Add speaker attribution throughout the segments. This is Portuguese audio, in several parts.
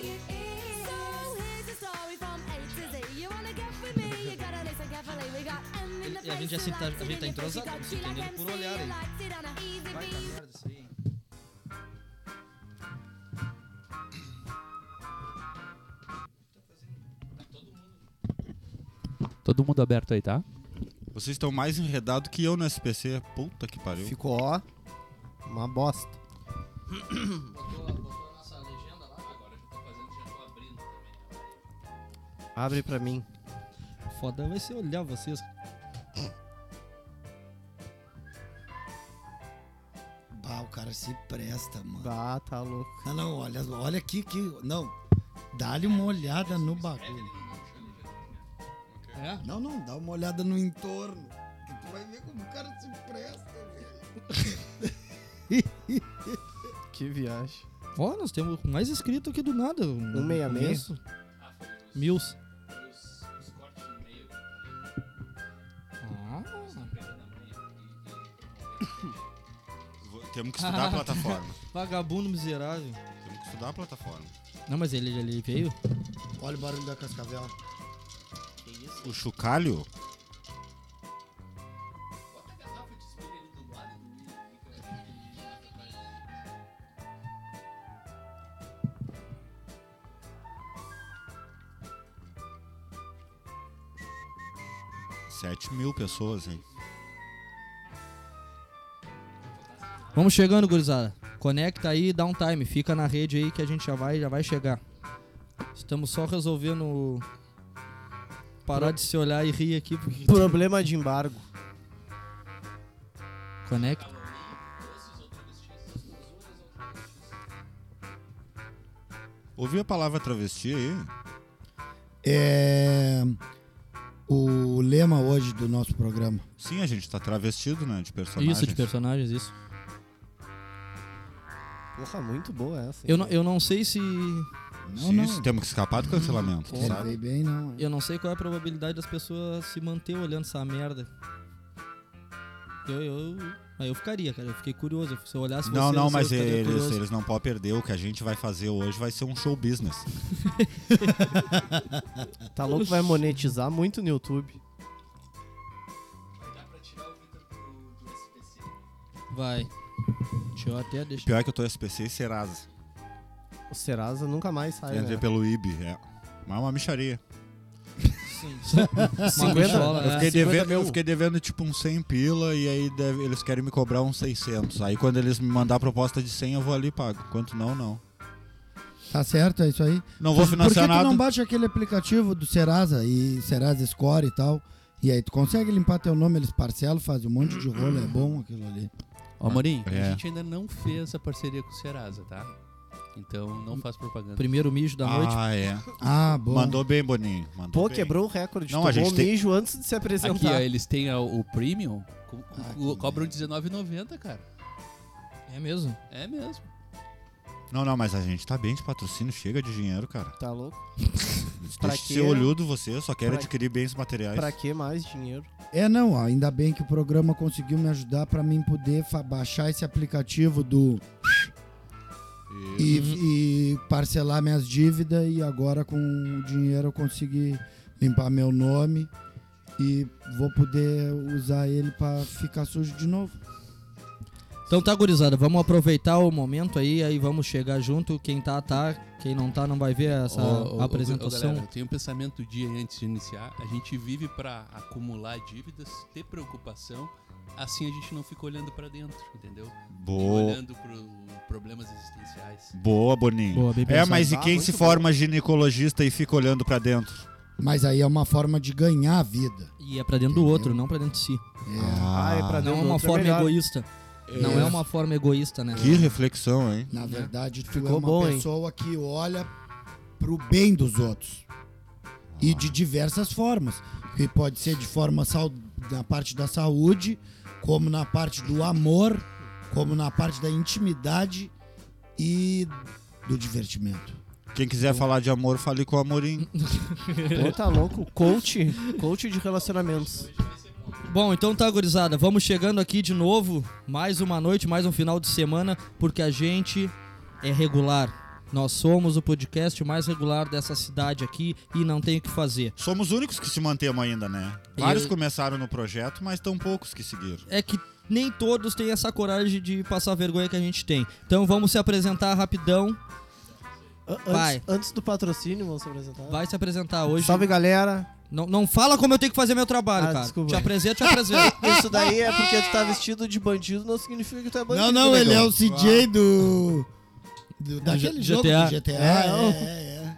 Speaker 1: it is. So here's the story from A to Z. You wanna get with me? You gotta listen carefully. We got M in the
Speaker 2: E a gente já
Speaker 1: face,
Speaker 2: se tá-
Speaker 1: she likes
Speaker 2: a
Speaker 1: it
Speaker 2: gente
Speaker 1: in
Speaker 2: tá
Speaker 1: your face,
Speaker 2: entrosado,
Speaker 1: you got
Speaker 2: se
Speaker 1: she like
Speaker 2: entendendo por
Speaker 1: MC,
Speaker 2: olhar
Speaker 1: you
Speaker 2: aí.
Speaker 1: likes it on a easy
Speaker 3: Vai tá
Speaker 1: beat.
Speaker 3: merda isso aí, hein?
Speaker 4: Todo mundo aberto aí, tá?
Speaker 5: Vocês estão mais enredados que eu no SPC. Puta que pariu.
Speaker 6: Ficou, ó, uma bosta.
Speaker 2: Botou, botou a nossa legenda lá, agora já tá fazendo, já tô abrindo também.
Speaker 6: Abre pra mim.
Speaker 2: Foda vai ser olhar vocês.
Speaker 3: Bah, o cara se presta, mano.
Speaker 6: Bah, tá louco.
Speaker 3: Não, não, olha, olha aqui que. Não. Dá-lhe uma olhada no bagulho.
Speaker 2: É?
Speaker 3: né? Não, não, dá uma olhada no entorno. Que tu vai ver como o cara se presta, velho.
Speaker 6: Que viagem.
Speaker 2: Ó, nós temos mais escrito aqui do nada. Um
Speaker 6: 166?
Speaker 3: Ah,
Speaker 2: Mills.
Speaker 3: né?
Speaker 2: Ah.
Speaker 5: Vou- Temos que estudar a plataforma.
Speaker 2: Vagabundo miserável.
Speaker 5: Temos que estudar a plataforma.
Speaker 2: Não, mas ele, ele veio.
Speaker 3: Olha o barulho da cascavel.
Speaker 5: O chocalho? Sete mil pessoas, hein?
Speaker 2: Vamos chegando, gurizada. Conecta aí, dá um time. Fica na rede aí que a gente já vai, já vai chegar. Estamos só resolvendo parar de se olhar e rir aqui. Porque...
Speaker 6: Problema de embargo.
Speaker 2: Conecta.
Speaker 5: Ouviu a palavra travesti aí?
Speaker 3: É. O lema hoje do nosso programa.
Speaker 5: Sim, a gente tá travestido, né? De personagem.
Speaker 2: Isso de personagens, isso.
Speaker 6: Porra, muito boa essa. hein?
Speaker 2: Eu não, eu não sei se.
Speaker 3: Não,
Speaker 5: Sim,
Speaker 3: não.
Speaker 5: isso, temos que escapar do cancelamento, tu sabe?
Speaker 3: Levei bem, não. hein?
Speaker 2: Eu não sei qual é a probabilidade das pessoas se manter olhando essa merda. Eu, eu, aí eu ficaria, cara. Eu fiquei curioso. Se eu olhasse
Speaker 5: Não,
Speaker 2: vocês,
Speaker 5: não,
Speaker 2: eu
Speaker 5: mas
Speaker 2: ficaria
Speaker 5: eles,
Speaker 2: curioso.
Speaker 5: eles não podem perder. O que a gente vai fazer hoje vai ser um show business.
Speaker 6: Tá louco, vai monetizar muito no YouTube.
Speaker 2: Vai. Deixa eu até deixar.
Speaker 5: Pior que eu tô SPC e Serasa.
Speaker 6: O Serasa nunca mais sai,
Speaker 5: Entrei
Speaker 6: né?
Speaker 5: pelo IB, é. Mas é uma micharia.
Speaker 2: Sim. Uma
Speaker 6: 50?
Speaker 2: bichola,
Speaker 5: Eu
Speaker 2: é.
Speaker 5: fiquei,
Speaker 6: 50
Speaker 5: devendo, eu
Speaker 6: mil.
Speaker 5: fiquei devendo tipo uns 100 pila e aí deve- eles querem me cobrar uns 600. Aí quando eles me mandar a proposta de 100, eu vou ali e pago. Quanto não, não.
Speaker 3: Tá certo, é isso aí.
Speaker 5: Não vou financiar
Speaker 3: Por que tu
Speaker 5: nada.
Speaker 3: não baixa aquele aplicativo do Serasa e Serasa Score e tal? E aí tu consegue limpar teu nome, eles parcelam, fazem um monte de rolo, é bom aquilo ali.
Speaker 7: Ó, Morim,
Speaker 5: É.
Speaker 7: a gente ainda não fez a parceria com o Serasa, tá? Então não faz propaganda.
Speaker 2: Primeiro mijo da noite.
Speaker 5: Ah, é.
Speaker 3: Ah, bom.
Speaker 5: Mandou bem, Boninho. Mandou
Speaker 6: Pô,
Speaker 5: bem.
Speaker 6: quebrou o recorde.
Speaker 5: Não,
Speaker 6: Tomou
Speaker 5: a gente
Speaker 6: o
Speaker 5: tem-
Speaker 6: mijo antes de se
Speaker 4: é um
Speaker 6: apresentar.
Speaker 7: Aqui,
Speaker 4: tá.
Speaker 7: ó, eles têm a- o Premium, co-
Speaker 3: Ah,
Speaker 7: co-
Speaker 3: que
Speaker 7: cobram R$19,90, cara.
Speaker 2: É mesmo?
Speaker 7: É mesmo.
Speaker 5: Não, não, mas a gente tá bem de patrocínio. Chega de dinheiro, cara.
Speaker 6: Tá louco? Pra
Speaker 5: Deixa de
Speaker 6: quê?
Speaker 5: ser olhudo você. Só quero
Speaker 6: Pra-
Speaker 5: adquirir bens materiais.
Speaker 6: Pra que mais dinheiro?
Speaker 3: É, não, ó, ainda bem que o programa conseguiu me ajudar pra mim poder fa- baixar esse aplicativo do. E, e parcelar minhas dívidas e agora com o dinheiro eu consegui limpar meu nome e vou poder usar ele pra ficar sujo de novo.
Speaker 2: Então tá, gurizada, vamos aproveitar o momento aí, aí vamos chegar junto. Quem tá, tá. Quem não tá, não vai ver essa
Speaker 7: Ô, ô, ô, ô,
Speaker 2: apresentação.
Speaker 7: galera, eu tenho um pensamento do dia antes de iniciar. A gente vive pra acumular dívidas, ter preocupação. Assim a gente não fica olhando pra dentro, entendeu? Fica
Speaker 5: Boa.
Speaker 7: olhando pro problemas existenciais.
Speaker 5: Boa, Boninho.
Speaker 2: Boa, bem
Speaker 5: é,
Speaker 2: pensado.
Speaker 5: mas e
Speaker 6: Ah,
Speaker 5: quem
Speaker 6: muito
Speaker 5: se
Speaker 6: bom.
Speaker 5: forma ginecologista e fica olhando pra dentro?
Speaker 3: Mas aí é uma forma de ganhar a vida.
Speaker 2: E é pra dentro do outro, não pra dentro de si.
Speaker 6: Ah, é
Speaker 2: Não
Speaker 6: pra
Speaker 2: é
Speaker 6: dentro do
Speaker 2: uma
Speaker 6: outro,
Speaker 2: forma
Speaker 6: melhor.
Speaker 2: egoísta. Não é uma forma egoísta, né?
Speaker 5: Ah, Que reflexão, hein?
Speaker 3: Na verdade, tu é
Speaker 6: Né? Ficou
Speaker 3: uma
Speaker 6: bom, hein?
Speaker 3: pessoa que olha pro bem dos outros. E de diversas formas. Que pode ser de forma sau- na parte da saúde, como na parte do amor, como na parte da intimidade e do divertimento.
Speaker 5: Quem quiser falar de amor, fale com o Amorim.
Speaker 6: Pô, tá louco? Coach, coach de relacionamentos.
Speaker 2: Bom, então tá, gurizada. Vamos chegando aqui de novo. Mais uma noite, mais um final de semana, porque a gente é regular. Nós somos o podcast mais regular dessa cidade aqui e não tem o que fazer.
Speaker 5: Somos os únicos que se mantemos ainda, né? Vários
Speaker 2: Eu-
Speaker 5: começaram no projeto, mas tão poucos que seguiram.
Speaker 2: É que nem todos têm essa coragem de passar a vergonha que a gente tem. Então vamos se apresentar rapidão.
Speaker 6: An- Antes,
Speaker 2: Vai.
Speaker 6: antes do patrocínio, vamos se apresentar.
Speaker 2: Vai se apresentar hoje.
Speaker 6: Salve, galera.
Speaker 2: Não, não fala como eu tenho que fazer meu trabalho,
Speaker 6: Ah,
Speaker 2: cara.
Speaker 6: desculpa.
Speaker 2: Te apresento, te apresento.
Speaker 6: Isso daí é porque tu tá vestido de bandido, não significa que tu é bandido.
Speaker 3: Não, não, ele é
Speaker 6: negão.
Speaker 3: o CJ do. do- daquele
Speaker 2: G-
Speaker 3: jogo
Speaker 2: GTA.
Speaker 3: do GTA.
Speaker 6: É, não.
Speaker 3: É, é,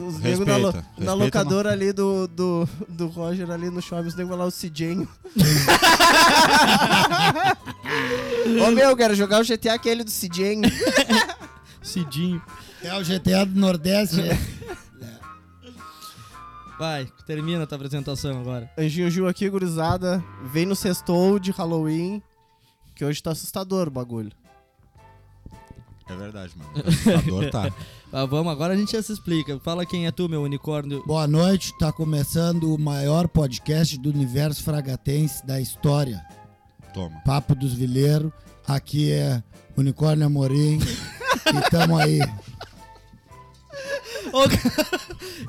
Speaker 6: Os nego na,
Speaker 5: Respeita,
Speaker 6: lo- na
Speaker 5: respeita,
Speaker 6: locadora ali do, do, do Roger ali no shopping, os nego lá, o CJ. Ô meu, quero jogar o GTA aquele do CJ.
Speaker 2: Cidinho.
Speaker 3: é. É o GTA do Nordeste. é.
Speaker 2: Vai, termina a tua apresentação agora.
Speaker 6: Anjinho Gil aqui, gurizada. Vem no sextou de Halloween, que hoje tá assustador o bagulho.
Speaker 5: É verdade, mano. Assustador tá.
Speaker 2: Ah, vamos, agora a gente já se explica. Fala quem é tu, meu unicórnio.
Speaker 3: Boa noite, tá começando o maior podcast do universo fragatense da história.
Speaker 5: Toma.
Speaker 3: Papo dos Vileiros. Aqui é Unicórnio Amorim. e tamo aí.
Speaker 2: Ô, cara,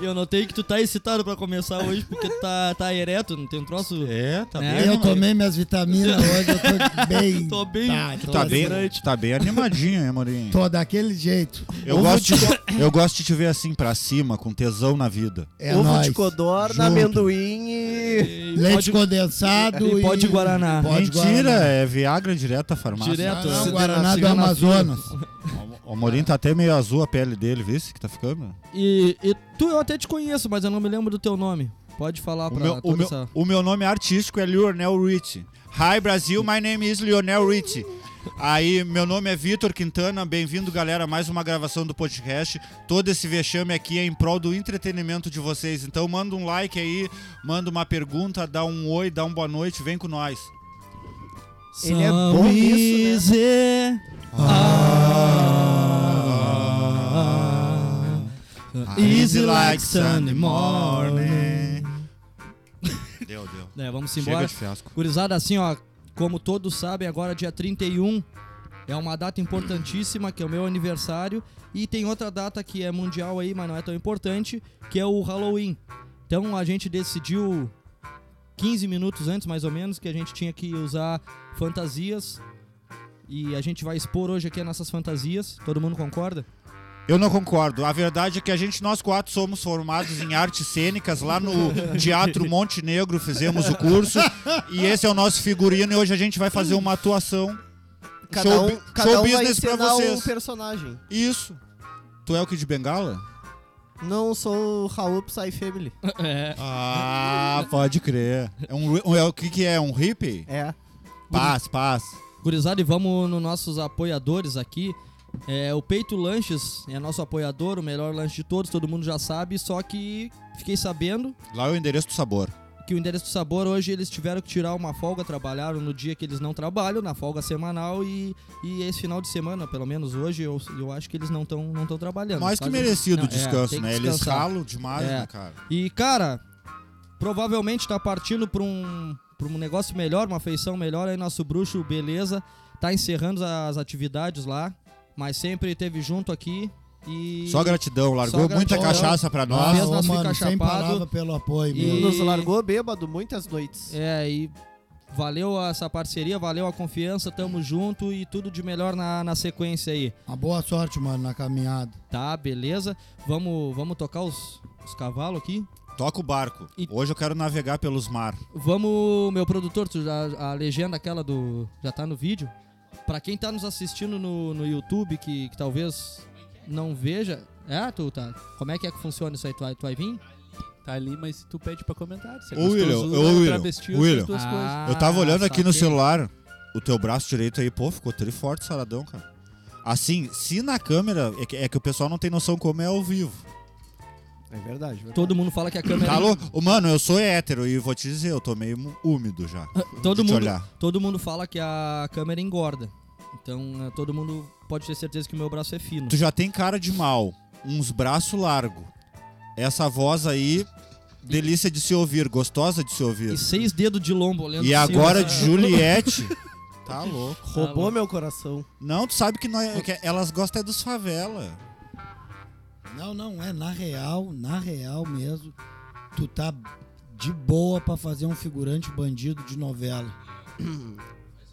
Speaker 2: eu notei que tu tá excitado pra começar hoje porque tu tá, tá ereto, não tem um troço.
Speaker 5: É, tá
Speaker 2: Né?
Speaker 5: bem.
Speaker 3: Eu tomei minhas vitaminas hoje, eu tô bem.
Speaker 2: Tô bem.
Speaker 3: Tá,
Speaker 5: Tu
Speaker 3: tô,
Speaker 5: tá
Speaker 3: assim,
Speaker 5: bem, tu tá bem animadinho, hein, Morinho?
Speaker 3: tô daquele jeito.
Speaker 5: Eu gosto, de, eu gosto de te ver assim pra cima, com tesão na vida.
Speaker 3: É
Speaker 6: Ovo
Speaker 3: nóis.
Speaker 6: de codorna,
Speaker 3: Junto.
Speaker 6: amendoim e...
Speaker 2: E
Speaker 3: Leite
Speaker 2: pode-
Speaker 3: condensado
Speaker 2: E
Speaker 3: e.
Speaker 2: pode Guaraná.
Speaker 3: Pode
Speaker 5: Mentira,
Speaker 3: Guaraná.
Speaker 5: é Viagra direto à farmácia.
Speaker 2: Direto.
Speaker 3: Ah, não,
Speaker 2: Se der na-
Speaker 3: Guaraná
Speaker 2: se
Speaker 3: do
Speaker 2: der na
Speaker 3: Amazonas.
Speaker 5: O Morim tá até meio azul a pele dele, viu isso que tá ficando?
Speaker 2: E, e tu eu até te conheço, mas eu não me lembro do teu nome. Pode falar
Speaker 5: O
Speaker 2: pra
Speaker 5: meu,
Speaker 2: toda
Speaker 5: o, meu,
Speaker 2: essa.
Speaker 5: o meu nome artístico é Lionel Rich. Hi Brasil, my name is Lionel Rich. Aí, meu nome é Vitor Quintana, bem-vindo galera, a mais uma gravação do podcast. Todo esse vexame aqui é em prol do entretenimento de vocês. Então manda um like aí, manda uma pergunta, dá um oi, dá um boa noite, vem com nós.
Speaker 6: Ele é
Speaker 2: São
Speaker 6: bom nisso, né?
Speaker 2: Luís- Ah, Easy like Sunday morning.
Speaker 5: Deu, deu.
Speaker 2: É, vamos
Speaker 5: Chega
Speaker 2: embora.
Speaker 5: de fiasco.
Speaker 2: Gurizada, assim, ó, como todos sabem, agora dia 31 é uma data importantíssima, que é o meu aniversário, e tem outra data que é mundial aí, mas não é tão importante, que é o Halloween. Então a gente decidiu 15 minutos antes, mais ou menos, que a gente tinha que usar fantasias. E a gente vai expor hoje aqui as nossas fantasias. Todo mundo concorda?
Speaker 5: Eu não concordo. A verdade é que a gente, nós quatro, somos formados em artes cênicas lá no Teatro Montenegro, fizemos o curso. E esse é o nosso figurino e hoje a gente vai fazer uma atuação.
Speaker 6: Cada
Speaker 5: Show
Speaker 6: um,
Speaker 5: bu-
Speaker 6: cada
Speaker 5: show
Speaker 6: um vai
Speaker 5: business pra
Speaker 6: encenar um
Speaker 5: vocês.
Speaker 6: personagem.
Speaker 5: Isso. Tu é o Kid Bengala?
Speaker 6: Não sou o Raul Psy Family.
Speaker 2: É.
Speaker 5: Ah, pode crer. É um, ri- é o que que é? Um hippie?
Speaker 6: É.
Speaker 5: Paz, paz.
Speaker 2: Gurizada, e vamos nos nossos apoiadores aqui. É, o Peito Lanches é nosso apoiador, o melhor lanche de todos, todo mundo já sabe, só que fiquei sabendo
Speaker 5: Lá é o endereço do sabor.
Speaker 2: que o Endereço do Sabor hoje eles tiveram que tirar uma folga, trabalharam no dia que eles não trabalham, na folga semanal e, e esse final de semana, pelo menos hoje, eu, eu acho que eles não estão não tão trabalhando.
Speaker 5: Mais que
Speaker 2: Caso-
Speaker 5: merecido o
Speaker 2: Não, é,
Speaker 5: descanso,
Speaker 2: tem que
Speaker 5: né? Eles
Speaker 2: descansar.
Speaker 5: ralam demais,
Speaker 2: É.
Speaker 5: né, cara?
Speaker 2: E, cara, provavelmente tá partindo pra um, pra um negócio melhor, uma feição melhor. Aí nosso bruxo, beleza, tá encerrando as atividades lá, mas sempre esteve junto aqui e...
Speaker 5: Só gratidão. Largou muita
Speaker 2: gratidão.
Speaker 5: cachaça pra nós.
Speaker 2: Fez
Speaker 3: ô,
Speaker 2: nós
Speaker 3: mano,
Speaker 2: ficar
Speaker 3: sem
Speaker 2: chapado.
Speaker 3: palavra pelo apoio,
Speaker 2: E-
Speaker 3: meu.
Speaker 6: Nos largou bêbado muitas noites.
Speaker 2: É, e valeu essa parceria, valeu a confiança, tamo junto e tudo de melhor na, na sequência aí.
Speaker 3: Uma boa sorte, mano, na caminhada.
Speaker 2: Tá, beleza? Vamos, vamos tocar os, os cavalos aqui?
Speaker 5: Toca o barco.
Speaker 2: E-
Speaker 5: Hoje eu quero navegar pelos mar.
Speaker 2: Vamos, meu produtor, tu já- a legenda aquela do. já tá no vídeo. Pra quem tá nos assistindo no, no YouTube, que, que talvez não veja. É, tu tá. Como é que é que funciona isso aí? Tu vai, tu vai vir?
Speaker 7: Tá ali, mas tu pede pra comentar. Se é
Speaker 5: Ô, William,
Speaker 7: gostoso,
Speaker 5: ô,
Speaker 7: dá um
Speaker 5: William,
Speaker 7: travesti, eu
Speaker 5: William.
Speaker 7: sei as tuas coisas.
Speaker 2: Ah,
Speaker 5: Eu tava olhando aqui no
Speaker 2: saquei.
Speaker 5: celular, o teu braço direito aí, pô, ficou tri forte, saradão, cara. Assim, se na câmera, é que, é que o pessoal não tem noção como é ao vivo.
Speaker 6: É verdade. verdade.
Speaker 2: Todo mundo fala que a câmera.
Speaker 5: Tá louco? Ô, Mano, eu sou hétero e vou te dizer, eu tô meio mu- úmido já.
Speaker 2: todo
Speaker 5: de te
Speaker 2: mundo,
Speaker 5: olhar.
Speaker 2: todo mundo fala que a câmera engorda. Então, eh, todo mundo pode ter certeza que o meu braço é fino.
Speaker 5: Tu já tem cara de mal, uns braços largos. Essa voz aí, delícia de se ouvir, gostosa de se
Speaker 2: E
Speaker 5: ouvir.
Speaker 2: seis dedos de lombo olhando assim,
Speaker 5: E
Speaker 2: pra cima,
Speaker 5: agora de
Speaker 2: sabe?
Speaker 5: Juliette. Tá louco.
Speaker 6: Roubou meu coração.
Speaker 5: é Não, tu sabe que, nós, que elas gostam é dos favela.
Speaker 3: Não, não, é na real, na real mesmo. Tu tá de boa pra fazer um figurante bandido de novela.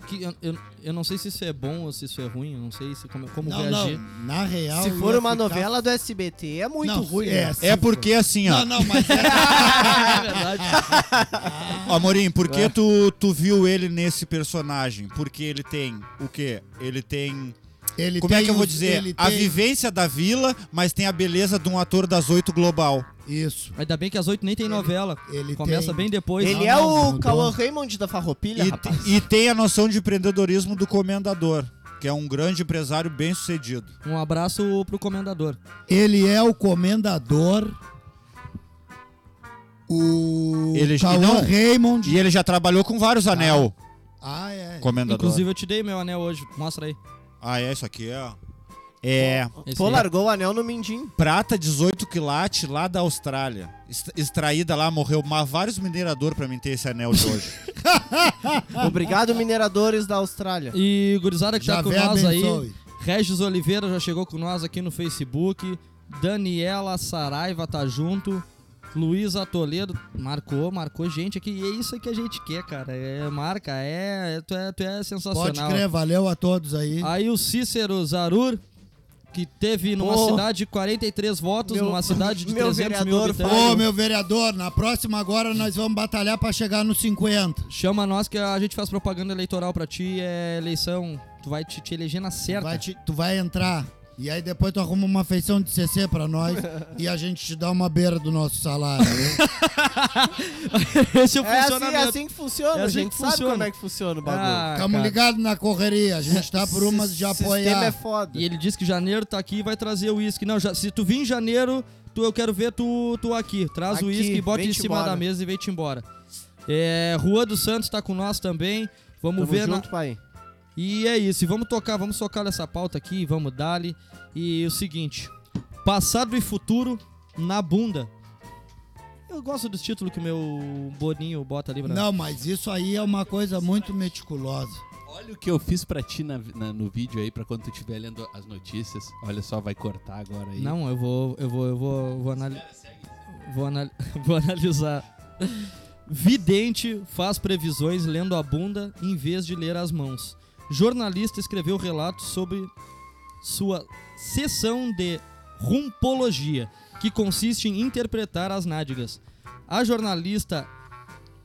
Speaker 2: Que eu, eu, eu não sei se isso é bom ou se isso é ruim, eu não sei se como, como
Speaker 3: não,
Speaker 2: reagir.
Speaker 3: não, na real.
Speaker 6: Se
Speaker 3: eu
Speaker 6: for
Speaker 3: ia
Speaker 6: uma
Speaker 3: ficar-
Speaker 6: novela do SBT, é muito
Speaker 3: Não,
Speaker 6: ruim.
Speaker 3: É,
Speaker 6: né?
Speaker 3: se
Speaker 5: É
Speaker 3: for-
Speaker 5: porque assim, ó.
Speaker 3: Não, não, mas é-
Speaker 2: É verdade.
Speaker 5: Ó, Amorim, por
Speaker 3: É.
Speaker 5: que tu, tu viu ele nesse personagem? Porque ele tem o quê? Ele tem.
Speaker 3: ele
Speaker 5: como é
Speaker 3: tem
Speaker 5: que eu vou
Speaker 3: os-
Speaker 5: dizer?
Speaker 3: ele
Speaker 5: A
Speaker 3: tem-
Speaker 5: vivência da vila, mas tem a beleza de um ator das oito global.
Speaker 3: Isso.
Speaker 2: Ainda bem que às oito nem tem novela.
Speaker 3: ele
Speaker 2: Começa
Speaker 3: tem-
Speaker 2: bem depois.
Speaker 6: Ele
Speaker 3: não,
Speaker 6: é
Speaker 3: não,
Speaker 6: o
Speaker 3: mudou.
Speaker 2: um-
Speaker 6: Cauã Raymond da Farroupilha,
Speaker 5: E,
Speaker 6: rapaz.
Speaker 5: te- e tem a noção de empreendedorismo do comendador, que é um grande empresário bem sucedido.
Speaker 2: Um abraço pro comendador.
Speaker 3: Ele é o comendador. O
Speaker 5: Ele- e
Speaker 3: Cauã
Speaker 5: não-
Speaker 3: Raymond.
Speaker 5: E ele já trabalhou com vários anel,
Speaker 3: Ah, Tá. é.
Speaker 5: comendador.
Speaker 2: Inclusive, eu te dei meu anel hoje. Mostra aí.
Speaker 5: Ah, é, isso aqui é. É.
Speaker 2: Esse
Speaker 6: Pô,
Speaker 2: aí.
Speaker 6: largou o anel no Mindim.
Speaker 5: Prata 18 quilate lá da Austrália. Est- Extraída lá, morreu mas vários mineradores pra mim ter esse anel de hoje.
Speaker 6: Obrigado, mineradores da Austrália.
Speaker 2: Ah. E gurizada que
Speaker 3: Já
Speaker 2: tá com
Speaker 3: vem
Speaker 2: nós aí.
Speaker 3: abençoe.
Speaker 2: Regis Oliveira já chegou com nós aqui no Facebook. Daniela Saraiva tá junto. Luísa Toledo marcou, marcou gente aqui. E é isso que a gente quer, cara. É marca, é. é- Tu é, tu é
Speaker 3: Pode
Speaker 2: sensacional.
Speaker 3: crer, valeu a todos aí.
Speaker 2: Aí o Cícero Zarur, que teve numa
Speaker 6: Pô.
Speaker 2: cidade 43 votos,
Speaker 6: Meu-
Speaker 2: numa cidade de
Speaker 6: meu
Speaker 2: 300 mil
Speaker 6: vereador
Speaker 2: habitantes.
Speaker 3: Ô, meu vereador, na próxima agora nós vamos batalhar pra chegar nos 50.
Speaker 2: Chama nós que a gente faz propaganda eleitoral pra ti. É eleição. Tu vai te, te eleger na certa.
Speaker 3: Vai te- tu vai entrar. E aí depois tu arruma uma feição de CC pra nós e a gente te dá uma beira do nosso salário. hein?
Speaker 2: Esse é o
Speaker 6: É assim,
Speaker 2: funcionamento.
Speaker 6: é assim que funciona,
Speaker 2: É assim
Speaker 6: a gente
Speaker 2: que
Speaker 6: sabe
Speaker 2: funciona.
Speaker 6: como é que funciona o bagulho.
Speaker 2: Ah,
Speaker 3: Tamo
Speaker 2: cara.
Speaker 3: ligado na correria, a gente tá por umas de
Speaker 6: O sistema é
Speaker 3: apoiar.
Speaker 6: foda.
Speaker 2: E ele disse que janeiro tá aqui e vai trazer o uísque. Não, já- se tu vir em janeiro, tu, eu quero ver tu, tu aqui. Traz o
Speaker 6: Aqui,
Speaker 2: uísque, bota
Speaker 6: vem-te
Speaker 2: em cima
Speaker 6: embora.
Speaker 2: da mesa e vem-te embora. É, Juan dos Santos tá com nós também. Vamos
Speaker 6: Tamo
Speaker 2: ver. na-
Speaker 6: junto, pai.
Speaker 2: E é isso. E vamos tocar, vamos tocar nessa pauta aqui, vamos dali. E o seguinte: passado e futuro na bunda. Eu gosto dos títulos que o meu Boninho bota ali né? pra
Speaker 3: Não, mas isso aí é uma coisa muito meticulosa.
Speaker 7: Olha o que eu fiz pra ti na- na- no vídeo aí, pra quando tu estiver lendo as notícias. Olha só, vai cortar agora aí.
Speaker 2: Não, eu vou. Eu vou. Eu vou. Vou, anali- vou, anal- vou analisar. Vidente faz previsões lendo a bunda em vez de ler as mãos. Jornalista escreveu relatos sobre sua sessão de rumpologia, que consiste em interpretar as nádegas. A jornalista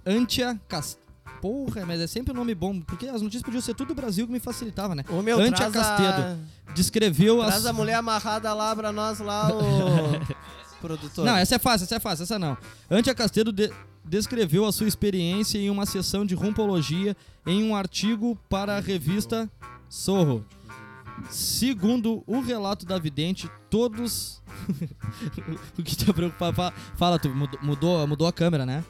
Speaker 2: Antia Cas... Porra, mas é sempre o nome bom, porque as notícias podiam ser tudo do Brasil que me facilitava, né?
Speaker 6: Ô, meu,
Speaker 2: Ante
Speaker 6: traz
Speaker 2: Acastedo.
Speaker 6: a...
Speaker 2: Descreveu as
Speaker 6: traz a mulher amarrada lá pra nós lá, o produtor.
Speaker 2: Não, essa é fácil, essa é fácil, essa não. Antia Castedo de- descreveu a sua experiência em uma sessão de rumpologia em um artigo para a revista Sorro. Segundo o relato da vidente, todos. o que tá preocupado? Fala, fala tu mudou- mudou, mudou a câmera, né?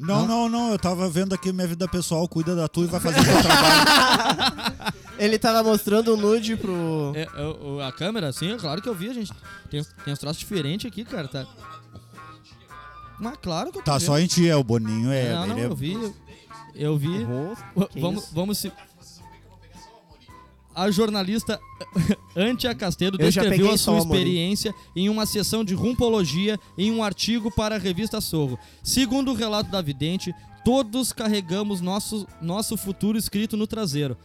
Speaker 5: Não, não, não, eu tava vendo aqui minha vida pessoal, cuida da tua e vai fazer teu trabalho.
Speaker 6: Ele tava mostrando o nude pro...
Speaker 2: É, o- o- a câmera, sim, é claro que eu vi, gente. Tem, tem uns troços diferentes aqui, cara. Tá... Mas claro que eu tô
Speaker 5: Tá
Speaker 2: vendo.
Speaker 5: só em ti, é o Boninho, é.
Speaker 2: Não, não,
Speaker 5: ele é-
Speaker 2: eu vi. Eu vi.
Speaker 6: Rosto, que
Speaker 2: vamos,
Speaker 6: isso?
Speaker 2: vamos se. A jornalista Antia Castedo
Speaker 6: Eu já
Speaker 2: descreveu
Speaker 6: peguei
Speaker 2: a
Speaker 6: só
Speaker 2: sua
Speaker 6: o Amorim.
Speaker 2: experiência em uma sessão de rumpologia em um artigo para a revista Sorro. Segundo o relato da vidente, todos carregamos nosso, nosso futuro escrito no traseiro.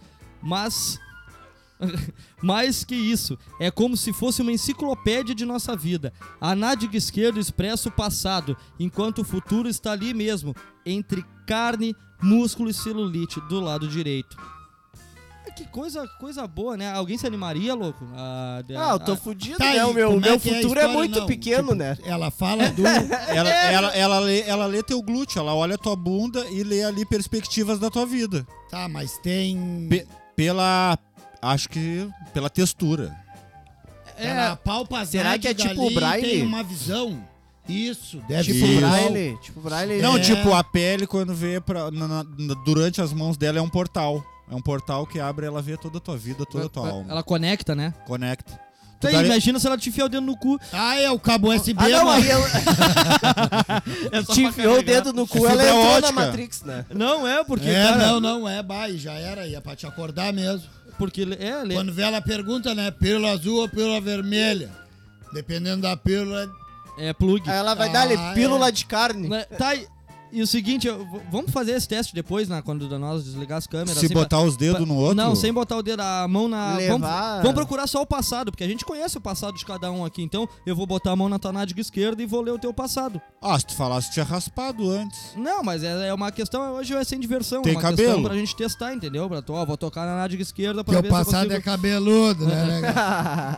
Speaker 2: Mas. Mais que isso, é como se fosse uma enciclopédia de nossa vida. A nádega esquerda expressa o passado, enquanto o futuro está ali mesmo, entre carne, músculo e celulite, do lado direito. Ah, Que coisa, coisa boa, né? Alguém se animaria, louco? Ah, de-
Speaker 6: Ah, eu tô
Speaker 2: ah,
Speaker 6: fudido,
Speaker 3: Tá
Speaker 6: né?
Speaker 3: aí,
Speaker 6: o meu,
Speaker 3: como
Speaker 6: meu
Speaker 3: é que é a
Speaker 6: futuro é,
Speaker 3: história?
Speaker 6: muito
Speaker 3: Não,
Speaker 6: pequeno,
Speaker 3: tipo,
Speaker 6: né?
Speaker 3: Ela fala do.
Speaker 5: Ela, ela, ela, lê, ela lê teu glúteo, ela olha tua bunda e lê ali perspectivas da tua vida.
Speaker 3: tá, mas tem.
Speaker 5: Pe- pela. Acho que. pela textura.
Speaker 3: Ela palpa as
Speaker 6: Será que é
Speaker 3: nádegas
Speaker 6: tipo
Speaker 3: ali
Speaker 6: o
Speaker 3: e
Speaker 6: Braille?
Speaker 3: Tem uma visão. Isso, deve
Speaker 5: Tipo
Speaker 3: ser.
Speaker 6: Tipo
Speaker 5: Isso.
Speaker 6: Braille, tipo Braille.
Speaker 5: Não,
Speaker 3: É.
Speaker 5: tipo, a pele, quando vê pra, na- na- na- durante as mãos dela, é um portal. É um portal que abre ela vê toda a tua vida, toda a tua
Speaker 2: ela,
Speaker 5: alma.
Speaker 2: ela conecta, né?
Speaker 5: Conecta. Tu
Speaker 2: Tá aí,
Speaker 5: daria-
Speaker 2: imagina se ela te enfiar o dedo no cu.
Speaker 3: Ah, é o cabo USB.
Speaker 6: Ah, não,
Speaker 3: mano.
Speaker 6: aí ela
Speaker 2: É só
Speaker 6: te
Speaker 2: pra
Speaker 6: enfiou o
Speaker 2: carregar.
Speaker 6: dedo no cu,
Speaker 5: Fibra
Speaker 6: ela entrou na
Speaker 5: ótica.
Speaker 6: Matrix, né?
Speaker 2: Não, é, porque,
Speaker 3: é,
Speaker 6: então,
Speaker 2: cara,
Speaker 3: não, não, é, bai, já era, ia pra te acordar mesmo.
Speaker 2: Porque, é, ele-
Speaker 3: Quando vê ela pergunta, né, pílula azul ou pílula vermelha? Dependendo da pílula,
Speaker 2: É plug.
Speaker 6: Aí ela vai dar ali,
Speaker 3: Ah,
Speaker 6: pílula de carne.
Speaker 2: Né, Tá, e, e o seguinte, eu- v- vamos fazer esse teste depois, né? Quando nós desligar as câmeras.
Speaker 5: Se
Speaker 2: assim,
Speaker 5: botar os
Speaker 2: pra-
Speaker 5: dedos
Speaker 2: pra-
Speaker 5: no outro.
Speaker 2: Não, sem botar o dedo, a mão na.
Speaker 6: Levar-
Speaker 2: Vamos, vamos procurar só o passado, porque a gente conhece o passado de cada um aqui. Então, eu vou botar a mão na tua nádega esquerda e vou ler o teu passado.
Speaker 5: Ah, se tu falasse, tinha raspado antes.
Speaker 2: Não, mas é, é uma questão, hoje é sem diversão.
Speaker 5: Tem
Speaker 2: é uma questão
Speaker 5: cabelo?
Speaker 2: pra gente testar, entendeu? Pra tu, ó, vou tocar na nádega esquerda pra
Speaker 3: teu
Speaker 2: ver
Speaker 3: passado
Speaker 2: se eu
Speaker 3: é
Speaker 2: consigo...
Speaker 3: cabeludo, né? né?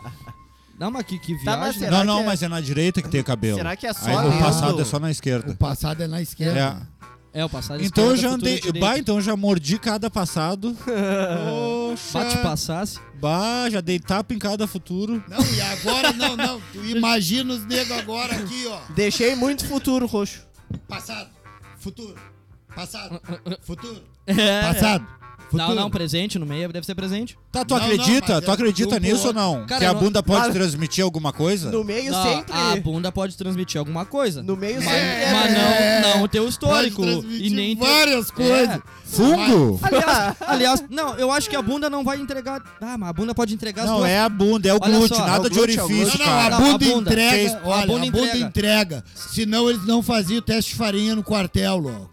Speaker 2: Não, mas que, que
Speaker 6: Tá, mas
Speaker 2: viagem. né?
Speaker 6: será
Speaker 5: não, não,
Speaker 6: que é-
Speaker 5: mas é na direita que tem cabelo.
Speaker 6: Será que é só
Speaker 5: Aí
Speaker 6: isso?
Speaker 5: o passado é só na esquerda.
Speaker 3: o passado é na esquerda.
Speaker 5: É.
Speaker 2: É, o passado
Speaker 5: Então eu
Speaker 2: esquerda,
Speaker 5: já
Speaker 2: futuro
Speaker 5: andei.
Speaker 2: direito.
Speaker 5: Bah, então eu já mordi cada passado. Poxa.
Speaker 2: Bate passasse.
Speaker 5: Bah, já dei tapa em cada futuro.
Speaker 3: Não, e agora não, não. Tu imagina os negros agora aqui, ó.
Speaker 6: Deixei muito futuro, roxo.
Speaker 3: Passado, futuro, passado, futuro,
Speaker 2: É.
Speaker 3: passado, futuro.
Speaker 2: Não, não, presente no meio, deve ser presente.
Speaker 5: Tá, tu
Speaker 3: Não, não,
Speaker 5: acredita?
Speaker 3: mas
Speaker 5: tu
Speaker 3: é
Speaker 5: acredita
Speaker 3: do
Speaker 5: nisso
Speaker 3: outro.
Speaker 5: ou não?
Speaker 2: Cara,
Speaker 5: que a
Speaker 2: não-
Speaker 5: bunda pode
Speaker 6: Claro.
Speaker 5: transmitir alguma coisa?
Speaker 6: No meio
Speaker 2: Não,
Speaker 6: sempre.
Speaker 3: ah,
Speaker 2: A bunda pode transmitir alguma coisa.
Speaker 6: No meio
Speaker 2: mas,
Speaker 6: sempre. é-
Speaker 2: mas não, não o teu
Speaker 3: Pode
Speaker 2: histórico.
Speaker 3: transmitir
Speaker 2: E nem É. teu-
Speaker 3: várias coisas.
Speaker 5: Fungo?
Speaker 6: Ah,
Speaker 2: Aliás, aliás, não, eu acho que a bunda não vai entregar. Ah, mas a bunda pode entregar as
Speaker 5: Não,
Speaker 2: duas.
Speaker 5: é a bunda, é o
Speaker 2: Olha
Speaker 5: glúteo,
Speaker 2: só,
Speaker 5: nada
Speaker 6: é o
Speaker 5: de
Speaker 6: glúteo, é o
Speaker 5: orifício,
Speaker 3: Não,
Speaker 6: glúteo.
Speaker 3: não, a
Speaker 5: cara.
Speaker 2: Não, a
Speaker 3: bunda
Speaker 2: bunda.
Speaker 5: Fez-
Speaker 3: entrega.
Speaker 5: a
Speaker 3: Olha, a bunda,
Speaker 2: bunda entrega.
Speaker 3: entrega. Senão eles não faziam o teste de farinha no quartel, louco.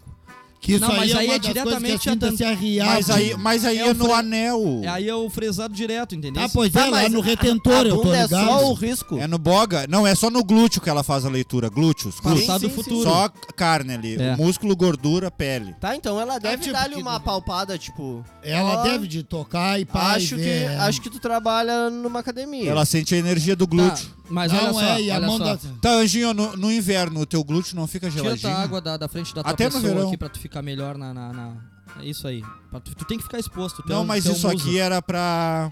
Speaker 3: Que isso
Speaker 2: Não, mas
Speaker 3: aí,
Speaker 2: aí
Speaker 3: é, uma
Speaker 2: é
Speaker 3: das coisas
Speaker 2: diretamente
Speaker 3: que a tinta
Speaker 2: atando-
Speaker 3: se arriava.
Speaker 5: Mas aí, mas aí
Speaker 2: É
Speaker 5: é,
Speaker 2: o
Speaker 5: no
Speaker 2: fre-
Speaker 5: anel.
Speaker 2: É aí é o fresado direto, entendeu?
Speaker 3: Ah, pois é,
Speaker 6: Tá,
Speaker 3: lá
Speaker 6: mas
Speaker 3: no
Speaker 6: a-
Speaker 3: retentor,
Speaker 6: a
Speaker 3: eu tô
Speaker 6: bunda
Speaker 3: ligado.
Speaker 6: É só o risco.
Speaker 5: É no boga. Não, é só no glúteo que ela faz a leitura. Glúteos. glúteos.
Speaker 2: Passado
Speaker 6: sim,
Speaker 2: e
Speaker 6: sim,
Speaker 2: futuro.
Speaker 5: Só carne ali.
Speaker 2: É.
Speaker 5: Músculo, gordura, pele.
Speaker 6: Tá, então ela deve
Speaker 3: tipo
Speaker 6: dar-lhe
Speaker 3: que-
Speaker 6: uma palpada, tipo.
Speaker 3: Ela
Speaker 6: ó,
Speaker 3: deve de tocar e pá,
Speaker 6: Acho
Speaker 3: e
Speaker 6: que,
Speaker 3: ver.
Speaker 6: acho que tu trabalha numa academia.
Speaker 5: Ela sente a energia do
Speaker 2: Tá,
Speaker 5: glúteo.
Speaker 2: mas
Speaker 3: é não
Speaker 2: olha só,
Speaker 3: é, e a
Speaker 2: olha
Speaker 3: mão
Speaker 2: só.
Speaker 3: da...
Speaker 5: Tá, Anjinho, no, no inverno o teu glúteo não fica
Speaker 2: Tira
Speaker 5: geladinho?
Speaker 2: a água da, da frente da tua
Speaker 5: Até no
Speaker 2: pessoa
Speaker 5: verão.
Speaker 2: aqui pra tu ficar melhor na. na- na- É isso aí. Pra Tu, tu é um- tem que ficar exposto. teu-
Speaker 5: Não, mas
Speaker 2: teu
Speaker 5: isso
Speaker 2: muso.
Speaker 5: aqui era pra,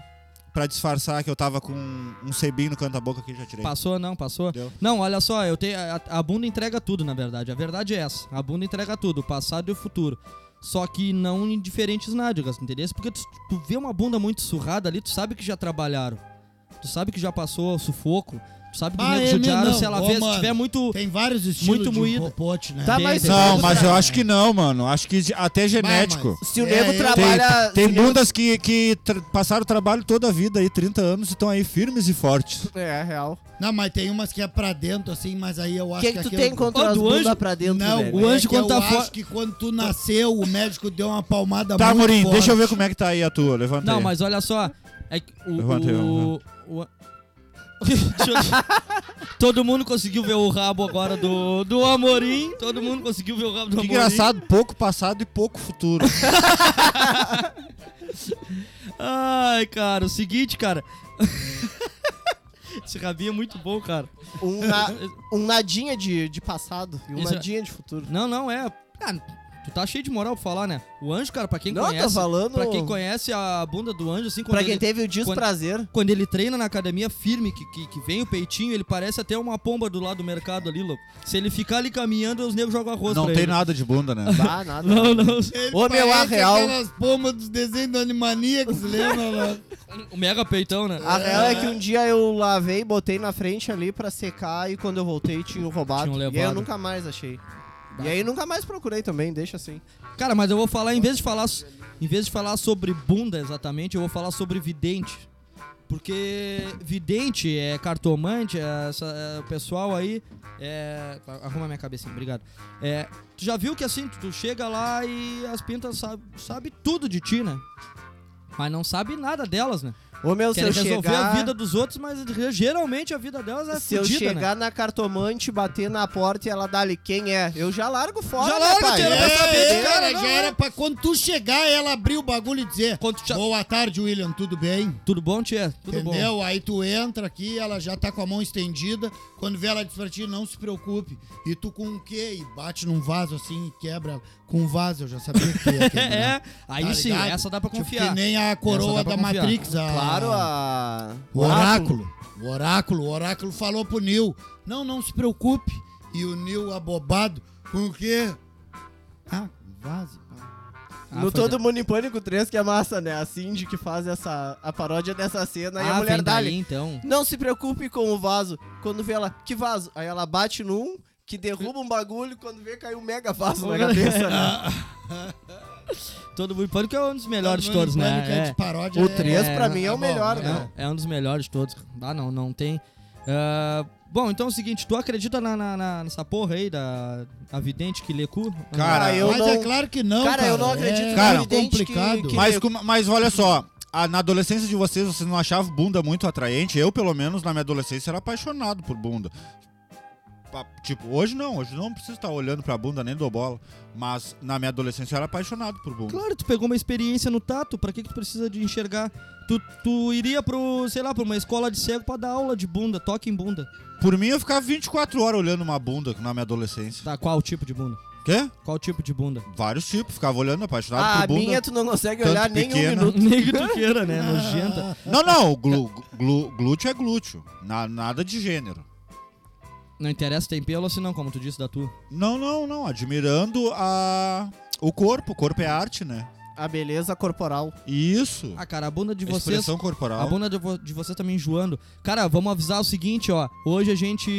Speaker 5: pra disfarçar que eu tava com um sebinho no canto da boca que já tirei.
Speaker 2: Passou, não, passou?
Speaker 5: Deu.
Speaker 2: Não, olha só, eu tenho. A, a bunda entrega tudo, na verdade. A verdade é essa. A bunda entrega tudo, o passado e o futuro. Só que não em diferentes nádegas, entendeu? Porque tu, tu vê uma bunda muito surrada ali, tu sabe que já trabalharam. Tu sabe que já passou sufoco. Tu sabe que o
Speaker 3: Ah,
Speaker 2: nego
Speaker 3: é,
Speaker 2: judiaram,
Speaker 3: não,
Speaker 2: se ela
Speaker 3: ô,
Speaker 2: vê, se
Speaker 3: mano,
Speaker 2: tiver muito.
Speaker 3: Tem vários estilos
Speaker 2: Muito
Speaker 3: de
Speaker 2: moída.
Speaker 3: popote, né?
Speaker 6: Tá,
Speaker 2: Tem,
Speaker 6: mas
Speaker 2: tem.
Speaker 6: se o
Speaker 5: Não,
Speaker 6: nego
Speaker 5: mas
Speaker 6: tra-
Speaker 5: eu acho que não, mano. Acho que de- até genético.
Speaker 3: mas-
Speaker 6: Se o
Speaker 3: É,
Speaker 6: nego
Speaker 3: eu-
Speaker 6: trabalha.
Speaker 5: Tem
Speaker 6: se o nego-
Speaker 5: bundas que, que tra- passaram trabalho toda a vida aí, 30 anos, e estão aí firmes e fortes.
Speaker 6: É, é real.
Speaker 3: Não, mas tem umas que é pra dentro, assim, mas aí eu
Speaker 6: O
Speaker 3: acho
Speaker 6: que, que tu
Speaker 3: aquilo-
Speaker 6: tem
Speaker 2: Ó,
Speaker 6: contra as
Speaker 2: do é um anjo-
Speaker 6: bundas pra dentro,
Speaker 3: Não,
Speaker 6: velho?
Speaker 2: o
Speaker 3: é
Speaker 2: anjo
Speaker 3: que
Speaker 2: quando
Speaker 3: eu
Speaker 2: tá
Speaker 3: acho
Speaker 2: fora-
Speaker 3: que quando tu nasceu, o médico deu uma palmada
Speaker 5: Tá,
Speaker 3: muito
Speaker 5: Morim,
Speaker 3: forte.
Speaker 5: deixa eu ver como é que tá aí a tua. Levanta
Speaker 2: Não,
Speaker 5: aí.
Speaker 2: mas olha só. É que o.
Speaker 5: Levantei,
Speaker 2: o, o- Deixa eu- Todo mundo conseguiu ver o rabo agora do, do Amorim. Todo mundo conseguiu ver o rabo do
Speaker 5: Que
Speaker 2: Amorim.
Speaker 5: engraçado, pouco passado e pouco futuro.
Speaker 2: Ai, cara, o seguinte, cara. Esse rabinho é muito bom, cara.
Speaker 6: Um, na- um nadinha de, de passado e um
Speaker 2: Isso é-
Speaker 6: nadinha de futuro.
Speaker 2: Não, não, é. Ah, tu tá cheio de moral pra falar, né? O anjo, cara, pra quem
Speaker 6: Não,
Speaker 2: conhece.
Speaker 6: tô falando.
Speaker 2: Pra quem conhece a bunda do anjo, assim, quando,
Speaker 6: pra
Speaker 2: ele,
Speaker 6: quem teve o desprazer.
Speaker 2: quando ele treina na academia firme, que, que, que vem o peitinho, ele parece até uma pomba do lado do mercado ali, louco. Se ele ficar ali caminhando, os negros jogam arroz
Speaker 5: Não
Speaker 2: pra
Speaker 5: tem
Speaker 2: ele.
Speaker 5: nada de bunda, né?
Speaker 6: Ah, nada.
Speaker 2: Não, não.
Speaker 3: Ele
Speaker 6: Ô, meu, a
Speaker 3: parece
Speaker 6: real-
Speaker 3: aquelas pombas dos desenhos do Animaniacs, lembra? lá?
Speaker 2: O mega peitão, né?
Speaker 6: A real é que um dia eu lavei e botei na frente ali pra secar e quando eu voltei tinha um roubado.
Speaker 2: Tinham
Speaker 6: E aí eu
Speaker 2: um levado.
Speaker 6: nunca mais achei. E aí nunca mais procurei também, deixa assim.
Speaker 2: Cara, mas eu vou falar, em vez de falar, em vez de falar sobre bunda exatamente, eu vou falar sobre vidente. Porque vidente é cartomante, é essa- é o pessoal aí. É, tá, arruma minha cabecinha, obrigado. É, tu já viu que assim, tu, tu chega lá e as pintas sabem sabe tudo de ti, né? Mas não sabe nada delas, né?
Speaker 6: Ô meu, se
Speaker 2: Querem
Speaker 6: eu
Speaker 2: resolver
Speaker 6: chegar.
Speaker 2: a vida dos outros, mas geralmente a vida delas é
Speaker 6: se eu
Speaker 2: fudida, né?
Speaker 6: chegar na cartomante, bater na porta e ela dar ali quem é, eu já largo
Speaker 2: Já
Speaker 6: fora. né,
Speaker 2: larga,
Speaker 6: pai?
Speaker 2: tira
Speaker 3: É,
Speaker 2: pra saber,
Speaker 3: é,
Speaker 2: cara,
Speaker 3: cara,
Speaker 2: não,
Speaker 3: já
Speaker 2: é.
Speaker 3: era pra quando tu chegar, ela abrir o bagulho e dizer
Speaker 2: Quando tu já-
Speaker 3: Boa tarde, William, tudo bem?
Speaker 2: Tudo bom, tia? Tudo bom.
Speaker 3: Entendeu? Aí tu entra aqui, ela já tá com a mão estendida. Quando vê ela diz pra ti, não se preocupe. E tu com o quê? E bate num vaso assim e quebra ela. Com um vaso, eu já sabia que tu ia quebrar.
Speaker 2: É, aí
Speaker 3: Tá
Speaker 2: sim,
Speaker 3: ligado?
Speaker 2: essa dá pra
Speaker 3: Tipo,
Speaker 2: confiar.
Speaker 3: que nem a
Speaker 2: dá
Speaker 3: coroa
Speaker 2: pra
Speaker 3: da
Speaker 2: confiar.
Speaker 3: Matrix. a-
Speaker 6: Claro, a.
Speaker 3: O oráculo. O oráculo. O oráculo falou pro Nil. Não, não se preocupe. E o Nil abobado. Com o quê? Ah, vaso. pá.
Speaker 2: Ah, foi
Speaker 6: no Todo Mundo em Pânico 3, que é massa, né? A Cindy que faz essa, a paródia dessa cena e
Speaker 2: Ah,
Speaker 6: a mulher
Speaker 2: vem
Speaker 6: dali.
Speaker 2: daí, então.
Speaker 6: Não se preocupe com o vaso. Quando vê ela, que vaso? Aí ela bate num, que derruba um bagulho, quando vê caiu um mega vaso na cabeça. né?
Speaker 2: Todo mundo em pânico é um dos melhores de
Speaker 3: Todo mundo
Speaker 2: todos,
Speaker 3: em pânico é de
Speaker 2: né? É.
Speaker 3: paródia,
Speaker 6: O
Speaker 3: é-
Speaker 6: três pra mim é o
Speaker 3: bom,
Speaker 6: melhor, né?
Speaker 2: É, é um dos melhores de todos. Ah, não, não tem. Ah, bom, então é o seguinte, tu acredita na, na- na- nessa porra aí da a vidente que lê cu? Ah,
Speaker 5: Cara,
Speaker 6: eu
Speaker 3: mas
Speaker 6: não-
Speaker 3: é claro que não,
Speaker 6: Cara,
Speaker 3: cara.
Speaker 6: eu não acredito
Speaker 3: é
Speaker 6: que
Speaker 5: Cara,
Speaker 6: evidente que-
Speaker 3: complicado.
Speaker 6: que-
Speaker 5: Mas, como- mas olha só, a- na adolescência de vocês, vocês não achavam bunda muito atraente? Eu, pelo menos, na minha adolescência, era apaixonado por bunda. Pa- Tipo, hoje não, hoje não preciso estar olhando pra bunda nem dou bola. Mas na minha adolescência eu era apaixonado por bunda.
Speaker 2: Claro, tu pegou uma experiência no tato, pra que, que tu precisa de enxergar? Tu, tu iria pro, sei lá, pra uma escola de cego pra dar aula de bunda, toque em bunda.
Speaker 5: Por mim, eu ficava 24 horas olhando uma bunda na minha adolescência.
Speaker 2: Tá, qual tipo de bunda?
Speaker 5: Quê?
Speaker 2: Qual tipo de bunda?
Speaker 5: Vários tipos, ficava olhando, apaixonado
Speaker 6: Ah, a
Speaker 5: por bunda.
Speaker 6: minha tu não consegue
Speaker 5: tanto
Speaker 6: olhar nem um
Speaker 5: pequena.
Speaker 6: minuto.
Speaker 2: Nem que tu queira, né? Nojenta.
Speaker 5: Não, não, glu- glu- glúteo é glúteo. Na- nada de gênero.
Speaker 2: Não interessa, tem pelo assim não, como tu disse da tua.
Speaker 5: Não, não, não. Admirando a... o corpo. O corpo é arte, né?
Speaker 6: A beleza corporal.
Speaker 5: Isso.
Speaker 2: Ah, cara, a bunda de
Speaker 5: A
Speaker 2: vocês.
Speaker 5: Expressão
Speaker 2: A
Speaker 5: corporal.
Speaker 2: bunda de, vo- de vocês tá me enjoando. Cara, vamos avisar o seguinte, ó. Hoje a gente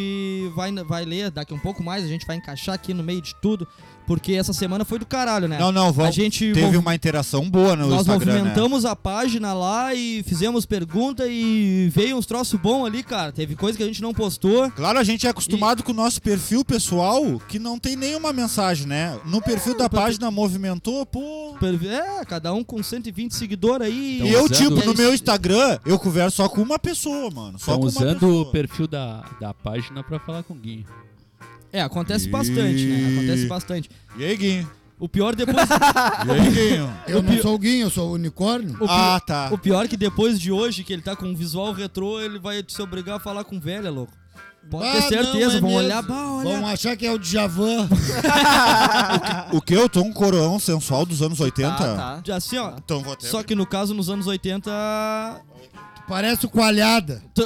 Speaker 2: vai, vai ler, daqui um pouco mais, a gente vai encaixar aqui no meio de tudo, porque essa semana foi do caralho, né?
Speaker 5: Não, não,
Speaker 2: a
Speaker 5: vamos.
Speaker 2: gente
Speaker 5: Teve
Speaker 2: mov-
Speaker 5: uma interação boa no
Speaker 2: nós
Speaker 5: Instagram. Né?
Speaker 2: movimentamos a página lá e fizemos pergunta e veio uns troços bons ali, cara. Teve coisa que a gente não postou.
Speaker 5: Claro, a gente é acostumado com o nosso perfil pessoal, que não tem nenhuma mensagem, né? No perfil da página movimentou, pô.
Speaker 2: É, cada um com 120 seguidores aí.
Speaker 5: e eu,
Speaker 4: usando-
Speaker 5: tipo, no
Speaker 2: Eles-
Speaker 5: meu Instagram, eu converso só com uma pessoa, mano. Só
Speaker 4: Estão
Speaker 5: com
Speaker 4: usando
Speaker 5: uma
Speaker 4: o
Speaker 5: pessoa.
Speaker 4: perfil da, da página pra falar com o Gui.
Speaker 2: É, acontece bastante, né? Acontece bastante.
Speaker 5: E aí, Guinho?
Speaker 2: O pior depois.
Speaker 5: E aí, Guinho?
Speaker 3: Eu não sou o Guinho, eu sou o unicórnio.
Speaker 2: o pi-
Speaker 5: ah, tá.
Speaker 2: O pior é que depois de hoje, que ele tá com um visual retrô, ele vai te obrigar a falar com velha, louco. Pode ter
Speaker 3: Ah,
Speaker 2: certeza,
Speaker 3: não, é
Speaker 2: vão
Speaker 3: mesmo.
Speaker 2: olhar, bah, olha.
Speaker 3: Vão achar que é o Djavan.
Speaker 5: O que? Eu tô um coroão sensual dos anos 80?
Speaker 6: Tá, tá.
Speaker 2: Assim, ó.
Speaker 5: Então vou até.
Speaker 2: Só que no caso, nos anos 80.
Speaker 3: Parece o Coalhada.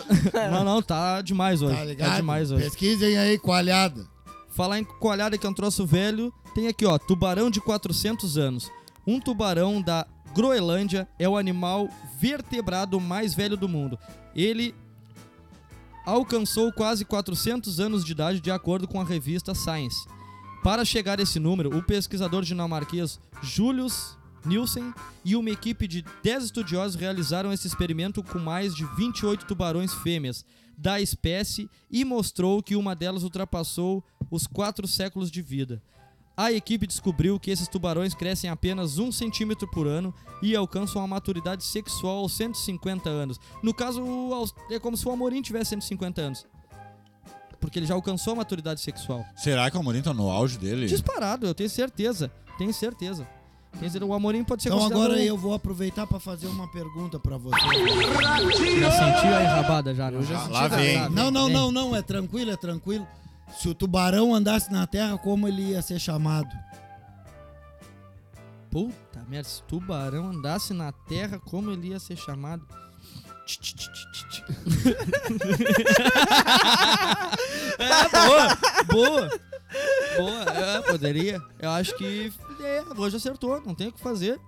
Speaker 2: Não, não, tá demais hoje.
Speaker 3: Tá
Speaker 2: Tá,
Speaker 3: ligado?
Speaker 2: demais hoje.
Speaker 3: Pesquisem aí, Coalhada.
Speaker 2: Falar em coalhada que é um troço velho, tem aqui, ó, tubarão de 400 anos. Um tubarão da Groenlândia é o animal vertebrado mais velho do mundo. Ele alcançou quase 400 anos de idade, de acordo com a revista Science. Para chegar a esse número, o pesquisador dinamarquês Julius Nielsen e uma equipe de 10 estudiosos realizaram esse experimento com mais de 28 tubarões fêmeas da espécie e mostrou que uma delas ultrapassou os 4 séculos de vida. A equipe descobriu que esses tubarões crescem apenas 1 centímetro por ano e alcançam a maturidade sexual aos 150 anos. No caso, o Aus- é como se o Amorim tivesse 150 anos. Porque ele já alcançou a maturidade sexual.
Speaker 5: Será que o Amorim tá no auge dele?
Speaker 2: Disparado, eu tenho certeza. Tenho certeza. Tenho certeza. O Amorim pode ser
Speaker 3: Então
Speaker 2: considerado
Speaker 3: agora
Speaker 2: um-
Speaker 3: eu vou aproveitar pra fazer uma pergunta pra você.
Speaker 2: Já sentiu a enrabada já, né?
Speaker 5: Ah, lá vem.
Speaker 2: Tá,
Speaker 3: Não, não,
Speaker 2: vem.
Speaker 3: não, não, é tranquilo, é tranquilo. Se o tubarão andasse na Terra, como ele ia ser chamado?
Speaker 2: Puta merda, se o tubarão andasse na terra, como ele ia ser chamado? é, boa, boa, boa, é, poderia. Eu acho que é, hoje acertou, não tem o que fazer.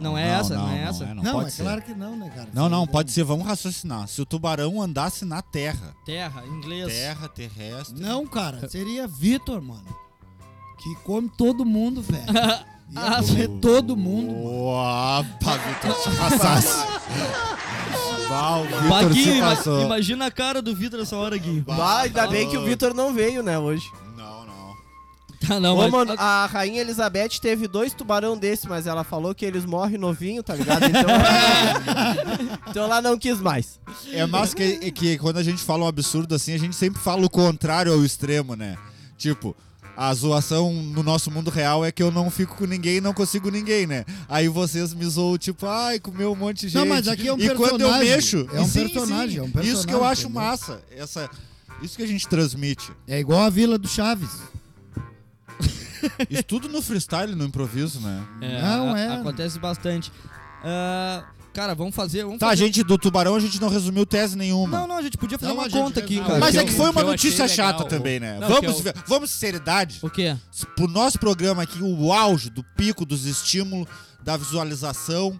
Speaker 2: Não é essa, não é essa.
Speaker 5: não,
Speaker 3: Não,
Speaker 5: pode
Speaker 3: é
Speaker 5: ser.
Speaker 3: claro que não, né, cara?
Speaker 5: Não, não, pode ser, vamos raciocinar. Se o tubarão andasse na terra,
Speaker 2: Terra, inglês.
Speaker 5: terra, terrestre.
Speaker 3: Não, cara, seria Vitor, mano. Que come todo mundo, velho.
Speaker 2: Ah,
Speaker 3: Ia comer todo mundo. mano.
Speaker 5: Opa, Vitor, se passasse. Bah, o
Speaker 2: Bah,
Speaker 5: Vitor
Speaker 2: Gui,
Speaker 5: se
Speaker 2: ima-
Speaker 5: passou.
Speaker 2: imagina a cara do Vitor nessa hora, Gui.
Speaker 6: Bah, ainda bem que o Vitor não veio, né, hoje.
Speaker 5: Não, não.
Speaker 2: Tá, não,
Speaker 6: Ô,
Speaker 2: mas-
Speaker 6: mano, a rainha Elizabeth teve dois tubarão desse, mas ela falou que eles morrem novinho, tá ligado? Então ela, então ela não quis mais.
Speaker 5: É mais que, é que quando a gente fala um absurdo assim, a gente sempre fala o contrário ao extremo, né? Tipo, a zoação no nosso mundo real é que eu não fico com ninguém e não consigo ninguém, né? Aí vocês me zoam, tipo, ai, comeu um monte de gente.
Speaker 3: Não, mas aqui é um
Speaker 5: e quando eu
Speaker 3: personagem.
Speaker 5: mexo...
Speaker 3: É um
Speaker 5: e sim,
Speaker 3: personagem,
Speaker 5: sim,
Speaker 3: é um personagem,
Speaker 5: Isso que eu acho
Speaker 3: entendeu?
Speaker 5: massa. Essa, isso que a gente transmite.
Speaker 3: É igual a Vila do Chaves.
Speaker 5: Isso tudo no freestyle, no improviso, né?
Speaker 2: É,
Speaker 3: Não,
Speaker 2: a-
Speaker 3: é.
Speaker 2: Acontece bastante. Ah, cara, vamos fazer. Vamos
Speaker 5: Tá, a
Speaker 2: fazer...
Speaker 5: gente tá do Tubarão, a gente não resumiu tese nenhuma.
Speaker 2: Não, não, a gente podia fazer
Speaker 3: Não,
Speaker 2: uma
Speaker 3: a gente
Speaker 2: conta aqui,
Speaker 3: resolve.
Speaker 2: cara.
Speaker 5: Mas
Speaker 7: que
Speaker 5: é que
Speaker 7: eu-
Speaker 5: foi uma
Speaker 7: que eu
Speaker 5: notícia
Speaker 7: achei
Speaker 5: chata
Speaker 7: legal.
Speaker 5: também, né?
Speaker 7: Não,
Speaker 5: vamos,
Speaker 7: que eu-
Speaker 5: ver- vamos seriedade.
Speaker 2: O quê?
Speaker 5: pro nosso programa aqui, o auge do pico dos estímulos, da visualização,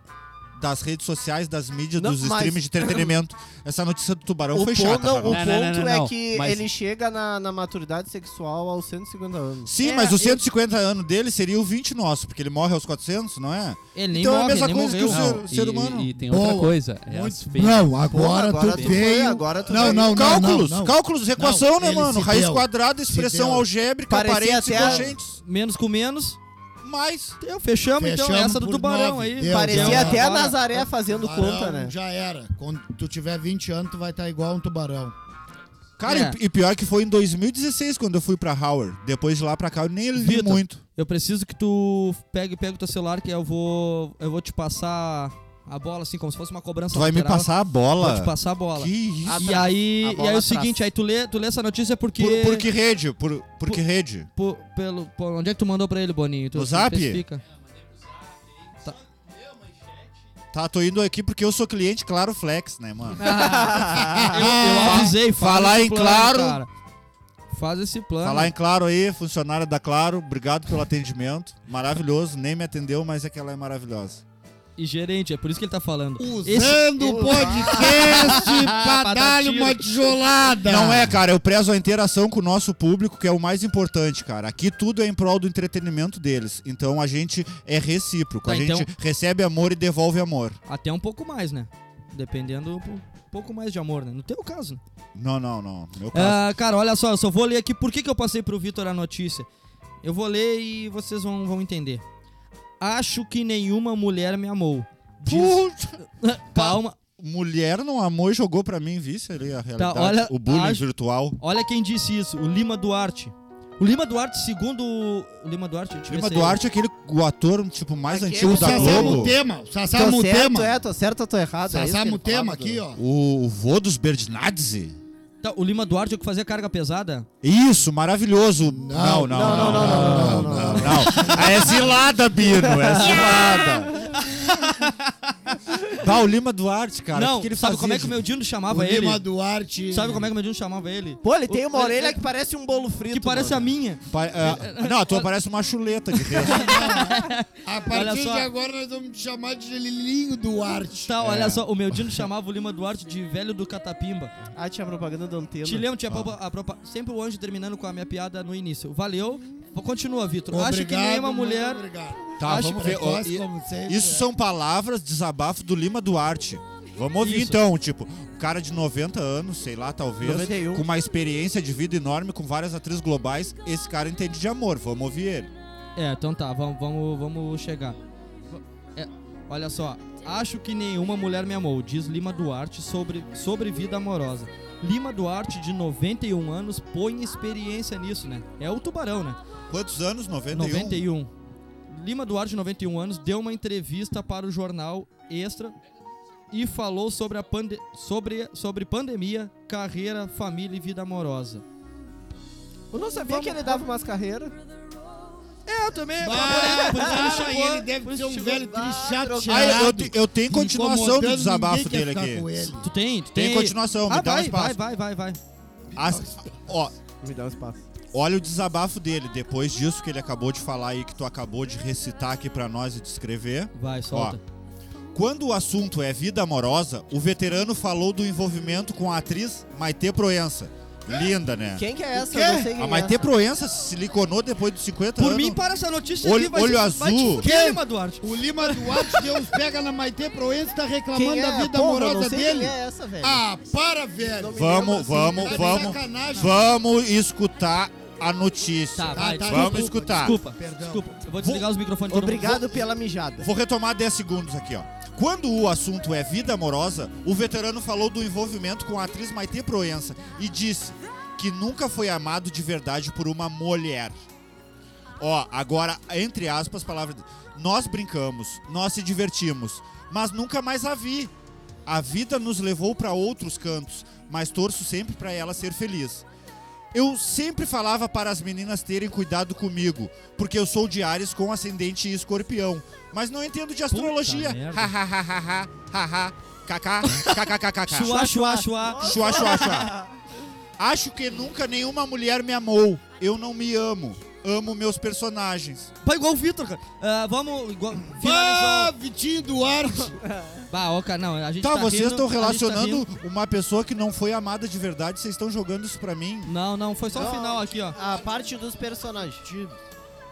Speaker 5: das redes sociais, das mídias,
Speaker 6: Não,
Speaker 5: dos
Speaker 6: mas-
Speaker 5: streams de entretenimento. Essa notícia do tubarão
Speaker 6: O,
Speaker 5: Então foi
Speaker 6: ponto-
Speaker 5: chata,
Speaker 6: não,
Speaker 5: cara.
Speaker 6: o
Speaker 4: Não,
Speaker 6: ponto
Speaker 4: não, não, não, não.
Speaker 6: é que
Speaker 4: Mas-
Speaker 6: ele chega na, na maturidade sexual aos 150 anos.
Speaker 5: Sim,
Speaker 2: É,
Speaker 5: mas os
Speaker 2: eu-
Speaker 5: 150 anos dele seria o 20 nosso, porque ele morre aos 400, não é?
Speaker 2: Ele nem
Speaker 5: Então é a
Speaker 2: morre,
Speaker 5: mesma
Speaker 2: nem
Speaker 5: coisa que o
Speaker 2: morreu.
Speaker 5: seu-
Speaker 4: Não,
Speaker 5: ser
Speaker 4: e-
Speaker 5: humano.
Speaker 4: E, e tem outra
Speaker 3: Boa.
Speaker 4: coisa. É as
Speaker 3: Muito
Speaker 4: fake.
Speaker 3: Não, agora,
Speaker 6: Pô, agora
Speaker 3: tu
Speaker 6: tu foi,
Speaker 3: veio.
Speaker 6: agora tu
Speaker 3: não,
Speaker 6: veio.
Speaker 3: não, não,
Speaker 5: cálculos,
Speaker 3: não, não.
Speaker 5: cálculos, equação, né,
Speaker 3: ele
Speaker 5: mano?
Speaker 3: se
Speaker 5: Raiz
Speaker 3: deu.
Speaker 5: quadrada, expressão
Speaker 3: deu.
Speaker 5: algébrica,
Speaker 6: Parecia
Speaker 5: parênteses e
Speaker 6: até a-
Speaker 5: cogentes.
Speaker 2: Menos com menos.
Speaker 5: Mais.
Speaker 2: Então, fechamos, então
Speaker 3: Fechamos
Speaker 2: essa do
Speaker 3: por
Speaker 2: tubarão
Speaker 3: nove.
Speaker 2: aí.
Speaker 3: Deu,
Speaker 6: Parecia
Speaker 3: deu.
Speaker 6: até a
Speaker 2: Agora-
Speaker 6: Nazaré fazendo
Speaker 3: Tubarão
Speaker 6: conta, né?
Speaker 3: Já era. Quando tu tiver 20 anos, tu vai estar igual um tubarão.
Speaker 5: Cara,
Speaker 2: É.
Speaker 5: e e pior que foi em 2016 quando eu fui pra Howard. Depois de lá pra cá eu nem li
Speaker 2: Vitor.
Speaker 5: muito.
Speaker 2: Eu preciso que tu pegue, pegue o teu celular, que eu vou. Eu vou te passar a bola, assim, como se fosse uma cobrança.
Speaker 5: Tu vai me
Speaker 2: lateral.
Speaker 5: passar a
Speaker 2: Vou
Speaker 5: bola.
Speaker 2: te passar a bola.
Speaker 5: Que isso?
Speaker 2: E aí,
Speaker 6: A
Speaker 2: e aí é
Speaker 6: bola
Speaker 2: o
Speaker 6: atrás.
Speaker 2: seguinte, aí tu lê, tu lê essa notícia porque.
Speaker 5: Por, por que rede? Por, por que rede?
Speaker 2: por- pelo, por- onde é que tu mandou pra ele, Boninho? Tu,
Speaker 5: No
Speaker 2: tu
Speaker 5: zap?
Speaker 2: especifica.
Speaker 5: Tá, tô indo aqui porque eu sou cliente Claro Flex, né, mano?
Speaker 2: Eu avisei, faz
Speaker 5: Ah, Falar
Speaker 2: esse
Speaker 5: em
Speaker 2: plano,
Speaker 5: claro.
Speaker 2: cara. Faz esse plano.
Speaker 5: Falar Tá em Claro aí, funcionária da Claro, obrigado pelo atendimento. Maravilhoso, nem me atendeu, mas é que ela é maravilhosa.
Speaker 2: E gerente, é por isso que ele tá falando. Esse-
Speaker 3: Usando o podcast
Speaker 2: Ah, Pra
Speaker 3: pra
Speaker 2: dar
Speaker 3: dar-lhe
Speaker 2: tiro.
Speaker 3: uma tijolada.
Speaker 5: Não é, cara, eu prezo a interação com o nosso público, que é o mais importante, cara. Aqui tudo é em prol do entretenimento deles. Então a gente é recíproco.
Speaker 2: Tá,
Speaker 5: a gente
Speaker 2: então-
Speaker 5: recebe amor e devolve amor.
Speaker 2: Até um pouco mais, né? Dependendo um pouco mais de amor, né? No teu caso, né?
Speaker 5: Não, não, não. Meu caso.
Speaker 2: Ah, cara, olha só, eu só vou ler aqui por que, que eu passei pro Vitor a notícia. Eu vou ler e vocês vão, vão entender. Acho que nenhuma mulher me amou. Diz...
Speaker 5: Puta,
Speaker 2: Calma.
Speaker 5: mulher não amou e jogou pra mim, viu? ali a
Speaker 2: Tá,
Speaker 5: realidade.
Speaker 2: olha,
Speaker 5: o bullying
Speaker 2: acho-
Speaker 5: virtual.
Speaker 2: Olha quem disse isso, o Lima Duarte. O Lima Duarte, segundo. O Lima Duarte. deixa eu ver é
Speaker 5: Lima
Speaker 2: se é ele.
Speaker 5: Duarte é aquele o ator tipo mais
Speaker 6: Aquele
Speaker 5: antigo
Speaker 3: O
Speaker 5: da
Speaker 3: Sassá
Speaker 5: Globo.
Speaker 3: Mutema. o
Speaker 6: Tô
Speaker 3: Sassá
Speaker 6: certo,
Speaker 3: Mutema.
Speaker 6: é, tô certo ou tô errado? é isso que
Speaker 3: Sassá
Speaker 6: ele
Speaker 3: Mutema
Speaker 6: falava,
Speaker 3: aqui,
Speaker 6: Dudu?
Speaker 3: ó.
Speaker 5: O, o vô dos Berdinadze?
Speaker 2: Tá, o Lima Duarte é o que fazia carga pesada?
Speaker 5: Isso, maravilhoso. Não, não,
Speaker 6: Não, não, não, não, não, não, não.
Speaker 5: não. É cilada, Bino, é cilada. Bah, o Lima Duarte, cara.
Speaker 2: não,
Speaker 5: o que que ele
Speaker 2: sabe
Speaker 5: fazia,
Speaker 2: como é que o
Speaker 5: gente?
Speaker 2: meu Dino chamava
Speaker 3: O
Speaker 2: ele?
Speaker 3: Lima Duarte.
Speaker 2: Sabe como é que o meu Dino chamava ele?
Speaker 6: Pô, ele tem
Speaker 2: O-
Speaker 6: uma
Speaker 2: ele-
Speaker 6: orelha
Speaker 2: ele-
Speaker 6: que parece um bolo frito.
Speaker 2: Que parece
Speaker 6: mano.
Speaker 2: a minha.
Speaker 5: Pa- é, não, a tua parece uma chuleta de resto.
Speaker 3: A
Speaker 2: Olha
Speaker 3: partir de
Speaker 2: só.
Speaker 3: agora nós vamos te chamar de Lilinho Duarte.
Speaker 5: É.
Speaker 2: Tá, olha só, o meu Dino chamava o Lima Duarte de velho do Catapimba.
Speaker 6: Ah, tinha propaganda da antena.
Speaker 2: Te lembro, tinha
Speaker 5: Ah.
Speaker 2: propa- a propa- sempre o anjo terminando com a minha piada no início. Valeu. Continua, Vitor. Acho que
Speaker 3: Obrigado,
Speaker 2: nenhuma
Speaker 3: muito
Speaker 2: mulher.
Speaker 3: Obrigado.
Speaker 5: Tá,
Speaker 2: Acho
Speaker 5: vamos ver. ó,
Speaker 3: Precoce
Speaker 5: e-
Speaker 3: como sempre,
Speaker 5: isso
Speaker 3: é.
Speaker 5: são palavras, desabafo do Lima Duarte. Vamos ouvir
Speaker 2: Isso.
Speaker 5: então, tipo, um cara de 90 anos, sei lá, talvez,
Speaker 6: 91.
Speaker 5: com uma experiência de vida enorme, com várias atrizes globais, esse cara entende de amor, vamos ouvir ele.
Speaker 2: É, então tá, vamos, vamos, vamos chegar. É, olha só, acho que nenhuma mulher me amou, diz Lima Duarte sobre, sobre vida amorosa. Lima Duarte, de 91 anos, põe experiência nisso, né? É o tubarão, né?
Speaker 5: Quantos anos? 91?
Speaker 2: 91. Lima Duarte, de 91 anos, deu uma entrevista para o jornal Extra e falou sobre, a pande sobre, sobre pandemia, carreira, família e vida amorosa.
Speaker 6: Eu não sabia que ele dava umas carreiras.
Speaker 2: É, eu também.
Speaker 3: Ah,
Speaker 2: é
Speaker 3: cara,
Speaker 2: chegou,
Speaker 3: ele deve
Speaker 2: por
Speaker 3: ser
Speaker 2: isso
Speaker 3: um
Speaker 2: chegou.
Speaker 3: velho
Speaker 6: Ah,
Speaker 3: triste
Speaker 5: Ah, eu, eu
Speaker 3: chateado.
Speaker 5: te- eu tenho continuação do
Speaker 3: incomodando,
Speaker 5: desabafo
Speaker 3: ninguém quer
Speaker 5: dele
Speaker 3: ficar com
Speaker 5: aqui.
Speaker 3: ele.
Speaker 2: Tu tem? Tu tem?
Speaker 5: Tem continuação, me
Speaker 2: Ah,
Speaker 5: dá um
Speaker 2: vai, vai,
Speaker 5: espaço.
Speaker 2: vai, vai, vai.
Speaker 5: As- ó,
Speaker 6: Me dá um espaço.
Speaker 5: olha o desabafo dele, depois disso que ele acabou de falar e que tu acabou de recitar aqui pra nós e descrever.
Speaker 2: Vai, solta.
Speaker 5: Quando o assunto é vida amorosa, o veterano falou do envolvimento com a atriz Maitê Proença. Linda, né?
Speaker 6: Quem que é essa? Eu não sei quem
Speaker 5: A
Speaker 6: é
Speaker 5: Maitê
Speaker 6: essa.
Speaker 5: Proença se siliconou depois dos 50
Speaker 2: Por
Speaker 5: anos.
Speaker 2: mim, para essa notícia
Speaker 5: Olho-
Speaker 2: aqui, vai
Speaker 5: olho
Speaker 2: te- Vai te
Speaker 5: azul.
Speaker 2: fuder, Lima Duarte.
Speaker 3: O Lima Duarte, Deus pega na Maitê Proença, tá reclamando
Speaker 6: Quem é?
Speaker 3: da vida
Speaker 6: Porra, eu não
Speaker 3: amorosa
Speaker 6: sei
Speaker 3: dele.
Speaker 6: Quem é essa, velho?
Speaker 3: Ah, para, velho.
Speaker 5: Vamos, vamos,
Speaker 3: Tá de
Speaker 5: vamos.
Speaker 3: sacanagem.
Speaker 5: Vamos escutar a notícia.
Speaker 2: Tá, vai.
Speaker 3: tá,
Speaker 2: desculpa,
Speaker 5: Vamos escutar.
Speaker 2: Desculpa,
Speaker 3: Perdão.
Speaker 2: desculpa. Eu vou desligar os microfones. de todo mundo.
Speaker 6: Obrigado pela mijada.
Speaker 5: Vou retomar 10 segundos aqui, ó. Quando o assunto é vida amorosa, o veterano falou do envolvimento com a atriz Maitê Proença e disse que nunca foi amado de verdade por uma mulher. Ó, agora, entre aspas, palavra. de- Nós brincamos, nós se divertimos, mas nunca mais a vi. A vida nos levou pra outros cantos, mas torço sempre pra ela ser feliz. Eu sempre falava para as meninas terem cuidado comigo, porque eu sou de Ares com ascendente e escorpião, mas não entendo de astrologia.
Speaker 2: merda.
Speaker 5: Ha ha ha ha ha ha ha. Kaká, kkkk.
Speaker 2: Chuá, chuá, chuá.
Speaker 5: Chua, chua, chua. Acho que nunca nenhuma mulher me amou. Eu não me amo. amo meus personagens.
Speaker 2: Pá, igual o Vitor, cara. Ah, vamos. Igual,
Speaker 3: Ah,
Speaker 2: finalizou.
Speaker 3: Vitinho Duarte!
Speaker 2: Bah, ô, cara, não, a gente
Speaker 5: Tá,
Speaker 2: tá
Speaker 5: vocês
Speaker 2: rindo,
Speaker 5: estão
Speaker 2: a gente tá
Speaker 5: relacionando
Speaker 2: rindo.
Speaker 5: uma pessoa que não foi amada de verdade, vocês estão jogando isso pra mim?
Speaker 2: não, não, foi só o final aqui, ó.
Speaker 6: A parte dos personagens.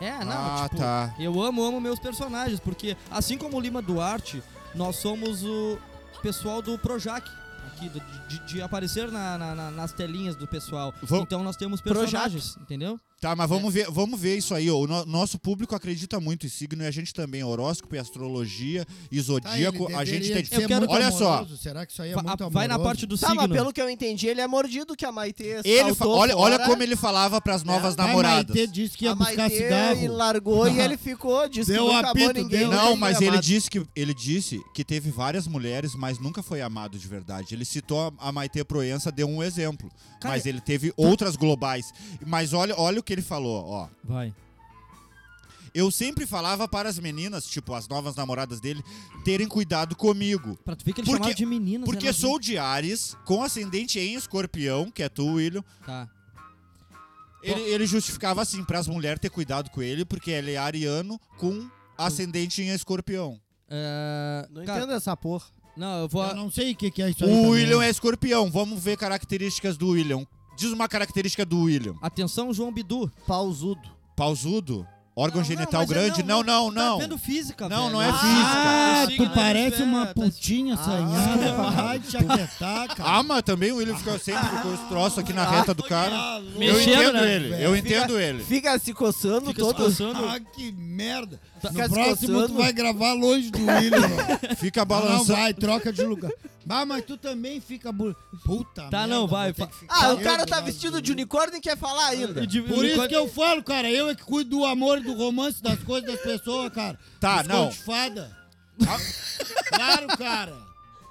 Speaker 2: É, não,
Speaker 5: ah,
Speaker 2: tipo,
Speaker 5: tá.
Speaker 2: eu amo, amo meus personagens, porque assim como o Lima Duarte, nós somos o pessoal do Projac. Aqui, do- de, de aparecer na- na- na- nas telinhas do pessoal.
Speaker 5: Vam-
Speaker 2: Então nós temos
Speaker 6: Projac.
Speaker 2: personagens, entendeu?
Speaker 5: Tá, mas vamos ver, vamos ver isso aí. ó. O no- nosso público acredita muito em signo e a gente também. Horóscopo e astrologia e
Speaker 3: Tá, ele
Speaker 5: zodíaco, a
Speaker 3: deveria
Speaker 5: gente tem.
Speaker 3: de ser
Speaker 2: Eu quero-
Speaker 3: muito
Speaker 5: Olha só.
Speaker 3: amoroso. Será que isso aí é
Speaker 2: Fa-
Speaker 3: muito
Speaker 2: a-
Speaker 3: amoroso?
Speaker 2: vai na parte do
Speaker 6: Tá,
Speaker 2: signo.
Speaker 6: mas pelo que eu entendi, ele é mordido que a Maitê
Speaker 5: Ele fa-
Speaker 6: saltou
Speaker 5: olha, olha
Speaker 6: fora,
Speaker 5: como ele falava pras novas
Speaker 3: Vai,
Speaker 5: namoradas.
Speaker 3: Maitê disse que ia
Speaker 6: a
Speaker 3: buscar
Speaker 6: Maitê
Speaker 3: cigarro.
Speaker 6: e largou e ele ficou, disse
Speaker 3: Deu
Speaker 6: que nunca
Speaker 3: apito,
Speaker 6: amou ninguém.
Speaker 3: deu.
Speaker 6: nunca
Speaker 5: Não,
Speaker 6: foi
Speaker 5: mas ele
Speaker 6: amado.
Speaker 5: disse que ele disse que teve várias mulheres, mas nunca foi amado de verdade. Ele citou a- a Maite Proença, deu um exemplo,
Speaker 2: Cara,
Speaker 5: mas ele teve outras globais. Mas olha, olha o que ele falou, ó.
Speaker 2: Vai.
Speaker 5: Eu sempre falava para as meninas, tipo as novas namoradas dele, terem cuidado comigo.
Speaker 2: Pra tu ver que ele
Speaker 5: Porque-
Speaker 2: chamava de meninas. né,
Speaker 5: Porque
Speaker 2: elas-
Speaker 5: sou de Ares, com ascendente em escorpião, que é tu, William.
Speaker 2: Tá.
Speaker 5: Ele, ele justificava assim, para as mulheres ter cuidado com ele, porque ele é ariano com ascendente em escorpião.
Speaker 2: É,
Speaker 6: Não
Speaker 2: cara,
Speaker 6: entendo essa porra.
Speaker 2: não, eu vou.
Speaker 3: Eu não sei o que, que é isso aí.
Speaker 5: O
Speaker 3: também.
Speaker 5: William é escorpião. Vamos ver características do William. Diz uma característica do William.
Speaker 2: Atenção, João Bidu. Tá
Speaker 6: Pausudo.
Speaker 5: Pausudo? Órgão
Speaker 2: Não,
Speaker 5: genital
Speaker 2: não, mas é
Speaker 5: grande? Não, não,
Speaker 2: Tá
Speaker 5: não.
Speaker 2: vendo física,
Speaker 5: Não,
Speaker 2: velho.
Speaker 5: não é
Speaker 2: Ah,
Speaker 3: Ah,
Speaker 5: física.
Speaker 2: signo,
Speaker 3: tu
Speaker 2: né?
Speaker 3: parece uma
Speaker 2: É, tá- Ah,
Speaker 3: putinha assanhada. Vai te chaquetar, cara.
Speaker 5: Ah, mas também o William fica sempre com os troços aqui na reta do
Speaker 3: ah, Tá
Speaker 5: cara. Eu
Speaker 2: Mexendo,
Speaker 5: entendo
Speaker 2: né,
Speaker 5: ele, eu entendo ele.
Speaker 6: Fica se coçando
Speaker 2: Fica se
Speaker 6: todo.
Speaker 2: coçando.
Speaker 3: Ah, que merda.
Speaker 2: Tá
Speaker 6: Fica
Speaker 3: No
Speaker 6: se
Speaker 3: próximo tu
Speaker 6: coçando.
Speaker 3: vai gravar longe do William. mano.
Speaker 5: Fica
Speaker 3: Não,
Speaker 5: balançando.
Speaker 3: vai, troca de lugar. Ah, mas tu também fica... Bu... Puta
Speaker 2: Tá,
Speaker 3: merda,
Speaker 2: não,
Speaker 3: vou
Speaker 2: vai,
Speaker 3: ter
Speaker 2: fa-
Speaker 3: que ficar
Speaker 6: Ah, o
Speaker 3: eu
Speaker 6: cara tá
Speaker 3: gravando.
Speaker 6: vestido de unicórnio e quer falar ainda.
Speaker 3: Por isso que eu falo, cara. Eu é que cuido do amor e do romance das coisas das pessoas, cara.
Speaker 5: Tá,
Speaker 3: Dos
Speaker 5: não. Ah.
Speaker 3: contos de fada. Claro, cara.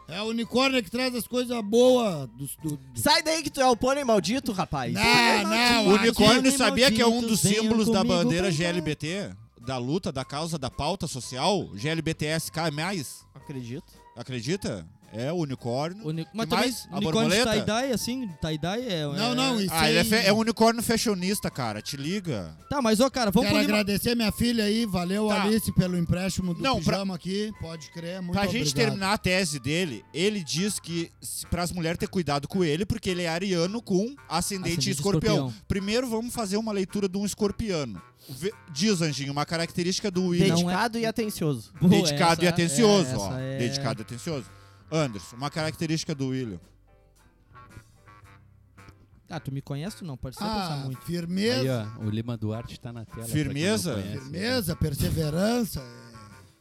Speaker 3: É o unicórnio que traz as coisas boas dos... Do, do...
Speaker 6: Sai daí que tu é o pônei maldito, rapaz.
Speaker 3: Não, não.
Speaker 5: O
Speaker 3: aqui-
Speaker 5: unicórnio sabia que é um dos
Speaker 2: Venham
Speaker 5: símbolos da
Speaker 2: comigo
Speaker 5: bandeira
Speaker 2: brincar.
Speaker 5: GLBT? Da luta, da causa, da pauta social? GLBTSK é mais?
Speaker 6: Acredito.
Speaker 5: Acredita? É o unicórnio.
Speaker 2: O ni- Mas
Speaker 5: E
Speaker 2: também,
Speaker 5: mais? A
Speaker 2: unicórnio de
Speaker 5: borboleta?
Speaker 2: tie-dye, assim, tie-dye é...
Speaker 3: Não,
Speaker 2: é-
Speaker 3: não, isso
Speaker 5: Ah, ele é, fe-
Speaker 3: aí-
Speaker 5: é um unicórnio fashionista, cara. Te liga.
Speaker 2: Tá, mas, ó, cara, vamos
Speaker 3: Quero
Speaker 2: pro Lima...
Speaker 3: agradecer minha filha aí, valeu
Speaker 5: Tá.
Speaker 3: Alice pelo empréstimo do
Speaker 5: Não, pra-
Speaker 3: pijama aqui, pode crer, muito
Speaker 5: pra gente
Speaker 3: obrigado.
Speaker 5: terminar a tese dele, ele diz que se- pras mulheres ter cuidado com ele, porque ele é ariano com ascendente
Speaker 2: Ascendente
Speaker 5: em escorpião.
Speaker 2: escorpião.
Speaker 5: Primeiro vamos fazer uma leitura de um escorpiano. Vê- Diz, Anjinho, uma característica do William.
Speaker 2: Não
Speaker 6: Dedicado e atencioso.
Speaker 2: Pô,
Speaker 5: Dedicado
Speaker 2: essa
Speaker 5: e atencioso,
Speaker 2: é-
Speaker 5: ó.
Speaker 2: essa é-
Speaker 5: Dedicado e atencioso. Anderson, uma característica do William.
Speaker 2: Ah, tu me conhece? Tu não, pode ser pensar
Speaker 3: Ah,
Speaker 2: muito.
Speaker 3: firmeza,
Speaker 4: Aí, ó, o Lima Duarte tá na tela. pra quem não
Speaker 5: Firmeza?
Speaker 4: conhece.
Speaker 3: firmeza, É perseverança.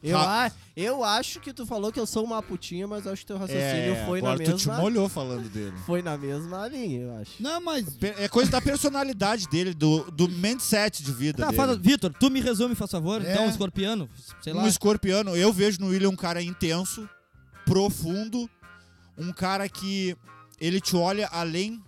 Speaker 6: Eu,
Speaker 5: Ra-
Speaker 6: a- eu acho que tu falou que eu sou uma putinha, mas acho que teu raciocínio
Speaker 5: é,
Speaker 6: foi na
Speaker 5: agora tu te
Speaker 6: mesma.
Speaker 5: molhou falando dele.
Speaker 6: Foi na mesma linha, eu acho.
Speaker 3: Não, mas
Speaker 5: Pe- É coisa da personalidade dele, do, do mindset de vida
Speaker 2: Tá,
Speaker 5: dele.
Speaker 2: fala, Vitor, tu me resume, faz favor.
Speaker 3: É.
Speaker 2: Então, escorpiano, sei lá.
Speaker 5: Um escorpiano, eu vejo no William um cara intenso, profundo, um cara que ele te olha além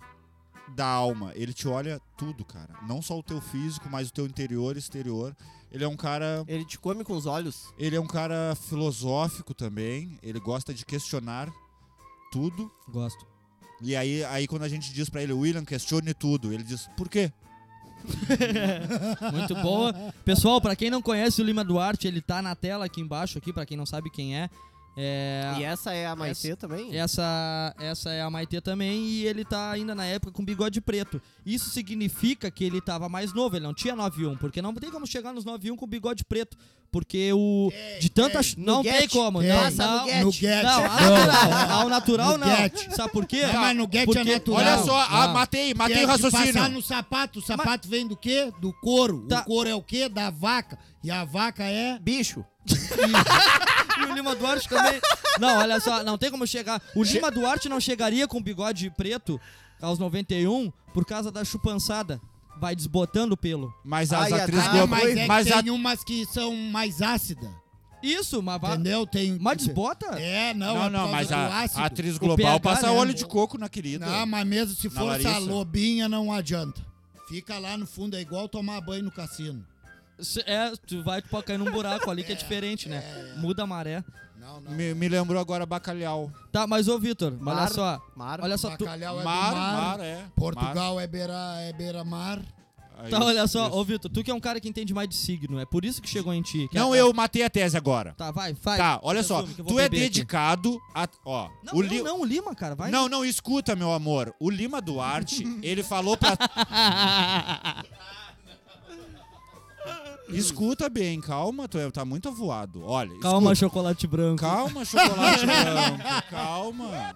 Speaker 5: da alma, ele te olha tudo, cara. Não só o teu físico, mas o teu interior, exterior. Ele é um cara,
Speaker 6: Ele te come com os olhos.
Speaker 5: ele é um cara filosófico também, ele gosta de questionar tudo.
Speaker 2: Gosto.
Speaker 5: E aí, aí quando a gente diz pra ele, William, questione tudo, ele diz: "Por quê?"
Speaker 2: Muito boa. Pessoal, pra quem não conhece o Lima Duarte, ele tá na tela aqui embaixo, aqui, pra quem não sabe quem é. É...
Speaker 6: E essa é a Maitê também?
Speaker 2: Essa, essa é a Maitê também e ele tá ainda na época com bigode preto. Isso significa que ele tava mais novo, ele não tinha 91, porque não tem como chegar nos 91 com bigode preto, porque o de tantas
Speaker 6: tem.
Speaker 2: não
Speaker 6: Nugget,
Speaker 2: tem como,
Speaker 3: tem.
Speaker 2: não,
Speaker 6: Passa
Speaker 2: não,
Speaker 5: É
Speaker 6: Nugget.
Speaker 3: no Get.
Speaker 2: não, ao
Speaker 5: ah,
Speaker 2: natural, ao natural não.
Speaker 3: Nugget.
Speaker 2: Sabe por quê?
Speaker 3: Não, mas Nugget é natural.
Speaker 5: Olha
Speaker 3: Não,
Speaker 5: só, ah,
Speaker 2: não.
Speaker 5: matei, matei o
Speaker 3: Quer te
Speaker 5: raciocínio.
Speaker 3: passar no sapato, o sapato vem do quê? Do couro.
Speaker 2: Tá.
Speaker 3: O couro é o quê? Da vaca. E a vaca é
Speaker 6: Bicho.
Speaker 2: E o Lima Duarte também. Não, olha só, não tem como chegar. O Lima Duarte não chegaria com bigode preto aos 91 por causa da chupançada. Vai desbotando o pelo.
Speaker 5: Mas
Speaker 6: Ai,
Speaker 5: as
Speaker 6: a
Speaker 5: atrizes
Speaker 6: Dai-
Speaker 3: Ah,
Speaker 5: globais-
Speaker 3: mas é
Speaker 5: mas
Speaker 3: que
Speaker 5: a-
Speaker 3: tem umas que são mais ácidas,
Speaker 2: Isso, mas vai.
Speaker 3: entendeu? Tem
Speaker 2: Mas desbota?
Speaker 3: É, não,
Speaker 5: Não,
Speaker 3: é
Speaker 5: não,
Speaker 3: por
Speaker 5: mas
Speaker 3: causa do
Speaker 5: a,
Speaker 3: ácido.
Speaker 5: a atriz
Speaker 2: PH,
Speaker 5: global passa
Speaker 2: né?
Speaker 5: óleo de coco na querida.
Speaker 3: Não, mas mesmo se
Speaker 5: Na
Speaker 3: for
Speaker 5: Larissa.
Speaker 3: essa lobinha, não adianta. Fica lá no fundo, é igual tomar banho no cassino.
Speaker 2: Se- É, tu vai tu pode cair num buraco ali que é diferente, né? Muda a maré.
Speaker 3: Não, não.
Speaker 5: me, me lembrou agora bacalhau.
Speaker 2: Tá, mas ô Vitor, olha
Speaker 6: Mar-
Speaker 2: só.
Speaker 6: Mar.
Speaker 2: Olha só, tu,
Speaker 3: Bacalhau é
Speaker 5: Mar,
Speaker 3: do mar.
Speaker 5: mar, é.
Speaker 3: Portugal é beira-mar.
Speaker 5: Aí,
Speaker 2: Tá, olha só,
Speaker 5: isso.
Speaker 2: ô Vitor, tu que é um cara que entende mais de signo, é por isso que chegou em ti. que
Speaker 5: Não,
Speaker 2: a-
Speaker 5: eu matei a tese agora.
Speaker 2: Tá, vai, vai.
Speaker 5: Tá, olha só.
Speaker 2: Resume, que eu vou
Speaker 5: Tu é
Speaker 2: beber aqui.
Speaker 5: dedicado a. Ó,
Speaker 2: Não,
Speaker 5: o
Speaker 2: eu
Speaker 5: Li-
Speaker 2: não, o Lima, cara, vai.
Speaker 5: Não, não, escuta, meu amor. O Lima Duarte, ele falou pra. escuta bem, calma, tu é- tá muito avoado. Olha,
Speaker 2: Calma,
Speaker 5: escuta.
Speaker 2: chocolate branco.
Speaker 5: calma, chocolate branco, calma.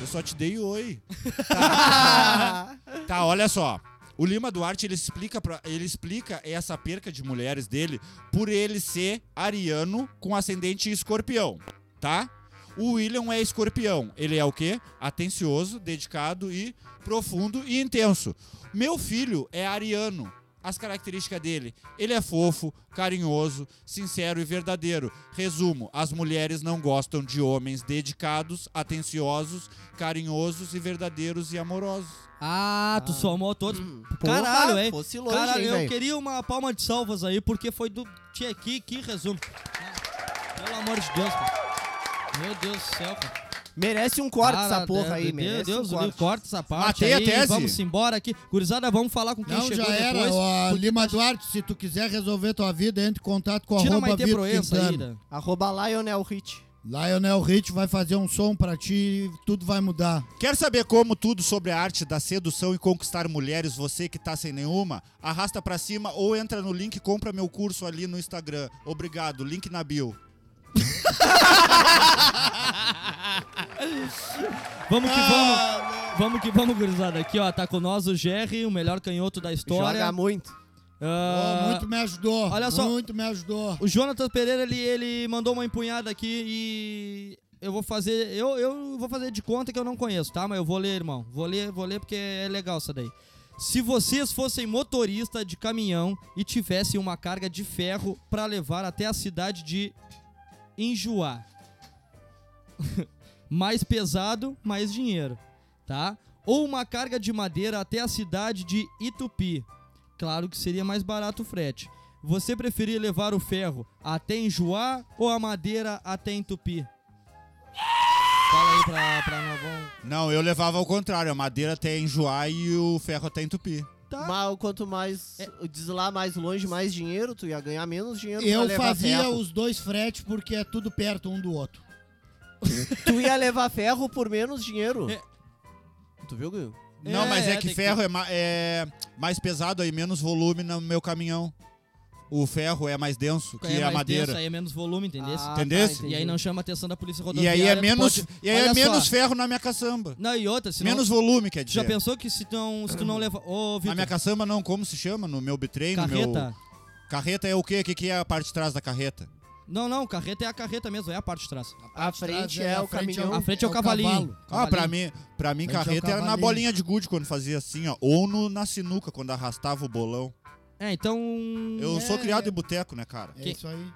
Speaker 5: Eu só te dei oi. Tá, Tá, olha só. O Lima Duarte, ele explica, pra, ele explica essa perca de mulheres dele por ele ser ariano com ascendente escorpião, tá? O William é escorpião. Ele é o quê? Atencioso, dedicado e profundo e intenso. Meu filho é ariano. As características dele. Ele é fofo, carinhoso, sincero e verdadeiro. Resumo: as mulheres não gostam de homens dedicados, atenciosos, carinhosos e verdadeiros e amorosos.
Speaker 2: Ah, tu somou todos.
Speaker 5: Hum.
Speaker 2: Pô,
Speaker 6: Caralho,
Speaker 2: Caralho, hein?
Speaker 6: Fosse longe,
Speaker 2: Caralho,
Speaker 6: hein,
Speaker 2: eu
Speaker 6: velho?
Speaker 2: queria uma palma de salvas aí, porque foi do. Tinha aqui, que resumo. Pelo amor de Deus, cara. Meu Deus do céu, cara.
Speaker 6: Merece um corte
Speaker 2: Cara, né,
Speaker 6: essa porra
Speaker 2: meu
Speaker 6: aí, merece
Speaker 2: Meu Deus,
Speaker 6: um
Speaker 2: Lil,
Speaker 6: corte.
Speaker 2: corta essa parte
Speaker 5: Matei a
Speaker 2: aí,
Speaker 5: tese.
Speaker 2: vamos embora aqui. Gurizada, vamos falar com quem
Speaker 3: Não,
Speaker 2: chegou
Speaker 3: já era.
Speaker 2: depois.
Speaker 3: um
Speaker 2: tá-
Speaker 3: Ó, Lima Duarte, se tu quiser resolver tua vida, entre em contato com a
Speaker 2: Tira a
Speaker 3: arroba
Speaker 2: Maite
Speaker 3: Vitor
Speaker 2: Proença aí.
Speaker 3: Quintana.
Speaker 2: né?
Speaker 6: Arroba Lionel Hit.
Speaker 3: Lionel Rich vai fazer um som pra ti e tudo vai mudar.
Speaker 5: Quer saber como tudo sobre a arte da sedução e conquistar mulheres, você que tá sem nenhuma? Arrasta pra cima ou entra no link e compra meu curso ali no Instagram. Obrigado, link na bio.
Speaker 2: Vamos que vamos. Vamos que vamos, gurizada. Aqui, ó, tá com nós o Jerry, o melhor canhoto da história.
Speaker 6: Joga muito.
Speaker 2: Ah,
Speaker 3: Ó, muito me ajudou.
Speaker 2: olha só.
Speaker 3: Muito me ajudou.
Speaker 2: O Jonathan Pereira, ele, ele mandou uma empunhada aqui e eu vou fazer. Eu, eu vou fazer de conta que eu não conheço, tá? Mas eu vou ler, irmão. Vou ler, vou ler porque é legal isso daí. Se vocês fossem motorista de caminhão e tivessem uma carga de ferro pra levar até a cidade de Enjoar. mais pesado, mais dinheiro, tá? Ou uma carga de madeira até a cidade de Itupi. Claro que seria mais barato o frete. Você preferia levar o ferro até enjoar ou a madeira até entupir? Fala aí pra, pra nós. vamos-
Speaker 5: Não, eu levava ao contrário, a madeira até enjoar e o ferro até entupir.
Speaker 2: Tá. É.
Speaker 6: Mas quanto mais deslar mais longe, mais dinheiro, tu ia ganhar menos dinheiro. pra
Speaker 3: Eu
Speaker 6: levar
Speaker 2: É.
Speaker 3: fazia
Speaker 6: ferro.
Speaker 3: os dois fretes porque é tudo perto um do outro.
Speaker 6: Tu ia levar ferro por menos dinheiro.
Speaker 2: É.
Speaker 6: Tu viu, Guilherme?
Speaker 5: Não,
Speaker 2: É,
Speaker 5: mas é,
Speaker 2: é,
Speaker 5: que
Speaker 2: tem
Speaker 5: ferro é, ma- é mais pesado aí, menos volume no meu caminhão. O ferro é mais denso que
Speaker 2: é
Speaker 5: a
Speaker 2: mais
Speaker 5: madeira.
Speaker 2: denso, aí é menos volume, entendeu?
Speaker 6: Ah,
Speaker 5: Entendeu?
Speaker 6: tá,
Speaker 2: e aí não chama a atenção da polícia
Speaker 5: e
Speaker 2: rodoviária.
Speaker 5: aí é
Speaker 2: tu
Speaker 5: menos,
Speaker 2: pode-
Speaker 5: e aí
Speaker 2: Olha
Speaker 5: é
Speaker 2: só.
Speaker 5: menos ferro na minha caçamba.
Speaker 2: Não, e outra, se
Speaker 5: menos
Speaker 2: não...
Speaker 5: volume, quer
Speaker 2: Tu
Speaker 5: dizer.
Speaker 2: já pensou que se, não, se tu não levar... Ô,
Speaker 5: na
Speaker 2: Vitor,
Speaker 5: minha caçamba não, como se chama? No meu bitrem, no meu...
Speaker 2: carreta...
Speaker 5: Carreta é o quê? O que, que é a parte de trás da carreta?
Speaker 2: Não, não, carreta é a carreta mesmo, é a parte de trás.
Speaker 6: A frente é,
Speaker 3: a
Speaker 6: o
Speaker 3: frente é
Speaker 6: caminhão.
Speaker 2: né? a frente é o
Speaker 3: é o
Speaker 2: cavalinho.
Speaker 3: cavalo.
Speaker 5: Ah, pra mim, pra mim
Speaker 3: Mas é o
Speaker 5: carreta era na
Speaker 3: cavalinho.
Speaker 5: bolinha de gude quando fazia assim, ó. Ou no, na sinuca, quando arrastava o bolão.
Speaker 2: É, então...
Speaker 5: Eu
Speaker 3: É.
Speaker 5: sou criado em boteco, né, cara?
Speaker 3: É
Speaker 2: Que- tá
Speaker 3: isso aí.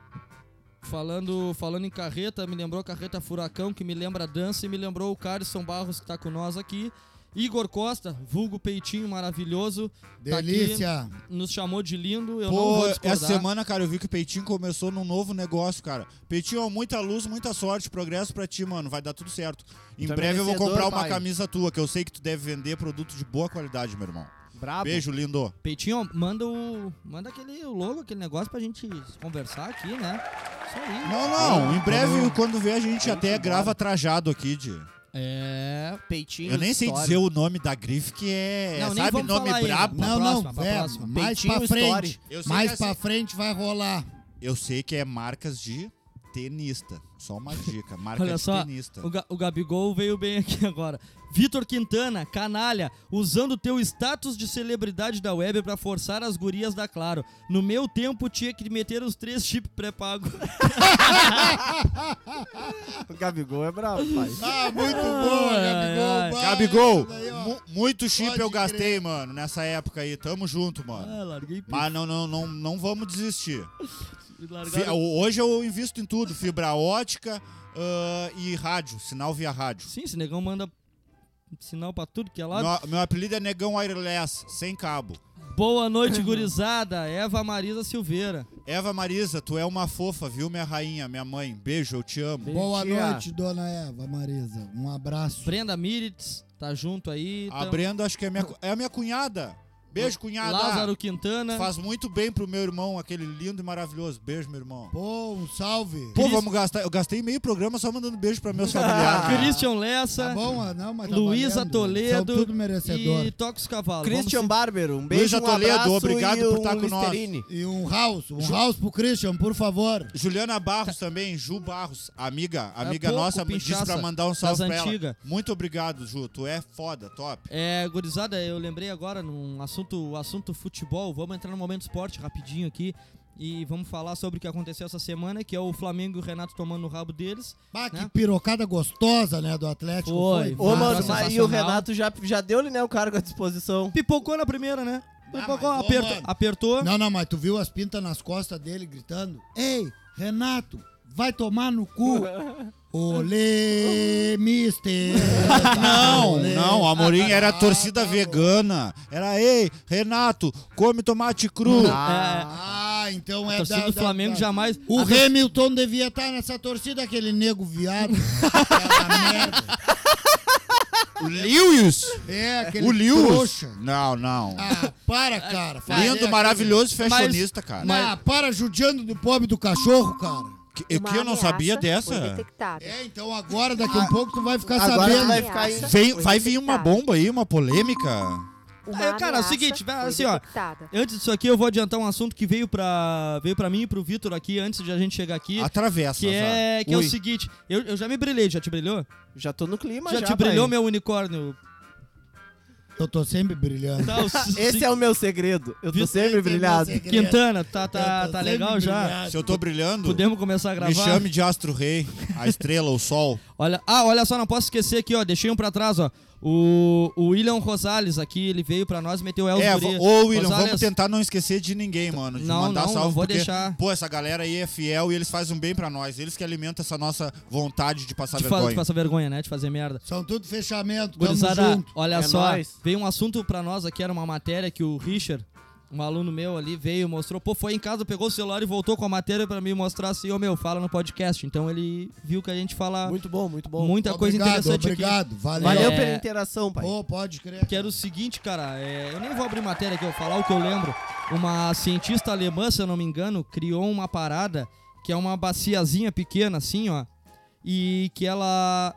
Speaker 2: Falando, falando em carreta, me lembrou a carreta Furacão, que me lembra a dança, e me lembrou o Carson Barros, que tá com nós aqui. Igor Costa, vulgo peitinho maravilhoso, Tá aqui.
Speaker 3: Delícia.
Speaker 2: nos chamou de lindo, eu não
Speaker 5: Pô,
Speaker 2: vou discordar.
Speaker 5: essa semana, cara, eu vi que o Peitinho começou num novo negócio, cara. Peitinho, ó, muita luz, muita sorte, progresso pra ti, mano. Vai dar tudo certo. Em
Speaker 6: Também
Speaker 5: breve eu vou
Speaker 6: vencedor,
Speaker 5: comprar uma
Speaker 6: pai.
Speaker 5: camisa tua, que eu sei que tu deve vender produto de boa qualidade, meu irmão.
Speaker 6: Brabo.
Speaker 5: Beijo, lindo.
Speaker 2: Peitinho, manda o. Manda aquele o logo, aquele negócio pra gente conversar aqui, né? Isso aí.
Speaker 5: Não, não. Em breve, quando vier, a gente até grava trajado aqui, de.
Speaker 2: É.
Speaker 6: Peitinho.
Speaker 5: Eu nem sei
Speaker 6: história.
Speaker 5: dizer o nome da grife, que é.
Speaker 2: Não, nem
Speaker 5: sabe,
Speaker 2: vamos
Speaker 5: nome
Speaker 2: falar ainda.
Speaker 5: brabo. é,
Speaker 2: Pra
Speaker 3: não, é,
Speaker 2: próxima,
Speaker 3: não,
Speaker 2: pra
Speaker 3: velho,
Speaker 2: próxima.
Speaker 3: mais
Speaker 5: um
Speaker 6: Peitinho
Speaker 3: pra
Speaker 6: Story.
Speaker 3: frente.
Speaker 5: Eu sei
Speaker 3: Mais
Speaker 5: que é
Speaker 3: pra
Speaker 5: assim.
Speaker 3: frente vai rolar.
Speaker 5: Eu sei que é marcas de tenista. Só uma dica, marca
Speaker 2: Olha
Speaker 5: de
Speaker 2: só,
Speaker 5: tenista.
Speaker 2: o, Ga- o Gabigol veio bem aqui agora. Vitor Quintana, canalha, usando teu status de celebridade da web pra forçar as gurias da Claro. No meu tempo tinha que meter os três chips pré-pago.
Speaker 6: O Gabigol é brabo, pai.
Speaker 3: Ah, muito
Speaker 2: boa, Gabigol. Vai,
Speaker 5: Gabigol, mu- muito chip
Speaker 3: Pode
Speaker 5: eu gastei, mano, nessa época aí. Tamo junto, mano.
Speaker 2: ah, larguei
Speaker 5: Mas não, não, não, não vamos desistir.
Speaker 2: pico,
Speaker 5: Fi-
Speaker 2: largaram-
Speaker 5: hoje eu invisto em tudo: fibra ótica ah, e rádio, sinal via rádio.
Speaker 2: Sim, esse negão manda sinal pra tudo que é lá.
Speaker 5: Meu, meu apelido é Negão Wireless, sem cabo.
Speaker 2: Boa noite, gurizada. Eva Marisa Silveira.
Speaker 5: Eva Marisa, tu é uma fofa, viu, minha rainha, minha mãe? Beijo, eu te amo.
Speaker 3: Boa
Speaker 6: Tia.
Speaker 3: noite, dona Eva Marisa. Um abraço.
Speaker 2: Brenda Miritz, tá junto aí.
Speaker 5: A
Speaker 2: tamo-
Speaker 5: Brenda, acho que é minha, cu- é a minha cunhada. Beijo, cunhada.
Speaker 2: Lázaro Quintana.
Speaker 5: Faz muito bem pro meu irmão, aquele lindo e maravilhoso. Beijo, meu irmão.
Speaker 3: Pô, um salve.
Speaker 5: Pô, vamos gastar. Eu gastei meio programa só mandando beijo pra meus familiares.
Speaker 2: Christian
Speaker 3: Tá
Speaker 2: Lessa.
Speaker 3: bom, ah, não, mas tá
Speaker 2: Luísa
Speaker 3: valendo. São
Speaker 2: Toledo.
Speaker 3: tudo merecedor.
Speaker 2: E Toca os Cavalos.
Speaker 6: Christian Bárbaro, um
Speaker 5: Luísa
Speaker 6: beijo, um
Speaker 5: Toledo,
Speaker 6: abraço
Speaker 5: obrigado
Speaker 6: e
Speaker 5: por
Speaker 6: um
Speaker 5: tá com nós.
Speaker 6: Listerine.
Speaker 3: E um house, um house pro Christian, por favor.
Speaker 5: Juliana Barros também, Ju Barros, amiga, amiga
Speaker 2: pouco,
Speaker 5: nossa, me disse
Speaker 2: pinchaça
Speaker 5: pra mandar um salve
Speaker 2: das
Speaker 5: pra ela.
Speaker 2: antigas.
Speaker 5: Muito obrigado, Ju. Tu é foda, top.
Speaker 2: É, gurizada, eu lembrei agora num assunto, assunto futebol. Vamos entrar no momento esporte rapidinho aqui. E vamos falar sobre o que aconteceu essa semana, que é o Flamengo e o Renato tomando o rabo deles.
Speaker 3: Bah, que
Speaker 2: Né?
Speaker 3: pirocada gostosa, né, do Atlético.
Speaker 2: Foi.
Speaker 6: Ô,
Speaker 2: Ah,
Speaker 6: mano,
Speaker 2: sensacional.
Speaker 6: mas e o Renato já, já deu-lhe, né, o cargo à disposição.
Speaker 2: Pipocou na primeira, né? Pipocou,
Speaker 3: mas, ô,
Speaker 2: aperto-
Speaker 3: mano.
Speaker 2: apertou.
Speaker 3: Não, não, mas tu viu as pintas nas costas dele gritando: Ei, Renato, vai tomar no cu. Olê, mister.
Speaker 5: Não,
Speaker 3: Olê.
Speaker 5: não, a Morim era a torcida
Speaker 3: tá bom.
Speaker 5: vegana. Era, ei, Renato, come tomate cru.
Speaker 2: É,
Speaker 3: Ah, então é
Speaker 2: a torcida
Speaker 3: da-
Speaker 2: do
Speaker 3: da-
Speaker 2: Flamengo
Speaker 3: da-
Speaker 2: jamais.
Speaker 3: O
Speaker 2: a
Speaker 3: Hamilton devia estar nessa torcida, aquele nego viado. Aquela merda.
Speaker 5: O Lewis!
Speaker 3: É, aquele
Speaker 5: O Lewis!
Speaker 3: trouxa.
Speaker 5: Não, não.
Speaker 3: Ah, para, cara. fazer
Speaker 5: Lindo,
Speaker 3: aquilo.
Speaker 5: maravilhoso, fashionista,
Speaker 3: Ah,
Speaker 5: cara.
Speaker 3: para judiando do pobre do cachorro, cara.
Speaker 5: Que- Eu que eu não sabia dessa.
Speaker 3: É, então agora, daqui a um pouco, tu vai ficar
Speaker 6: Ah,
Speaker 5: Tá
Speaker 6: Agora
Speaker 3: sabendo.
Speaker 6: vai ficar em...
Speaker 5: Vem- vai vir uma bomba aí, uma polêmica.
Speaker 2: É, cara, é o seguinte, vai- assim, ó. Antes disso aqui, eu vou adiantar um assunto que veio pra, veio pra mim e pro Vitor aqui, antes de a gente chegar aqui.
Speaker 5: Atravessa.
Speaker 2: Que é,
Speaker 5: azar.
Speaker 2: que é o
Speaker 5: Ah, tá, Ui.
Speaker 2: seguinte, eu, eu já me brilhei, já te brilhou?
Speaker 6: Já tô no clima já,
Speaker 2: já, te brilhou,
Speaker 6: pai.
Speaker 2: meu unicórnio?
Speaker 3: Eu tô sempre brilhando. é
Speaker 2: Tá, o
Speaker 6: Esse é o meu segredo. Eu tô
Speaker 2: Viu?
Speaker 6: sempre brilhado.
Speaker 2: Quintana, tá, tá,
Speaker 3: Eu tô
Speaker 2: tá
Speaker 3: sempre
Speaker 2: legal já?
Speaker 3: brilhado.
Speaker 5: Se eu tô brilhando,
Speaker 2: Podemos começar a gravar?
Speaker 5: me chame de Astro Rei, a estrela, o sol.
Speaker 2: Olha, ah, olha só, não posso esquecer aqui, ó, deixei um pra trás, ó. O, o William Rosales aqui, ele veio pra nós, meteu El
Speaker 5: É,
Speaker 2: Guri.
Speaker 5: v- ô William,
Speaker 2: Rosales,
Speaker 5: vamos tentar não esquecer de ninguém, mano. De
Speaker 2: Não,
Speaker 5: mandar
Speaker 2: não,
Speaker 5: salve.
Speaker 2: não vou
Speaker 5: porque,
Speaker 2: deixar.
Speaker 5: Pô, essa galera aí é fiel e eles fazem um bem pra nós. Eles que alimentam essa nossa vontade de passar
Speaker 2: De, fa
Speaker 5: vergonha.
Speaker 2: de passar vergonha, né? De fazer merda.
Speaker 3: São tudo fechamento, tamo
Speaker 2: Gurizada,
Speaker 3: junto.
Speaker 2: olha
Speaker 6: É
Speaker 2: só,
Speaker 6: nóis.
Speaker 2: veio um assunto pra nós aqui, era uma matéria que o Richard, um aluno meu ali, veio, mostrou, pô, foi em casa, pegou o celular e voltou com a matéria pra me mostrar assim, ô meu, fala no podcast. Então ele viu que a gente fala
Speaker 6: Muito bom, muito bom.
Speaker 2: muita coisa
Speaker 3: Obrigado,
Speaker 2: interessante aqui.
Speaker 3: Obrigado, valeu.
Speaker 6: Valeu
Speaker 2: É.
Speaker 6: pela interação, pai.
Speaker 3: Pô, pode crer.
Speaker 2: Que era o seguinte, cara, é, eu nem vou abrir matéria aqui, eu vou falar o que eu lembro. Uma cientista alemã, se eu não me engano, criou uma parada que é uma baciazinha pequena, assim, ó. E que ela.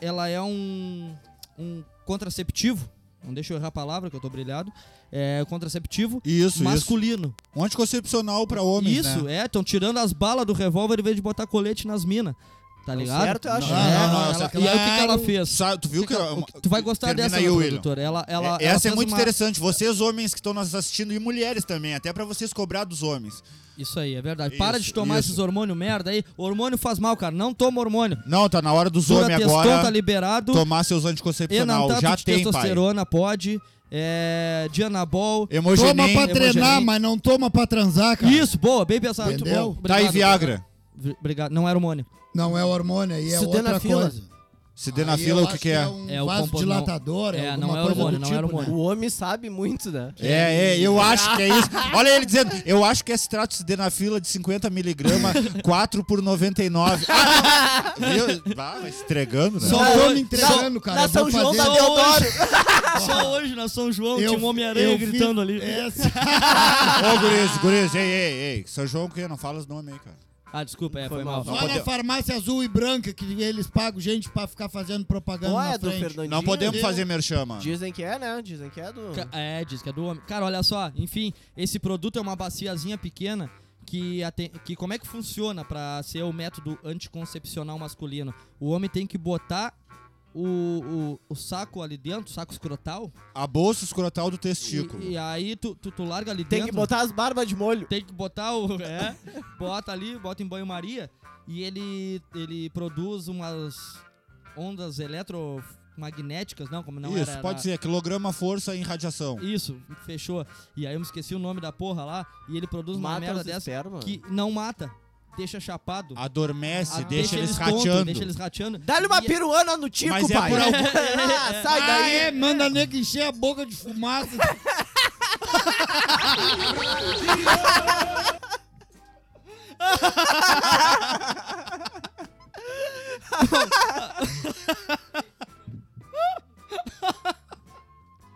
Speaker 2: Ela é um. um contraceptivo. Não deixa eu errar a palavra, que eu tô brilhado. É contraceptivo
Speaker 5: Isso, isso.
Speaker 2: masculino.
Speaker 5: Um anticoncepcional pra homens,
Speaker 2: Isso,
Speaker 5: né?
Speaker 2: é, estão tirando as balas do revólver em vez de botar colete nas minas. Tá ligado?
Speaker 6: certo, eu acho.
Speaker 2: É,
Speaker 5: Não, não, não,
Speaker 2: ela-
Speaker 5: essa é
Speaker 2: E aí o que, que ela
Speaker 5: claro.
Speaker 2: fez?
Speaker 5: Sabe, tu viu que...
Speaker 2: O que- Tu vai gostar
Speaker 5: Termina
Speaker 2: dessa,
Speaker 5: aí,
Speaker 2: né,
Speaker 5: William.
Speaker 2: produtor. Ela, ela,
Speaker 5: É,
Speaker 2: ela
Speaker 5: essa é
Speaker 2: fez
Speaker 5: muito
Speaker 2: uma-
Speaker 5: interessante. Vocês, homens que estão nos assistindo, e mulheres também, até pra vocês cobrar dos homens.
Speaker 2: Isso aí, é verdade. Para
Speaker 5: Isso,
Speaker 2: de tomar
Speaker 5: isso.
Speaker 2: esses hormônios merda aí. Hormônio faz mal, cara. Não toma hormônio.
Speaker 5: Não, tá na hora dos
Speaker 2: Dura
Speaker 5: homens
Speaker 2: teston
Speaker 5: agora
Speaker 2: tá liberado.
Speaker 5: tomar seus anticoncepcional.
Speaker 2: Enantato
Speaker 5: Já
Speaker 2: tá de
Speaker 5: tem, pai.
Speaker 2: testosterona pode. É, Dianabol.
Speaker 3: Toma
Speaker 5: Emogenem.
Speaker 3: pra
Speaker 2: Emogenem.
Speaker 3: treinar, mas não toma pra transar, cara.
Speaker 2: Isso, boa. Bem pensado. Muito
Speaker 3: Entendeu?
Speaker 2: bom.
Speaker 5: Tá aí
Speaker 2: Obrigado.
Speaker 5: Viagra.
Speaker 2: Obrigado. Não era hormônio.
Speaker 3: Não é hormônio, aí é
Speaker 6: Se der
Speaker 3: outra
Speaker 6: na fila.
Speaker 3: coisa.
Speaker 5: Se der na
Speaker 3: Aí
Speaker 5: fila,
Speaker 3: eu
Speaker 5: o que
Speaker 3: acho
Speaker 5: que é?
Speaker 3: um
Speaker 2: É o
Speaker 3: vasodilatador, é,
Speaker 2: É,
Speaker 3: alguma
Speaker 2: não é
Speaker 3: coisa
Speaker 2: hormônio,
Speaker 3: do
Speaker 2: não é
Speaker 3: tipo,
Speaker 2: hormônio.
Speaker 3: né?
Speaker 6: O homem sabe muito, né?
Speaker 5: É, é, eu acho que é isso. Olha ele dizendo, eu acho que esse trato se dê na fila de 50 miligramas, 4 por 99. Ah, não. Viu? Ah, vai se entregando, né?
Speaker 3: Só
Speaker 2: Não,
Speaker 3: tô
Speaker 2: eu-
Speaker 3: me entregando, cara.
Speaker 6: na
Speaker 3: eu vou
Speaker 6: São João
Speaker 3: fazer-
Speaker 6: da
Speaker 2: Só
Speaker 6: Deodoro.
Speaker 2: Só hoje na São João
Speaker 3: Eu-
Speaker 2: tinha um Homem-Aranha
Speaker 3: eu vi-
Speaker 2: gritando ali.
Speaker 3: Essa-
Speaker 5: Ô, guris, guris, ei, ei, ei. São João que não fala os nomes aí, cara.
Speaker 2: Ah, desculpa, é,
Speaker 6: Foi
Speaker 2: foi,
Speaker 6: mal.
Speaker 2: mal.
Speaker 3: Só
Speaker 5: pode-
Speaker 3: na farmácia azul e branca que eles pagam gente pra ficar fazendo propaganda
Speaker 6: Qual é
Speaker 3: na
Speaker 6: do
Speaker 3: frente.
Speaker 6: Fernandinho?
Speaker 5: Não podemos
Speaker 3: Deus.
Speaker 5: fazer merchama.
Speaker 6: Dizem que é, né? Dizem que é do...
Speaker 2: Ca- É, diz que é do homem. Cara, olha só, enfim, esse produto é uma baciazinha pequena que, aten- que como é que funciona pra ser o método anticoncepcional masculino? O homem tem que botar o, o, o saco ali dentro, o saco escrotal,
Speaker 5: A bolsa escrotal do testículo.
Speaker 2: e, e aí tu, tu, tu larga ali
Speaker 6: Tem
Speaker 2: dentro.
Speaker 6: que botar as barbas de molho.
Speaker 2: Tem que botar o. É, bota ali, bota em banho-maria e ele, ele produz umas ondas eletromagnéticas, não, como não
Speaker 5: Isso,
Speaker 2: era- era-
Speaker 3: é
Speaker 5: pode ser. Quilograma força em radiação.
Speaker 2: Isso, fechou. E aí eu me esqueci o nome da porra lá. E ele produz uma
Speaker 6: Mata
Speaker 2: merda
Speaker 6: os
Speaker 2: dessa
Speaker 6: esperma.
Speaker 2: que não mata, deixa chapado.
Speaker 5: Adormece,
Speaker 2: Ah,
Speaker 5: deixa, eles
Speaker 2: tonto,
Speaker 5: rateando.
Speaker 2: Deixa eles rateando.
Speaker 6: Dá-lhe uma
Speaker 2: E-
Speaker 6: peruana no tico,
Speaker 5: Mas é
Speaker 6: pai.
Speaker 5: por algum-
Speaker 6: ah, sai
Speaker 3: Ah,
Speaker 6: daí.
Speaker 3: é? Manda nego encher a boca de fumaça.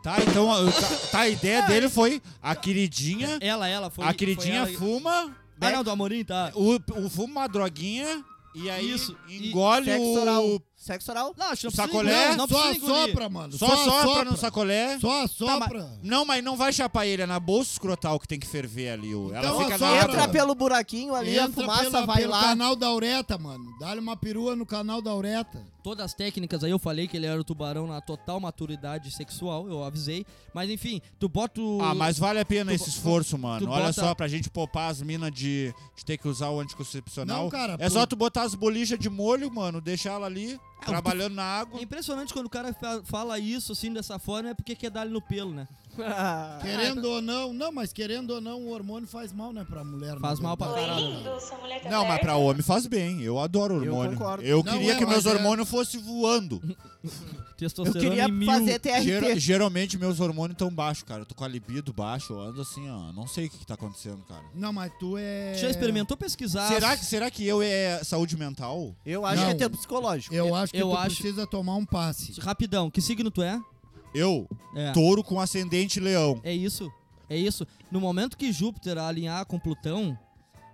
Speaker 5: Tá, então Então, eu- tá- tá, a ideia dele foi a queridinha,
Speaker 2: Ela, ela É, foi.
Speaker 5: a queridinha
Speaker 2: foi ela-
Speaker 5: fuma,
Speaker 2: Ah,
Speaker 5: né?
Speaker 2: não, do Amorim, tá.
Speaker 5: o, o fuma uma droguinha e aí
Speaker 2: Isso, e
Speaker 5: engole
Speaker 6: Sexo oral.
Speaker 5: o...
Speaker 6: Sexo oral?
Speaker 2: Não, acho que não
Speaker 5: O
Speaker 2: precisa
Speaker 5: sacolé?
Speaker 2: engolir, não
Speaker 3: é? só
Speaker 2: precisa engolir. Tá,
Speaker 3: sopra, mano.
Speaker 5: Só sopra no
Speaker 3: assopra.
Speaker 5: sacolé.
Speaker 3: Só
Speaker 2: mas-
Speaker 3: sopra.
Speaker 5: Não, mas não vai chapar ele, é na bolsa escrotal que tem que ferver ali. o- Ela
Speaker 3: Então,
Speaker 5: fica
Speaker 3: só
Speaker 5: na
Speaker 3: Claro.
Speaker 6: Entra pelo buraquinho ali, a
Speaker 3: Entra
Speaker 6: fumaça
Speaker 3: pela-
Speaker 6: vai
Speaker 3: pelo
Speaker 6: lá.
Speaker 3: canal da Ureta, mano. Dá-lhe uma perua no canal da Ureta.
Speaker 2: Todas as técnicas aí, eu falei que ele era o tubarão na total maturidade sexual, eu avisei. Mas enfim, tu bota o.
Speaker 5: Ah, mas vale a pena
Speaker 2: tu
Speaker 5: esse
Speaker 2: bo-
Speaker 5: esforço, mano.
Speaker 2: tu
Speaker 5: Olha
Speaker 2: bota-
Speaker 5: só, pra gente poupar as minas de, de ter que usar o anticoncepcional.
Speaker 3: Não, cara,
Speaker 5: é
Speaker 3: pro-
Speaker 5: só tu botar as bolichas de molho, mano, deixar ela ali, trabalhando na água.
Speaker 2: É impressionante quando o cara fa- fala isso assim dessa forma, é porque quer dar ele no pelo, né?
Speaker 3: Querendo ou não, não, mas querendo ou não, o hormônio faz mal, né, pra mulher.
Speaker 2: Faz
Speaker 3: na
Speaker 2: mal pra
Speaker 3: verdade.
Speaker 8: Oi,
Speaker 2: caralho.
Speaker 8: lindo, sua mulher tá
Speaker 5: Não, mas
Speaker 8: certa.
Speaker 2: Né?
Speaker 5: pra homem faz bem. Eu adoro hormônio. Eu,
Speaker 6: concordo.
Speaker 5: eu
Speaker 3: Não,
Speaker 5: queria
Speaker 3: é,
Speaker 5: que meus
Speaker 3: mas é-
Speaker 5: hormônios fossem voando.
Speaker 6: Eu
Speaker 2: Testosterona
Speaker 6: queria
Speaker 2: em mil.
Speaker 6: fazer TRT.
Speaker 5: Ger- geralmente meus hormônios estão baixos, cara. Eu tô com a libido baixa, eu ando assim, ó. Não sei o que, que tá acontecendo, cara.
Speaker 3: Não, mas tu é.
Speaker 2: Tu Já experimentou pesquisar?
Speaker 5: Será, que, será que eu é saúde mental?
Speaker 6: Eu acho
Speaker 3: Não.
Speaker 6: que é tempo psicológico.
Speaker 3: Eu acho que
Speaker 2: Eu
Speaker 3: tu
Speaker 2: acho- Tipo
Speaker 3: precisa tomar um passe.
Speaker 2: Rapidão, que signo tu é?
Speaker 5: Eu,
Speaker 2: É.
Speaker 5: touro com ascendente leão.
Speaker 2: É isso. É isso. No momento que Júpiter alinhar com Plutão,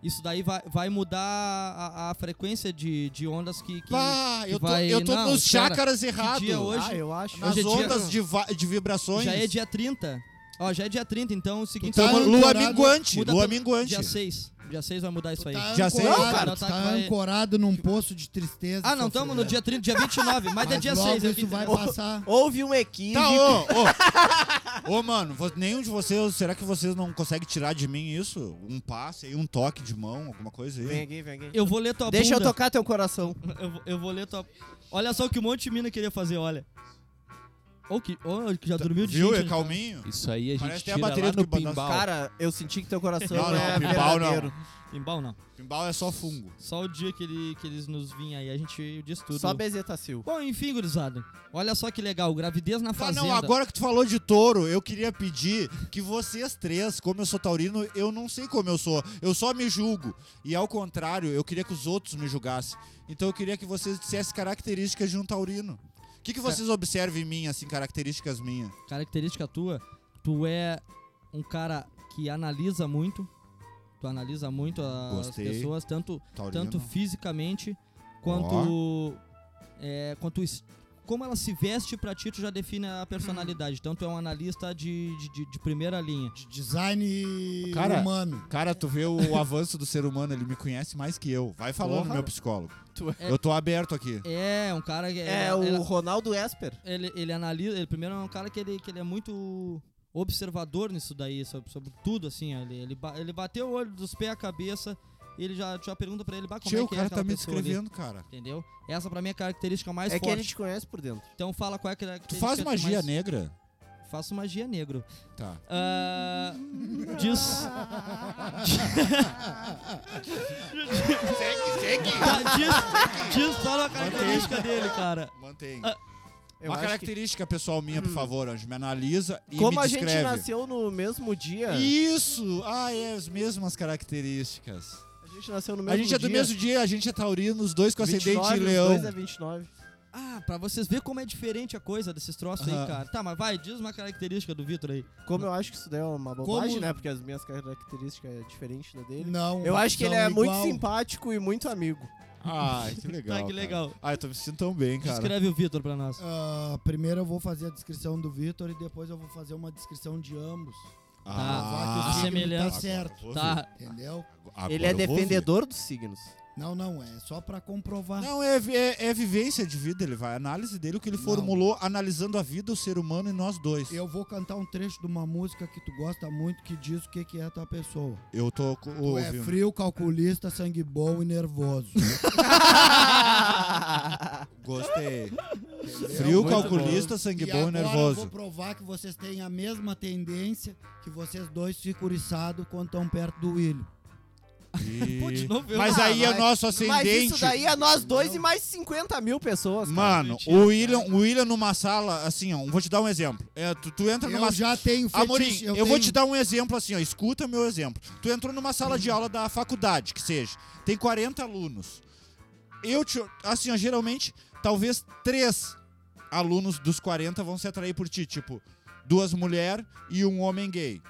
Speaker 2: isso daí vai, vai mudar a, a frequência de, de ondas que. que-
Speaker 5: Pá,
Speaker 2: que
Speaker 5: eu tô,
Speaker 2: vai-
Speaker 5: eu tô
Speaker 2: Não,
Speaker 5: nos
Speaker 2: cara,
Speaker 5: chácaras errados.
Speaker 2: dia hoje?
Speaker 6: Ah, eu acho.
Speaker 5: Nas
Speaker 2: Hoje é dia-
Speaker 5: ondas de, va- de vibrações.
Speaker 2: já é dia 30. Ó, já é dia 30, então é o seguinte.
Speaker 5: Então,
Speaker 3: Tá
Speaker 5: mano, lua
Speaker 3: ancorado.
Speaker 5: minguante.
Speaker 2: muda
Speaker 5: Lua
Speaker 2: todo-
Speaker 5: minguante.
Speaker 2: Dia 6. Dia 6 vai mudar isso aí. Ah,
Speaker 3: Tá
Speaker 5: Já sei.
Speaker 3: ancorado,
Speaker 2: Não, cara,
Speaker 3: tu
Speaker 2: tá-
Speaker 3: tá
Speaker 2: vai-
Speaker 3: ancorado num poço de tristeza.
Speaker 2: Ah, não, tamo no dia 30, dia 29, mas,
Speaker 3: Mas
Speaker 2: é dia
Speaker 3: logo
Speaker 2: 6.
Speaker 3: Isso vai passar.
Speaker 6: Houve um equívoco.
Speaker 5: Tá, ô, ô. Ô, mano, vo- nenhum de vocês. Será que vocês não conseguem tirar de mim isso? Um passe aí, um toque de mão, alguma coisa
Speaker 6: Vem
Speaker 5: aí?
Speaker 6: aqui, vem aqui.
Speaker 2: Eu vou ler tua
Speaker 6: Deixa eu
Speaker 2: bunda.
Speaker 6: tocar teu coração.
Speaker 2: Eu, vou- eu vou ler tua. Olha só o que um monte de mina queria fazer, olha. Ou que, ou que já
Speaker 3: Tá,
Speaker 2: dormiu de
Speaker 5: Viu?
Speaker 2: gente,
Speaker 5: É
Speaker 2: né?
Speaker 5: calminho.
Speaker 4: Isso aí a gente
Speaker 5: Parece que tem a
Speaker 4: tira
Speaker 5: bateria
Speaker 4: lá
Speaker 5: do
Speaker 4: no
Speaker 5: Kibandas.
Speaker 4: pinball.
Speaker 6: Cara, eu senti que teu coração
Speaker 5: Não, não,
Speaker 6: é
Speaker 5: pimbal não.
Speaker 6: verdadeiro.
Speaker 2: Pimbal não.
Speaker 5: Pimbal é só fungo.
Speaker 4: Tá
Speaker 2: Só o dia que, ele, que eles nos vinham aí, a gente diz tudo.
Speaker 6: Só Bezetacil.
Speaker 2: Bom, enfim, gurizada. Olha só que legal, gravidez na
Speaker 5: Tá,
Speaker 2: fazenda.
Speaker 5: não, agora que tu falou de touro, eu queria pedir que vocês três, como eu sou taurino, eu não sei como eu sou, eu só me julgo. E ao contrário, eu queria que os outros me julgassem. Então eu queria que vocês dissessem características de um taurino. O que, que vocês observam em mim, assim, características minhas?
Speaker 2: Característica tua, tu é um cara que analisa muito. Tu analisa muito as
Speaker 5: Gostei.
Speaker 2: pessoas, tanto,
Speaker 5: Taurino.
Speaker 2: tanto fisicamente quanto. É, quanto es- como ela se veste pra ti, tu já define a personalidade. Então tu é um analista de, de- de- de primeira linha.
Speaker 3: De design
Speaker 5: Cara,
Speaker 3: humano.
Speaker 5: Cara, tu vê o avanço do ser humano, ele me conhece mais que eu. Vai falando,
Speaker 2: Porra.
Speaker 5: meu psicólogo.
Speaker 6: Tu
Speaker 2: é-
Speaker 5: Eu tô aberto aqui.
Speaker 2: É, um cara que.
Speaker 6: É
Speaker 2: ela-
Speaker 6: o Ronaldo Esper.
Speaker 2: ele, ele analisa. Ele primeiro é um cara que ele, que ele é muito observador nisso daí, sobre, sobre tudo, assim. ó. Ele, ele, ba- ele bateu o olho dos pés à cabeça, ele já, já pergunta pra ele, bah, como
Speaker 5: Tio,
Speaker 2: é
Speaker 5: o
Speaker 2: que é
Speaker 5: cara
Speaker 2: aquela
Speaker 5: tá me
Speaker 2: pessoa ali?"
Speaker 5: descrevendo, cara.
Speaker 2: Entendeu? Essa pra mim é a característica mais
Speaker 6: É que
Speaker 2: forte.
Speaker 6: ele te conhece por dentro.
Speaker 2: Então fala qual é a
Speaker 5: Tu
Speaker 2: característica.
Speaker 5: faz
Speaker 2: que
Speaker 5: magia
Speaker 2: mais...
Speaker 5: negra?
Speaker 2: Faço magia negro.
Speaker 5: Tá.
Speaker 2: Ah, diz.
Speaker 5: Segue, segue.
Speaker 2: Tá, diz, diz só uma característica dele, cara.
Speaker 5: Mantém.
Speaker 2: Ah,
Speaker 6: Eu
Speaker 5: Uma
Speaker 6: acho que-
Speaker 5: característica pessoal minha, por favor, Anjo. Me analisa e me
Speaker 6: Como a gente É.
Speaker 5: descreve.
Speaker 6: nasceu no mesmo dia.
Speaker 5: Isso! Ah, é, as mesmas características.
Speaker 6: A gente nasceu no mesmo
Speaker 5: A gente
Speaker 6: dia.
Speaker 5: é do mesmo dia, a gente é taurino, os dois com ascendente
Speaker 6: 29,
Speaker 5: e
Speaker 6: os
Speaker 5: leão.
Speaker 6: dois é 29.
Speaker 2: Ah, pra vocês verem como é diferente a coisa desses troços
Speaker 5: Aham.
Speaker 2: aí, cara. Tá, mas vai, diz uma característica do Vitor aí. Tá,
Speaker 6: Como eu acho que isso daí é uma bobagem,
Speaker 3: Como-
Speaker 6: né? Porque as minhas características é diferente da dele.
Speaker 3: Não.
Speaker 6: Eu acho que ele é
Speaker 3: são
Speaker 6: muito
Speaker 3: igual.
Speaker 6: simpático e muito amigo.
Speaker 5: Ai, que legal.
Speaker 2: Tá, que
Speaker 5: cara.
Speaker 2: legal.
Speaker 5: Ai, eu tô me sentindo tão bem, cara.
Speaker 2: Descreve o Vitor pra nós.
Speaker 3: Ah, primeiro eu vou fazer a descrição do Vitor e depois eu vou fazer uma descrição de ambos.
Speaker 2: a
Speaker 5: Ah,
Speaker 3: Tá, Vai que o signo
Speaker 2: semelhança.
Speaker 3: Tá
Speaker 5: agora
Speaker 3: certo.
Speaker 5: eu vou ver.
Speaker 2: Tá,
Speaker 3: Entendeu?
Speaker 5: Agora
Speaker 6: ele é
Speaker 5: eu vou ver.
Speaker 6: defendedor dos signos.
Speaker 3: Não, não, é só pra comprovar.
Speaker 5: Não, é, vi- é, é vivência de vida, ele vai. A análise dele, o que ele
Speaker 3: Não.
Speaker 5: formulou analisando a vida, o ser humano e nós dois.
Speaker 3: Eu vou cantar um trecho de uma música que tu gosta muito que diz o que, que é a tua pessoa.
Speaker 5: Eu tô co-
Speaker 3: Tu é
Speaker 5: ouvindo.
Speaker 3: frio, calculista, sangue bom e nervoso.
Speaker 5: Gostei. Frio,
Speaker 6: Muito
Speaker 5: calculista, sangue
Speaker 3: e
Speaker 5: bom e
Speaker 3: agora eu
Speaker 5: nervoso.
Speaker 3: vou provar que vocês têm a mesma tendência que vocês dois ficam uriçados quando estão perto do William.
Speaker 5: E-
Speaker 2: Pô, de novo eu.
Speaker 5: Mas
Speaker 6: Ah,
Speaker 5: aí é
Speaker 6: mas-
Speaker 5: nosso
Speaker 6: Mas
Speaker 5: ascendente.
Speaker 6: isso daí é nós dois e mais 50 mil pessoas. cara.
Speaker 5: Mano, o William, o William numa sala, assim, ó, vou te dar um exemplo. É, tu, tu entra numa
Speaker 3: Eu já tenho fetiche.
Speaker 5: Amorim, eu,
Speaker 3: tenho-
Speaker 5: vou te dar um exemplo assim, ó, escuta meu exemplo. Tu entrou numa sala
Speaker 3: Uhum.
Speaker 5: de aula da faculdade, que seja, tem 40 alunos. Eu te, assim, ó, geralmente, talvez três alunos dos 40 vão se atrair por ti, tipo, duas mulheres e um homem gay.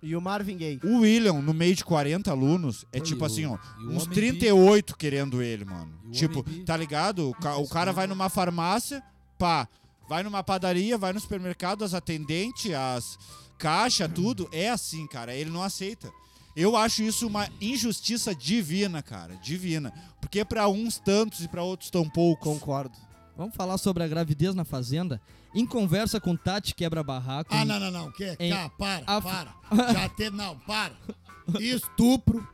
Speaker 6: E o Marvin Gaye.
Speaker 5: O William, no meio de 40 alunos, é
Speaker 7: Pô,
Speaker 5: tipo
Speaker 7: e o-
Speaker 5: assim, ó,
Speaker 7: e o
Speaker 5: uns
Speaker 7: homem bi?
Speaker 5: 38 querendo ele, mano.
Speaker 7: E o
Speaker 5: Tipo,
Speaker 7: homem bi?
Speaker 5: tá ligado? O, ca- o cara vai numa farmácia, pá, vai numa padaria, vai no supermercado, as atendentes, as caixa, tudo. É assim, cara. Ele não aceita. Eu acho isso uma injustiça divina, cara. Divina. Porque pra uns tantos e pra outros tão poucos.
Speaker 6: Concordo.
Speaker 2: Vamos falar sobre a gravidez na fazenda. Em conversa com Tati Quebra Barraco.
Speaker 5: um
Speaker 3: Ah, não, não, não. Que,
Speaker 2: Em-
Speaker 3: cá, para,
Speaker 2: a-
Speaker 3: para. Já teve. Não, para. Estupro.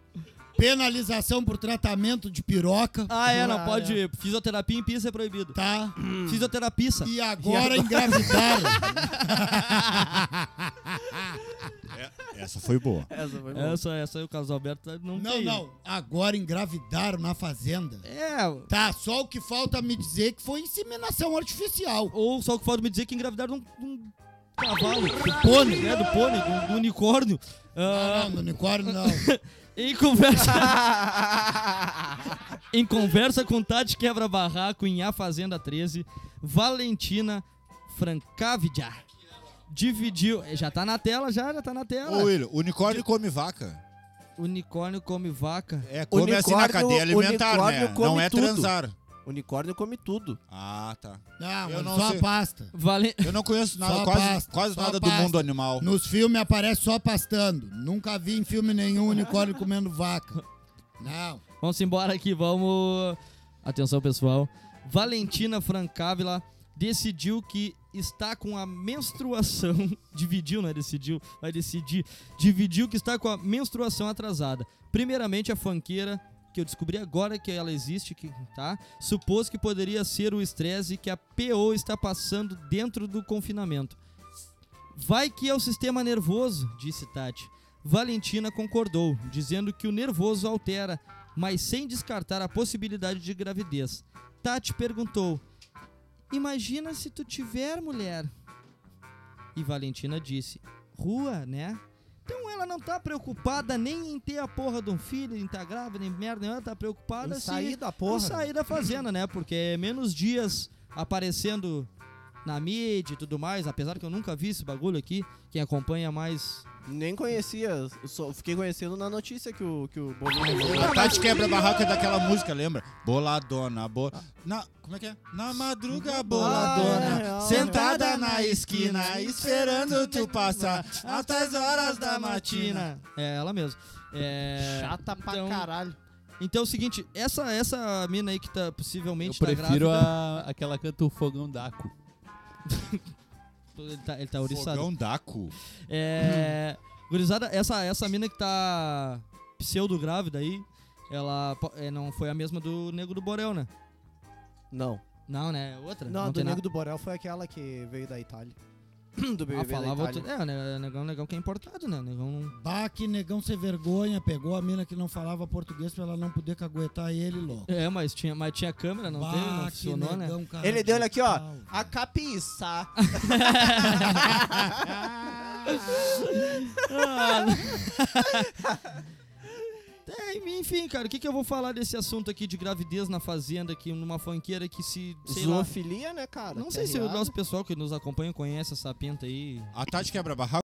Speaker 3: Penalização por tratamento de piroca,
Speaker 2: Ah, é, não
Speaker 6: Ah,
Speaker 2: pode. Fisioterapia em pista é proibido.
Speaker 3: tá?
Speaker 2: Fisioterapia.
Speaker 3: E agora engravidaram.
Speaker 5: Essa foi boa.
Speaker 6: Essa foi boa.
Speaker 2: Essa, essa aí é, o Carlos Alberto tá- não,
Speaker 3: Não,
Speaker 2: tem.
Speaker 3: não. Agora engravidaram na fazenda.
Speaker 2: É,
Speaker 3: Tá, só o que falta me dizer é que foi inseminação artificial.
Speaker 2: ou só que pode me dizer que engravidaram de um, de um cavalo. Do
Speaker 3: pônei.
Speaker 2: É, do pônei, do, do unicórnio. Ah,
Speaker 3: Não, não, unicórnio não.
Speaker 2: Em conversa. em conversa com Tati Quebra Barraco em A Fazenda 13, Valentina Francavidia dividiu. É, Já tá na tela, já, já tá na tela.
Speaker 5: Ô, William, unicórnio come vaca.
Speaker 2: Unicórnio come vaca.
Speaker 5: É, come assim na
Speaker 6: Unicórnio-
Speaker 5: cadeia alimentar,
Speaker 6: unicórnio
Speaker 5: né?
Speaker 6: come
Speaker 5: Não é
Speaker 6: tudo.
Speaker 5: transar.
Speaker 6: Unicórnio come tudo.
Speaker 5: Ah, tá.
Speaker 3: Não,
Speaker 5: Eu
Speaker 3: mas
Speaker 5: não
Speaker 3: só
Speaker 5: sei.
Speaker 3: a pasta.
Speaker 2: Valen...
Speaker 5: Eu não conheço nada,
Speaker 3: Só
Speaker 5: quase,
Speaker 3: pasta,
Speaker 5: quase
Speaker 3: só
Speaker 5: nada do
Speaker 3: pasta.
Speaker 5: mundo animal.
Speaker 3: Nos filmes aparece só pastando. Nunca vi em filme nenhum unicórnio comendo vaca. Não.
Speaker 2: Vamos embora aqui, vamos. Atenção, pessoal. Valentina Francávila decidiu que está com a menstruação. Dividiu, não é? Decidiu, vai decidir. Dividiu que está com a menstruação atrasada. Primeiramente, a fanqueira, que eu descobri agora que ela existe, que, tá? Supôs que poderia ser o estresse que a PO está passando dentro do confinamento. Vai que é o sistema nervoso, disse Tati. Valentina concordou, dizendo que o nervoso altera, mas sem descartar a possibilidade de gravidez. Tati perguntou: Imagina se tu tiver mulher? E Valentina disse: Rua, né? Então ela não tá preocupada nem em ter a porra de um filho, em tá grávida, nem merda, nenhuma, tá preocupada
Speaker 6: Em
Speaker 2: se-
Speaker 6: sair da porra.
Speaker 2: e sair da fazenda, né? Porque é menos dias aparecendo na mídia e tudo mais, apesar que eu nunca vi esse bagulho aqui. Quem acompanha mais.
Speaker 6: Nem conhecia. Só fiquei conhecendo na notícia que o, que o Bolinho mandou.
Speaker 5: A Tati Tá quebra a barraca daquela música, lembra? Boladona, bo... na Como é que é? Na
Speaker 3: Ah.
Speaker 5: madruga,
Speaker 2: Ah,
Speaker 6: é
Speaker 5: boladona,
Speaker 6: real.
Speaker 5: sentada na esquina, esperando tu passar altas horas da matina.
Speaker 2: É, ela mesma. É,
Speaker 6: Chata pra
Speaker 2: então-
Speaker 6: caralho.
Speaker 2: Então é o seguinte, essa, essa mina aí que tá
Speaker 4: Eu
Speaker 2: possivelmente tá
Speaker 4: prefiro
Speaker 2: grávida.
Speaker 4: a, aquela canta o fogão d'áco.
Speaker 2: Ele tá, ele tá ouriçado.
Speaker 5: Fogão daco.
Speaker 2: É. Gurizada, essa, essa mina que tá pseudo grávida aí, ela po- é, não foi a mesma do Negro do Borel, né?
Speaker 6: Não.
Speaker 2: Não, né? Outra?
Speaker 6: Não, a do
Speaker 2: tem nada.
Speaker 6: Nego do Borel foi aquela que veio da Itália. Do BBB
Speaker 2: Ah, falava
Speaker 6: da
Speaker 2: outro...
Speaker 6: Itália.
Speaker 2: É, né, negão, negão que é importado, né? Negão não...
Speaker 3: Bah, que negão sem vergonha. Pegou a mina que não falava português pra ela não poder caguetar ele logo.
Speaker 2: É, mas tinha, mas tinha câmera, não
Speaker 3: bah,
Speaker 2: teve, não
Speaker 3: que
Speaker 2: funcionou, né?
Speaker 3: negão, cara
Speaker 6: É, Ele deu ele aqui, ó.
Speaker 3: de pau.
Speaker 6: A capiça.
Speaker 2: É, enfim, cara, o que, que eu vou falar desse assunto aqui de gravidez na fazenda, aqui numa fanqueira que se. Sei lá,
Speaker 6: Zoofilia, né, cara?
Speaker 2: não
Speaker 6: Que
Speaker 2: sei
Speaker 6: é
Speaker 2: se o
Speaker 6: errado.
Speaker 2: nosso pessoal que nos acompanha conhece essa pinta aí.
Speaker 5: A Tati Ah, tá quebra a barraca.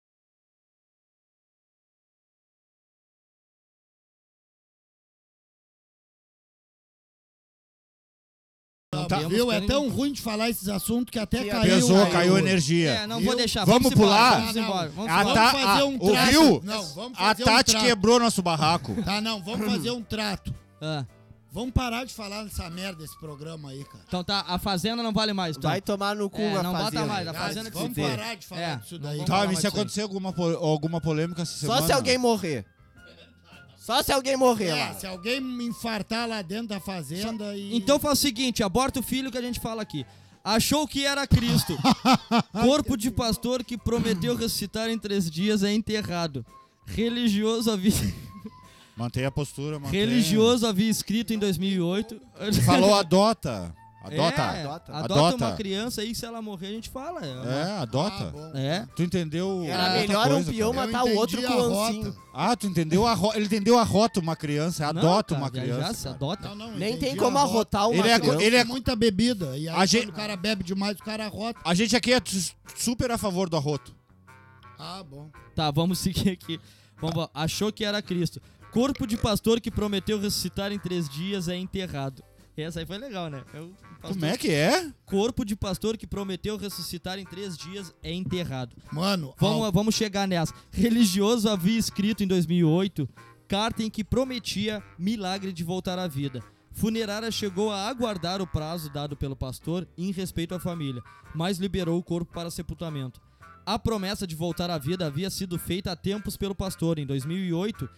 Speaker 3: Não,
Speaker 2: tá-
Speaker 3: viu? É
Speaker 2: Temos-
Speaker 3: tão ruim de falar esses assuntos que até
Speaker 6: Que
Speaker 3: caiu.
Speaker 5: Pesou, caiu,
Speaker 6: caiu.
Speaker 5: energia.
Speaker 2: É, não
Speaker 3: Viu?
Speaker 2: vou deixar.
Speaker 5: Vamos
Speaker 2: embora,
Speaker 5: pular? Ah, tá.
Speaker 2: Vamos
Speaker 3: Não, não.
Speaker 2: embora. Vamos
Speaker 5: A
Speaker 2: embora.
Speaker 5: ta-
Speaker 3: fazer
Speaker 5: a-
Speaker 3: um trato.
Speaker 5: ouviu?
Speaker 3: Não, vamos
Speaker 5: A
Speaker 3: fazer um
Speaker 5: Tati
Speaker 3: trato.
Speaker 5: quebrou nosso barraco.
Speaker 3: Tá, não, vamos fazer um trato.
Speaker 2: Ah,
Speaker 3: Vamos parar de falar dessa merda, esse programa aí, cara.
Speaker 2: então tá, a fazenda não vale mais. Então.
Speaker 6: Vai tomar no cu
Speaker 2: É,
Speaker 6: a
Speaker 2: não bota
Speaker 6: fazenda.
Speaker 2: mais, a
Speaker 3: Tá,
Speaker 2: fazenda que se
Speaker 3: vamos
Speaker 2: dê.
Speaker 3: parar de falar
Speaker 2: É,
Speaker 3: disso
Speaker 2: não
Speaker 3: daí.
Speaker 2: vamos
Speaker 5: Tá,
Speaker 2: falar
Speaker 5: e se
Speaker 2: mais disso
Speaker 5: acontecer alguma, po- alguma polêmica essa semana?
Speaker 6: Só se alguém morrer. Só se alguém morrer
Speaker 3: É,
Speaker 6: lá.
Speaker 3: se alguém me infartar lá dentro da fazenda
Speaker 2: aí.
Speaker 3: e.
Speaker 2: Então faz o seguinte: aborta o filho que a gente fala aqui. Achou que era Cristo. Corpo de pastor que prometeu ressuscitar em três dias é enterrado. Religioso havia,
Speaker 5: Mantenha a postura, mantenha.
Speaker 2: religioso havia escrito em 2008.
Speaker 5: Falou adota. Adota.
Speaker 2: É,
Speaker 6: Adota.
Speaker 2: adota.
Speaker 5: Adota.
Speaker 2: uma criança aí, se ela morrer, a gente fala.
Speaker 5: É,
Speaker 3: Ah,
Speaker 5: adota.
Speaker 3: bom.
Speaker 2: É.
Speaker 5: Tu entendeu?
Speaker 6: Era
Speaker 5: outra
Speaker 6: melhor um
Speaker 5: coisa,
Speaker 6: peão
Speaker 5: cara.
Speaker 3: Eu
Speaker 6: matar o outro
Speaker 3: entendi
Speaker 6: com
Speaker 3: a
Speaker 6: o
Speaker 3: rota.
Speaker 6: ancinho.
Speaker 5: Ah, tu entendeu a rota. Ele entendeu a rota uma criança.
Speaker 2: Não,
Speaker 5: Adota
Speaker 2: cara,
Speaker 5: uma
Speaker 2: já- Já
Speaker 5: criança.
Speaker 2: se adota.
Speaker 3: Não, não,
Speaker 6: Nem
Speaker 3: entendi
Speaker 6: tem como
Speaker 3: a rota.
Speaker 6: arrotar uma
Speaker 5: Ele é, co-
Speaker 6: criança.
Speaker 5: ele é
Speaker 3: É muita bebida. E aí,
Speaker 5: A
Speaker 3: quando
Speaker 5: gente-
Speaker 3: o cara bebe demais, o cara rota.
Speaker 5: A gente aqui é su- super a favor do arroto.
Speaker 3: Ah, bom.
Speaker 2: Tá, vamos seguir aqui. Vamos, lá. achou que era Cristo. Corpo de pastor que prometeu ressuscitar em três dias é enterrado. Essa aí foi legal, né? É o pastor-
Speaker 5: Como é que é?
Speaker 2: Corpo de pastor que prometeu ressuscitar em três dias é enterrado.
Speaker 3: Mano,
Speaker 2: Vamos,
Speaker 3: al-
Speaker 2: vamos chegar nessa. Religioso havia escrito em 2008 carta em que prometia milagre de voltar à vida. Funerária chegou a aguardar o prazo dado pelo pastor em respeito à família, mas liberou o corpo para sepultamento. A promessa de voltar à vida havia sido feita há tempos pelo pastor. Em 2008,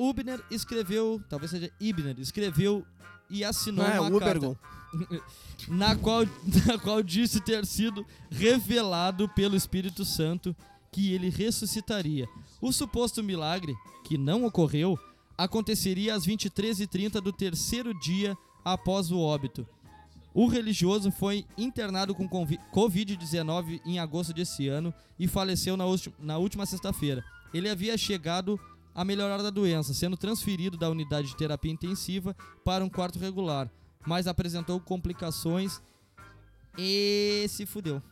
Speaker 2: Ubner escreveu, talvez seja Ibner, escreveu e assinou
Speaker 6: Não é,
Speaker 2: uma
Speaker 6: o
Speaker 2: carta
Speaker 6: Ubergon.
Speaker 2: na qual, na qual disse ter sido revelado pelo Espírito Santo que ele ressuscitaria. O suposto milagre, que não ocorreu, aconteceria às 23h30 do terceiro dia após o óbito. O religioso foi internado com convi- Covid-19 em agosto desse ano e faleceu na, ulti- na última sexta-feira. Ele havia chegado a melhorar da doença, sendo transferido da unidade de terapia intensiva para um quarto regular, mas apresentou complicações e se fudeu.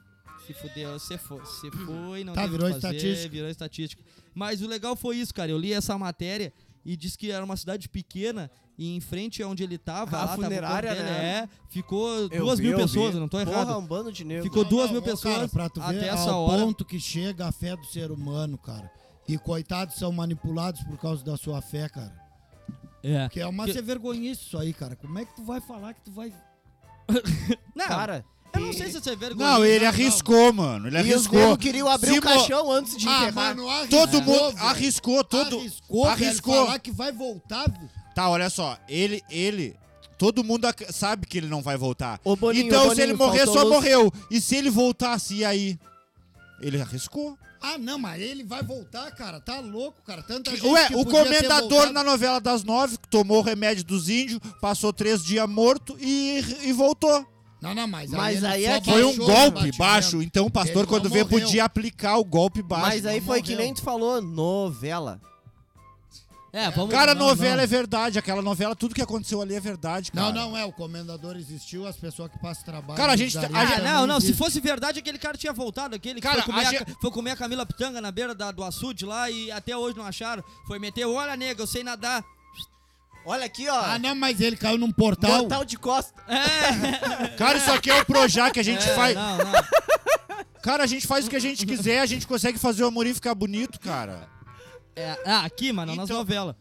Speaker 2: Se fudeu, se foi, se foi não
Speaker 3: Tá,
Speaker 2: teve o que
Speaker 3: virou
Speaker 2: fazer,
Speaker 3: estatística.
Speaker 2: virou estatística. Mas o legal foi isso, cara. Eu li essa matéria e diz que era uma cidade pequena e em frente a onde ele tava, lá, tá
Speaker 6: A
Speaker 2: tava o corpo
Speaker 6: funerária,
Speaker 2: dele,
Speaker 6: né?
Speaker 2: é, ficou
Speaker 6: Eu
Speaker 2: duas
Speaker 6: vi,
Speaker 2: mil
Speaker 6: eu vi.
Speaker 2: pessoas, eu não tô errado.
Speaker 6: Porra, um bando de negro.
Speaker 2: Ficou
Speaker 3: Não,
Speaker 2: duas
Speaker 3: não,
Speaker 2: mil
Speaker 3: ô,
Speaker 2: pessoas
Speaker 3: cara, pra tu
Speaker 2: até
Speaker 3: ver
Speaker 2: essa
Speaker 3: ao
Speaker 2: hora.
Speaker 3: ponto que chega a fé do ser humano, cara. E coitados são manipulados por causa da sua fé, cara.
Speaker 2: É.
Speaker 3: Que é uma
Speaker 2: Que-
Speaker 3: ser vergonhice isso aí, cara. Como é que tu vai falar que tu vai.
Speaker 2: Não,
Speaker 6: Cara,
Speaker 2: eu não sei se você é vergonha.
Speaker 5: Não, ele
Speaker 2: não.
Speaker 5: arriscou, mano. Ele
Speaker 6: e os
Speaker 5: arriscou.
Speaker 6: negros queriam abrir
Speaker 5: Se mo-
Speaker 6: o caixão É antes de enterrar.
Speaker 3: arriscou.
Speaker 5: Todo mundo arriscou, Ah, todo.
Speaker 3: Arriscou,
Speaker 5: arriscou.
Speaker 3: Velho, falar que vai voltar.
Speaker 5: Tá, olha só. Ele, ele. Todo mundo ac- sabe que ele não vai voltar.
Speaker 6: Ô, Boninho,
Speaker 5: então,
Speaker 6: ô,
Speaker 5: se ele
Speaker 6: Boninho,
Speaker 5: morrer,
Speaker 6: faltou
Speaker 5: só
Speaker 6: luz.
Speaker 5: morreu. E se ele voltasse, e aí? Ele arriscou.
Speaker 3: Ah, não, mas ele vai voltar, cara. Tá louco, cara. Tanta gente.
Speaker 5: Ué,
Speaker 3: que
Speaker 5: o
Speaker 3: podia ter
Speaker 5: comendador
Speaker 3: voltado.
Speaker 5: na novela das nove tomou o remédio dos índios, passou três dias morto e, e voltou.
Speaker 3: Não, não, mas,
Speaker 6: Mas
Speaker 3: ele
Speaker 6: aí
Speaker 3: só
Speaker 6: é que-
Speaker 5: Foi um
Speaker 3: baixou o
Speaker 5: golpe
Speaker 3: batimento.
Speaker 5: baixo. Então o pastor,
Speaker 3: Ele
Speaker 5: quando
Speaker 3: não
Speaker 5: vê,
Speaker 3: morreu.
Speaker 5: podia aplicar o golpe baixo.
Speaker 6: Mas aí
Speaker 3: não
Speaker 6: foi
Speaker 3: morreu.
Speaker 6: que nem tu falou, novela.
Speaker 2: É, vamos
Speaker 5: Cara, a
Speaker 2: não,
Speaker 5: novela
Speaker 2: não.
Speaker 5: é verdade. Aquela novela, tudo que aconteceu ali é verdade, cara.
Speaker 3: Não, não, é. O comendador existiu, as pessoas que passam trabalho.
Speaker 5: Cara, a gente tá-
Speaker 3: usaria
Speaker 5: a
Speaker 2: Ah,
Speaker 5: gente-
Speaker 3: também
Speaker 2: não, não, se
Speaker 3: existe.
Speaker 2: fosse verdade, aquele cara tinha voltado, aquele que
Speaker 5: Cara,
Speaker 2: foi, comer
Speaker 5: a
Speaker 2: a,
Speaker 5: gente-
Speaker 2: foi comer a Camila Pitanga na beira da- do açude lá e até hoje não acharam. Foi meter, olha, nega, eu sei nadar.
Speaker 6: Olha aqui, ó.
Speaker 3: Ah, não, mas ele caiu num portal.
Speaker 5: tá-
Speaker 6: Mortal de costa.
Speaker 2: É,
Speaker 5: Cara, isso aqui é o Projac que a gente
Speaker 2: é,
Speaker 5: faz.
Speaker 2: não, não.
Speaker 5: Cara, a gente faz o que a gente quiser, a gente consegue fazer o Amorim ficar bonito, cara.
Speaker 2: É, ah, aqui, mano, nas
Speaker 5: Então-
Speaker 2: novelas.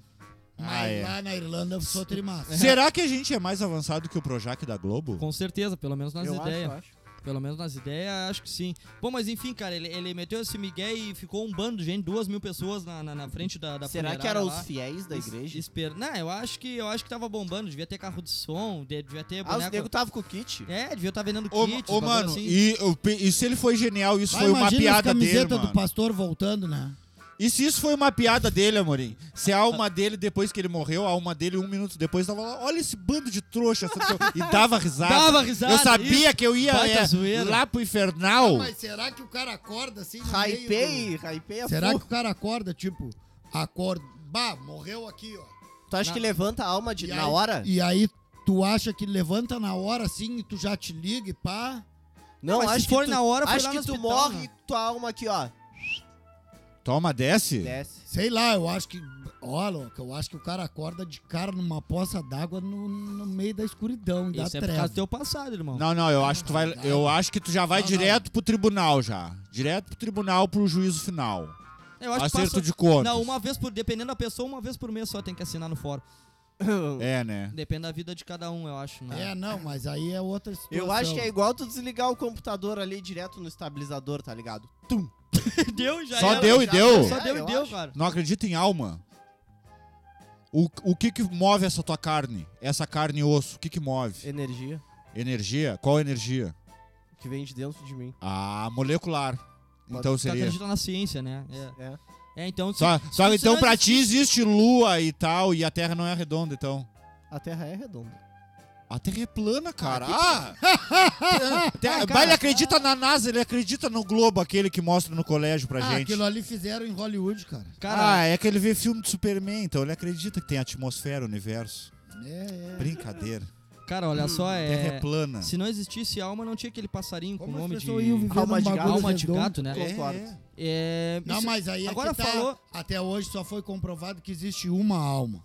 Speaker 3: Mas né?
Speaker 5: Ah, é.
Speaker 3: lá na Irlanda eu sou trimassa.
Speaker 5: Será que a gente é mais avançado que o Projac da Globo?
Speaker 2: Com certeza, pelo menos nas
Speaker 6: Eu acho,
Speaker 2: ideias.
Speaker 6: eu acho.
Speaker 2: Pelo menos nas ideias, acho que sim. Bom, mas enfim, cara, ele, ele meteu esse migué e ficou um bando de gente, duas mil pessoas na, na, na frente da, da
Speaker 6: Será que
Speaker 2: funerária
Speaker 6: eram
Speaker 2: lá.
Speaker 6: os fiéis da
Speaker 2: Es-
Speaker 6: igreja?
Speaker 2: Esper... Não, eu acho que eu acho que tava bombando, devia ter carro de som, de- devia ter
Speaker 6: Ah, os
Speaker 2: é boneco.
Speaker 3: tá-
Speaker 6: negros estavam com o kit.
Speaker 2: É, devia estar vendendo
Speaker 5: Ô,
Speaker 2: kit,
Speaker 5: ô,
Speaker 2: bagulho
Speaker 5: mano,
Speaker 2: assim.
Speaker 5: e, o pe- e se ele foi genial, isso
Speaker 3: Vai,
Speaker 5: foi uma
Speaker 3: imagina
Speaker 5: piada
Speaker 3: as
Speaker 5: dele,
Speaker 3: camiseta
Speaker 5: mano.
Speaker 3: do pastor voltando, né?
Speaker 5: E se isso foi uma piada dele, Amorim? Se a alma dele, depois que ele morreu, a alma dele, um minuto depois, tava lá, olha esse bando de trouxa. essa pessoa", E dava risada.
Speaker 2: Dava risada,
Speaker 5: Eu sabia que eu ia
Speaker 2: Baita
Speaker 5: é,
Speaker 2: zoeira.
Speaker 5: lá pro infernal.
Speaker 3: Ah, Mas será que o cara acorda assim? no meio
Speaker 6: Hypei, hypei a
Speaker 3: do- Será
Speaker 6: fu-
Speaker 3: que o cara acorda, tipo, acorda. Bah, morreu aqui, ó.
Speaker 6: Tu acha
Speaker 2: Na-
Speaker 6: que levanta a alma de,
Speaker 3: E
Speaker 6: na
Speaker 3: aí-
Speaker 6: hora?
Speaker 5: É.
Speaker 3: E aí tu acha que levanta na hora assim e tu já te liga e pá.
Speaker 6: Não,
Speaker 2: Mas se
Speaker 6: acho que
Speaker 2: for
Speaker 6: tu,
Speaker 2: na hora, foi
Speaker 6: acho
Speaker 2: lá
Speaker 6: que
Speaker 2: no
Speaker 6: tu
Speaker 2: hospital,
Speaker 6: morre
Speaker 2: né?
Speaker 6: e tua alma aqui, ó,
Speaker 5: Toma, desce.
Speaker 3: É.
Speaker 6: desce.
Speaker 3: Sei lá, eu acho que. Olha, louco, eu acho que o cara acorda de cara numa poça d'água no, no meio da escuridão e da
Speaker 2: Isso é por causa
Speaker 3: treva.
Speaker 2: do teu passado, irmão.
Speaker 5: Não, não, eu acho que tu vai. Eu acho que tu já vai
Speaker 3: Não, não.
Speaker 5: direto pro tribunal já. Direto pro tribunal pro juízo final.
Speaker 2: eu acho que
Speaker 5: Acerto
Speaker 2: passa...
Speaker 5: de contas.
Speaker 2: Não, uma vez por... Dependendo da pessoa, uma vez por mês só tem que assinar no fórum.
Speaker 5: É, né?
Speaker 2: Depende da vida de cada um, eu acho. Né?
Speaker 3: É, não, mas aí é outra situação.
Speaker 6: Eu acho que é igual tu desligar o computador ali direto no estabilizador, tá ligado?
Speaker 2: deu já
Speaker 5: Só
Speaker 2: era.
Speaker 5: deu e deu.
Speaker 2: Só
Speaker 6: É,
Speaker 2: deu
Speaker 6: eu
Speaker 2: e deu,
Speaker 6: acho.
Speaker 2: cara.
Speaker 5: Não acredita em alma? O, o que que move essa tua carne? Essa carne e osso, o que que move?
Speaker 6: Energia
Speaker 2: É.
Speaker 5: Energia? Qual energia?
Speaker 6: que vem de dentro de mim.
Speaker 5: Ah, molecular.
Speaker 6: Pode
Speaker 5: Então
Speaker 2: Você
Speaker 5: seria.
Speaker 2: acredita na ciência, né? É.
Speaker 6: É.
Speaker 2: É, então... se-
Speaker 5: Só, só
Speaker 2: se
Speaker 5: então
Speaker 2: não
Speaker 5: pra
Speaker 2: existe-
Speaker 5: ti existe lua e tal, e a Terra não é redonda, então.
Speaker 6: A Terra é redonda.
Speaker 5: A Terra é plana, cara. Ah! Te- bah, ele acredita na NASA, ele acredita no globo, aquele que mostra no colégio pra
Speaker 3: Ah,
Speaker 5: gente.
Speaker 3: aquilo ali fizeram em Hollywood, cara.
Speaker 2: Cara,
Speaker 5: ah, é que ele vê filme de Superman, então ele acredita que tem atmosfera, universo.
Speaker 3: É, é.
Speaker 5: Brincadeira.
Speaker 2: cara, olha só,
Speaker 5: Terra é
Speaker 2: é.
Speaker 5: plana.
Speaker 2: Se não existisse alma, não tinha aquele passarinho com o
Speaker 3: Como as
Speaker 2: nome de.
Speaker 3: pessoas iam viver
Speaker 6: Alma
Speaker 3: num
Speaker 6: de
Speaker 3: bagulho
Speaker 2: Alma de
Speaker 3: redondo?
Speaker 2: gato, né?
Speaker 5: É,
Speaker 6: Concordo.
Speaker 5: é.
Speaker 2: É,
Speaker 3: Não,
Speaker 2: isso-
Speaker 3: mas aí é
Speaker 2: Agora
Speaker 3: que tá,
Speaker 2: falou.
Speaker 3: até hoje só foi comprovado que existe uma alma.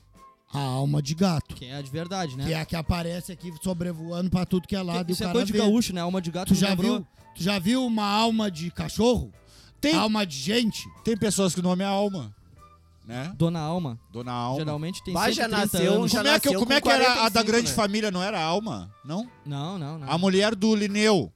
Speaker 3: A alma de gato.
Speaker 2: Que é a de verdade, né?
Speaker 3: Que é a que aparece aqui sobrevoando pra tudo que é lado. e o
Speaker 2: Isso é
Speaker 3: cara
Speaker 2: coisa de
Speaker 3: vê.
Speaker 2: gaúcho, né? Alma de gato
Speaker 3: Tu
Speaker 2: me
Speaker 3: já
Speaker 2: lembrou.
Speaker 3: viu? Tu já viu uma alma de cachorro?
Speaker 5: Tem,
Speaker 3: Alma de gente?
Speaker 5: tem pessoas que o nome é Alma. Né?
Speaker 2: Dona Alma.
Speaker 5: Dona Alma.
Speaker 2: Geralmente tem
Speaker 6: Bah,
Speaker 2: 130
Speaker 6: já nasceu,
Speaker 2: anos.
Speaker 6: já-
Speaker 5: Como é que,
Speaker 6: nasceu
Speaker 5: como é
Speaker 6: com
Speaker 5: que era a da
Speaker 6: 45,
Speaker 5: grande
Speaker 6: né?
Speaker 5: família? Não era Alma? Não?
Speaker 6: um-
Speaker 2: Não, não, não.
Speaker 5: A mulher do Lineu.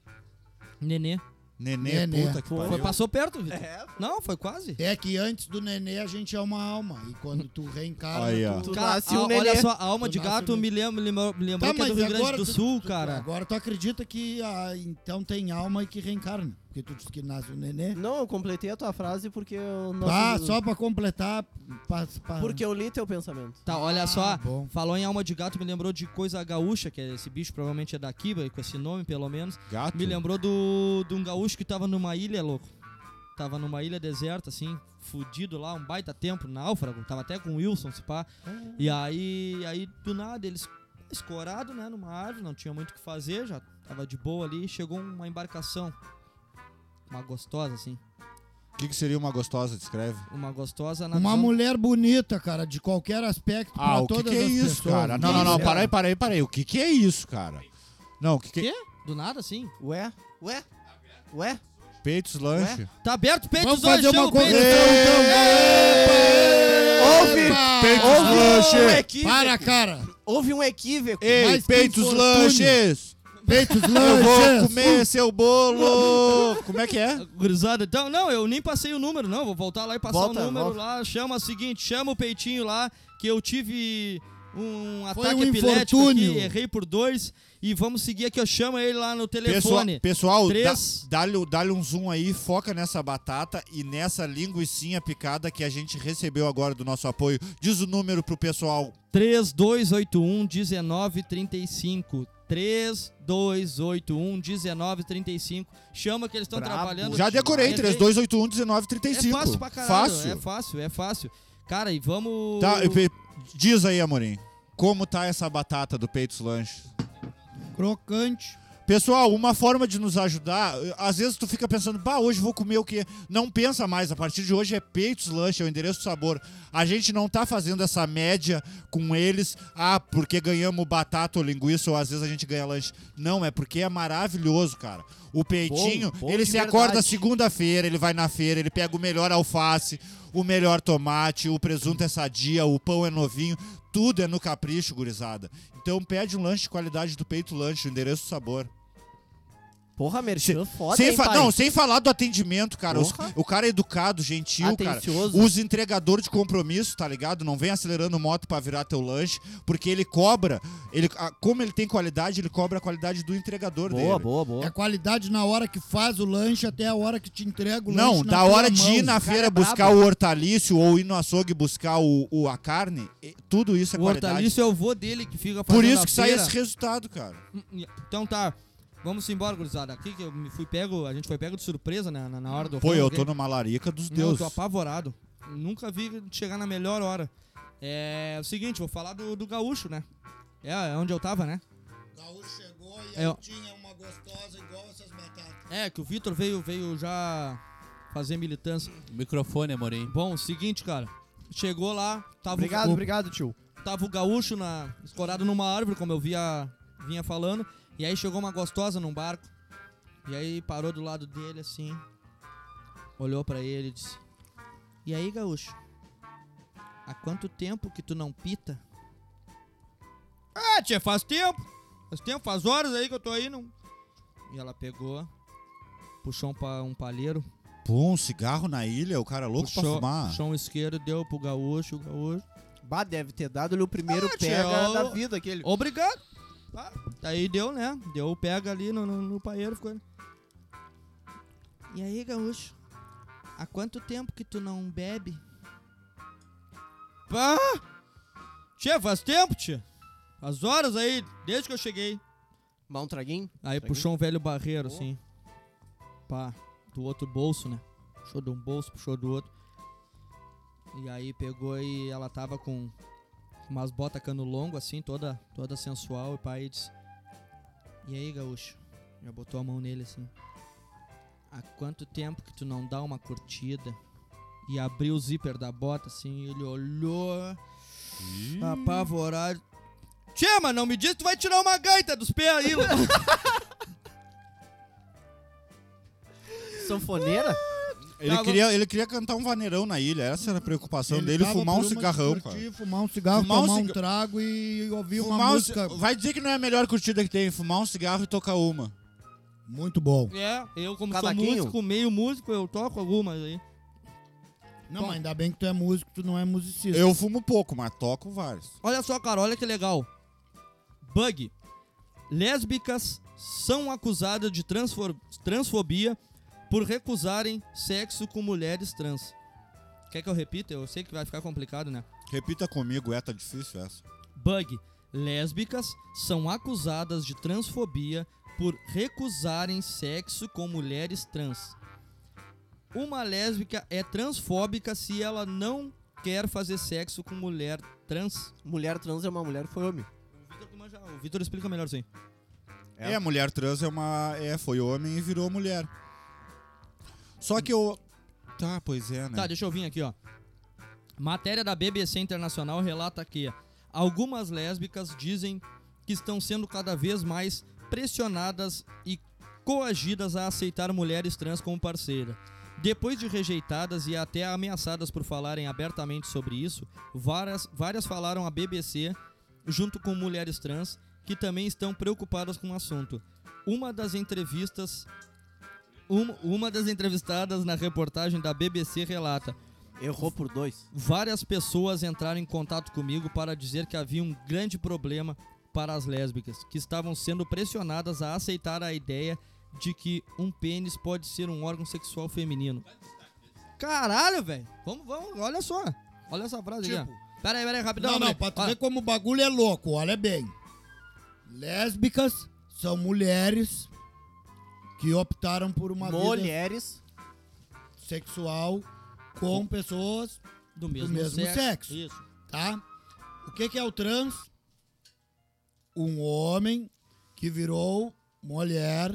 Speaker 2: Nenê.
Speaker 5: Nenê,
Speaker 3: Nenê.
Speaker 5: puta que
Speaker 6: Foi.
Speaker 2: Foi,
Speaker 5: pariu.
Speaker 2: passou perto, Vitor?
Speaker 6: É,
Speaker 2: Não, foi quase.
Speaker 3: É que antes do nenê a gente é uma alma. E quando tu reencarna.
Speaker 5: Aí, ó.
Speaker 3: tu...
Speaker 6: tu
Speaker 2: Cara,
Speaker 6: nasce um
Speaker 2: a- olha
Speaker 6: nenê.
Speaker 2: só, a alma de
Speaker 3: nasce
Speaker 2: gato
Speaker 3: um
Speaker 2: me lembra, me lembra- me lembrou
Speaker 3: Tá,
Speaker 2: que é do
Speaker 3: mas
Speaker 2: Rio Grande
Speaker 3: agora
Speaker 2: do
Speaker 3: tu-
Speaker 2: Sul,
Speaker 3: tu-
Speaker 2: cara.
Speaker 3: Agora tu acredita que ah, então tem alma e que reencarna. Porque tu disse que nasce um nenê.
Speaker 6: Não, eu completei a tua frase porque eu não.
Speaker 3: Ah, só pra completar. Pra, pra...
Speaker 6: Porque eu li teu pensamento.
Speaker 2: Tá, olha
Speaker 3: Ah,
Speaker 2: só.
Speaker 3: bom.
Speaker 2: Falou em alma de gato, me lembrou de coisa gaúcha, que esse bicho provavelmente é daqui, com esse nome pelo menos.
Speaker 5: Gato.
Speaker 2: Me lembrou do, de um gaúcho que tava numa ilha, louco. Tava numa ilha deserta, assim, fudido lá, um baita tempo, náufrago. Tava até com o Wilson, se pá. E
Speaker 3: Ah.
Speaker 2: aí, aí do nada, eles escorado, né, numa árvore, não tinha muito o que fazer, já tava de boa ali. Chegou uma embarcação, uma gostosa, assim.
Speaker 5: O que, que seria uma gostosa? Descreve.
Speaker 2: Uma gostosa na
Speaker 3: Uma
Speaker 2: visão-
Speaker 3: mulher bonita, cara, de qualquer aspecto.
Speaker 5: Ah,
Speaker 3: pra
Speaker 5: o que,
Speaker 3: todas
Speaker 5: que é
Speaker 3: as
Speaker 5: isso,
Speaker 3: pessoas.
Speaker 5: cara? Não,
Speaker 2: Que
Speaker 5: não, não,
Speaker 2: isso, cara?
Speaker 5: para aí, para aí, para aí. O que, que é isso, cara? Não, o que, é? que
Speaker 2: Quê? Do nada, assim.
Speaker 6: Ué? Ué? Ué?
Speaker 5: Peitos, lanche.
Speaker 2: Tá aberto, peitos
Speaker 3: Vamos
Speaker 2: hoje,
Speaker 3: fazer
Speaker 2: chama
Speaker 3: uma
Speaker 2: o peitos.
Speaker 3: correção então. Epa,
Speaker 6: Ouve,
Speaker 3: epa.
Speaker 5: Peitos,
Speaker 6: Houve um
Speaker 5: lanche.
Speaker 6: equívoco.
Speaker 3: Para, cara!
Speaker 6: Houve um equívoco.
Speaker 5: Ei,
Speaker 3: Mas que
Speaker 5: peitos,
Speaker 3: infortúnio.
Speaker 5: lanches.
Speaker 3: Peitos
Speaker 5: Eu vou
Speaker 3: lanches!
Speaker 5: comer seu bolo. Como é que é?
Speaker 2: Gurizada, então, não, eu nem passei o número, não. Vou voltar lá e passar
Speaker 6: Volta,
Speaker 2: o número
Speaker 6: volta.
Speaker 2: lá. Chama o seguinte, chama o peitinho lá, que eu tive um ataque
Speaker 3: um
Speaker 2: epilético
Speaker 3: infortúnio.
Speaker 2: aqui, errei por dois. E vamos seguir aqui, ó. Chama ele lá no
Speaker 5: Pessoal,
Speaker 2: telefone.
Speaker 5: pessoal
Speaker 2: Três.
Speaker 5: dá- dá-lhe dá um zoom aí, foca nessa batata e nessa linguicinha picada que a gente recebeu agora do nosso apoio. Diz o número pro pessoal.
Speaker 2: 3281 1935. 3281 1935. Chama que eles estão
Speaker 6: Brabo.
Speaker 2: trabalhando.
Speaker 5: Já decorei,
Speaker 2: É,
Speaker 5: 3281 1935.
Speaker 2: É fácil pra caralho. É fácil, é fácil. Cara, e vamos.
Speaker 5: Tá, e pe- diz aí, Amorim, como tá essa batata do Peitos Lanche?
Speaker 3: Crocante.
Speaker 5: Pessoal, uma forma de nos ajudar, eh, às vezes tu fica pensando, bah, hoje vou comer o quê? Não pensa mais, a partir de hoje é Peitos Lanche, é o endereço do sabor. A gente não tá fazendo essa média com eles, ah, porque ganhamos batata ou linguiça, ou às vezes a gente ganha lanche. Não, é porque é maravilhoso, cara. O peitinho,
Speaker 6: Bom, bom
Speaker 5: ele
Speaker 6: de
Speaker 5: se acorda
Speaker 6: verdade.
Speaker 5: segunda-feira, ele vai na feira, ele pega o melhor alface, o melhor tomate, o presunto é sadia, o pão é novinho, tudo é no capricho, gurizada. Então pede um lanche de qualidade do Peito Lanche, o endereço do sabor.
Speaker 6: Porra, merchan, foda,
Speaker 5: Sem
Speaker 6: hein,
Speaker 5: fa-
Speaker 6: pai?
Speaker 5: Não, sem falar do atendimento, cara. Os-
Speaker 6: Porra.
Speaker 5: o cara é educado, gentil,
Speaker 6: Atencioso.
Speaker 5: cara. Os entregador de compromisso, tá ligado? Não vem acelerando moto pra virar teu lanche, porque ele cobra. Ele, a- como ele tem qualidade, ele cobra a qualidade do entregador dele.
Speaker 6: Boa, boa, boa.
Speaker 3: É qualidade na hora que faz o lanche até a hora que te entrega o lanche.
Speaker 5: Não,
Speaker 3: na
Speaker 5: da
Speaker 3: tua
Speaker 5: hora de
Speaker 3: mão.
Speaker 5: ir na feira buscar o hortalício ou ir no açougue buscar o, o- a carne, e- tudo isso é
Speaker 2: O
Speaker 5: qualidade.
Speaker 2: hortaliço é o vô dele que fica fazendo
Speaker 5: Por isso
Speaker 2: a
Speaker 5: que sai
Speaker 2: feira.
Speaker 5: esse resultado, cara.
Speaker 2: Então tá. Vamos embora, gurizada. Aqui que eu me fui pego, a gente foi pego de surpresa né, na, na hora do
Speaker 5: Pô,
Speaker 2: rango
Speaker 5: eu
Speaker 2: aqui.
Speaker 5: tô numa larica dos
Speaker 2: Não, eu
Speaker 5: deuses.
Speaker 2: tô apavorado. Nunca vi chegar na melhor hora. É, o seguinte, vou falar do, do gaúcho, né? É, é onde eu tava, né?
Speaker 3: Gaúcho chegou e
Speaker 2: É, ó.
Speaker 3: aí tinha uma gostosa igual essas batatas.
Speaker 2: É, que o Vitor veio, veio já fazer militância.
Speaker 7: Microfone, Amorim.
Speaker 2: Bom, o seguinte, cara. Chegou lá, tava
Speaker 6: Obrigado,
Speaker 2: o,
Speaker 6: obrigado, tio.
Speaker 2: tava o gaúcho na, escorado numa árvore, como eu via, vinha falando. E aí chegou uma gostosa num barco. E aí parou do lado dele assim. Olhou pra ele e disse: E aí, gaúcho? Há quanto tempo que tu não pita? Ah, tia, faz tempo. Faz tempo, faz horas aí que eu tô aí. Não... E ela pegou, puxou um, pa, um palheiro,
Speaker 5: Pô, um cigarro na ilha, o cara é louco pra
Speaker 2: puxou,
Speaker 5: fumar.
Speaker 2: puxou um isqueiro, deu pro gaúcho, o gaúcho.
Speaker 6: Bah, deve ter dado-lhe o primeiro
Speaker 2: Ah, tio,
Speaker 6: pega
Speaker 2: eu-
Speaker 6: da vida, aquele.
Speaker 2: Obrigado. Ah, Aí deu, né? Deu o pega ali no, no, no paeiro, ficou. ali. E aí, gaúcho? Há quanto tempo que tu não bebe? Pá! Tia, faz tempo, tia. As horas aí, desde que eu cheguei.
Speaker 6: Dá um traguinho?
Speaker 2: Aí
Speaker 6: Traguinho?
Speaker 2: puxou um velho barreiro, assim. Pá, do outro bolso, né? Puxou de um bolso, puxou do outro. E aí pegou e ela tava com umas botas cano longo, assim, toda, toda sensual. E pai disse: E aí, gaúcho? Já botou a mão nele, assim. Há quanto tempo que tu não dá uma curtida? E abriu o zíper da bota, assim, e ele olhou, apavorado. Tchê, mas não me diz que tu vai tirar uma gaita dos pés aí, Lu."
Speaker 6: Sanfoneira?
Speaker 5: Ele,
Speaker 2: Tá,
Speaker 5: queria, ele queria cantar um vaneirão na ilha, essa era a preocupação
Speaker 3: Ele
Speaker 5: dele,
Speaker 3: tava
Speaker 5: fumar um
Speaker 3: por uma de
Speaker 5: cigarrão,
Speaker 3: curtir,
Speaker 5: cara.
Speaker 3: Fumar um cigarro,
Speaker 5: Fumar um
Speaker 3: tomar um,
Speaker 5: ciga-
Speaker 3: trago e ouvir uma
Speaker 5: Fumar um ci-
Speaker 3: música.
Speaker 5: Vai dizer que não é a melhor curtida que tem, fumar um cigarro e tocar uma.
Speaker 3: Muito bom.
Speaker 2: É, eu como
Speaker 6: Cavaquinho?
Speaker 2: sou músico, meio músico, eu toco algumas aí.
Speaker 3: Não, mas ainda bem que tu é músico, tu não é musicista.
Speaker 5: Eu fumo pouco, mas toco vários.
Speaker 2: Olha só, cara, olha que legal. Bug. Lésbicas são acusadas de transfor- transfobia por recusarem sexo com mulheres trans. Quer que eu repita? Eu sei que vai ficar complicado, né?
Speaker 5: Repita comigo, é, tá difícil essa.
Speaker 2: Bug. Lésbicas são acusadas de transfobia por recusarem sexo com mulheres trans. Uma lésbica é transfóbica se ela não quer fazer sexo com mulher trans.
Speaker 6: Mulher trans é uma mulher foi homem.
Speaker 2: O Vitor explica melhor isso aí.
Speaker 5: É, mulher trans é uma. É, foi homem e virou mulher. Só que eu. Tá, pois é, né?
Speaker 2: Tá, deixa eu vir aqui, ó. Matéria da BBC Internacional relata que algumas lésbicas dizem que estão sendo cada vez mais pressionadas e coagidas a aceitar mulheres trans como parceira. Depois de rejeitadas e até ameaçadas por falarem abertamente sobre isso, várias, várias falaram à BBC, junto com mulheres trans, que também estão preocupadas com o assunto. Uma das entrevistas um- uma das entrevistadas na reportagem da BBC relata:
Speaker 6: Errou por dois.
Speaker 2: várias pessoas entraram em contato comigo para dizer que havia um grande problema para as lésbicas, que estavam sendo pressionadas a aceitar a ideia de que um pênis pode ser um órgão sexual feminino. Caralho, velho! Vamos, vamos, olha só. Olha essa frase aqui, ó. Pera aí, pera aí, rapidão.
Speaker 3: Tipo, Não, não,
Speaker 2: moleque.
Speaker 3: pra tu
Speaker 2: Olha.
Speaker 3: ver como o bagulho é louco, olha bem. Lésbicas são mulheres que optaram por uma vida
Speaker 6: Mulheres.
Speaker 3: sexual com pessoas,
Speaker 2: do mesmo,
Speaker 3: mesmo sexo.
Speaker 2: Isso.
Speaker 3: tá? O que, que é o trans? Um homem que virou mulher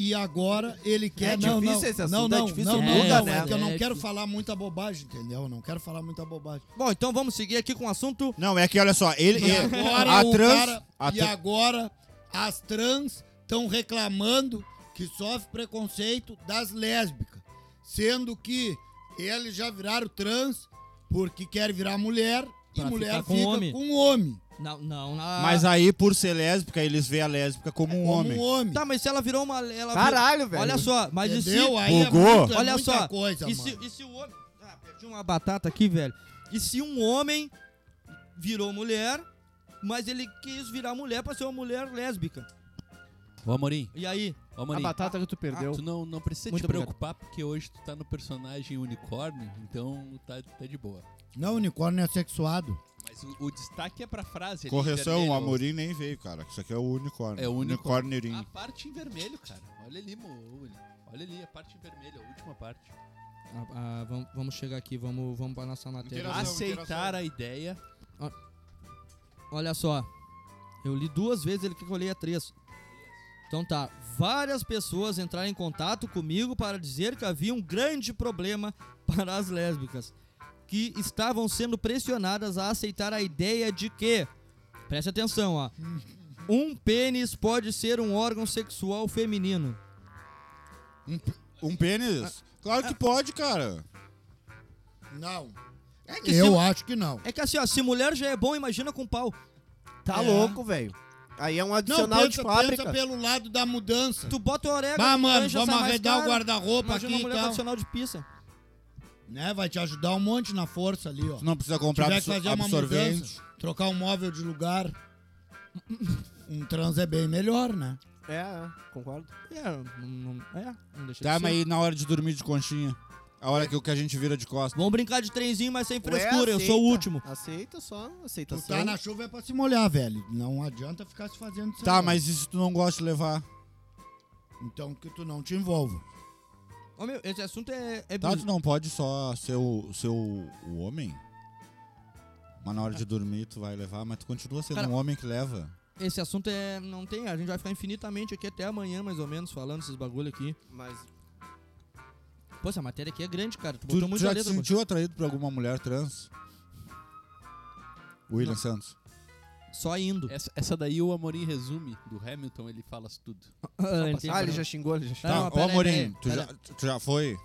Speaker 3: e agora ele quer... não,
Speaker 6: É difícil
Speaker 3: não,
Speaker 6: esse assunto,
Speaker 3: não,
Speaker 6: é
Speaker 3: não,
Speaker 6: difícil,
Speaker 3: não, não,
Speaker 2: muda,
Speaker 3: não,
Speaker 2: né?
Speaker 3: é que eu não
Speaker 2: É
Speaker 3: quero
Speaker 2: que-
Speaker 3: falar muita bobagem, entendeu? Eu não quero falar muita bobagem.
Speaker 2: Bom, então vamos seguir aqui com o assunto.
Speaker 5: Não, é que olha só, ele.
Speaker 3: E
Speaker 5: é-
Speaker 3: agora,
Speaker 5: a
Speaker 3: o
Speaker 5: trans.
Speaker 3: cara-
Speaker 5: a
Speaker 3: e
Speaker 5: tra-
Speaker 3: agora as trans estão reclamando que sofre preconceito das lésbicas. Sendo que eles já viraram trans porque quer virar mulher e
Speaker 2: Pra
Speaker 3: mulher
Speaker 2: ficar com
Speaker 3: fica
Speaker 2: homem.
Speaker 3: com homem.
Speaker 2: Não, não, na...
Speaker 5: Mas aí, por ser lésbica, eles veem a lésbica como um
Speaker 3: Como
Speaker 5: homem.
Speaker 3: um homem.
Speaker 2: Tá, mas se ela virou uma. Ela
Speaker 6: Caralho, velho.
Speaker 2: Olha só, mas e se
Speaker 3: entendeu? Aí é
Speaker 5: Bugou.
Speaker 3: muito- é
Speaker 2: Olha
Speaker 3: muita
Speaker 2: só,
Speaker 3: coisa,
Speaker 2: e,
Speaker 3: mano.
Speaker 2: se, e se o homem. Ah, perdi uma batata aqui, velho. E se um homem virou mulher, mas ele quis virar mulher pra ser uma mulher lésbica?
Speaker 7: Ô, Amorim,
Speaker 2: E aí?
Speaker 7: ô,
Speaker 4: A
Speaker 7: Amorim.
Speaker 4: batata que tu perdeu.
Speaker 7: Ah, Tu não, não precisa
Speaker 4: Muito
Speaker 7: te
Speaker 4: obrigado.
Speaker 7: preocupar, porque hoje tu tá no personagem unicórnio, então tá, tá de boa.
Speaker 3: Não, unicórnio é sexuado.
Speaker 7: Mas o, o destaque é pra frase. ali,
Speaker 5: Correção,
Speaker 7: vermelho.
Speaker 5: o Amorim nem veio, cara. Isso aqui é o unicórnio.
Speaker 7: É o unicórnio.
Speaker 5: Unicórniorinho.
Speaker 7: A parte em vermelho, cara. Olha ali, mo- olha- Olha ali, a parte em vermelho, a última parte.
Speaker 2: Ah, vamos, chegar aqui, vamos, vamos pra nossa matéria.
Speaker 5: Interação,
Speaker 7: Aceitar
Speaker 5: interação.
Speaker 7: a ideia.
Speaker 2: Olha só. Eu li duas vezes, ele quer que eu leia três. Então tá. Várias pessoas entraram em contato comigo para dizer que havia um grande problema para as lésbicas. Que estavam sendo pressionadas a aceitar a ideia de que. Preste atenção, ó. Um pênis pode ser um órgão sexual feminino.
Speaker 5: Um pênis? Claro que pode, cara.
Speaker 3: Não.
Speaker 2: É que,
Speaker 3: Eu
Speaker 2: se,
Speaker 3: acho que não.
Speaker 2: é que assim, ó, se mulher já é bom, imagina com pau.
Speaker 6: Tá
Speaker 3: É.
Speaker 6: louco, velho. Aí é um
Speaker 3: Não,
Speaker 6: adicional de
Speaker 3: pensa,
Speaker 6: fábrica.
Speaker 3: pensa pelo lado da mudança.
Speaker 2: Tu bota o orégano,
Speaker 3: Bah,
Speaker 2: tu
Speaker 3: mano,
Speaker 2: canja,
Speaker 3: vamos
Speaker 2: sai mais
Speaker 3: arredar o
Speaker 2: caro.
Speaker 3: guarda-roupa
Speaker 2: Imagina
Speaker 3: aqui então.
Speaker 2: uma
Speaker 3: e
Speaker 2: mulher
Speaker 3: tal.
Speaker 2: tradicional de pizza.
Speaker 3: Né, vai te ajudar um monte na força ali, ó.
Speaker 5: Não precisa comprar
Speaker 3: tiver que
Speaker 5: absor-
Speaker 3: fazer uma
Speaker 5: absorvente.
Speaker 3: mudança, trocar um móvel de lugar, um trans é bem melhor, né?
Speaker 6: É, é, concordo.
Speaker 2: É, não, não- é, não deixa
Speaker 5: Tá,
Speaker 2: de ser.
Speaker 5: mas aí na hora de dormir de conchinha. A hora que o que a gente vira de costas.
Speaker 2: Vamos brincar de trenzinho, mas sem
Speaker 6: Ué,
Speaker 2: frescura, eu
Speaker 6: aceita.
Speaker 2: sou o último.
Speaker 6: Aceita só, aceita
Speaker 3: Tu tá na chuva é pra se molhar, velho. Não adianta ficar se fazendo isso.
Speaker 5: Tá,
Speaker 3: aí.
Speaker 5: mas e se tu não gosta de levar?
Speaker 3: Então que tu não te envolva.
Speaker 2: Ô, meu, esse assunto é, é
Speaker 5: Tá,
Speaker 2: bis-
Speaker 5: tu não pode só ser o, ser o, o homem? Mas na hora de dormir tu vai levar, mas tu continua sendo
Speaker 2: Cara-
Speaker 5: um homem que leva.
Speaker 2: Esse assunto é. Não tem. A gente vai ficar infinitamente aqui até amanhã, mais ou menos, falando esses bagulho aqui.
Speaker 6: Mas tá
Speaker 2: Pô, essa matéria aqui é grande, cara. Tu
Speaker 5: Tu,
Speaker 2: botou
Speaker 5: tu
Speaker 2: muita
Speaker 5: já te
Speaker 2: letra. mano.
Speaker 5: sentiu atraído por alguma mulher trans? William Santos.
Speaker 2: Só indo. Ah,
Speaker 7: Essa, essa daí o Amorim resume do Hamilton, ele fala tudo.
Speaker 2: Ah, entendi.
Speaker 6: Ah, ele já xingou, ele já xingou.
Speaker 2: Não, não,
Speaker 5: Tá, ô
Speaker 2: pera aí,
Speaker 5: Amorim,
Speaker 2: pera
Speaker 5: tu
Speaker 2: aí,
Speaker 5: já, tu já foi?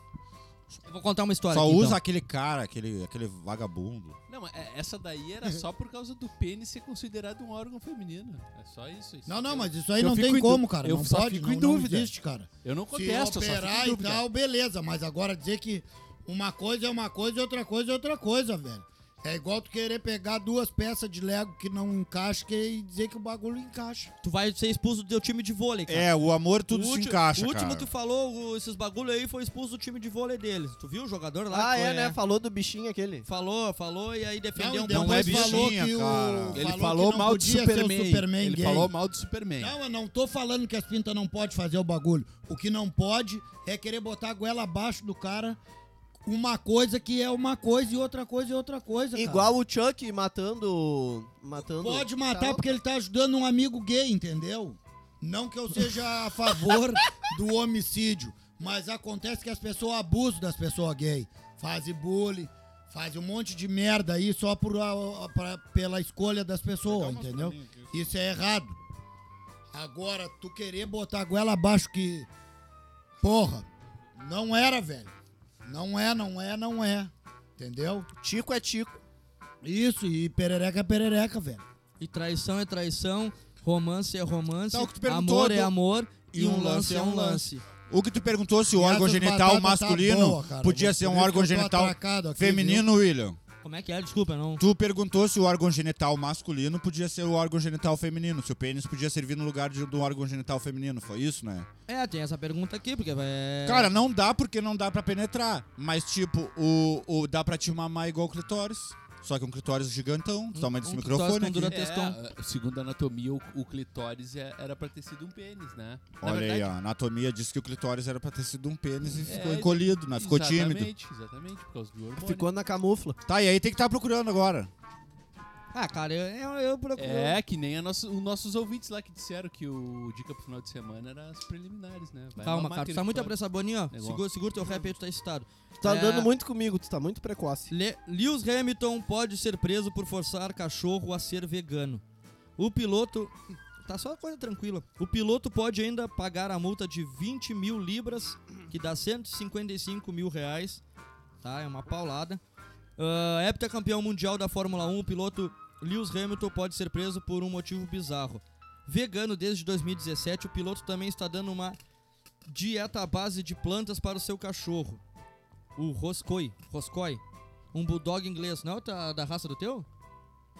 Speaker 2: Eu vou contar uma história.
Speaker 5: Só
Speaker 2: aqui,
Speaker 5: usa
Speaker 2: então.
Speaker 5: aquele cara, aquele, aquele vagabundo.
Speaker 7: Não, mas é- essa daí era só por causa do pênis ser considerado um órgão feminino. É só isso. isso
Speaker 3: Não, não,
Speaker 7: eu-
Speaker 3: mas isso aí
Speaker 7: eu
Speaker 3: não
Speaker 7: fico
Speaker 3: tem
Speaker 7: em
Speaker 3: como,
Speaker 7: dú-
Speaker 3: cara.
Speaker 7: eu
Speaker 3: não
Speaker 7: só
Speaker 3: pode,
Speaker 7: fico
Speaker 3: não,
Speaker 7: em
Speaker 3: não
Speaker 7: dúvida.
Speaker 3: existe, cara.
Speaker 7: Eu não
Speaker 3: Se
Speaker 7: contesto, eu só fico em
Speaker 3: operar e
Speaker 7: dúvida.
Speaker 3: tal, beleza. Mas agora dizer que uma coisa é uma coisa e outra coisa é outra coisa, velho. É igual tu querer pegar duas peças de Lego que não encaixa que- e dizer que o bagulho encaixa.
Speaker 2: Tu vai ser expulso do teu time de vôlei,
Speaker 3: Tá.
Speaker 2: cara.
Speaker 5: É, o amor tudo
Speaker 2: O
Speaker 5: se
Speaker 2: último-
Speaker 5: encaixa,
Speaker 2: O último
Speaker 5: cara.
Speaker 2: que falou o- esses bagulho aí foi expulso do time de vôlei deles. Tu viu o jogador Tá lá?
Speaker 6: Ah,
Speaker 2: que
Speaker 6: é,
Speaker 2: foi,
Speaker 6: né? Falou do bichinho aquele.
Speaker 2: Falou, falou e aí defendeu
Speaker 3: e
Speaker 2: um
Speaker 3: depois
Speaker 2: pouco.
Speaker 5: não é
Speaker 3: falou
Speaker 5: bichinha,
Speaker 3: que o,
Speaker 5: cara.
Speaker 7: Ele falou,
Speaker 3: que não
Speaker 7: mal de
Speaker 3: podia ser o
Speaker 7: Superman.
Speaker 3: Superman
Speaker 7: Ele
Speaker 3: gay.
Speaker 7: falou mal de Superman.
Speaker 3: Não, eu não tô falando que as pintas não pode fazer o bagulho. O que não pode é querer botar a goela abaixo do cara uma coisa que é uma coisa e outra coisa e outra coisa. cara.
Speaker 6: Igual o Chuck matando. Matando.
Speaker 3: Pode matar
Speaker 6: Tá,
Speaker 3: porque ele tá ajudando um amigo gay, entendeu? Não que eu seja a favor do homicídio, mas acontece que as pessoas abusam das pessoas gay. Fazem bullying, fazem um monte de merda aí só por a- pra- pela escolha das pessoas, entendeu? Isso é errado. Agora, tu querer botar a goela abaixo que. Porra, não era, velho. Não é, não é, não é. Entendeu?
Speaker 6: Tico é Tico.
Speaker 3: Isso, e perereca é perereca, velho.
Speaker 2: E traição é traição, romance é romance,
Speaker 5: Tá, o que tu perguntou
Speaker 2: amor
Speaker 5: do-
Speaker 2: é amor e um lance é um lance.
Speaker 5: O que tu perguntou se o
Speaker 3: E
Speaker 5: órgão
Speaker 3: essas
Speaker 5: genital
Speaker 3: batatas tá
Speaker 5: masculino
Speaker 3: boa, cara.
Speaker 5: podia
Speaker 3: Vou
Speaker 5: ser um
Speaker 3: descobrir
Speaker 5: órgão
Speaker 3: que eu tô
Speaker 5: genital
Speaker 3: atracado aqui,
Speaker 5: feminino, William.
Speaker 2: Como é que é? Desculpa, não.
Speaker 5: Tu perguntou se o órgão genital masculino podia ser o órgão genital feminino, se o pênis podia servir no lugar de, do órgão genital feminino. Foi isso, né?
Speaker 2: É, tem essa pergunta aqui, porque é.
Speaker 5: Cara, não dá porque não dá pra penetrar. Mas, tipo, o, o dá pra te mamar igual o clitóris. Só que um clitóris gigantão. Tu tá
Speaker 2: Um-
Speaker 5: mais desse
Speaker 2: um clitóris
Speaker 5: microfone
Speaker 2: com
Speaker 5: aqui.
Speaker 2: dura-
Speaker 7: É,
Speaker 2: Tescão.
Speaker 7: a- segundo a anatomia, o, o clitóris é- era pra ter sido um pênis, né? Na
Speaker 5: Olha aí,
Speaker 7: verdade,
Speaker 5: ó, a anatomia diz que o clitóris era pra ter sido um pênis e ficou
Speaker 7: É,
Speaker 5: encolhido, né? Ficou tímido.
Speaker 7: Exatamente, exatamente, por causa do hormônio.
Speaker 6: Ficou na camufla.
Speaker 5: Tá, e aí tem que estar procurando agora.
Speaker 2: Ah, cara, eu, eu, eu procuro.
Speaker 7: É, que nem a nossa- os nossos ouvintes lá que disseram que o dica pro final de semana era as preliminares, né? Vai
Speaker 2: Calma,
Speaker 7: mamar
Speaker 2: cara, tu
Speaker 7: aquele
Speaker 2: tá muito
Speaker 7: clitóris.
Speaker 2: apressado, Boninho. ó.
Speaker 7: Negócio.
Speaker 2: Segura, segura teu rap aí, tu tá excitado.
Speaker 6: Tu tá
Speaker 2: É,
Speaker 6: andando muito comigo, tu tá muito precoce.
Speaker 2: Le- Lewis Hamilton pode ser preso por forçar cachorro a ser vegano. O piloto. Tá só uma coisa tranquila. O piloto pode ainda pagar a multa de 20 mil libras, que dá 155 mil reais. Tá? É uma paulada. Ah, heptacampeão mundial da Fórmula 1, o piloto Lewis Hamilton pode ser preso por um motivo bizarro. Vegano desde 2017, o piloto também está dando uma dieta à base de plantas para o seu cachorro. O Roscoi. Roscoi. Um bulldog inglês. Não é outra- da raça do teu?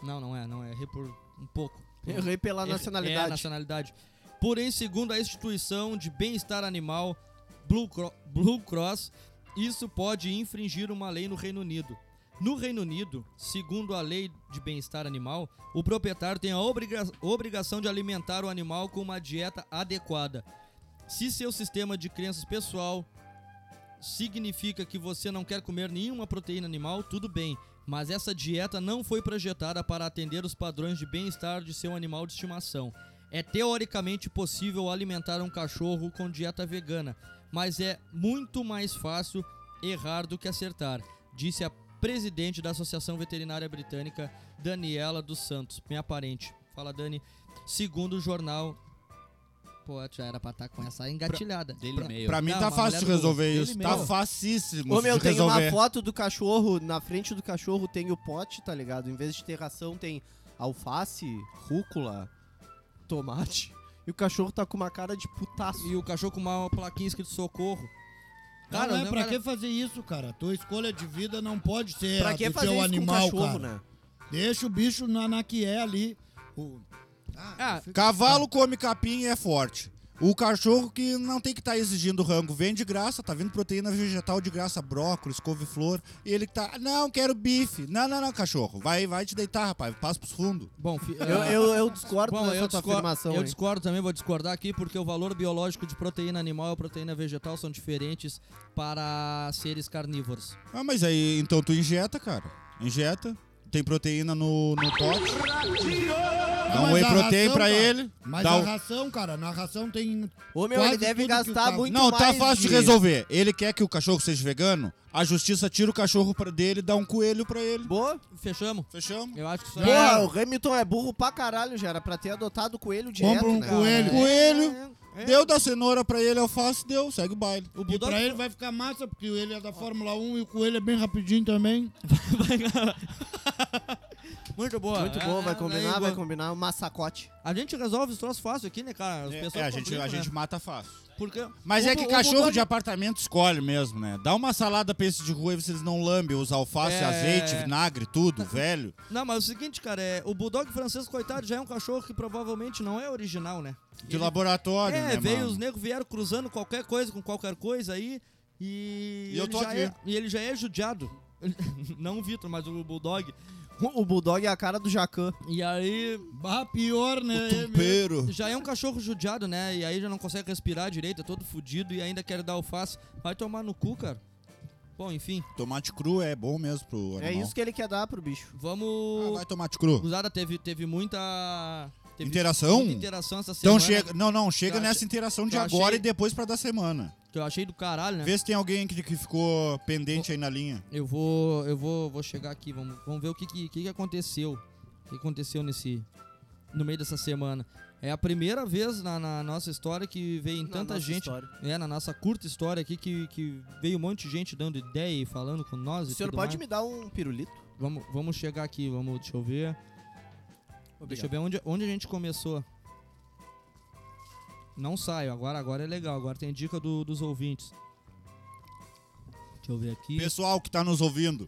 Speaker 2: Não, não é. Não é. Errei por um pouco. Por-
Speaker 6: Errei pela
Speaker 2: Errei- É,
Speaker 6: nacionalidade.
Speaker 2: nacionalidade. Porém, segundo a instituição de bem-estar animal Blue, Cro- Blue Cross, isso pode infringir uma lei no Reino Unido. No Reino Unido, segundo a lei de bem-estar animal, o proprietário tem a obriga- obrigação de alimentar o animal com uma dieta adequada. Se seu sistema de crenças pessoal significa que você não quer comer nenhuma proteína animal, tudo bem. Mas essa dieta não foi projetada para atender os padrões de bem-estar de seu animal de estimação. É teoricamente possível alimentar um cachorro com dieta vegana, mas é muito mais fácil errar do que acertar, disse a presidente da Associação Veterinária Britânica, Daniela dos Santos, minha parente. Fala, Dani. Segundo o jornal. Pô, já era pra estar com essa engatilhada.
Speaker 7: Daily
Speaker 2: Pra-
Speaker 7: Mail.
Speaker 5: Pra mim
Speaker 2: Não,
Speaker 5: tá
Speaker 2: uma mulher
Speaker 5: fácil de
Speaker 2: do-
Speaker 5: resolver
Speaker 2: dele
Speaker 5: isso. Tá
Speaker 2: mesmo.
Speaker 5: facíssimo
Speaker 6: Ô
Speaker 5: de
Speaker 6: meu, tem uma
Speaker 5: resolver.
Speaker 6: foto do cachorro, na frente do cachorro tem o pote, tá ligado? Em vez de ter ração tem alface, rúcula, tomate. E o cachorro tá com uma cara de putaço.
Speaker 2: E o cachorro com uma plaquinha escrito socorro. Cara,
Speaker 3: não, é
Speaker 2: né,
Speaker 3: pra
Speaker 2: cara?
Speaker 3: que fazer isso, cara? Tua escolha de vida não pode ser
Speaker 2: É,
Speaker 6: pra
Speaker 3: a
Speaker 6: que
Speaker 3: do
Speaker 6: fazer
Speaker 3: teu
Speaker 6: isso
Speaker 3: animal,
Speaker 6: com o cachorro,
Speaker 3: cara.
Speaker 6: né?
Speaker 3: Deixa o bicho na, na que é ali. O-
Speaker 2: Ah,
Speaker 5: Cavalo come capim e é forte. O cachorro que não tem que estar exigindo rango, vem de graça, tá vindo proteína vegetal de graça, brócolis, couve-flor, e ele que tá, não, quero bife. Não, não, não, cachorro, vai, vai te deitar, rapaz, passa pros fundos.
Speaker 2: Bom, fi-
Speaker 6: Eu,
Speaker 2: ah,
Speaker 6: eu, eu discordo
Speaker 2: Bom,
Speaker 6: dessa
Speaker 2: eu
Speaker 6: tua
Speaker 2: discordo,
Speaker 6: afirmação,
Speaker 2: eu
Speaker 6: hein?
Speaker 2: discordo também, vou discordar aqui, porque o valor biológico de proteína animal e proteína vegetal são diferentes para seres carnívoros.
Speaker 5: Ah, mas aí, então tu injeta, cara, injeta, tem proteína no, no pote, dá um
Speaker 3: Mas
Speaker 5: whey
Speaker 3: a
Speaker 5: protein
Speaker 3: ração,
Speaker 5: pra
Speaker 3: cara,
Speaker 5: ele,
Speaker 3: Mas
Speaker 5: dá
Speaker 3: a
Speaker 5: um-
Speaker 3: ração, cara, na ração tem.
Speaker 6: Ô, meu,
Speaker 3: Quase
Speaker 6: ele deve
Speaker 3: tudo que o
Speaker 6: gastar
Speaker 3: Fábio-
Speaker 6: muito
Speaker 5: Não,
Speaker 6: mais
Speaker 5: tá fácil de resolver. Ele quer que o cachorro seja vegano, a justiça tira o cachorro pra- dele e dá um coelho pra ele.
Speaker 2: É.
Speaker 6: Boa?
Speaker 2: Fechamos?
Speaker 5: Fechamos?
Speaker 2: Eu acho que isso aí
Speaker 6: Porra, o Hamilton é burro pra caralho, já era pra ter adotado o coelho direto,
Speaker 3: Compra um
Speaker 6: né?
Speaker 5: É.
Speaker 3: coelho.
Speaker 5: Coelho, deu da cenoura pra ele, alface, deu, segue o baile.
Speaker 2: O
Speaker 3: E
Speaker 2: Bulldog
Speaker 3: pra ele vai ficar massa, porque ele é da Fórmula 1 e o coelho é bem rapidinho também.
Speaker 2: Muito boa.
Speaker 6: Muito
Speaker 2: É,
Speaker 6: bom,
Speaker 2: é,
Speaker 6: vai
Speaker 2: é
Speaker 6: combinar,
Speaker 2: igual.
Speaker 6: vai combinar um massacote.
Speaker 2: A gente resolve os troços fácil aqui, né, cara? As
Speaker 5: É,
Speaker 2: pessoas
Speaker 5: a, gente,
Speaker 2: complicam,
Speaker 5: a
Speaker 2: né?
Speaker 5: gente mata fácil.
Speaker 2: Porque
Speaker 5: Mas
Speaker 2: o
Speaker 5: é
Speaker 2: bu-
Speaker 5: que
Speaker 2: o
Speaker 5: cachorro
Speaker 2: bulldog-
Speaker 5: de apartamento escolhe mesmo, né? Dá uma salada pra esse de rua e vocês não lambem os alface,
Speaker 2: É.
Speaker 5: azeite, vinagre, tudo, velho.
Speaker 2: Não, mas é o seguinte, cara, é, o bulldog francês, coitado, já é um cachorro que provavelmente não é original, né?
Speaker 5: De laboratório,
Speaker 2: é,
Speaker 5: né,
Speaker 2: veio
Speaker 5: mano?
Speaker 2: os negros vieram cruzando qualquer coisa com qualquer coisa aí e,
Speaker 5: E eu tô
Speaker 2: já
Speaker 5: aqui.
Speaker 2: É, e ele já é judiado. Não o Vitor, mas o bulldog.
Speaker 6: O Bulldog é a cara do Jacan.
Speaker 2: E aí
Speaker 3: Bah, pior, né?
Speaker 5: O Tumpeiro.
Speaker 2: já é um cachorro judiado, né? E aí já não consegue respirar direito, é todo fudido e ainda quer dar alface. Vai tomar no cu, cara. Bom, enfim,
Speaker 5: Tomate cru é bom mesmo pro
Speaker 6: É
Speaker 5: animal.
Speaker 6: isso que ele quer dar pro bicho.
Speaker 5: Ah,
Speaker 2: vamos.
Speaker 5: vai tomate cru.
Speaker 2: Cruzada teve, teve muita. Teve
Speaker 5: Interação?
Speaker 2: muita interação essa semana.
Speaker 5: Então chega... Não, não, chega
Speaker 2: Eu
Speaker 5: nessa
Speaker 2: achei-
Speaker 5: interação de
Speaker 2: eu
Speaker 5: agora
Speaker 2: achei-
Speaker 5: e depois pra da semana.
Speaker 2: Que eu achei do caralho, né?
Speaker 5: Vê se tem alguém que, que ficou pendente aí na linha.
Speaker 2: Eu vou, eu vou, vou chegar aqui, vamos, vamos ver o que, que, que que aconteceu. O que aconteceu nesse no meio dessa semana. É a primeira vez na, na nossa história que vem tanta gente, é na nossa curta história aqui que, que veio um monte de gente dando ideia e falando com nós
Speaker 6: O
Speaker 2: e
Speaker 6: senhor
Speaker 2: tudo
Speaker 6: pode
Speaker 2: mais.
Speaker 6: me dar um pirulito?
Speaker 2: Vamos, vamos chegar aqui, vamos, deixa eu ver. Deixa eu ver onde, onde a gente começou. Não saio, agora agora é legal, agora tem dica do- dos ouvintes. Deixa eu ver aqui.
Speaker 5: Pessoal que tá nos ouvindo.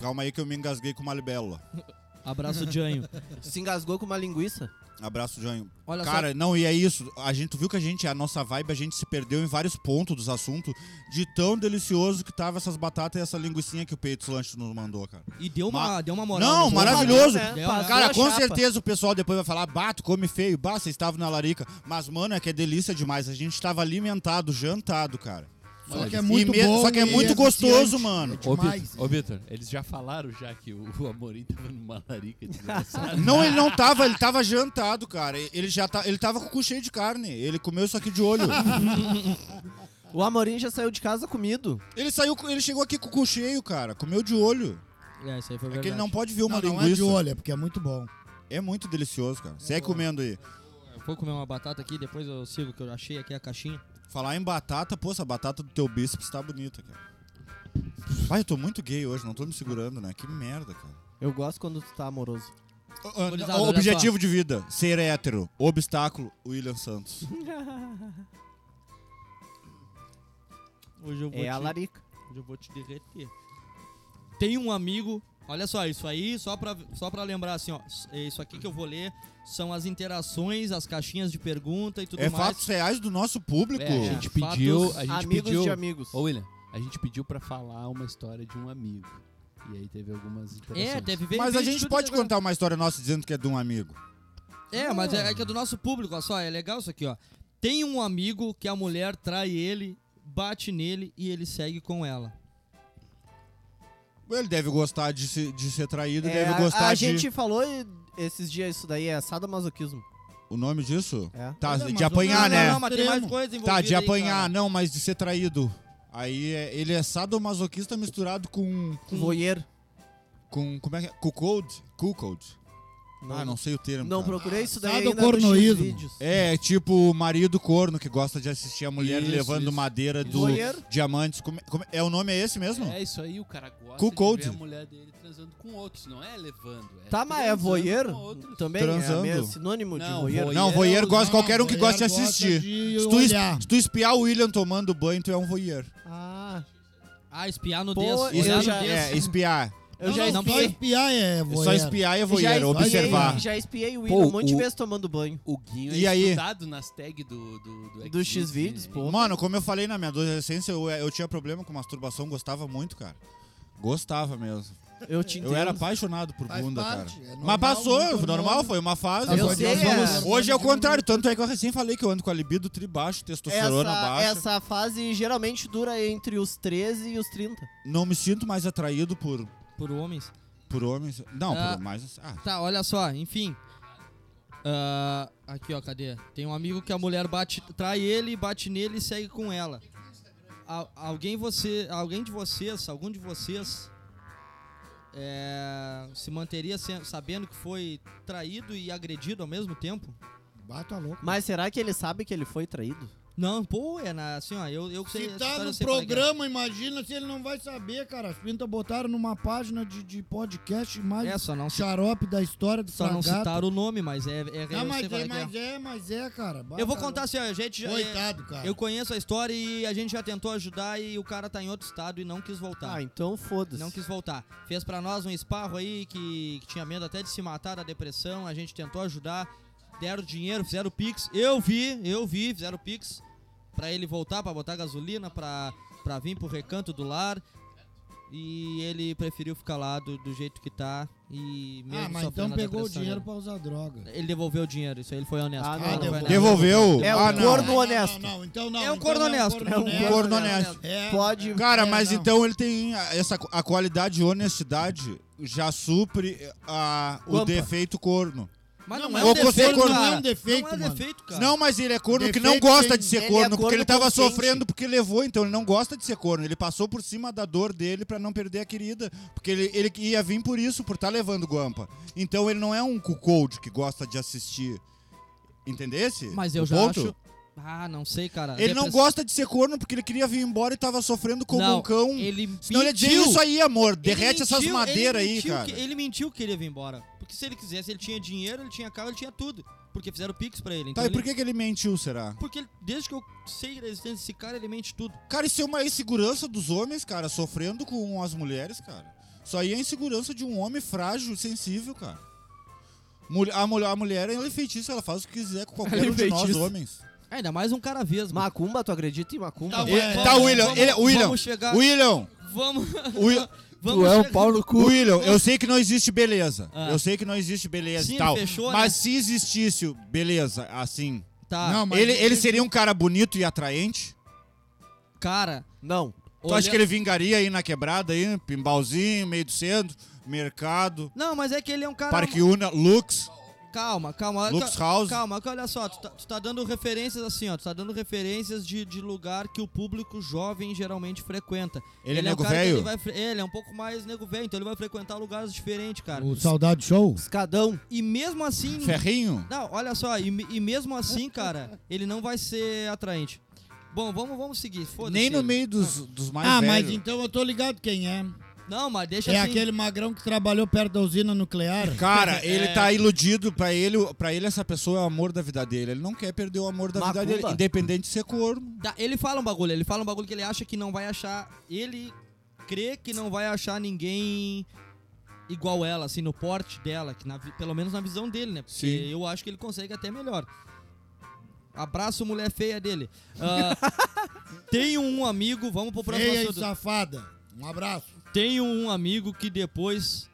Speaker 5: Calma aí que eu me engasguei com uma libélula.
Speaker 2: Abraço, Janho.
Speaker 6: Se engasgou com uma linguiça?
Speaker 5: Abraço, Joinho.
Speaker 2: Olha só.
Speaker 5: Cara, não, e é isso. A gente tu viu que a gente, a nossa vibe, a gente se perdeu em vários pontos dos assuntos de tão delicioso que tava essas batatas e essa linguiçinha que o Peito Lanche nos mandou, cara.
Speaker 2: E deu uma,
Speaker 5: Ma-
Speaker 2: deu uma moral.
Speaker 5: Não,
Speaker 2: no jogo.
Speaker 5: maravilhoso.
Speaker 6: Deu, né?
Speaker 2: Deu, né?
Speaker 6: Passou
Speaker 5: Cara,
Speaker 6: a
Speaker 5: com
Speaker 6: chapa.
Speaker 5: certeza o pessoal depois vai falar, bato, come feio, bah, vocês estavam na larica. Mas, mano, é que é delícia demais. A gente tava alimentado, jantado, cara.
Speaker 3: Só que
Speaker 5: E
Speaker 3: é muito
Speaker 5: me-
Speaker 3: bom.
Speaker 5: Só que é
Speaker 3: e
Speaker 5: muito
Speaker 3: viciante.
Speaker 5: gostoso, mano.
Speaker 7: Ô,
Speaker 3: Demais.
Speaker 7: Vitor, ô, Vitor, eles já falaram já que o, o Amorim tava numa larica desgraçada.
Speaker 5: Não, ele não tava, ele tava jantado, cara. Ele já tá, ele tava com o cu cheio de carne. Ele comeu isso aqui de olho.
Speaker 6: O Amorim já saiu de casa comido.
Speaker 5: ele saiu, com- ele chegou aqui com o cu cheio, cara. Comeu de olho.
Speaker 2: É, isso aí foi
Speaker 5: É
Speaker 2: verdade.
Speaker 5: que ele não pode ver uma
Speaker 3: Não, não é
Speaker 5: linguiça.
Speaker 3: de olho, é porque é muito bom.
Speaker 5: É muito delicioso, cara. Segue comendo aí.
Speaker 2: Eu vou comer uma batata aqui, depois eu sigo que eu achei aqui a caixinha.
Speaker 5: Falar em batata, pô, essa batata do teu bíceps tá bonita, cara. Vai, eu tô muito gay hoje, não tô me segurando, né? Que merda, cara.
Speaker 6: Eu gosto quando tu tá amoroso.
Speaker 5: Ah, ah,
Speaker 2: Gurizada, olha
Speaker 5: objetivo de vida, ser hétero. Obstáculo, William Santos.
Speaker 2: Hoje eu vou,
Speaker 6: É a
Speaker 2: te,
Speaker 6: larica.
Speaker 2: hoje eu vou te derreter. Tem um amigo, olha só, isso aí, só pra, só pra lembrar assim, ó. s- é Isso aqui que eu vou ler são as interações, as caixinhas de pergunta e tudo
Speaker 5: é
Speaker 2: mais.
Speaker 5: fatos reais do nosso público.
Speaker 7: É, a gente
Speaker 2: Fatos.
Speaker 7: pediu. A gente
Speaker 6: Amigos
Speaker 7: pediu,
Speaker 6: de amigos.
Speaker 7: Ô, William, a gente pediu pra falar uma história de um amigo. E aí teve algumas interações.
Speaker 2: É, deve ver.
Speaker 5: Mas a
Speaker 2: ver de
Speaker 5: gente
Speaker 2: tudo
Speaker 5: pode
Speaker 2: agora.
Speaker 5: contar uma história nossa dizendo que é de um amigo.
Speaker 2: É, mas é, é que é do nosso público, olha só, é legal isso aqui, ó. Tem um amigo que a mulher trai ele, bate nele e ele segue com ela.
Speaker 5: Ele deve gostar de, se- de ser traído,
Speaker 6: É,
Speaker 5: deve
Speaker 6: a-
Speaker 5: gostar
Speaker 6: a
Speaker 5: de...
Speaker 6: gente falou e- esses dias isso daí, é sadomasoquismo.
Speaker 5: O nome disso?
Speaker 6: É.
Speaker 5: Tá,
Speaker 3: Olha, mas
Speaker 5: de apanhar,
Speaker 2: não, não,
Speaker 5: né?
Speaker 2: Não, mas tem mais
Speaker 3: Extremo.
Speaker 2: coisa envolvida
Speaker 5: Tá, de
Speaker 2: aí,
Speaker 5: apanhar,
Speaker 2: cara.
Speaker 5: não, mas de ser traído. Aí é- ele é sadomasoquista misturado com.
Speaker 6: Voyeur.
Speaker 5: com. como é que é? Cuckold? Cuckold. ah, não sei o termo.
Speaker 6: Não
Speaker 5: cara.
Speaker 6: procurei isso daí
Speaker 3: Sado
Speaker 6: ainda no
Speaker 3: cornoísmo.
Speaker 6: Xvideos.
Speaker 5: É, tipo o marido corno que gosta de assistir a mulher
Speaker 7: Isso,
Speaker 5: levando
Speaker 7: isso.
Speaker 5: madeira do
Speaker 6: Voyeur.
Speaker 5: diamantes. Como, como- é o nome é esse mesmo?
Speaker 7: É isso aí, o cara gosta
Speaker 5: Com
Speaker 7: de
Speaker 5: cold.
Speaker 7: ver a mulher dele transando com outros, não é levando. É
Speaker 6: Tá, mas é
Speaker 7: transando
Speaker 6: voyeur
Speaker 7: com outros.
Speaker 6: também?
Speaker 5: né? Transando.
Speaker 6: É meio sinônimo de
Speaker 7: Não,
Speaker 6: voyeur.
Speaker 5: não,
Speaker 7: voyeur
Speaker 5: voyeur
Speaker 7: é o-
Speaker 5: gosta
Speaker 7: não,
Speaker 5: qualquer um que
Speaker 3: Mulher
Speaker 5: gosta de assistir.
Speaker 3: de
Speaker 5: se, tu, es-
Speaker 3: olhar.
Speaker 5: se tu espiar o William tomando banho, tu é um voyeur.
Speaker 6: Ah,
Speaker 2: Ah, espiar no
Speaker 6: Pô,
Speaker 2: dedo.
Speaker 6: eu
Speaker 2: olhar no
Speaker 6: já-
Speaker 2: dedo.
Speaker 5: É, espiar.
Speaker 6: Eu já
Speaker 3: não, só
Speaker 6: espiei.
Speaker 3: espiar é voyeur.
Speaker 5: Só espiar e voyeur,
Speaker 6: espiei-
Speaker 5: observar.
Speaker 6: Já espiei o
Speaker 7: Pô,
Speaker 6: Will um monte de
Speaker 7: o-
Speaker 6: vezes tomando banho.
Speaker 7: O Guinho
Speaker 5: E
Speaker 7: é
Speaker 5: aí?
Speaker 7: estudado nas tags do... Do, do
Speaker 6: Do
Speaker 7: Xvideos,
Speaker 6: X-Videos,
Speaker 7: né?
Speaker 6: pô.
Speaker 5: Mano, como eu falei na minha adolescência, eu, eu tinha problema com masturbação, gostava muito, cara. Gostava mesmo.
Speaker 6: Eu te
Speaker 5: Eu
Speaker 6: entendo.
Speaker 5: era apaixonado por
Speaker 3: Faz
Speaker 5: bunda,
Speaker 3: parte,
Speaker 5: cara.
Speaker 3: é normal,
Speaker 5: Mas passou,
Speaker 3: muito
Speaker 5: normal,
Speaker 3: hormônio.
Speaker 5: foi uma fase.
Speaker 6: Eu
Speaker 5: Nós
Speaker 6: sei,
Speaker 5: vamos-
Speaker 6: é.
Speaker 5: Hoje é o contrário, tanto é que eu recém falei que eu ando com a libido tri baixo, testosterona
Speaker 6: essa,
Speaker 5: baixa.
Speaker 6: essa fase geralmente dura entre os 13 e os 30.
Speaker 5: Não me sinto mais atraído por,
Speaker 2: Por homens.
Speaker 5: por homens. Não,
Speaker 2: Ah.
Speaker 5: por mais. Ah,
Speaker 2: Tá, olha só, enfim. Ah, aqui, ó, cadê? Tem um amigo que a mulher bate, trai ele, bate nele e segue com ela. Al- alguém você, alguém de vocês, algum de vocês é, se manteria se- sabendo que foi traído e agredido ao mesmo tempo?
Speaker 3: Bato a louco.
Speaker 6: Mas será que ele sabe que ele foi traído?
Speaker 2: Não, pô, é na, assim, ó, eu, eu sei.
Speaker 3: Se
Speaker 2: essa
Speaker 3: tá
Speaker 2: história eu
Speaker 3: no
Speaker 2: sei qual é que é.
Speaker 3: programa, imagina se ele não vai saber, cara. As pintas botaram numa página de, de podcast mais
Speaker 2: É, só não, ci-
Speaker 3: xarope da história do
Speaker 2: só não
Speaker 3: Fragato.
Speaker 2: citaram o nome, mas é, é,
Speaker 3: Não,
Speaker 2: eu sei
Speaker 3: mas
Speaker 2: qual é
Speaker 3: é,
Speaker 2: que é.
Speaker 3: mas é, mas é, cara. Bato
Speaker 2: Eu vou
Speaker 3: a
Speaker 2: contar
Speaker 3: louco.
Speaker 2: assim, ó, a gente já. é-
Speaker 3: Coitado, cara.
Speaker 2: Eu conheço a história e a gente já tentou ajudar e o cara tá em outro estado e não quis
Speaker 5: Tá.
Speaker 2: voltar.
Speaker 6: Ah, então foda-se.
Speaker 2: não quis voltar. Fez pra nós um esparro aí que, que tinha medo até de se matar da depressão. A gente tentou ajudar, deram dinheiro, fizeram pix. Eu vi, eu vi, fizeram pix pra ele voltar, pra botar gasolina, pra, pra vir pro recanto do lar. E ele preferiu ficar lá do, do jeito que tá e mesmo
Speaker 3: Ah, mas então
Speaker 2: sofrendo a
Speaker 3: pegou
Speaker 2: depressão
Speaker 3: o
Speaker 2: né? É.
Speaker 3: dinheiro
Speaker 2: dele.
Speaker 3: pra usar droga.
Speaker 2: Ele devolveu o dinheiro, isso aí ele foi honesto.
Speaker 6: Ah,
Speaker 2: Ele
Speaker 6: não,
Speaker 2: foi
Speaker 6: devolveu.
Speaker 2: honesto.
Speaker 5: Devolveu?
Speaker 6: É
Speaker 5: ah,
Speaker 6: um
Speaker 5: não.
Speaker 6: corno
Speaker 3: Não, não,
Speaker 6: honesto.
Speaker 3: Não, não, então não.
Speaker 2: É um
Speaker 3: então
Speaker 2: corno
Speaker 3: não
Speaker 2: honesto.
Speaker 3: corno
Speaker 6: É um
Speaker 3: honesto.
Speaker 5: corno honesto.
Speaker 3: É,
Speaker 6: Pode.
Speaker 5: Cara,
Speaker 3: É,
Speaker 5: mas
Speaker 3: não.
Speaker 5: então ele tem a- essa a qualidade de honestidade já supre eh, a, o
Speaker 6: Guampa.
Speaker 5: defeito corno.
Speaker 2: Mas não,
Speaker 3: Não,
Speaker 2: é
Speaker 5: ou
Speaker 2: um
Speaker 5: você
Speaker 2: defeito,
Speaker 5: corno-
Speaker 2: cara.
Speaker 3: não é um defeito,
Speaker 2: Não é
Speaker 3: mano.
Speaker 2: defeito, cara.
Speaker 5: Não, mas ele é corno que não
Speaker 3: Defeito
Speaker 5: gosta
Speaker 3: sem-
Speaker 5: de ser
Speaker 6: ele é
Speaker 5: corno,
Speaker 6: corno
Speaker 5: porque ele tava
Speaker 6: consciente.
Speaker 5: sofrendo porque levou, então ele não gosta de ser corno. Ele passou por cima da dor dele pra não perder a querida, porque ele, ele ia vir por isso, por estar levando guampa. Então ele não é um cuckold que gosta de assistir. Entendesse?
Speaker 2: Mas eu
Speaker 5: O
Speaker 2: já
Speaker 5: ponto?
Speaker 2: acho. Ah, não sei, cara.
Speaker 5: Ele não
Speaker 2: Depress-
Speaker 5: gosta de ser corno porque ele queria vir embora e tava sofrendo como
Speaker 2: Não,
Speaker 5: um cão.
Speaker 2: Ele
Speaker 5: Senão ele ia dizer
Speaker 2: mentiu.
Speaker 5: isso aí, amor.
Speaker 2: Ele
Speaker 5: Derrete essas
Speaker 2: mentiu,
Speaker 5: madeiras
Speaker 2: ele
Speaker 5: aí,
Speaker 2: mentiu
Speaker 5: cara.
Speaker 2: que- ele mentiu que queria vir embora. Porque se ele quisesse, ele tinha dinheiro, ele tinha carro, ele tinha tudo. Porque fizeram pix pra ele. Então
Speaker 5: Tá, e
Speaker 2: ele-
Speaker 5: por que, que ele mentiu, será?
Speaker 2: Porque ele- desde que eu sei da existência desse cara, ele mente tudo.
Speaker 5: Cara, isso é uma insegurança dos homens, cara, sofrendo com as mulheres, cara. Isso aí é a insegurança de um homem frágil e sensível, cara. Mul- A mulher, a mulher ela é feitiça, ela faz o que quiser com qualquer
Speaker 6: Ela é
Speaker 5: um de nós
Speaker 6: feitiça.
Speaker 5: homens.
Speaker 2: Ainda mais um cara vez, mano.
Speaker 6: Macumba, tu acredita em macumba?
Speaker 3: Tá,
Speaker 5: E-
Speaker 3: Ué,
Speaker 5: tá,
Speaker 3: vamos-
Speaker 5: William, ele, William,
Speaker 2: É, Vamos chegar.
Speaker 5: William,
Speaker 2: Vamos.
Speaker 5: Wi-
Speaker 2: vamos
Speaker 5: é
Speaker 2: chegar-
Speaker 6: no
Speaker 5: William, eu sei que não existe beleza.
Speaker 2: Ah.
Speaker 5: Eu sei que não existe beleza
Speaker 2: Sim,
Speaker 5: e tal.
Speaker 2: fechou,
Speaker 5: mas
Speaker 2: né?
Speaker 5: se existisse beleza assim,
Speaker 2: Tá,
Speaker 3: Não, mas
Speaker 5: ele,
Speaker 3: existe-
Speaker 5: ele seria um cara bonito e atraente?
Speaker 2: cara.
Speaker 6: Não.
Speaker 5: Tu acha
Speaker 2: olha-
Speaker 5: que ele vingaria aí na quebrada aí, pimbalzinho, meio do centro, mercado,
Speaker 2: Não, mas é que ele é um cara.
Speaker 5: Parque Una, Lux?
Speaker 2: Calma, calma.
Speaker 5: Lux
Speaker 2: Ca-
Speaker 5: House.
Speaker 2: Calma, que olha só, tu tá, tu tá dando referências assim, ó. Tu tá dando referências de, de lugar que o público jovem geralmente frequenta.
Speaker 5: Ele é
Speaker 2: um
Speaker 5: nego
Speaker 2: cara que
Speaker 5: velho?
Speaker 2: Ele, vai fre- ele é um pouco mais nego velho, então ele vai frequentar lugares diferentes, cara.
Speaker 3: O Saudade Show?
Speaker 6: Escadão.
Speaker 2: E mesmo assim.
Speaker 5: Ferrinho?
Speaker 2: Não, olha só, e, me- e mesmo assim, cara, ele não vai ser atraente. Bom, vamos, vamos seguir. foda-se
Speaker 5: Nem no
Speaker 2: ele.
Speaker 5: meio dos, dos mais
Speaker 3: ah, mas
Speaker 5: velhos.
Speaker 3: então eu tô ligado quem é.
Speaker 2: Não, mas deixa
Speaker 3: É
Speaker 2: assim.
Speaker 3: aquele magrão que trabalhou perto da usina nuclear.
Speaker 5: Cara, ele tá iludido. Pra ele, pra ele, essa pessoa é o amor da vida dele. Ele não quer perder o amor da vida
Speaker 6: Macumba.
Speaker 5: dele, independente de ser corno.
Speaker 2: Tá, ele fala um bagulho, ele fala um bagulho que ele acha que não vai achar. Ele crê que não vai achar ninguém igual ela, assim, no porte dela, que na vi- pelo menos na visão dele, né? Porque
Speaker 5: Sim.
Speaker 2: eu acho que ele consegue até melhor. Abraço, mulher feia dele. Ah, tenho um amigo, vamos pro próximo
Speaker 3: Ei, aí,
Speaker 2: assunto.
Speaker 3: safada. Um abraço.
Speaker 2: Tenho um amigo que depois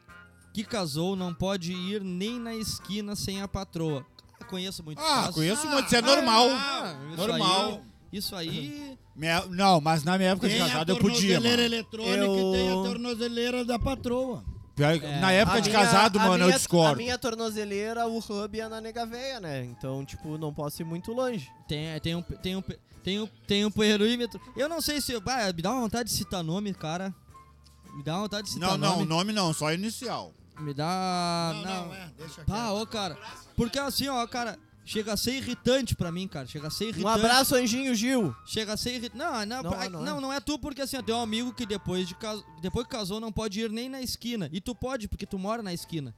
Speaker 2: que casou não pode ir nem na esquina sem a patroa. Conheço muitos
Speaker 5: Ah,
Speaker 2: casos.
Speaker 5: conheço muito. Isso é normal.
Speaker 2: Ah, isso
Speaker 5: normal.
Speaker 2: aí- isso aí
Speaker 5: Minha- não, mas na minha época de
Speaker 3: Tem a
Speaker 5: casado eu podia,
Speaker 3: tornozeleira
Speaker 5: mano.
Speaker 3: eletrônica
Speaker 6: Eu-
Speaker 3: e tem a tornozeleira da patroa.
Speaker 5: Pior que- Na época
Speaker 6: A
Speaker 5: tá de
Speaker 6: minha-
Speaker 5: casado,
Speaker 6: a
Speaker 5: mano, eu
Speaker 6: minha- A
Speaker 5: discordo.
Speaker 6: minha tornozeleira, o hub é na nega véia, né? Então, tipo, não posso ir muito longe.
Speaker 2: Tem, tem um. Tem um. Tem um, tem um perímetro. Eu não sei se. bah, me dá uma vontade de citar nome, cara. Me dá uma vontade de
Speaker 5: Não,
Speaker 2: citar
Speaker 5: não,
Speaker 2: nome.
Speaker 5: Então, nome não, só inicial.
Speaker 2: Me dá.
Speaker 3: não,
Speaker 2: não.
Speaker 3: não, é. Deixa aqui.
Speaker 2: Pá, ô, cara. Porque assim, ó, cara. Chega a ser irritante pra mim, cara. Chega a ser
Speaker 5: Então é-
Speaker 2: irritante.
Speaker 6: Um abraço, Anjinho Gil.
Speaker 2: Chega a ser irritante. Não, não,
Speaker 6: Não,
Speaker 2: pra-
Speaker 6: não
Speaker 2: não,
Speaker 6: é.
Speaker 2: não, é tu, porque assim, ó, tem um amigo que depois, de cas... depois que casou não pode ir nem na esquina. E tu pode, porque tu mora na esquina.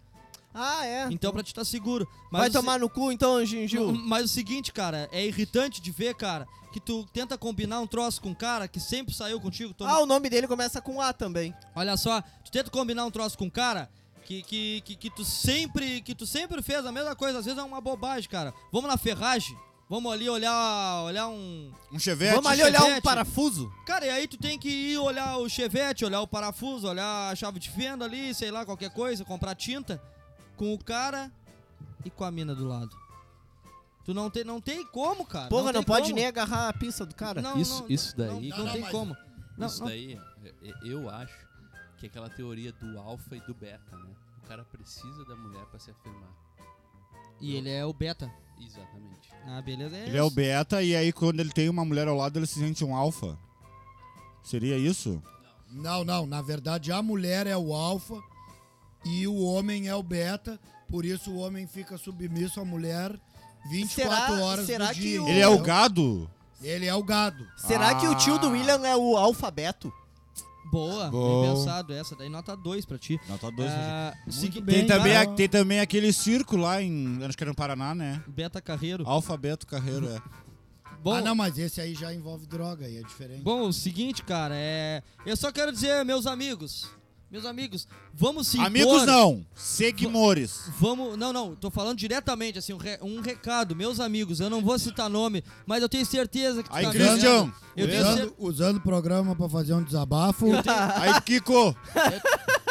Speaker 6: Ah, é.
Speaker 2: Então pra te estar seguro. Mas
Speaker 6: Vai
Speaker 2: o se-
Speaker 6: tomar no cu então,
Speaker 2: Não,
Speaker 6: Gingil?
Speaker 2: Mas o seguinte, cara, é irritante de ver, cara, que tu tenta combinar um troço com um cara que sempre saiu contigo. tu-
Speaker 6: Ah, o nome dele começa com A também.
Speaker 2: Olha só, tu tenta combinar um troço com um cara que, que, que, que tu sempre que tu sempre fez a mesma coisa. Às vezes é uma bobagem, cara. Vamos na ferragem? Vamos ali olhar, olhar um...
Speaker 5: Um chevette.
Speaker 6: Vamos ali olhar um
Speaker 2: Chevette.
Speaker 6: parafuso.
Speaker 2: Cara, e aí tu tem que ir olhar o chevette, olhar o parafuso, olhar a chave de fenda ali, sei lá, qualquer coisa, comprar tinta com o cara e com a mina do lado. Tu não tem, não tem como,
Speaker 5: Ah,
Speaker 2: cara.
Speaker 6: Porra,
Speaker 2: tem
Speaker 6: não, pode
Speaker 2: como.
Speaker 6: nem agarrar a pista do cara.
Speaker 2: Não,
Speaker 7: isso-
Speaker 2: não,
Speaker 7: isso
Speaker 2: não,
Speaker 7: daí,
Speaker 2: Não,
Speaker 7: cara.
Speaker 2: tem como. Não,
Speaker 7: Isso
Speaker 2: não.
Speaker 7: daí, é- é- eu acho que é aquela teoria do alfa e do beta, né? O cara precisa da mulher pra se afirmar.
Speaker 2: E ele é o beta.
Speaker 7: Exatamente.
Speaker 2: Ah, beleza. É
Speaker 5: Ele é o
Speaker 2: isso.
Speaker 5: beta e aí quando ele tem uma mulher ao lado, ele se sente um alfa. Seria isso?
Speaker 3: Não, não. Na verdade, a mulher é o alfa e o homem é o beta. Por isso o homem fica submisso à mulher 24
Speaker 6: Será-
Speaker 3: horas
Speaker 6: será
Speaker 3: do
Speaker 6: que
Speaker 3: dia.
Speaker 6: o-
Speaker 5: Ele é o gado?
Speaker 3: Ele é o gado.
Speaker 6: Será que o tio do
Speaker 5: Ah.
Speaker 6: William é o alfabeto?
Speaker 2: Boa, bem
Speaker 5: Bom.
Speaker 2: pensado essa. Daí nota 2 pra ti.
Speaker 5: Nota tá dois,
Speaker 2: Ah, segui-
Speaker 5: Tem também,
Speaker 2: cara,
Speaker 5: a- tem também aquele circo lá em. Acho que era no Paraná, né?
Speaker 2: Beta Carreiro.
Speaker 5: Alfabeto Carreiro, é.
Speaker 2: Bom,
Speaker 3: Ah, não, mas esse aí já envolve droga, aí é diferente.
Speaker 2: bom, o seguinte, cara, é... Eu só quero dizer, meus amigos... Meus amigos, vamos se
Speaker 5: Amigos
Speaker 2: impor-
Speaker 5: não, seguidores.
Speaker 2: Vamos, não, não, tô falando diretamente, assim, um, re- um recado, meus amigos, eu não vou citar nome, mas eu tenho certeza que tu
Speaker 5: Aí,
Speaker 2: tá
Speaker 5: Christian.
Speaker 2: vendo. Eu tenho
Speaker 3: usando, usando o programa pra fazer um desabafo.
Speaker 5: Aí, Kiko.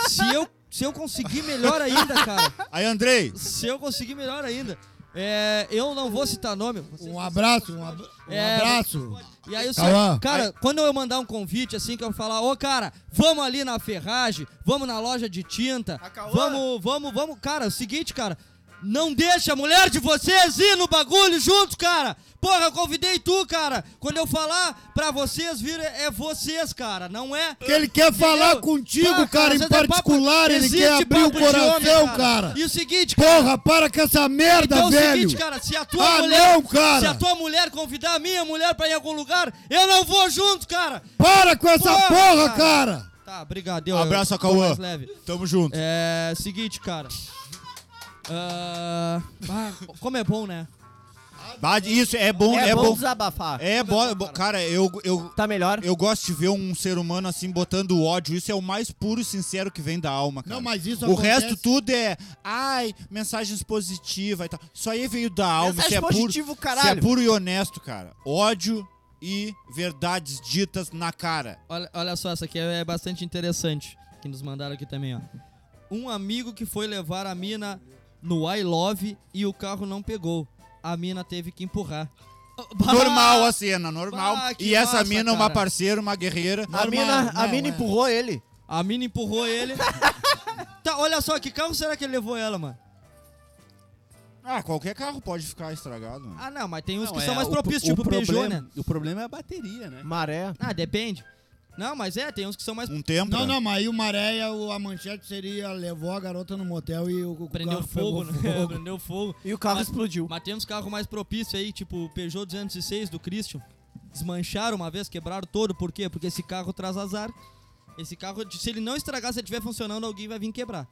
Speaker 2: cer- se eu se eu conseguir melhor ainda, cara.
Speaker 5: Aí, Andrei.
Speaker 2: Se eu conseguir melhor ainda. É, eu não vou citar nome. vocês
Speaker 3: Um abraço, um, ab- um
Speaker 2: É,
Speaker 3: abraço.
Speaker 2: E aí, eu só,
Speaker 3: Cauã.
Speaker 2: cara, quando eu mandar um convite assim, que eu falar, ô cara, vamos ali na ferragem, vamos na loja de tinta,
Speaker 6: A Cauã.
Speaker 2: vamos, vamos, vamos. Cara, é o seguinte, cara, não deixa a mulher de vocês ir no bagulho junto, cara. Porra, eu convidei tu, cara. Quando eu falar pra vocês vir, é é vocês, cara, não é?
Speaker 3: Que ele quer falar
Speaker 2: Eu-
Speaker 3: contigo,
Speaker 2: Ah,
Speaker 3: cara,
Speaker 2: às
Speaker 3: em
Speaker 2: vezes é papo-
Speaker 3: particular, ele
Speaker 2: existe
Speaker 3: quer abrir o
Speaker 2: papo de homem,
Speaker 3: coração, cara.
Speaker 2: E o seguinte,
Speaker 3: Porra, para com essa merda,
Speaker 2: então é o
Speaker 3: velho.
Speaker 2: seguinte, cara, se a tua
Speaker 3: Ah,
Speaker 2: mulher.
Speaker 3: não, cara.
Speaker 2: Se a tua mulher convidar a minha mulher pra ir em algum lugar, eu não vou junto, cara!
Speaker 3: Para com essa
Speaker 2: Porra,
Speaker 3: porra,
Speaker 2: cara.
Speaker 3: cara.
Speaker 2: Tá, obrigado. deu,
Speaker 5: Abraço
Speaker 2: eu
Speaker 5: a
Speaker 2: tô
Speaker 5: Cauã.
Speaker 2: mais leve.
Speaker 5: Tamo junto.
Speaker 2: É, seguinte, cara. Ah, ah, como é bom, né?
Speaker 5: Bah, Isso, é bom, é,
Speaker 6: é
Speaker 5: bom.
Speaker 6: desabafar.
Speaker 5: É bom, bo- cara, eu, eu,
Speaker 6: Tá melhor?
Speaker 5: eu gosto de ver um ser humano assim botando ódio. Isso é o mais puro e sincero que vem da alma, cara.
Speaker 3: Não, mas isso
Speaker 5: o
Speaker 3: acontece-
Speaker 5: resto tudo é, ai, mensagens positivas e tal. Isso aí veio da alma, isso
Speaker 6: Mensagem
Speaker 5: é puro.
Speaker 6: positivo,
Speaker 5: Isso é
Speaker 6: caralho.
Speaker 5: puro e honesto, cara. Ódio e verdades ditas na cara.
Speaker 2: Olha, olha só, essa aqui é bastante interessante. Que nos mandaram aqui também, ó. Um amigo que foi levar a mina no I Love e o carro não pegou. A mina teve que empurrar.
Speaker 5: Normal a cena, normal.
Speaker 2: Bah, que
Speaker 5: e essa
Speaker 2: massa,
Speaker 5: mina, uma
Speaker 2: cara.
Speaker 5: parceira, uma guerreira.
Speaker 6: a mina, a
Speaker 5: né,
Speaker 3: não,
Speaker 6: mina
Speaker 3: é.
Speaker 6: empurrou ele.
Speaker 2: A mina empurrou ele. tá, olha só, que carro será que ele levou ela, mano?
Speaker 5: Ah, qualquer carro pode ficar estragado. mano.
Speaker 2: Ah, não, mas tem uns
Speaker 7: Não,
Speaker 2: que
Speaker 7: é,
Speaker 2: são mais
Speaker 7: o pro-
Speaker 2: propícios,
Speaker 7: o
Speaker 2: tipo o Peugeot,
Speaker 7: problema-
Speaker 2: né?
Speaker 7: O problema é a bateria, né?
Speaker 6: Maré.
Speaker 2: Ah, depende. Não, mas é, tem uns que são mais
Speaker 5: Um tempo.
Speaker 3: Não,
Speaker 5: né?
Speaker 3: não, mas aí o Maréia, o- a manchete seria levou a garota no motel e o, o
Speaker 2: Prendeu
Speaker 3: carro
Speaker 2: fogo,
Speaker 3: pegou
Speaker 2: né?
Speaker 3: fogo.
Speaker 2: Prendeu fogo.
Speaker 6: E o carro
Speaker 2: Mas-
Speaker 6: explodiu.
Speaker 2: Mas tem uns carros mais propícios aí, tipo o Peugeot 206 do Christian. Desmancharam uma vez, quebraram todo. Por quê? Porque esse carro traz azar. Esse carro, se ele não estragar, se ele estiver funcionando, alguém vai vir quebrar.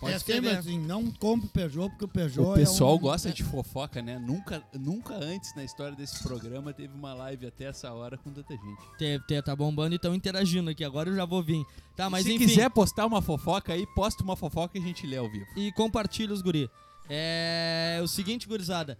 Speaker 2: Pode
Speaker 3: é sempre
Speaker 2: escrever.
Speaker 3: assim, não compre Peugeot, porque o Peugeot
Speaker 7: O pessoal
Speaker 3: é um...
Speaker 7: gosta de fofoca, né? Nunca, nunca antes na história desse programa teve uma live até essa hora com tanta gente.
Speaker 2: Te- te- Tá bombando e estão interagindo aqui. Agora eu já vou vir. Tá, mas
Speaker 7: Se
Speaker 2: enfim.
Speaker 7: quiser postar uma fofoca aí, posta uma fofoca e a gente lê ao vivo.
Speaker 2: E compartilha os guri. É o seguinte, gurizada.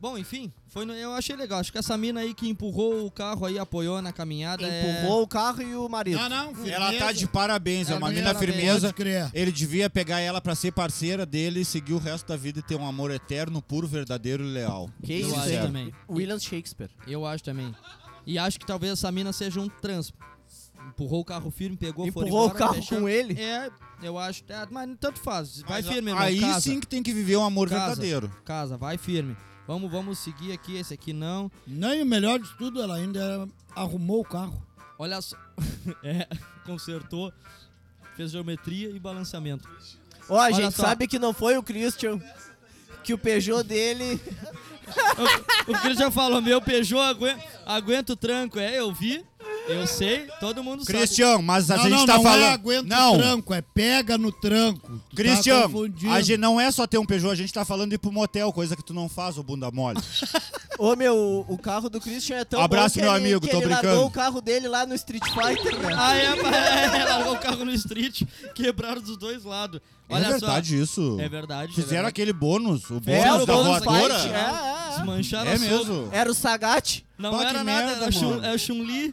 Speaker 2: Bom, enfim, foi no- eu achei legal. Acho que essa mina aí que empurrou o carro aí, apoiou na caminhada. é-
Speaker 6: Empurrou o carro e o marido.
Speaker 3: Não, não, firmeza.
Speaker 5: Ela tá de parabéns, é
Speaker 2: Ela
Speaker 5: uma
Speaker 2: tá de
Speaker 5: mina
Speaker 2: parabéns.
Speaker 5: firmeza.
Speaker 3: Pode crer.
Speaker 5: Ele devia pegar ela pra ser parceira dele e seguir o resto da vida e ter um amor eterno, puro, verdadeiro e leal.
Speaker 6: Que
Speaker 2: Eu
Speaker 6: é isso,
Speaker 2: acho
Speaker 6: hein?
Speaker 2: também.
Speaker 5: Ah,
Speaker 6: William Shakespeare.
Speaker 2: Eu acho também. E acho que talvez essa mina seja um trans. Empurrou o carro firme, pegou, foi
Speaker 6: Empurrou o
Speaker 2: embora,
Speaker 6: carro
Speaker 2: fechou.
Speaker 6: com ele.
Speaker 2: É, eu acho. é, mas tanto faz. Vai
Speaker 5: Mas
Speaker 2: firme, irmão.
Speaker 5: Aí
Speaker 2: casa,
Speaker 5: sim que tem que viver um amor
Speaker 2: Casa.
Speaker 5: verdadeiro.
Speaker 2: Casa, vai firme. Vamos, vamos seguir aqui, esse aqui não.
Speaker 3: Nem o melhor de tudo, ela ainda era- arrumou o carro.
Speaker 2: Olha só. é, consertou. Fez geometria e balanceamento.
Speaker 6: Ó, a
Speaker 2: Olha
Speaker 6: gente
Speaker 2: só.
Speaker 6: sabe que não foi o Christian. Que o Peugeot dele.
Speaker 2: O Cris já falou, meu Peugeot aguenta, aguenta o tranco. É, eu vi. Eu sei, todo mundo sabe.
Speaker 5: Cristian, mas a
Speaker 3: não,
Speaker 5: gente
Speaker 3: não,
Speaker 5: tá
Speaker 3: não
Speaker 5: falando.
Speaker 3: é aguenta o tranco, é pega no tranco. Tu tá
Speaker 5: Cristian,
Speaker 3: confundindo.
Speaker 5: a gente não é só ter um Peugeot, a gente tá falando de ir pro motel, coisa que tu não faz, ô bunda mole.
Speaker 6: Ô, meu, o carro do Christian é tão
Speaker 5: Abraço,
Speaker 6: bom que
Speaker 5: meu
Speaker 6: ele,
Speaker 5: amigo,
Speaker 6: que
Speaker 5: tô
Speaker 6: ele
Speaker 5: brincando.
Speaker 6: largou o carro dele lá no Street Fighter, né?
Speaker 2: Ah, é, é, largou o carro no street, quebraram dos dois lados. Olha
Speaker 5: é verdade isso.
Speaker 2: só. É verdade. é
Speaker 5: Fizeram
Speaker 2: verdade.
Speaker 5: aquele bônus, o bônus
Speaker 6: Era
Speaker 2: o
Speaker 5: da
Speaker 2: bônus
Speaker 5: voadora.
Speaker 2: fight, né?
Speaker 5: É,
Speaker 6: É, é, é.
Speaker 2: Desmancharam a sopa.
Speaker 5: mesmo.
Speaker 6: Era o Sagat.
Speaker 2: Não
Speaker 5: Pá, que
Speaker 2: era nada,
Speaker 5: merda,
Speaker 2: era Chun,
Speaker 5: mano.
Speaker 2: é o Chun-Li.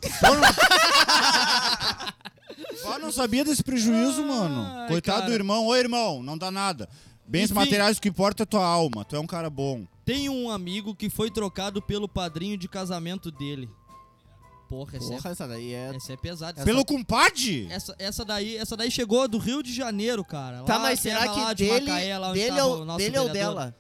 Speaker 5: Pá, não sabia desse prejuízo, mano.
Speaker 2: Ai,
Speaker 5: Coitado
Speaker 2: cara.
Speaker 5: do irmão. Ô, irmão, não dá nada. Bens
Speaker 2: Enfim.
Speaker 5: materiais, o que importa é tua alma. Tu é um cara bom.
Speaker 2: Tem um amigo que foi trocado pelo padrinho de casamento dele. Porra, essa,
Speaker 6: Porra, essa daí
Speaker 2: É,
Speaker 6: é...
Speaker 2: essa é pesada.
Speaker 5: Pelo compadre?
Speaker 2: Essa, essa, essa daí, essa daí chegou do Rio de Janeiro, cara.
Speaker 6: Tá,
Speaker 2: Lá,
Speaker 6: mas
Speaker 2: terra
Speaker 6: será
Speaker 2: Ah, lá
Speaker 6: que
Speaker 2: de
Speaker 6: dele,
Speaker 2: Macaé, lá onde
Speaker 6: dele, é
Speaker 2: tava
Speaker 6: o,
Speaker 2: nosso
Speaker 6: dele é o
Speaker 2: vereador.
Speaker 6: dela?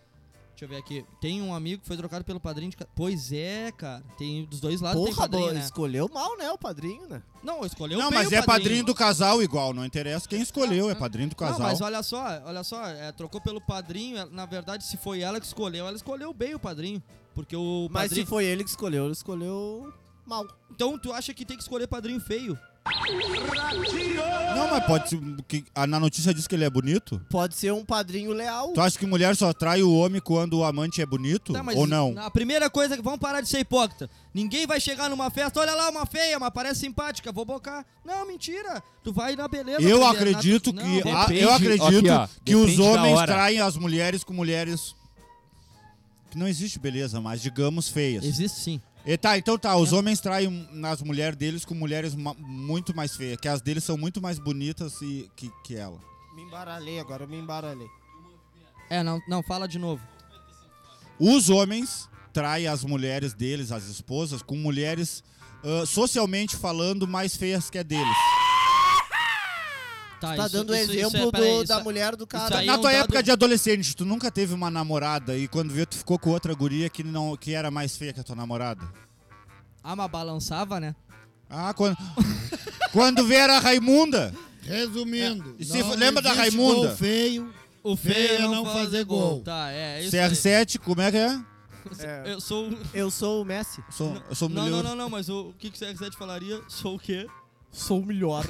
Speaker 2: Deixa eu ver aqui. Tem um amigo que foi trocado pelo padrinho de ca- Pois é, cara. Tem dos dois lados tem
Speaker 6: Porra,
Speaker 2: padrinho,
Speaker 6: boa,
Speaker 2: né?
Speaker 6: escolheu mal, né, o padrinho, né?
Speaker 2: Não, escolheu
Speaker 5: Não,
Speaker 2: bem
Speaker 5: mas
Speaker 2: o
Speaker 5: é padrinho do casal igual, não interessa quem escolheu, é padrinho do
Speaker 2: Não,
Speaker 5: casal.
Speaker 2: mas olha só, olha só, é, trocou pelo padrinho, é, na verdade, se foi ela que escolheu, ela escolheu bem o padrinho. Porque o
Speaker 6: Mas
Speaker 2: padrinho.
Speaker 6: se foi ele que escolheu, ele escolheu mal.
Speaker 2: Então tu acha que tem que escolher padrinho feio?
Speaker 5: Não, mas pode ser. Que, ah, na notícia diz que ele é bonito?
Speaker 6: Pode ser um padrinho leal.
Speaker 5: Tu acha que mulher só trai o homem quando o amante é bonito?
Speaker 2: Tá, mas
Speaker 5: Ou não?
Speaker 2: A primeira coisa é que. Vamos parar de ser hipócrita. Ninguém vai chegar numa festa, olha lá uma feia, mas parece simpática, vou bocar. Não, mentira. Tu vai na beleza.
Speaker 5: Eu
Speaker 2: na-
Speaker 5: acredito
Speaker 2: na-
Speaker 5: que.
Speaker 2: Não,
Speaker 5: a-
Speaker 4: depende-
Speaker 5: eu acredito
Speaker 4: aqui, ó,
Speaker 5: que os
Speaker 4: depende da
Speaker 5: homens
Speaker 4: hora.
Speaker 5: traem as mulheres com mulheres. Que não existe beleza, mas digamos feias.
Speaker 2: Existe sim.
Speaker 5: E tá, então tá, os homens traem nas mulheres deles com mulheres ma- muito mais feias, que as deles são muito mais bonitas e, que, que ela.
Speaker 6: Me embaralhei agora, me embaralhei.
Speaker 2: É, não, não, fala de novo.
Speaker 5: Os homens traem as mulheres deles, as esposas, com mulheres ah, socialmente falando mais feias que a deles.
Speaker 2: Tá,
Speaker 6: tá
Speaker 2: isso-
Speaker 6: dando o
Speaker 2: isso- isso é-
Speaker 6: exemplo
Speaker 2: peraí,
Speaker 6: do-
Speaker 2: isso-
Speaker 6: da mulher do cara.
Speaker 2: aí-
Speaker 5: Na
Speaker 2: é um
Speaker 5: tua
Speaker 2: dado-
Speaker 5: época de adolescente, tu nunca teve uma namorada e quando viu tu ficou com outra guria que, não, que era mais feia que a tua namorada?
Speaker 2: Ah, mas balançava, né?
Speaker 5: Ah, quando... quando vê era a Raimunda.
Speaker 3: Resumindo.
Speaker 5: É, e se
Speaker 3: não
Speaker 5: f- lembra da
Speaker 3: existe
Speaker 5: Raimunda?
Speaker 3: gol feio.
Speaker 2: O
Speaker 3: feio é não fazer gol.
Speaker 2: Tá, é isso. aí.
Speaker 5: CR7, como é que é?
Speaker 6: É,
Speaker 2: um- Eu sou.
Speaker 6: eu sou o Messi.
Speaker 5: Sou, eu sou
Speaker 2: Não, não,
Speaker 5: um milionário.
Speaker 2: não, não, mas o, o que, que o CR7 falaria? Sou o quê?
Speaker 6: Sou o melhor.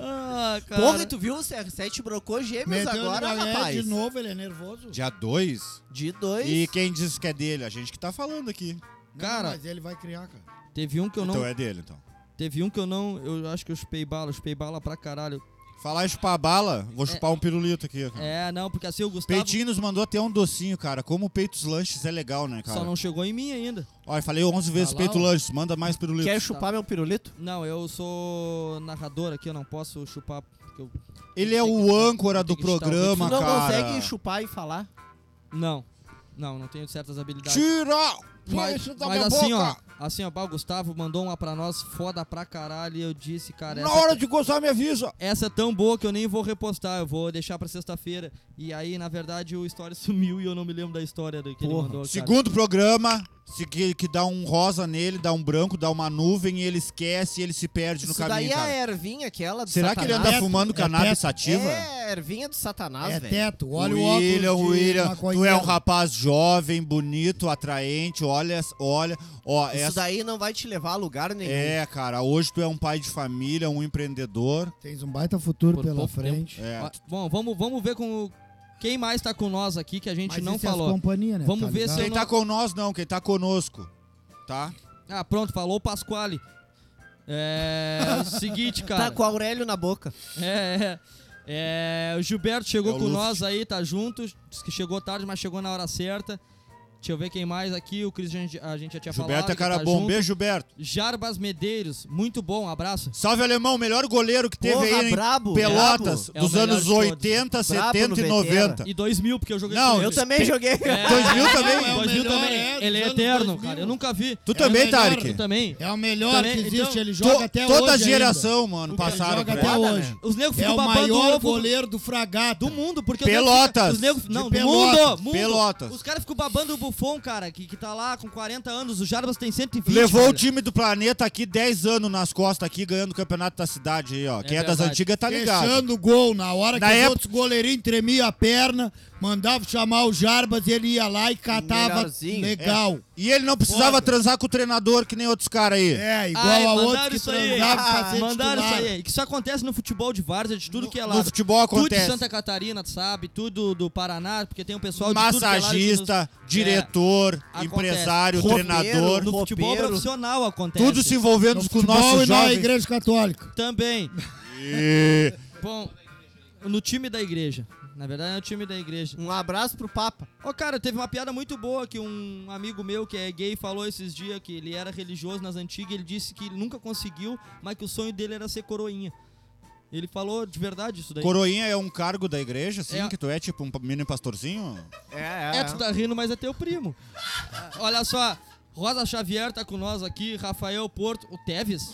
Speaker 2: Ah, cara.
Speaker 6: Porra, e tu viu o CR7 brocou gêmeos
Speaker 3: Meteu
Speaker 6: agora,
Speaker 3: ele na rede
Speaker 6: rapaz?
Speaker 3: de novo, ele é nervoso.
Speaker 5: Dia 2?
Speaker 6: De dois.
Speaker 5: E quem diz que é dele? A gente que tá falando aqui.
Speaker 3: Não,
Speaker 2: Cara.
Speaker 3: mas ele vai criar, cara.
Speaker 2: Teve um que eu não.
Speaker 5: Então é dele, então.
Speaker 2: Teve um que eu não. Eu acho que eu chupei bala, eu chupei bala pra caralho.
Speaker 5: Falar em chupar bala, vou chupar um pirulito aqui. Cara.
Speaker 2: É, não, porque assim o Gustavo.
Speaker 5: Peitinho nos mandou até um docinho, cara. Como peitos lanches é legal, né, cara?
Speaker 2: Só não chegou em mim ainda.
Speaker 5: Olha, eu falei 11 vezes
Speaker 2: Tá lá,
Speaker 5: peito
Speaker 2: ó.
Speaker 5: lanches, manda mais pirulito.
Speaker 6: Quer chupar meu pirulito?
Speaker 2: Não, eu sou narrador aqui, eu não posso chupar. porque eu-
Speaker 5: Ele é
Speaker 2: Tem
Speaker 5: o
Speaker 2: que-
Speaker 5: âncora
Speaker 2: tem
Speaker 5: do
Speaker 2: que um chutar o
Speaker 5: programa,
Speaker 6: Tu não
Speaker 5: cara.
Speaker 6: consegue chupar e falar?
Speaker 2: Não. Não, não tenho certas habilidades.
Speaker 5: Tira!
Speaker 2: Mas,
Speaker 5: isso da
Speaker 2: mas
Speaker 5: minha
Speaker 2: assim,
Speaker 5: boca!
Speaker 2: ó. Assim, ó, pá, o Gustavo mandou uma pra nós foda pra caralho. E eu disse, cara,
Speaker 5: Na
Speaker 2: essa, tá
Speaker 5: hora de gozar, me avisa!
Speaker 2: essa é tão boa que eu nem vou repostar. Eu vou deixar pra sexta-feira. E aí, na verdade, o story sumiu e eu não me lembro da história do que ele
Speaker 6: Porra.
Speaker 2: mandou. cara.
Speaker 5: Segundo programa, se que, que dá um rosa nele, dá um branco, dá uma nuvem e ele esquece e ele se perde no
Speaker 6: Isso
Speaker 5: caminho,
Speaker 6: daí
Speaker 5: cara.
Speaker 6: é a ervinha aquela do
Speaker 5: Será que ele anda
Speaker 6: satanás.
Speaker 5: fumando
Speaker 3: É
Speaker 5: cannabis
Speaker 3: teto.
Speaker 5: sativa?
Speaker 6: É, a ervinha do satanás,
Speaker 3: é
Speaker 6: velho.
Speaker 3: teto, olha o óculos
Speaker 5: Ah, William,
Speaker 3: de
Speaker 5: William, tu é
Speaker 3: maconheiro.
Speaker 5: um rapaz jovem, bonito, atraente, olha, olha, ó,
Speaker 6: Isso
Speaker 5: essa,
Speaker 6: daí não vai te levar a lugar nenhum.
Speaker 5: é, cara, hoje tu é um pai de família, um empreendedor,
Speaker 3: Tens um baita futuro
Speaker 2: Por
Speaker 3: pela
Speaker 2: pouco
Speaker 3: frente.
Speaker 5: é,
Speaker 2: Ó,
Speaker 5: tu-
Speaker 2: Bom, vamos, vamos ver com o- quem mais tá com nós aqui que a gente
Speaker 3: Mas
Speaker 2: não
Speaker 3: isso é as
Speaker 2: falou.
Speaker 3: companhia, né?
Speaker 2: Vamos
Speaker 3: tá
Speaker 2: ver se
Speaker 3: ligado?
Speaker 5: quem tá com nós não, quem tá conosco, tá?
Speaker 2: Ah, pronto, falou o Pasquale. É. o seguinte, cara.
Speaker 6: Tá com o Aurélio na boca.
Speaker 2: É, é. É, o Gilberto chegou
Speaker 5: É o
Speaker 2: com
Speaker 5: Luft.
Speaker 2: nós aí, tá junto. Diz que chegou tarde, mas chegou na hora certa. Deixa eu ver quem mais aqui. O Cris a gente- a gente já tinha falado.
Speaker 5: Gilberto é
Speaker 2: que
Speaker 5: cara
Speaker 2: tá
Speaker 5: bom,
Speaker 2: junto.
Speaker 5: beijo Gilberto.
Speaker 2: Jarbas Medeiros, muito bom, um abraço.
Speaker 5: Salve alemão, melhor goleiro que teve
Speaker 6: Porra,
Speaker 5: aí em
Speaker 6: brabo.
Speaker 2: brabo.
Speaker 5: Pelotas
Speaker 2: É o
Speaker 5: dos
Speaker 2: melhor de
Speaker 5: anos
Speaker 2: todos.
Speaker 5: 80,
Speaker 6: Brabo no
Speaker 5: 70 e
Speaker 6: Vetera.
Speaker 5: 90.
Speaker 2: E 2000, porque eu joguei
Speaker 5: Tá. Não,
Speaker 2: com
Speaker 6: Eu
Speaker 2: ele.
Speaker 6: também joguei.
Speaker 2: É,
Speaker 5: 2000 também?
Speaker 3: É o
Speaker 2: 2000
Speaker 3: melhor,
Speaker 2: também. ele
Speaker 3: é,
Speaker 2: é
Speaker 3: dos anos
Speaker 2: eterno,
Speaker 3: 2000.
Speaker 2: cara. Eu nunca vi.
Speaker 5: Tu
Speaker 3: É o
Speaker 5: também,
Speaker 3: melhor.
Speaker 5: Tarek?
Speaker 2: Eu também.
Speaker 3: É o melhor
Speaker 2: Também,
Speaker 3: que existe,
Speaker 2: então,
Speaker 3: ele joga
Speaker 5: To-
Speaker 3: até hoje.
Speaker 5: Toda
Speaker 3: ainda.
Speaker 5: geração, mano,
Speaker 3: Ele
Speaker 5: passaram.
Speaker 3: joga
Speaker 5: por
Speaker 3: até
Speaker 5: ela.
Speaker 6: Foda,
Speaker 3: hoje.
Speaker 6: né?
Speaker 2: Os negros
Speaker 3: É
Speaker 2: ficam
Speaker 3: o
Speaker 2: babando
Speaker 3: maior
Speaker 2: ovo
Speaker 3: goleiro do Fragata.
Speaker 2: do mundo, porque... os
Speaker 5: Pelotas.
Speaker 2: negros- Os negros, não, do
Speaker 3: Pelotas.
Speaker 2: mundo, mundo.
Speaker 5: Pelotas.
Speaker 2: Os caras ficam babando o Buffon, cara, que, que tá lá com 40 anos. O Jarbas tem 120,
Speaker 5: Levou o
Speaker 2: cara.
Speaker 5: time do planeta aqui 10 anos nas costas aqui, ganhando o campeonato da cidade aí, ó. Quem é das
Speaker 2: verdade.
Speaker 5: antigas tá ligado.
Speaker 3: Fechando o gol, na hora
Speaker 5: Na
Speaker 3: que os
Speaker 5: época-
Speaker 3: outros goleirinhos tremiam a perna, mandava chamar o Jarbas, ele ia lá e catava
Speaker 6: Melhorzinho.
Speaker 3: legal.
Speaker 5: E ele não precisava
Speaker 2: Foda.
Speaker 5: transar com o treinador, que nem outros caras aí.
Speaker 3: É, igual
Speaker 2: Ai,
Speaker 3: a
Speaker 2: mandaram
Speaker 3: outro que
Speaker 2: isso aí. Ah,
Speaker 3: transava pra ser
Speaker 2: Mandaram isso
Speaker 3: titular.
Speaker 2: aí. Que isso acontece no futebol de várzea, de tudo que é
Speaker 5: No-
Speaker 2: lado.
Speaker 5: No futebol
Speaker 2: Tudo de
Speaker 5: acontece.
Speaker 2: Santa Catarina, tu sabe? Tudo do Paraná, porque tem um pessoal de tudo que é
Speaker 5: Massagista,
Speaker 2: lado que nos-
Speaker 5: diretor,
Speaker 2: acontece.
Speaker 5: empresário,
Speaker 6: Roupeiro,
Speaker 5: treinador.
Speaker 2: É, no futebol
Speaker 6: roupeiro.
Speaker 2: profissional acontece.
Speaker 5: Tudo se envolvendo
Speaker 3: No
Speaker 5: com o
Speaker 3: futebol
Speaker 5: nosso
Speaker 3: e na
Speaker 5: jovem.
Speaker 3: igreja católica.
Speaker 2: Também.
Speaker 5: E-
Speaker 2: Bom, no time da igreja. Na verdade, é o time da igreja.
Speaker 6: Um abraço pro Papa.
Speaker 2: Ô, cara, teve uma piada muito boa que um amigo meu que é gay falou esses dias que ele era religioso nas antigas. e Ele disse que ele nunca conseguiu, mas que o sonho dele era ser coroinha. Ele falou de verdade isso daí.
Speaker 5: Coroinha é um cargo da igreja, assim,
Speaker 2: É.
Speaker 5: que tu é tipo um mini pastorzinho?
Speaker 6: É,
Speaker 2: É, tu tá rindo, mas é teu primo. Olha só, Rosa Xavier tá com nós aqui, Rafael Porto, o Teves.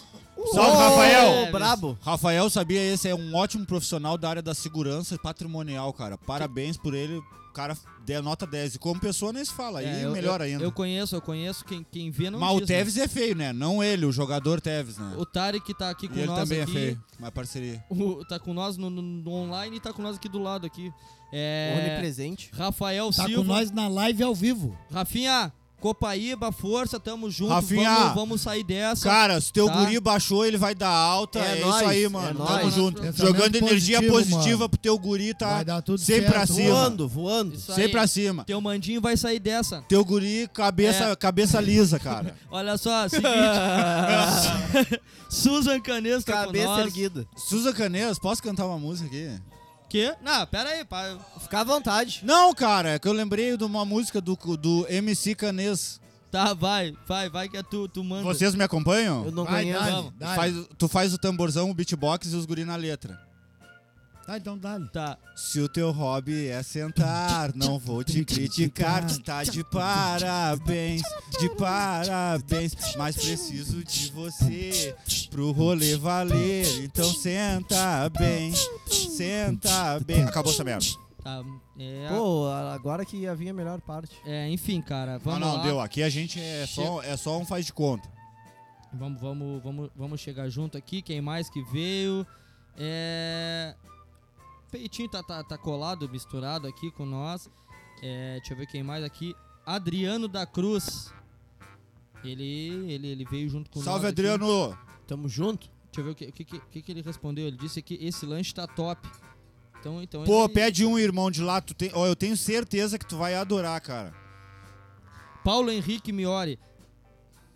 Speaker 5: Salve, Rafael!
Speaker 2: É,
Speaker 6: brabo.
Speaker 5: Rafael, sabia? Esse é um ótimo profissional da área da segurança e patrimonial, cara. Parabéns por ele. O cara dê nota 10. E como pessoa nem se fala.
Speaker 2: É,
Speaker 5: e
Speaker 2: eu-
Speaker 5: melhor
Speaker 2: eu-
Speaker 5: ainda.
Speaker 2: Eu conheço, eu conheço. Quem, quem vê não
Speaker 5: Mas o
Speaker 2: diz, né?
Speaker 5: Tevez é feio, né? Não ele, o jogador Tevez, né?
Speaker 2: O Tarek tá aqui com
Speaker 5: E ele
Speaker 2: nós
Speaker 5: também
Speaker 2: aqui.
Speaker 5: é feio. Mas parceria.
Speaker 2: O- tá com nós no, no- no online e tá com nós aqui do lado aqui. É,
Speaker 6: Onipresente.
Speaker 2: Rafael
Speaker 3: Tá
Speaker 2: Silva.
Speaker 3: com nós na live ao vivo.
Speaker 2: Rafinha, Copaíba, força, tamo junto.
Speaker 5: Rafinha!
Speaker 2: Vamos, vamos sair dessa.
Speaker 5: Cara, se teu
Speaker 2: Tá.
Speaker 5: guri baixou, ele vai dar alta.
Speaker 6: É
Speaker 5: É,
Speaker 6: nóis,
Speaker 5: isso aí,
Speaker 6: é
Speaker 5: mano.
Speaker 6: nóis.
Speaker 5: Tamo junto.
Speaker 3: Pensamento
Speaker 5: Jogando energia
Speaker 3: positivo,
Speaker 5: positiva
Speaker 3: mano.
Speaker 5: pro teu guri, tá?
Speaker 3: Vai dar tudo
Speaker 5: Sempre
Speaker 3: certo.
Speaker 5: pra cima.
Speaker 6: Voando, voando.
Speaker 2: Isso aí.
Speaker 5: Sempre assim. pra cima.
Speaker 2: Teu mandinho vai sair dessa.
Speaker 5: Teu guri, cabeça,
Speaker 2: É.
Speaker 5: cabeça lisa, cara.
Speaker 2: Olha só, seguinte. Susan Canes tá com
Speaker 6: Cabeça
Speaker 2: nós.
Speaker 6: erguida.
Speaker 5: Suza Caneias, posso cantar uma música aqui?
Speaker 2: Quê? Não, pera aí, pá.
Speaker 6: Fica à vontade.
Speaker 5: Não, cara, é que eu lembrei de uma música do, do MC Canês.
Speaker 2: Tá, vai, vai, vai que é tu, tu manda.
Speaker 5: Vocês me acompanham?
Speaker 6: Eu não
Speaker 3: Vai,
Speaker 6: conheço.
Speaker 3: dale, dale.
Speaker 5: Faz, tu faz o tamborzão, o beatbox e os guri na letra.
Speaker 3: Tá, então dale.
Speaker 2: Tá.
Speaker 5: Se o teu hobby é sentar, não vou te criticar. Tu tá de parabéns, de parabéns. Mas preciso de você pro rolê valer. Então senta bem, senta bem. Acabou essa merda.
Speaker 2: tá é,
Speaker 6: Pô, agora que ia vir a melhor parte.
Speaker 2: é, enfim, cara,
Speaker 5: Ah,
Speaker 2: vamos
Speaker 5: não,
Speaker 2: lá.
Speaker 5: deu. Aqui a gente é só, é só um faz de conta.
Speaker 2: Vamos, vamos, vamos, vamos chegar junto aqui. Quem mais que veio? É... Peitinho tá, tá, tá colado, misturado aqui com nós. É, deixa eu ver quem mais aqui. Adriano da Cruz. Ele, ele, ele veio junto com
Speaker 5: Salve,
Speaker 2: nós. aqui.
Speaker 5: Adriano!
Speaker 6: Tamo junto?
Speaker 2: Deixa eu ver o que, o que, que, o que que ele respondeu. Ele disse que esse lanche tá top. Então, então
Speaker 5: Pô,
Speaker 2: ele-
Speaker 5: pede um irmão de lá, tu tem, ó, eu tenho certeza que tu vai adorar, cara.
Speaker 2: Paulo Henrique Miori.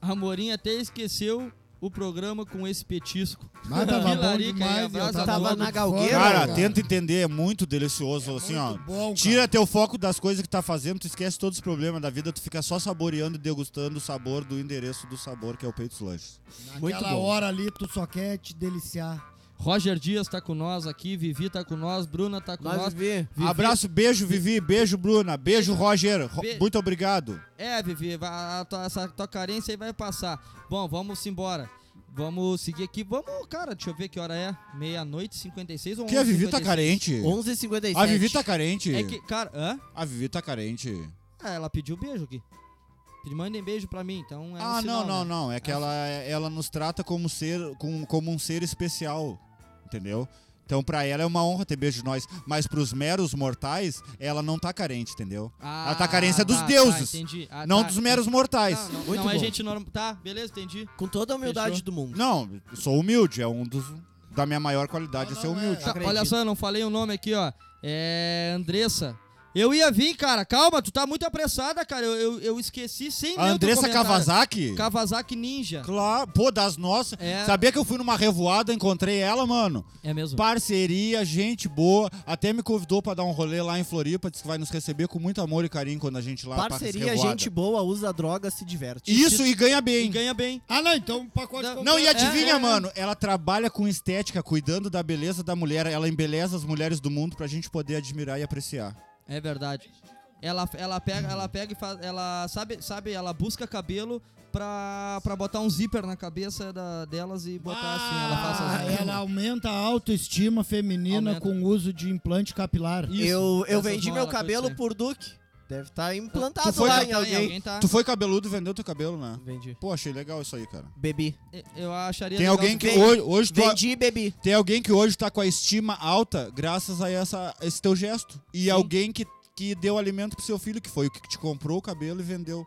Speaker 2: Amorim até esqueceu o programa com esse petisco.
Speaker 5: Ah,
Speaker 3: Mas tava tá bom
Speaker 2: Vilarica, aí,
Speaker 3: demais.
Speaker 2: abraço,
Speaker 3: eu
Speaker 6: tava
Speaker 3: louco
Speaker 6: na
Speaker 3: de
Speaker 6: galgueira,
Speaker 3: fome,
Speaker 5: Cara, tenta entender, é muito delicioso, assim, ó.
Speaker 3: Muito bom, cara.
Speaker 5: Tira teu foco das coisas que tá fazendo, tu esquece todos os problemas da vida, tu fica só saboreando e degustando o sabor do endereço do sabor, que é o Peitos Lanches.
Speaker 3: Muito
Speaker 6: Muito
Speaker 3: Aquela
Speaker 6: bom.
Speaker 3: hora ali, tu só quer te deliciar.
Speaker 2: Roger Dias tá com nós aqui, Vivi tá com nós, Bruna tá com
Speaker 6: Nós
Speaker 2: nós.
Speaker 6: vê.
Speaker 2: Vivi-
Speaker 5: Abraço, beijo, Vivi, beijo, Bruna, beijo, Roger, Ro-
Speaker 2: Beijo.
Speaker 5: muito obrigado.
Speaker 2: É, Vivi, vai- a tua, essa tua carência aí vai passar. Bom, vamos embora. Vamos seguir aqui. Vamos, cara, deixa eu ver que hora é. Meia-noite, 56 ou
Speaker 5: Que a Vivi tá
Speaker 2: 11h56?
Speaker 5: carente?
Speaker 6: 11h57.
Speaker 5: A Vivi tá carente.
Speaker 2: É que, cara, hã?
Speaker 5: A Vivi tá carente.
Speaker 2: Ah, ela pediu beijo aqui. Pedi- Mandem beijo pra mim, então é um
Speaker 5: Ah,
Speaker 2: sinal,
Speaker 5: não, não,
Speaker 2: né?
Speaker 5: não. É que
Speaker 2: É um
Speaker 5: ela, ela nos trata como, ser, com, como um ser especial, entendeu? Então, pra ela é uma honra ter beijo de nós. Mas pros meros mortais, ela não tá carente, entendeu?
Speaker 2: Ah,
Speaker 5: ela tá carência dos
Speaker 2: tá,
Speaker 5: deuses,
Speaker 2: tá, entendi. Ah,
Speaker 5: não
Speaker 2: tá.
Speaker 5: dos meros mortais.
Speaker 2: Não, não,
Speaker 6: Muito
Speaker 2: não é
Speaker 6: bom.
Speaker 2: gente normal. Tá, beleza, entendi.
Speaker 6: Com toda a humildade
Speaker 2: Fechou.
Speaker 6: do mundo.
Speaker 5: Não, sou humilde. É um dos... Da minha maior qualidade é ser humilde.
Speaker 2: Tá,
Speaker 6: Acredito.
Speaker 2: olha só, eu não falei o nome aqui, ó. É. Andressa. Eu ia vir, cara. Calma, tu tá muito apressada, cara. Eu, eu, eu esqueci sem
Speaker 5: A
Speaker 2: ler o teu
Speaker 5: Andressa
Speaker 2: comentário.
Speaker 5: Kawasaki?
Speaker 2: Kawasaki Ninja.
Speaker 5: Claro. Pô, das nossas.
Speaker 2: É.
Speaker 5: Sabia que eu fui numa revoada, encontrei ela, mano.
Speaker 2: É mesmo.
Speaker 5: Parceria, gente boa. Até me convidou pra dar um rolê lá em Floripa. Disse que vai nos receber com muito amor e carinho quando a gente lá pra essa
Speaker 6: Parceria,
Speaker 5: revoada.
Speaker 6: gente boa, usa droga, se diverte.
Speaker 5: Isso e ganha
Speaker 2: E
Speaker 5: bem.
Speaker 2: ganha bem.
Speaker 3: Ah, não, então um pacote
Speaker 2: Não,
Speaker 3: completo.
Speaker 5: Não, e
Speaker 2: É, é,
Speaker 5: adivinha,
Speaker 2: é.
Speaker 5: mano? Ela trabalha com estética, cuidando da beleza da mulher. Ela embeleza as mulheres do mundo pra gente poder admirar e apreciar.
Speaker 2: É verdade. Ela, ela pega, ela pega e faz, ela sabe, sabe, ela busca cabelo pra, pra botar um zíper na cabeça da, delas e botar assim, ela
Speaker 3: Ah,
Speaker 2: faz assim.
Speaker 3: ela aumenta a autoestima feminina
Speaker 2: Aumenta.
Speaker 3: com o uso de implante capilar.
Speaker 2: Isso,
Speaker 6: eu eu
Speaker 2: essas
Speaker 6: vendi
Speaker 2: molas,
Speaker 6: meu
Speaker 2: coisa
Speaker 6: cabelo
Speaker 2: assim.
Speaker 6: por Duke. Deve estar implantado
Speaker 5: Tu foi
Speaker 6: lá
Speaker 5: catar
Speaker 6: em
Speaker 2: Tá,
Speaker 6: alguém.
Speaker 2: tá.
Speaker 5: Tu foi cabeludo e vendeu teu cabelo, né?
Speaker 6: Vendi.
Speaker 5: Pô, achei legal isso aí, cara.
Speaker 6: Bebi.
Speaker 2: Eu acharia
Speaker 5: Tem
Speaker 2: legal
Speaker 5: alguém
Speaker 2: se-
Speaker 5: que
Speaker 6: vende.
Speaker 5: hoje, hoje tu-
Speaker 6: Vendi e bebi.
Speaker 5: tem alguém que hoje tá com a estima alta graças a essa, esse teu gesto. E alguém que, que deu alimento pro seu filho, que foi o que te comprou o cabelo e vendeu.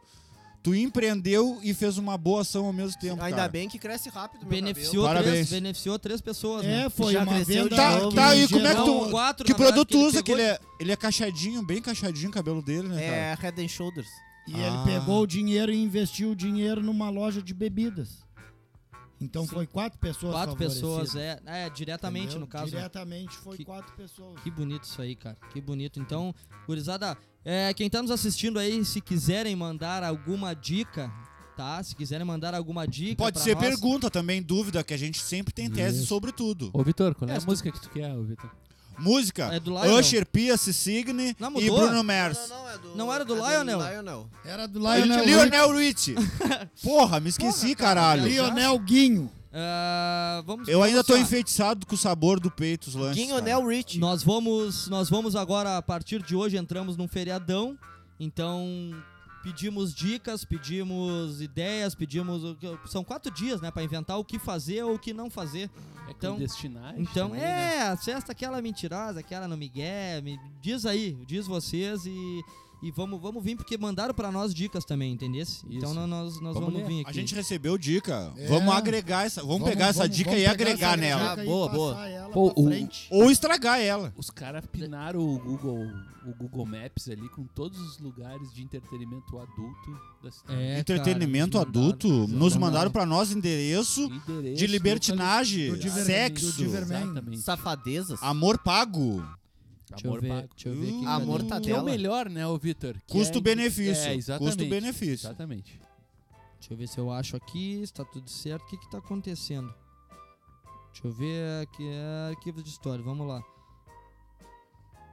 Speaker 5: Tu empreendeu e fez uma boa ação ao mesmo tempo.
Speaker 6: Ainda
Speaker 5: cara.
Speaker 6: bem que cresce rápido, meu
Speaker 2: Beneficiou
Speaker 5: cabelo.
Speaker 2: três,
Speaker 5: Parabéns.
Speaker 2: beneficiou três pessoas, né?
Speaker 3: É, foi
Speaker 6: Já
Speaker 3: uma
Speaker 6: cresceu
Speaker 3: venda. né?
Speaker 6: de
Speaker 5: Tá,
Speaker 6: novo,
Speaker 5: tá,
Speaker 6: em
Speaker 5: e como é que
Speaker 6: geral.
Speaker 5: tu.
Speaker 2: Quatro,
Speaker 5: que
Speaker 2: na verdade,
Speaker 5: produto
Speaker 2: que ele
Speaker 5: usa? Que
Speaker 2: pegou-
Speaker 5: ele é, ele é cacheadinho, bem cacheadinho o cabelo dele, né, cara?
Speaker 6: É Head and Shoulders.
Speaker 3: E ele
Speaker 5: Ah.
Speaker 3: pegou o dinheiro e investiu o dinheiro numa loja de bebidas. Então foi quatro pessoas
Speaker 2: Quatro
Speaker 3: favorecidas,
Speaker 2: pessoas, é, é diretamente
Speaker 3: entendeu?
Speaker 2: no caso. né?
Speaker 3: Diretamente foi
Speaker 2: Que-
Speaker 3: quatro pessoas.
Speaker 2: Que bonito isso aí, cara. Que bonito. Então, gurizada, é, quem tá nos assistindo aí, se quiserem mandar alguma dica, tá? Se quiserem mandar alguma dica
Speaker 5: Pode
Speaker 2: pra
Speaker 5: ser
Speaker 2: nós,
Speaker 5: pergunta também, dúvida, que a gente sempre tem tese sobre tudo.
Speaker 4: Ô, Vitor, qual é,
Speaker 2: É,
Speaker 4: a
Speaker 2: se tu-
Speaker 4: música que tu quer, ô, Vitor?
Speaker 5: Música,
Speaker 2: É do Lionel.
Speaker 5: Usher, Pierce, Signe
Speaker 2: Não,
Speaker 5: e
Speaker 2: mudou?
Speaker 5: Bruno Mars.
Speaker 6: não, é do,
Speaker 2: Não era do é do Lionel?
Speaker 3: Era do
Speaker 5: Lionel,
Speaker 3: Lionel,
Speaker 5: Richie. Porra, me esqueci, caralho.
Speaker 3: Lionel Guinho.
Speaker 2: ah, vamos
Speaker 5: Eu ainda tô
Speaker 2: vamos lá.
Speaker 5: enfeitiçado com o sabor do peito, os lanches. cara.
Speaker 2: né,
Speaker 6: Guinhonel Rich.
Speaker 2: Nós vamos, nós vamos agora, a partir de hoje, entramos num feriadão. Então, pedimos dicas, pedimos ideias, pedimos. o que- São quatro dias, né? Pra inventar o que fazer ou o que não fazer.
Speaker 7: É
Speaker 2: Então-
Speaker 7: clandestinagem
Speaker 2: Então,
Speaker 7: também, né?
Speaker 2: é, a cesta aquela mentirosa, aquela no Miguel, me diz aí, diz vocês e, e vamos, vamos vir, porque mandaram pra nós dicas também, entendesse? Então
Speaker 7: Isso.
Speaker 2: nó- nós, nós
Speaker 7: Vamos
Speaker 2: vamos,
Speaker 7: ler.
Speaker 2: vir aqui.
Speaker 5: A gente recebeu dica.
Speaker 3: É.
Speaker 5: Vamos agregar essa. Vamos, pegar essa dica
Speaker 3: vamos
Speaker 5: e
Speaker 3: pegar
Speaker 5: agregar
Speaker 3: essa
Speaker 5: nela.
Speaker 3: dica e
Speaker 6: Boa,
Speaker 3: passar
Speaker 6: boa.
Speaker 3: ela
Speaker 4: Pô,
Speaker 3: pra
Speaker 4: o-
Speaker 3: frente.
Speaker 5: Ou estragar ela.
Speaker 7: Os caras pinaram o Google, o Google Maps ali com todos os lugares de entretenimento adulto da cidade.
Speaker 2: É,
Speaker 5: Entretenimento
Speaker 2: cara, nos
Speaker 5: adulto.
Speaker 2: mandaram,
Speaker 5: nos
Speaker 2: mandaram.
Speaker 5: mandaram pra nós endereço
Speaker 7: Endereço,
Speaker 5: de libertinagem,
Speaker 3: do diver-
Speaker 5: sexo,
Speaker 3: do diver-
Speaker 7: Exatamente.
Speaker 6: Safadezas.
Speaker 5: amor pago.
Speaker 2: Deixa eu
Speaker 7: Amor
Speaker 2: ver,
Speaker 7: pago.
Speaker 2: deixa eu ver aqui.
Speaker 5: Hum,
Speaker 2: cadê?
Speaker 6: Amor
Speaker 7: Que é o
Speaker 6: Tadela.
Speaker 7: melhor, né, ô Vitor? Que
Speaker 5: Custo-benefício.
Speaker 7: É, é, exatamente.
Speaker 5: Custo-benefício.
Speaker 7: Exatamente.
Speaker 2: Deixa eu ver se eu acho aqui, se tá tudo certo. O que que tá acontecendo? Deixa eu ver aqui, é arquivo de história, vamos lá.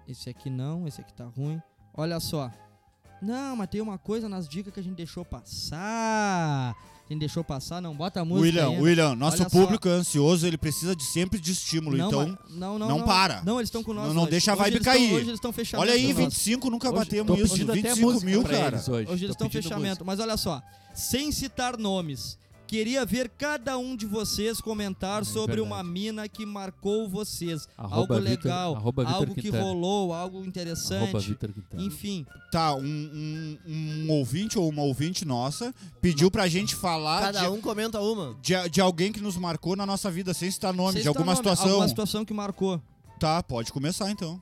Speaker 2: Esse aqui não, esse aqui tá ruim. Olha só. Não, mas tem uma coisa nas dicas que a gente deixou passar. A gente deixou passar, não, bota a música
Speaker 5: William,
Speaker 2: aí.
Speaker 5: William, nosso
Speaker 2: Olha só.
Speaker 5: público é ansioso, ele precisa de sempre de estímulo.
Speaker 2: não,
Speaker 5: então,
Speaker 2: mas- não, não,
Speaker 5: não para.
Speaker 2: Não, eles estão com nós
Speaker 5: Não- não
Speaker 2: hoje.
Speaker 5: deixa a
Speaker 2: Hoje
Speaker 5: vibe
Speaker 2: eles tão-
Speaker 5: cair.
Speaker 2: Hoje eles estão fechando.
Speaker 5: olha aí,
Speaker 2: com nós.
Speaker 5: 25, nunca
Speaker 7: Hoje-
Speaker 5: batemos
Speaker 7: tô
Speaker 5: isso.
Speaker 7: pedindo até
Speaker 5: 25
Speaker 7: música
Speaker 5: mil,
Speaker 7: pra
Speaker 5: cara.
Speaker 7: eles Hoje,
Speaker 2: Hoje eles
Speaker 7: Tô
Speaker 2: estão
Speaker 7: pedindo
Speaker 2: fechamento.
Speaker 7: música.
Speaker 2: Mas olha só, sem citar nomes, queria ver cada um de vocês comentar
Speaker 7: É
Speaker 2: sobre
Speaker 7: verdade.
Speaker 2: uma mina que marcou vocês.
Speaker 7: Arroba
Speaker 2: algo
Speaker 7: Vitor-
Speaker 2: legal,
Speaker 7: arroba Vitor
Speaker 2: algo que
Speaker 7: Quintana.
Speaker 2: rolou, algo
Speaker 7: Arroba
Speaker 2: interessante.
Speaker 7: Vitor Quintana.
Speaker 2: Enfim,
Speaker 5: Tá, um, um, um ouvinte ou uma ouvinte nossa pediu pra gente falar
Speaker 6: Cada
Speaker 5: de,
Speaker 6: um comenta uma.
Speaker 5: de, de alguém que nos marcou na nossa vida, sem citar nome,
Speaker 2: vocês
Speaker 5: de alguma
Speaker 2: estão nome-
Speaker 5: situação.
Speaker 2: alguma situação que marcou.
Speaker 5: Tá, pode começar então.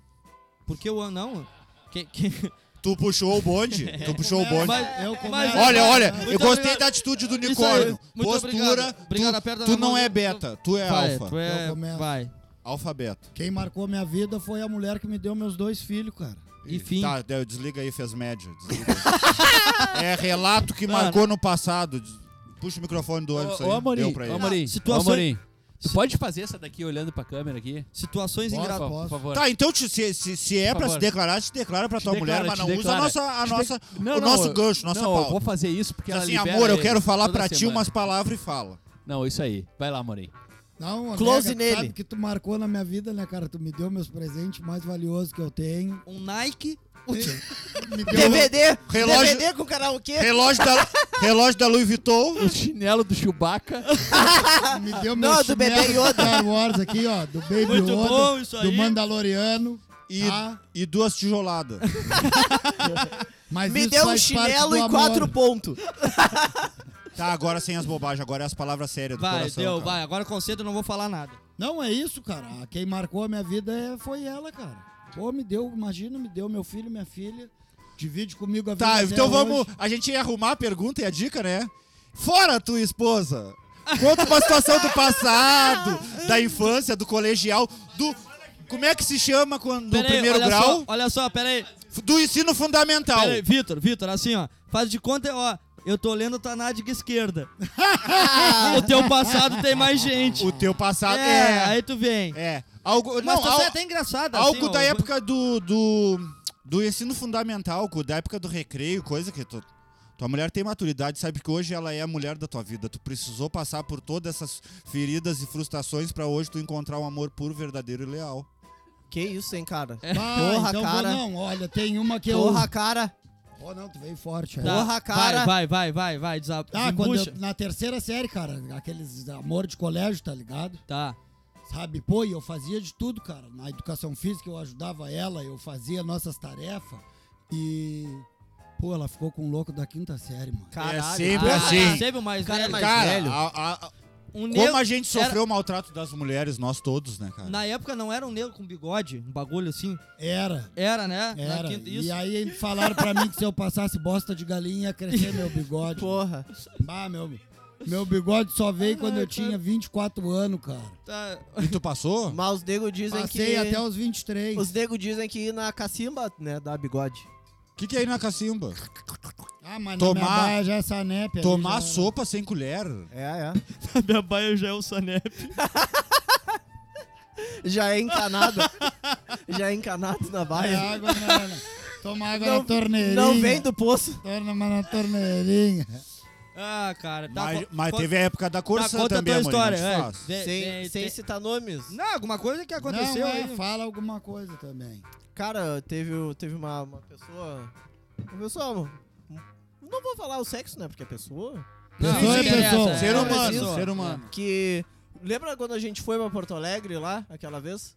Speaker 2: Porque o ano não. Que, que-
Speaker 5: Tu puxou o bonde, tu puxou o bonde.
Speaker 2: Mas-
Speaker 3: Eu começo.
Speaker 2: mas-
Speaker 5: É, Olha, olha,
Speaker 2: Muito
Speaker 5: eu gostei
Speaker 2: obrigado.
Speaker 5: da atitude do
Speaker 2: Isso
Speaker 5: unicórnio.
Speaker 2: aí, muito
Speaker 5: Postura,
Speaker 2: obrigado. Obrigado, aperta
Speaker 5: tu,
Speaker 2: na
Speaker 5: tu
Speaker 2: mão,
Speaker 5: não é
Speaker 2: eu-
Speaker 5: beta, tu é
Speaker 2: vai,
Speaker 5: alfa.
Speaker 2: tu é-
Speaker 3: Eu começo.
Speaker 2: vai.
Speaker 5: Alfabeto.
Speaker 3: Quem marcou minha vida foi a mulher que me deu meus dois filhos, cara.
Speaker 2: Enfim.
Speaker 5: Tá, deu- desliga aí, fez média. desliga aí. é relato que
Speaker 2: Mano.
Speaker 5: marcou no passado. Des- Puxa o microfone do ônibus
Speaker 7: Ô,
Speaker 5: aí.
Speaker 7: ô Amorim,
Speaker 5: Deu pra
Speaker 7: ô
Speaker 5: ele.
Speaker 7: Amorim,
Speaker 2: Situações-
Speaker 7: ô Amorim. Tu pode fazer essa daqui olhando pra câmera aqui?
Speaker 2: Situações
Speaker 3: Posso?
Speaker 2: engraçadas.
Speaker 7: Por
Speaker 3: posso.
Speaker 7: favor.
Speaker 5: Tá, então te- se, se, se é
Speaker 7: Por
Speaker 5: pra se
Speaker 7: favor.
Speaker 5: declarar, se declara pra
Speaker 7: Te
Speaker 5: tua
Speaker 7: declara,
Speaker 5: mulher, mas
Speaker 7: te
Speaker 5: não usa a
Speaker 7: declara.
Speaker 5: nossa, a
Speaker 7: Te
Speaker 5: nossa,
Speaker 7: dec- Não,
Speaker 5: o
Speaker 7: não,
Speaker 5: nosso
Speaker 7: eu-
Speaker 5: gancho, nossa
Speaker 7: Não, eu
Speaker 5: pauta.
Speaker 7: vou fazer isso porque
Speaker 5: Diz
Speaker 7: ela
Speaker 5: assim,
Speaker 7: libera
Speaker 5: amor, eu
Speaker 7: ele
Speaker 5: quero falar
Speaker 7: toda
Speaker 5: pra ti
Speaker 7: semana.
Speaker 5: umas palavras e fala.
Speaker 7: Não, isso aí. Vai lá, Amorim.
Speaker 3: Não,
Speaker 6: Close
Speaker 3: nega, tu
Speaker 6: nele.
Speaker 3: Sabe que tu marcou na minha vida, né, cara? Tu me deu meus presentes mais valiosos que eu tenho.
Speaker 2: Um Nike.
Speaker 3: Me deu
Speaker 6: DVD!
Speaker 5: Relógio-
Speaker 6: DVD com
Speaker 2: um
Speaker 6: karaokê!
Speaker 5: Relógio da, relógio da Louis Vuitton.
Speaker 7: O chinelo do Chewbacca.
Speaker 3: Me deu
Speaker 6: Não,
Speaker 3: meu
Speaker 6: do Bebê
Speaker 3: chinelo
Speaker 6: Yoda.
Speaker 3: Star Wars aqui, ó. Do Baby
Speaker 2: Muito
Speaker 3: Yoda.
Speaker 2: bom isso
Speaker 3: Do
Speaker 2: aí.
Speaker 3: Mandaloriano.
Speaker 5: E,
Speaker 3: Ah.
Speaker 5: e duas tijoladas.
Speaker 3: Mas
Speaker 6: Me
Speaker 3: isso
Speaker 6: deu um
Speaker 3: faz parte
Speaker 6: chinelo
Speaker 3: do
Speaker 6: e
Speaker 3: amor.
Speaker 6: quatro pontos.
Speaker 5: tá, agora sem as bobagens, agora é as palavras sérias do
Speaker 2: Vai,
Speaker 5: coração.
Speaker 2: deu,
Speaker 5: cara.
Speaker 2: vai. Agora conceito, eu não vou falar nada.
Speaker 3: Não, é isso, cara. Quem marcou a minha vida é- foi ela, cara. Pô, me deu, imagina, me deu meu filho, minha filha. Divide comigo a vida.
Speaker 5: Tá,
Speaker 3: até
Speaker 5: então vamos.
Speaker 3: hoje.
Speaker 5: A gente ia arrumar a pergunta e a dica, né? Fora tua esposa! Conta uma situação do passado, da infância, do colegial, do. Como é que se chama quando do
Speaker 2: Pera aí,
Speaker 5: primeiro
Speaker 2: olha
Speaker 5: grau?
Speaker 2: Só, olha só, pera aí.
Speaker 5: F- Do ensino fundamental.
Speaker 2: Pera aí, Vitor, Vitor, assim, ó. Faz de conta, ó. Eu tô lendo tua nádiga esquerda. o teu passado tem mais gente.
Speaker 5: O teu passado
Speaker 2: É,
Speaker 5: é.
Speaker 2: aí tu vem.
Speaker 5: É. Algo,
Speaker 2: Mas
Speaker 5: não,
Speaker 2: tá
Speaker 5: al-
Speaker 2: até engraçado. assim,
Speaker 5: algo da
Speaker 2: ó,
Speaker 5: época do, do. Do ensino fundamental, co- da época do recreio, coisa que tu. Tua mulher tem maturidade, sabe que hoje ela é a mulher da tua vida. Tu precisou passar por todas essas feridas e frustrações pra hoje tu encontrar um amor puro, verdadeiro e leal.
Speaker 6: Que isso, hein, cara?
Speaker 3: Vai,
Speaker 6: Porra,
Speaker 3: então
Speaker 6: cara.
Speaker 3: Vou, não, olha, tem uma que
Speaker 6: Porra, cara!
Speaker 3: eu. Pô, não, tu veio forte. aí.
Speaker 2: Tá,
Speaker 6: Porra, cara.
Speaker 2: Vai, vai, vai, vai, vai. Desab...
Speaker 5: Tá,
Speaker 3: Ah, quando
Speaker 2: desembucha.
Speaker 3: eu, na terceira série, cara, aqueles amor de colégio, tá ligado?
Speaker 2: Tá.
Speaker 3: Sabe, pô, e eu fazia de tudo, cara. Na educação física eu ajudava ela, eu fazia nossas tarefas. E, Pô, ela ficou com o louco da quinta série, mano.
Speaker 5: É sempre assim.
Speaker 2: Ah, Sempre mais
Speaker 6: Cara, é
Speaker 2: velho.
Speaker 6: mais
Speaker 5: Cara,
Speaker 6: velho.
Speaker 5: a- a-
Speaker 2: Um
Speaker 5: como
Speaker 2: negro-
Speaker 5: a gente
Speaker 2: era-
Speaker 5: sofreu o maltrato das mulheres, nós todos, né, cara?
Speaker 2: Na época não era um negro com bigode, um bagulho assim.
Speaker 3: Era.
Speaker 2: Era, né? Na
Speaker 3: Era.
Speaker 2: quinta-
Speaker 3: E aí falaram pra mim que se eu passasse bosta de galinha ia crescer meu bigode.
Speaker 6: Porra.
Speaker 3: Bah, meu, meu bigode só veio quando eu tinha 24 anos, cara.
Speaker 2: Tá-
Speaker 5: E tu passou?
Speaker 6: Mas os nego dizem
Speaker 3: Passei
Speaker 6: que.
Speaker 3: até os 23.
Speaker 6: Os nego dizem que na cacimba, né, dá bigode.
Speaker 5: O que, que é ir na cacimba?
Speaker 3: Ah, mas na
Speaker 5: Tomar-
Speaker 3: minha baia já é essa nepe. ali
Speaker 5: Tomar
Speaker 3: já-
Speaker 5: sopa sem colher.
Speaker 6: É, é.
Speaker 2: Minha baia já é o Sanep.
Speaker 6: Já é encanado. já é encanado na
Speaker 3: É
Speaker 6: baia.
Speaker 3: água na... Tomar água na torneirinha.
Speaker 6: não vem do poço.
Speaker 3: Torna, mas na torneirinha.
Speaker 2: Ah, cara. Tá,
Speaker 5: mas
Speaker 2: co-
Speaker 5: mas
Speaker 2: co-
Speaker 5: teve a época da
Speaker 2: tá,
Speaker 5: Corsã
Speaker 2: conta
Speaker 5: também,
Speaker 2: a tua
Speaker 5: amor.
Speaker 2: história. é. Tem-
Speaker 6: Sem,
Speaker 2: tem-
Speaker 6: sem
Speaker 2: tem-
Speaker 6: citar nomes.
Speaker 2: Não, alguma coisa que aconteceu
Speaker 3: não, é,
Speaker 2: aí.
Speaker 3: fala alguma coisa também.
Speaker 6: Cara, teve, teve uma, uma pessoa. Uma pessoa. Não vou falar o sexo, né? Porque é pessoa.
Speaker 2: Não,
Speaker 3: Pessoa
Speaker 2: não
Speaker 3: é
Speaker 2: interessa,
Speaker 3: pessoa.
Speaker 2: é.
Speaker 5: Ser
Speaker 6: Não,
Speaker 5: humano,
Speaker 6: mas isso-
Speaker 5: ser humano.
Speaker 6: Que. Lembra quando a gente foi pra Porto Alegre lá, aquela vez?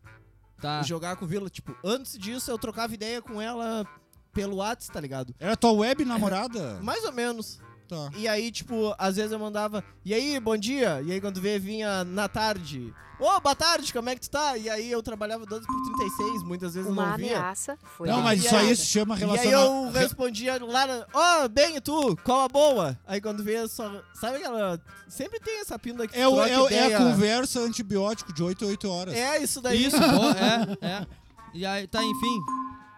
Speaker 2: Tá.
Speaker 6: Jogar com o Vila? Tipo, antes disso eu trocava ideia com ela pelo Whats, tá ligado?
Speaker 5: Era tua web namorada?
Speaker 6: Mais ou menos.
Speaker 5: Tá.
Speaker 6: E aí, tipo, às vezes eu mandava, e aí, bom dia? E aí, quando vê, vinha na tarde. Ô, boa tarde, como é que tu tá? E aí, eu trabalhava 12 por 36, muitas vezes eu
Speaker 8: Uma
Speaker 6: não via.
Speaker 8: ameaça foi
Speaker 5: Não, mas
Speaker 6: E
Speaker 5: isso aí
Speaker 6: aí-
Speaker 5: se chama
Speaker 6: E
Speaker 5: relacionamento.
Speaker 6: aí, eu respondia lá, na- ó, bem, e tu? Qual a boa? Aí, quando vê, só. Sabe aquela. Sempre tem essa pinda que
Speaker 5: É, o-
Speaker 6: troca
Speaker 5: é, o- é
Speaker 6: ideia.
Speaker 5: a conversa antibiótico de 8 a 8 horas.
Speaker 6: É isso daí.
Speaker 2: Isso, pô, é, é. E aí, tá, enfim.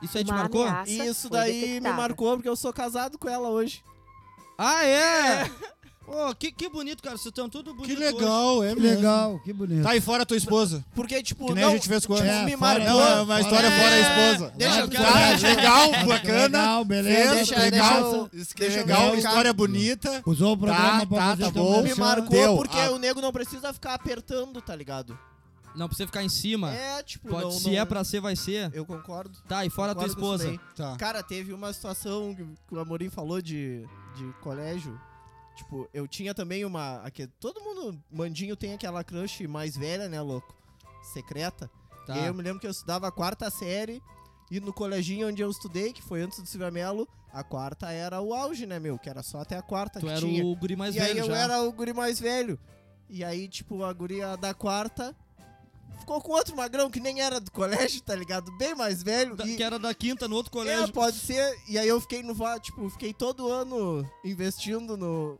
Speaker 2: Isso aí te
Speaker 8: Uma
Speaker 2: marcou?
Speaker 8: ameaça
Speaker 6: E isso
Speaker 8: foi
Speaker 6: daí
Speaker 8: detectada.
Speaker 6: me marcou, porque eu sou casado com ela hoje.
Speaker 2: Ah, é! Pô, que, que bonito, cara. Vocês estão tudo bonito.
Speaker 5: Que legal, é
Speaker 3: Que
Speaker 5: mesmo.
Speaker 3: legal, que bonito.
Speaker 5: Tá aí fora tua esposa.
Speaker 6: Porque, tipo,
Speaker 5: Que nem
Speaker 6: não,
Speaker 5: a gente fez com
Speaker 6: tipo,
Speaker 5: ela.
Speaker 6: me
Speaker 5: É,
Speaker 3: fora-
Speaker 6: marcou.
Speaker 5: Não, é uma história
Speaker 2: É,
Speaker 5: fora a esposa.
Speaker 6: deixa eu-
Speaker 5: Tá, legal, bacana.
Speaker 3: Ah, tá Legal, beleza.
Speaker 5: Fez,
Speaker 6: Deixa-
Speaker 5: legal,
Speaker 6: deixa eu-
Speaker 5: legal,
Speaker 6: deixa eu ver.
Speaker 5: história bonita.
Speaker 3: Usou o programa
Speaker 5: Tá,
Speaker 3: pra
Speaker 5: tá,
Speaker 3: fazer
Speaker 5: tá
Speaker 3: teu
Speaker 5: bom.
Speaker 3: merchan.
Speaker 6: Me marcou
Speaker 5: Deu,
Speaker 6: porque
Speaker 5: a-
Speaker 6: o nego não precisa ficar apertando, tá ligado?
Speaker 2: Não, pra você ficar em cima.
Speaker 6: É, tipo,
Speaker 2: Pode,
Speaker 6: não,
Speaker 2: se
Speaker 6: não-
Speaker 2: é pra ser, vai ser.
Speaker 6: Eu concordo.
Speaker 2: Tá, e fora a tua
Speaker 6: concordo com isso
Speaker 2: esposa.
Speaker 6: daí.
Speaker 5: Tá.
Speaker 6: Cara, teve uma situação que que o Amorim falou de, de colégio. Tipo, eu tinha também uma. Aqui, todo mundo, Mandinho, tem aquela crush mais velha, né, louco? Secreta.
Speaker 2: Tá.
Speaker 6: E aí eu me lembro que eu estudava a quarta série. E no coleginho onde eu estudei, que foi antes do Silvia Melo, a quarta era o auge, né, meu? Que era só até a quarta
Speaker 2: Tu
Speaker 6: que
Speaker 2: era
Speaker 6: tinha
Speaker 2: o guri mais
Speaker 6: e
Speaker 2: velho
Speaker 6: aí eu
Speaker 2: já.
Speaker 6: era o guri mais velho. E aí, tipo, a guria da quarta ficou com outro magrão que nem era do colégio, tá ligado? Bem mais velho.
Speaker 2: Da-
Speaker 6: e
Speaker 2: Tá, Que era da quinta no outro
Speaker 6: é,
Speaker 2: colégio.
Speaker 6: pode ser. E aí eu fiquei no va- tipo, fiquei todo ano investindo no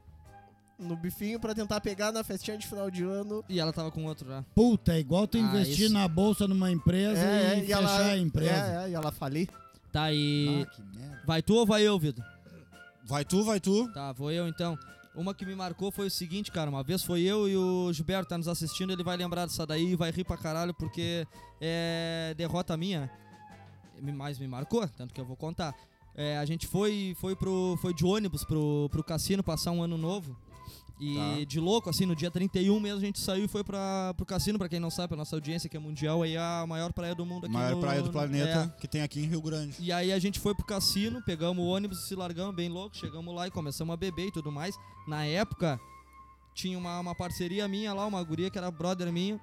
Speaker 6: no bifinho pra tentar pegar na festinha de final de ano.
Speaker 2: E ela tava com outro né? já.
Speaker 3: Puta, é igual tu
Speaker 2: Ah,
Speaker 3: investir
Speaker 2: isso.
Speaker 3: na bolsa numa empresa e, fechar a empresa.
Speaker 6: é, é, e ela falei.
Speaker 2: Tá, e.
Speaker 3: Ah, que merda.
Speaker 2: Vai tu ou vai eu, Vitor?
Speaker 5: Vai tu, vai tu.
Speaker 2: Tá, vou eu então. Uma que me marcou foi o seguinte, cara. Uma vez foi eu e o Gilberto tá nos assistindo, ele vai lembrar dessa daí e vai rir pra caralho, porque é derrota minha. Me- Mas me marcou, tanto que eu vou contar. É, a gente foi foi pro foi de ônibus pro, pro cassino passar um ano novo. E
Speaker 5: Tá.
Speaker 2: de louco, assim, no dia 31 mesmo a gente saiu e foi pra, pro cassino, pra quem não sabe, a nossa audiência que é mundial, aí é a maior praia do mundo aqui
Speaker 5: Maior
Speaker 2: no-
Speaker 5: praia do
Speaker 2: no- É.
Speaker 5: planeta que tem aqui em Rio Grande.
Speaker 2: e aí a gente foi pro cassino, pegamos o ônibus, se largamos bem louco, chegamos lá e começamos a beber e tudo mais. Na época, tinha uma, uma parceria minha lá, uma guria que era brother minha.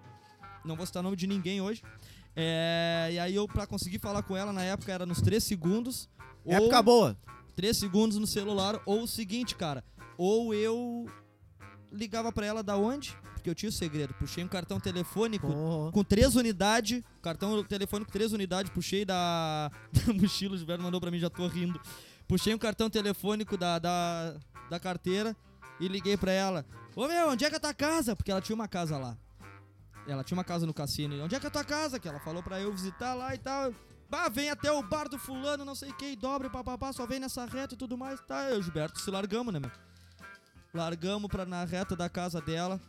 Speaker 2: Não vou citar o nome de ninguém hoje. É, e aí eu, pra conseguir falar com ela, na época era nos 3 segundos.
Speaker 6: Época boa.
Speaker 2: 3 segundos no celular, ou o seguinte, cara, ou eu ligava pra ela da onde? Porque eu tinha o segredo, puxei um cartão telefônico com três unidades, cartão telefônico três unidades, puxei da, da mochila, o Gilberto mandou pra mim, já tô rindo. Puxei um cartão telefônico da, da, da carteira e liguei pra ela. Ô meu, onde é que é a tua casa? Porque ela tinha uma casa lá. Ela tinha uma casa no cassino. E, Onde é que é a tua casa? Que ela falou pra eu visitar lá e tal. Bah, vem até o bar do fulano, não sei quem, dobre, papapá, só vem nessa reta e tudo mais. Tá, eu e o Gilberto se largamos, né, meu? Largamos pra, na reta da casa dela.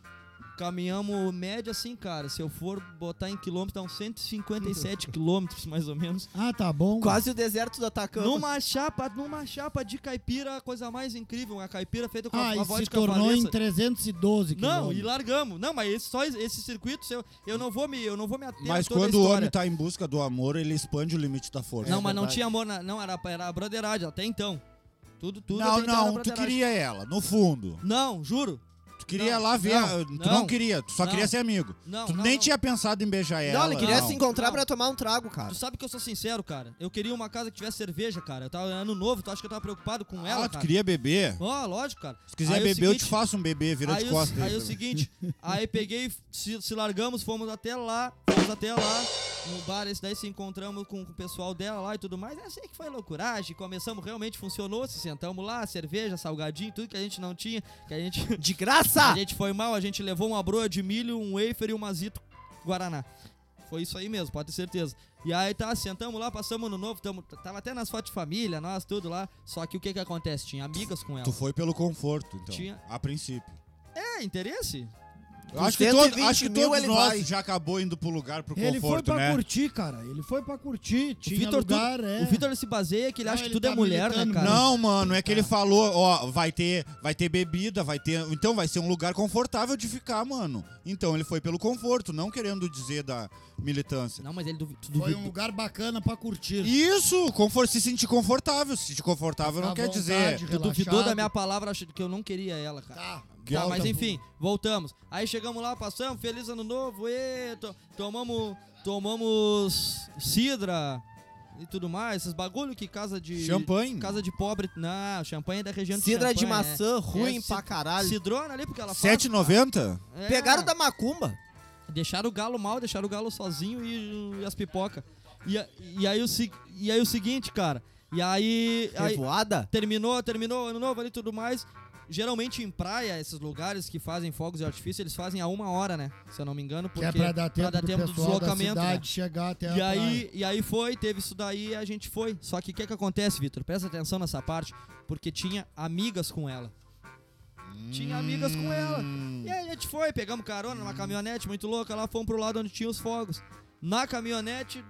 Speaker 2: Caminhamos média assim, cara. Se eu for botar em quilômetros, dá uns 157 quilômetros, mais ou menos.
Speaker 3: Ah, tá bom.
Speaker 6: Quase o deserto do Atacama.
Speaker 2: Numa chapa, numa chapa de caipira, a coisa mais incrível. Uma caipira feita com a,
Speaker 3: Ah,
Speaker 2: a
Speaker 3: e
Speaker 2: voz
Speaker 3: se
Speaker 2: de
Speaker 3: tornou em
Speaker 2: cavaleça.
Speaker 3: 312
Speaker 2: Não,
Speaker 3: quilômetros.
Speaker 2: e largamos. Não, mas esse, só esse circuito, eu, eu não vou me, eu não vou me ater
Speaker 5: Mas
Speaker 2: a toda a
Speaker 5: quando o homem
Speaker 2: história.
Speaker 5: tá É em busca do amor, ele expande o limite da força.
Speaker 2: Não, mas não
Speaker 6: verdade.
Speaker 2: tinha amor, na, não era era a broderagem até então. Tudo, tudo.
Speaker 5: não,
Speaker 2: até então era
Speaker 5: não, tu
Speaker 2: broderagem.
Speaker 5: queria ela, no fundo.
Speaker 2: Não, juro.
Speaker 5: Tu Tu queria lá ver.
Speaker 2: não,
Speaker 5: a- tu não,
Speaker 2: não.
Speaker 5: queria, tu só
Speaker 2: Não.
Speaker 5: queria ser amigo.
Speaker 2: Não,
Speaker 5: tu
Speaker 2: não,
Speaker 5: nem
Speaker 2: não.
Speaker 5: tinha pensado em beijar ela.
Speaker 6: Não, ele queria
Speaker 5: não.
Speaker 6: se encontrar
Speaker 2: Não.
Speaker 6: pra tomar um trago, cara.
Speaker 2: Tu sabe que eu sou sincero, cara. Eu queria uma casa que tivesse cerveja, cara. Eu tava era ano novo, tu acha que eu tava preocupado com ela,
Speaker 5: Ah, tu
Speaker 2: cara?
Speaker 5: queria beber?
Speaker 2: Ó, lógico, cara.
Speaker 5: Se quiser
Speaker 2: Aí é o
Speaker 5: beber, eu te
Speaker 2: seguinte-
Speaker 5: faço um bebê, vira
Speaker 2: aí
Speaker 5: de
Speaker 2: o-
Speaker 5: costas.
Speaker 2: aí o seguinte, aí peguei, se, se largamos, fomos até lá, fomos até lá, no bar esse daí se encontramos com, com o pessoal dela lá e tudo mais. Eu sei que foi loucuragem, começamos, realmente funcionou, se sentamos lá, cerveja, salgadinho, tudo que a gente não tinha, que a gente,
Speaker 6: De
Speaker 2: a
Speaker 6: graça!
Speaker 2: gente foi mal, a gente levou uma broa de milho, um wafer e um mazito guaraná. Foi isso aí mesmo, pode ter certeza. E aí tá, sentamos lá, passamos no novo, tamo, tava até nas fotos de família, nós tudo lá. Só que o que que acontece? Tinha amigas com ela.
Speaker 5: Tu foi pelo conforto, então.
Speaker 2: Tinha-
Speaker 5: A princípio.
Speaker 2: É, interesse?
Speaker 5: Eu acho que,
Speaker 6: 120
Speaker 5: todo, acho que
Speaker 6: mil
Speaker 5: todos
Speaker 6: ele
Speaker 5: nós
Speaker 6: vai.
Speaker 5: já acabou indo pro lugar pro
Speaker 3: Ele foi
Speaker 5: conforto,
Speaker 3: pra
Speaker 5: né?
Speaker 3: curtir, cara. Ele foi pra curtir. Tinha
Speaker 2: Vitor, tu-
Speaker 3: lugar, é.
Speaker 2: O Vitor ele se baseia que ele
Speaker 3: Não,
Speaker 2: acha que
Speaker 3: ele
Speaker 2: tudo é
Speaker 3: tá
Speaker 2: mulher, né,
Speaker 3: militando
Speaker 2: cara?
Speaker 5: Não, mano, é que ele falou, ó, vai ter, vai ter bebida, vai ter, então vai ser um lugar confortável de ficar, mano. Então ele foi pelo conforto, não querendo dizer da militância.
Speaker 2: Não, mas ele duvi- tu
Speaker 3: Foi
Speaker 2: duvi-
Speaker 3: um lugar bacana pra curtir. né?
Speaker 5: Isso, confor se sentir confortável, se sentir confortável não
Speaker 3: Ficar
Speaker 5: quer
Speaker 3: à
Speaker 5: dizer.
Speaker 3: vontade,
Speaker 2: tu duvidou
Speaker 3: relaxado.
Speaker 2: da minha palavra achando que eu não queria ela, cara.
Speaker 3: Tá,
Speaker 5: é
Speaker 2: Tá,
Speaker 3: volta
Speaker 2: mas
Speaker 3: pro-
Speaker 2: enfim, voltamos. Aí chegamos lá, passamos, feliz ano novo, e to- tomamos, tomamos sidra e tudo mais, esses bagulho que casa de
Speaker 5: Champanhe?
Speaker 2: casa de pobre, não, champanhe é da região de
Speaker 6: Cidra de
Speaker 2: champanhe,
Speaker 6: maçã, ruim
Speaker 2: É,
Speaker 6: pra
Speaker 2: é.
Speaker 6: caralho.
Speaker 2: Cidrona ali porque ela faz,
Speaker 5: 7,90?
Speaker 2: cara. É.
Speaker 6: Pegaram da macumba.
Speaker 2: Deixaram o galo mal, deixaram o galo sozinho e, e as pipoca. E, a- e aí o se- e aí o seguinte, cara, e aí,
Speaker 6: é
Speaker 2: aí
Speaker 6: Revoada.
Speaker 2: terminou, terminou, ano novo ali e tudo mais. Geralmente em praia, esses lugares que fazem fogos de artifício, eles fazem a uma hora, né? Se eu não me engano,
Speaker 3: Que
Speaker 2: porque
Speaker 3: é pra dar tempo,
Speaker 2: pra
Speaker 3: do
Speaker 2: tempo do
Speaker 3: pessoal da
Speaker 2: deslocamento. né?
Speaker 3: cidade chegar até a
Speaker 2: E
Speaker 3: praia.
Speaker 2: aí, e aí foi, teve isso daí e a gente foi. Só que o que, que acontece, Vitor? Presta atenção nessa parte, porque tinha amigas com ela. Tinha amigas com ela.
Speaker 5: Hum.
Speaker 2: E aí a gente foi, pegamos carona numa caminhonete muito louca, lá fomos pro lado onde tinha os fogos. Na caminhonete.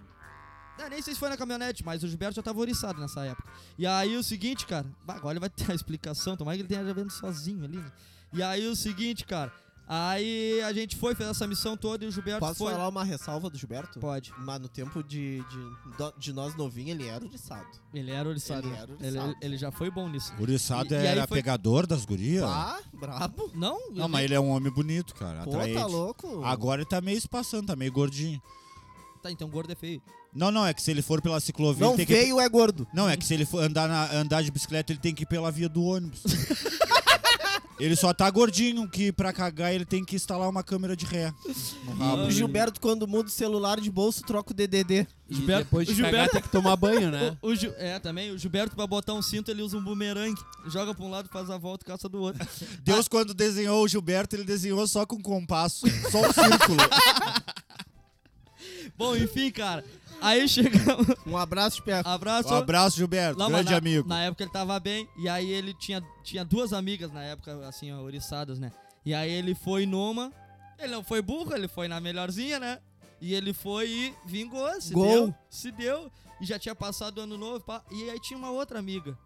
Speaker 2: Ah, nem sei se foi na caminhonete, mas o Gilberto já tava oriçado nessa época. E aí o seguinte, cara. bah, Agora ele vai ter a explicação, tomara que ele tenha vendo sozinho ali. né? E aí o seguinte, cara. Aí a gente foi, fez essa missão toda e o Gilberto
Speaker 6: Posso
Speaker 2: foi.
Speaker 6: falar uma ressalva do Gilberto?
Speaker 2: Pode.
Speaker 6: Mas no tempo de, de, do- de nós novinho, ele era oriçado.
Speaker 2: Ele era oriçado.
Speaker 6: Ele
Speaker 2: né?
Speaker 6: era
Speaker 2: Ele,
Speaker 6: oriçado.
Speaker 2: ele já foi bom nisso.
Speaker 5: O Uriçado
Speaker 2: E- e aí
Speaker 5: era
Speaker 2: foi-
Speaker 5: pegador das gurias?
Speaker 6: Ah, brabo.
Speaker 2: Não?
Speaker 5: Não, mas ele é um homem bonito, cara,
Speaker 6: Pô,
Speaker 5: atraente.
Speaker 6: tá louco.
Speaker 5: Agora ele tá meio espaçando, tá meio gordinho.
Speaker 2: Tá, então gordo é feio.
Speaker 5: Não, não, é que se ele for pela ciclovia,
Speaker 6: Não
Speaker 5: ele tem que
Speaker 6: veio, é gordo.
Speaker 5: Não, é que se ele for andar, na- andar de bicicleta, ele tem que ir pela via do ônibus. ele só tá gordinho que pra cagar ele tem que instalar uma câmera de ré. No Um rabo.
Speaker 6: O Gilberto, quando muda o celular de bolso, troca o DDD.
Speaker 7: E
Speaker 2: Gilberto-
Speaker 7: depois de
Speaker 2: Gilberto-
Speaker 7: cagar tem que tomar banho, né?
Speaker 2: O, o Gil- é, também. O Gilberto, pra botar um cinto, ele usa um bumerangue. Joga pra um lado, faz a volta e caça do outro.
Speaker 5: Deus, quando desenhou o Gilberto, ele desenhou só com compasso, só um círculo.
Speaker 2: Bom, enfim, cara. Aí chegamos.
Speaker 6: Um abraço de pé.
Speaker 2: Abraço.
Speaker 5: Um abraço, Gilberto.
Speaker 2: Não, mas
Speaker 5: grande
Speaker 2: na,
Speaker 5: amigo.
Speaker 2: Na época ele tava bem. E aí ele tinha, tinha duas amigas na época, assim, ó, oriçadas, né? E aí ele foi numa. Ele não foi burro, ele foi na melhorzinha, né? E ele foi e vingou, se
Speaker 6: Gol.
Speaker 2: deu. Se deu. E já tinha passado o ano novo. pá. E aí tinha uma outra amiga.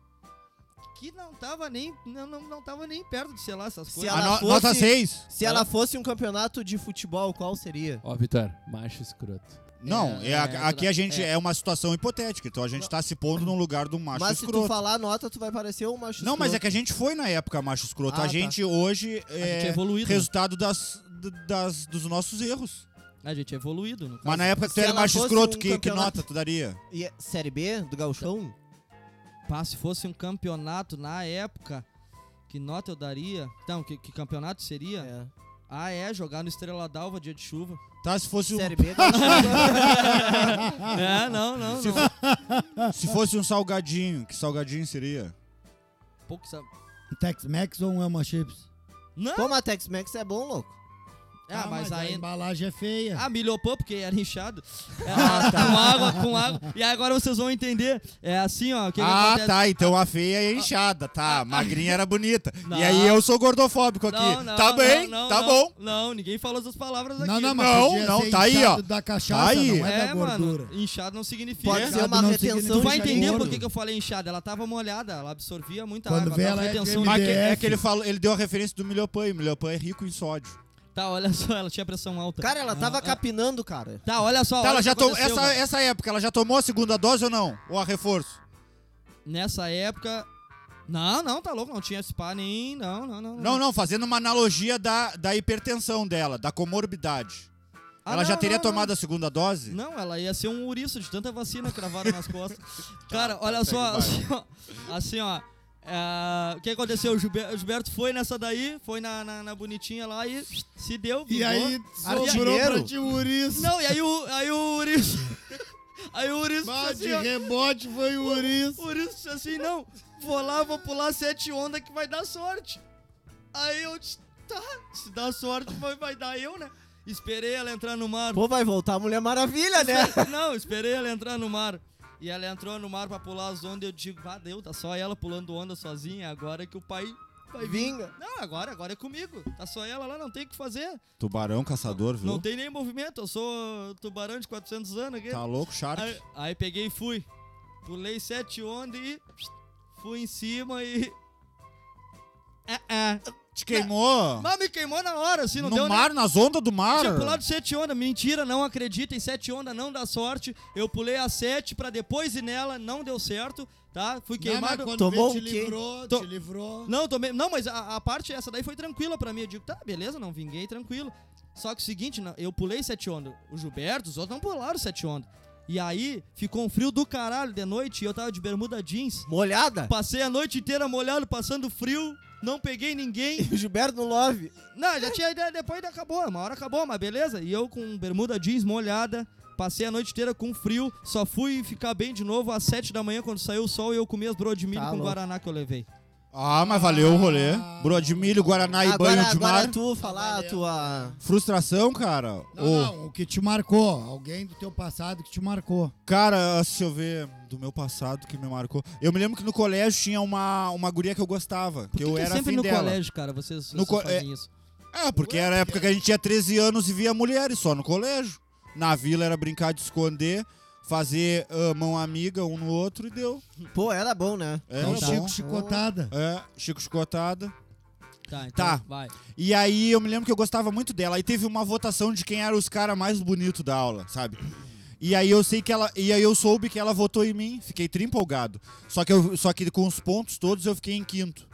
Speaker 2: Que não tava nem. Não, não, não tava nem perto de, sei lá, essas
Speaker 6: Se
Speaker 2: coisas.
Speaker 5: A
Speaker 6: ela
Speaker 5: no-
Speaker 6: fosse-
Speaker 5: Nota 6?
Speaker 6: Se ela fosse um campeonato de futebol, qual seria?
Speaker 7: Ó, Vitor, macho escroto.
Speaker 5: Não, é,
Speaker 2: é,
Speaker 5: a- aqui a gente
Speaker 2: é.
Speaker 5: é. uma situação hipotética, então a gente tá se pondo num lugar do macho
Speaker 6: mas se
Speaker 5: escroto.
Speaker 6: tu falar a nota, tu vai parecer um macho
Speaker 5: Não, mas é
Speaker 6: escroto.
Speaker 5: que a gente foi na época macho escroto.
Speaker 6: Ah,
Speaker 5: a
Speaker 6: tá.
Speaker 5: gente hoje
Speaker 2: A gente é
Speaker 5: é
Speaker 2: evoluído. né?
Speaker 5: resultado das, das, dos nossos erros.
Speaker 2: A gente é evoluído, no caso.
Speaker 5: Mas na época que tu
Speaker 6: se
Speaker 5: era
Speaker 6: ela
Speaker 5: macho
Speaker 6: fosse
Speaker 5: escroto,
Speaker 6: um
Speaker 5: que, que
Speaker 6: campeonato-
Speaker 5: nota tu daria?
Speaker 6: E é- Série B do Gauchão?
Speaker 2: Pá, se fosse um campeonato na época, que nota eu daria? Então, que, que campeonato seria?
Speaker 6: É.
Speaker 2: Ah, é, jogar no Estrela d'Alva dia de chuva.
Speaker 5: Tá, se fosse,
Speaker 6: Série
Speaker 5: um,
Speaker 6: B do Gauchão.
Speaker 2: é, não, não, não.
Speaker 5: se fosse um salgadinho, que salgadinho seria?
Speaker 2: Pouco sabe.
Speaker 3: Tex-Mex ou um Elma Chips?
Speaker 2: Não,
Speaker 6: Pô, mas Tex Mex é bom, louco.
Speaker 2: ah, mas
Speaker 3: A
Speaker 2: ainda.
Speaker 3: embalagem é feia.
Speaker 2: Ah, milhopã, porque era inchado. É, Com água, com água. E agora vocês vão entender. É assim, ó. O que, que
Speaker 5: ah,
Speaker 2: acontece? Ah,
Speaker 5: tá, então a feia é inchada, tá, magrinha era bonita.
Speaker 2: Não.
Speaker 5: E aí eu sou gordofóbico aqui.
Speaker 2: Não, não,
Speaker 5: tá
Speaker 2: não,
Speaker 5: bem,
Speaker 2: não,
Speaker 5: tá
Speaker 2: não,
Speaker 5: bom.
Speaker 2: Não, ninguém falou essas palavras aqui.
Speaker 3: Não, não, mas
Speaker 5: Não,
Speaker 3: podia
Speaker 5: não,
Speaker 3: ser
Speaker 5: tá aí, ó.
Speaker 3: inchado da cachaça,
Speaker 5: Tá aí.
Speaker 3: não é,
Speaker 2: É,
Speaker 3: da gordura.
Speaker 2: mano, inchado não significa.
Speaker 6: Pode
Speaker 5: É?
Speaker 6: ser uma
Speaker 3: Não
Speaker 6: retenção
Speaker 2: Tu
Speaker 3: significa
Speaker 2: vai
Speaker 6: de
Speaker 2: entender
Speaker 6: calor.
Speaker 2: por que, que eu falei inchada. Ela tava molhada, ela absorvia muita
Speaker 3: Quando
Speaker 2: água.
Speaker 3: vê,
Speaker 2: dava
Speaker 3: ela é
Speaker 2: retenção
Speaker 3: de
Speaker 5: Mas que- é
Speaker 3: MDF.
Speaker 5: que ele falou, ele deu a referência do milhopan, e milhopan é rico em sódio.
Speaker 2: Tá, olha só, ela tinha pressão alta.
Speaker 6: Cara, ela tava
Speaker 2: Ah,
Speaker 6: capinando,
Speaker 2: ah,
Speaker 6: cara.
Speaker 2: Tá, olha só. olha
Speaker 5: tá, ela
Speaker 2: o
Speaker 5: já
Speaker 2: que
Speaker 5: tomou
Speaker 2: aconteceu,
Speaker 5: essa,
Speaker 2: mano.
Speaker 5: essa época, ela já tomou a segunda dose ou não? Ou a reforço?
Speaker 2: Nessa época, Não, não, tá louco, não tinha esse pá nem. Não, não, não.
Speaker 5: Não, não, fazendo uma analogia da, da hipertensão dela, da comorbidade.
Speaker 2: Ah,
Speaker 5: ela já
Speaker 2: não,
Speaker 5: teria
Speaker 2: não,
Speaker 5: tomado a segunda dose?
Speaker 2: Não. não, ela ia ser um ouriço de tanta vacina cravada nas costas. Cara,
Speaker 5: Tá, tá,
Speaker 2: olha
Speaker 5: segue
Speaker 2: só,
Speaker 5: o
Speaker 2: assim, ó. assim, ó, é, o que aconteceu? O Gilber- o Gilberto foi nessa daí, foi na, na- na bonitinha lá e se deu, vingou.
Speaker 3: E aí sobrou
Speaker 6: Artilheiro?
Speaker 3: pra ti o Uriço.
Speaker 2: Não, e aí o, aí o ouriço... Aí o ouriço
Speaker 3: Bah,
Speaker 2: disse
Speaker 3: de
Speaker 2: assim,
Speaker 3: rebote foi o
Speaker 2: ó,
Speaker 3: Uriço.
Speaker 2: o ouriço disse assim, não, vou lá, vou pular sete ondas que vai dar sorte. Aí eu disse, tá, se dá sorte vai, vai dar eu, né? Esperei ela entrar no mar.
Speaker 6: Pô, vai voltar a Mulher Maravilha, né?
Speaker 2: Não, esperei ela entrar no mar. E ela entrou no mar pra pular as ondas e eu digo, ah, deu, tá só ela pulando onda sozinha, agora que o pai vai vir.
Speaker 6: Vinga.
Speaker 2: Não, agora, agora é comigo. Tá só ela lá, não tem o que fazer.
Speaker 5: Tubarão caçador, viu?
Speaker 2: Não tem nem movimento, eu sou tubarão de 400 anos aqui.
Speaker 5: Tá louco, Shark?
Speaker 2: Aí, aí peguei e fui. Pulei sete ondas e fui em cima e... Ah, ah.
Speaker 5: Te queimou?
Speaker 2: Mas me queimou na hora, assim, não
Speaker 5: no
Speaker 2: deu nem-
Speaker 5: mar, nas ondas do mar?
Speaker 2: Tinha pulado sete ondas, mentira, não acredita em sete ondas, não dá sorte. Eu pulei a sete pra depois ir nela, não deu certo, tá? Fui queimado.
Speaker 3: Não, mas quando
Speaker 6: Tomou
Speaker 3: vê,
Speaker 6: um
Speaker 3: te
Speaker 6: quê?
Speaker 3: livrou,
Speaker 2: To-
Speaker 3: te livrou.
Speaker 2: Não, tomei. Não, mas a, a parte essa daí foi tranquila pra mim. Eu digo, tá, beleza, não vinguei, tranquilo. Só que o seguinte, não, eu pulei sete ondas. O Gilberto, os outros não pularam sete ondas. E aí, ficou um frio do caralho de noite e eu tava de bermuda jeans.
Speaker 6: Molhada?
Speaker 2: Passei a noite inteira molhado, passando frio, não peguei ninguém.
Speaker 6: E o Gilberto no Love.
Speaker 2: Não, já tinha ideia, depois acabou, uma hora acabou, mas beleza. E eu com bermuda jeans molhada, passei a noite inteira com frio, só fui ficar bem de novo às 7 da manhã quando saiu o sol e eu comi as bro de milho
Speaker 6: Tá
Speaker 2: com
Speaker 6: louco.
Speaker 2: guaraná que eu levei.
Speaker 5: Ah, mas valeu o rolê. Bro de milho, guaraná e
Speaker 6: agora
Speaker 5: banho de
Speaker 6: agora
Speaker 5: mar.
Speaker 6: tu ah, falar a tua.
Speaker 5: Frustração, cara?
Speaker 3: Não,
Speaker 5: Ou-
Speaker 3: não, o que te marcou. Alguém do teu passado que te marcou.
Speaker 5: Cara, se eu ver do meu passado que me marcou. Eu me lembro que no colégio tinha uma, uma guria que eu gostava. Que,
Speaker 2: Por que
Speaker 5: eu
Speaker 2: que é
Speaker 5: era
Speaker 2: sempre
Speaker 5: afim
Speaker 2: no
Speaker 5: dela.
Speaker 2: colégio, cara, vocês,
Speaker 5: No
Speaker 2: vocês
Speaker 5: co-
Speaker 2: fazem isso.
Speaker 5: É, porque era a época que a gente tinha 13 anos e via mulheres só no colégio. Na vila era brincar de esconder, fazer ah, mão amiga um no outro e deu.
Speaker 6: Pô, era bom, né?
Speaker 5: É,
Speaker 3: Então,
Speaker 5: tá
Speaker 3: Chico
Speaker 5: bom.
Speaker 3: Chicotada.
Speaker 5: É, Chico Chicotada.
Speaker 2: Tá, então
Speaker 5: Tá.
Speaker 2: vai.
Speaker 5: E aí eu me lembro que eu gostava muito dela. Aí teve uma votação de quem era os caras mais bonitos da aula, sabe? E aí eu sei que ela. E aí eu soube que ela votou em mim, fiquei trimpolgado. Só que, eu, só que com os pontos todos eu fiquei em quinto.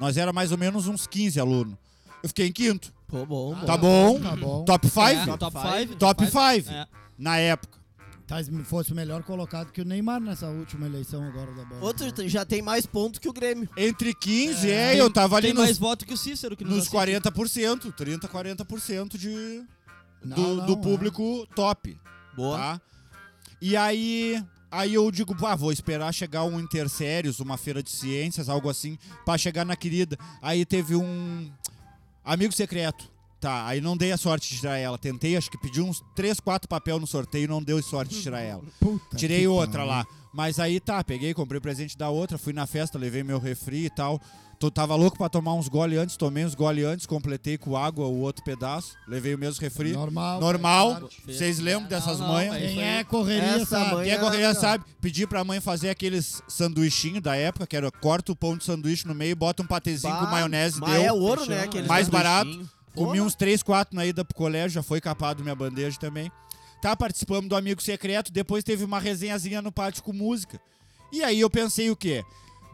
Speaker 5: Nós era mais ou menos uns 15 alunos. Eu fiquei em quinto.
Speaker 6: Pô, bom, bom.
Speaker 5: Tá bom?
Speaker 3: Tá bom.
Speaker 5: Top 5?
Speaker 2: É, top 5.
Speaker 5: Top 5.
Speaker 2: É.
Speaker 5: Na época.
Speaker 3: Tá, se fosse o melhor colocado que o Neymar nessa última eleição agora da bola.
Speaker 6: Outro t- já tem mais ponto que o Grêmio.
Speaker 5: Entre 15, é, eu tava ali
Speaker 2: Tem
Speaker 5: nos,
Speaker 2: mais voto que o Cícero que nos
Speaker 5: nos
Speaker 2: assiste.
Speaker 5: 40%, 30, 40% de,
Speaker 3: Não,
Speaker 5: do,
Speaker 3: não,
Speaker 5: do
Speaker 3: é.
Speaker 5: público top.
Speaker 6: Boa.
Speaker 5: tá? E aí, aí eu digo, ah, vou esperar chegar um Intersérios, uma feira de ciências, algo assim, pra chegar na querida. Aí teve um amigo secreto. Tá, aí não dei a sorte de tirar ela. Tentei, acho que pedi uns 3, 4 papel no sorteio, não deu sorte de tirar ela.
Speaker 2: Tá
Speaker 3: Puta
Speaker 5: Tirei
Speaker 3: que
Speaker 5: outra
Speaker 3: pariu.
Speaker 5: lá. Mas aí tá, peguei, comprei presente da outra, fui na festa, levei meu refri e tal. Tô, tava louco pra tomar uns gole antes, tomei uns gole antes, completei com água o outro pedaço, levei o mesmo refri.
Speaker 3: Normal.
Speaker 5: Normal,
Speaker 3: faz parte.
Speaker 5: vocês lembram dessas
Speaker 2: não, não,
Speaker 5: manhas?
Speaker 2: mas
Speaker 3: Quem
Speaker 2: Isso
Speaker 3: é
Speaker 2: aí.
Speaker 3: correria
Speaker 6: Essa
Speaker 3: sabe.
Speaker 6: mãe-
Speaker 5: Quem é correria
Speaker 6: Manhã,
Speaker 5: sabe, pedi pra mãe fazer aqueles sanduichinhos da época, que era corta o pão de sanduíche no meio, bota um patezinho com
Speaker 6: Bah,
Speaker 5: maionese,
Speaker 6: mas
Speaker 5: deu.
Speaker 6: é ouro, né?
Speaker 2: fechou,
Speaker 6: Aquele
Speaker 5: mais barato.
Speaker 6: sanduichinho.
Speaker 5: Comi
Speaker 6: Porra.
Speaker 5: uns 3, 4 na ida pro colégio, já foi capado minha bandeja também. Tá, participamos do Amigo Secreto, depois teve uma resenhazinha no pátio com música. E aí eu pensei o quê?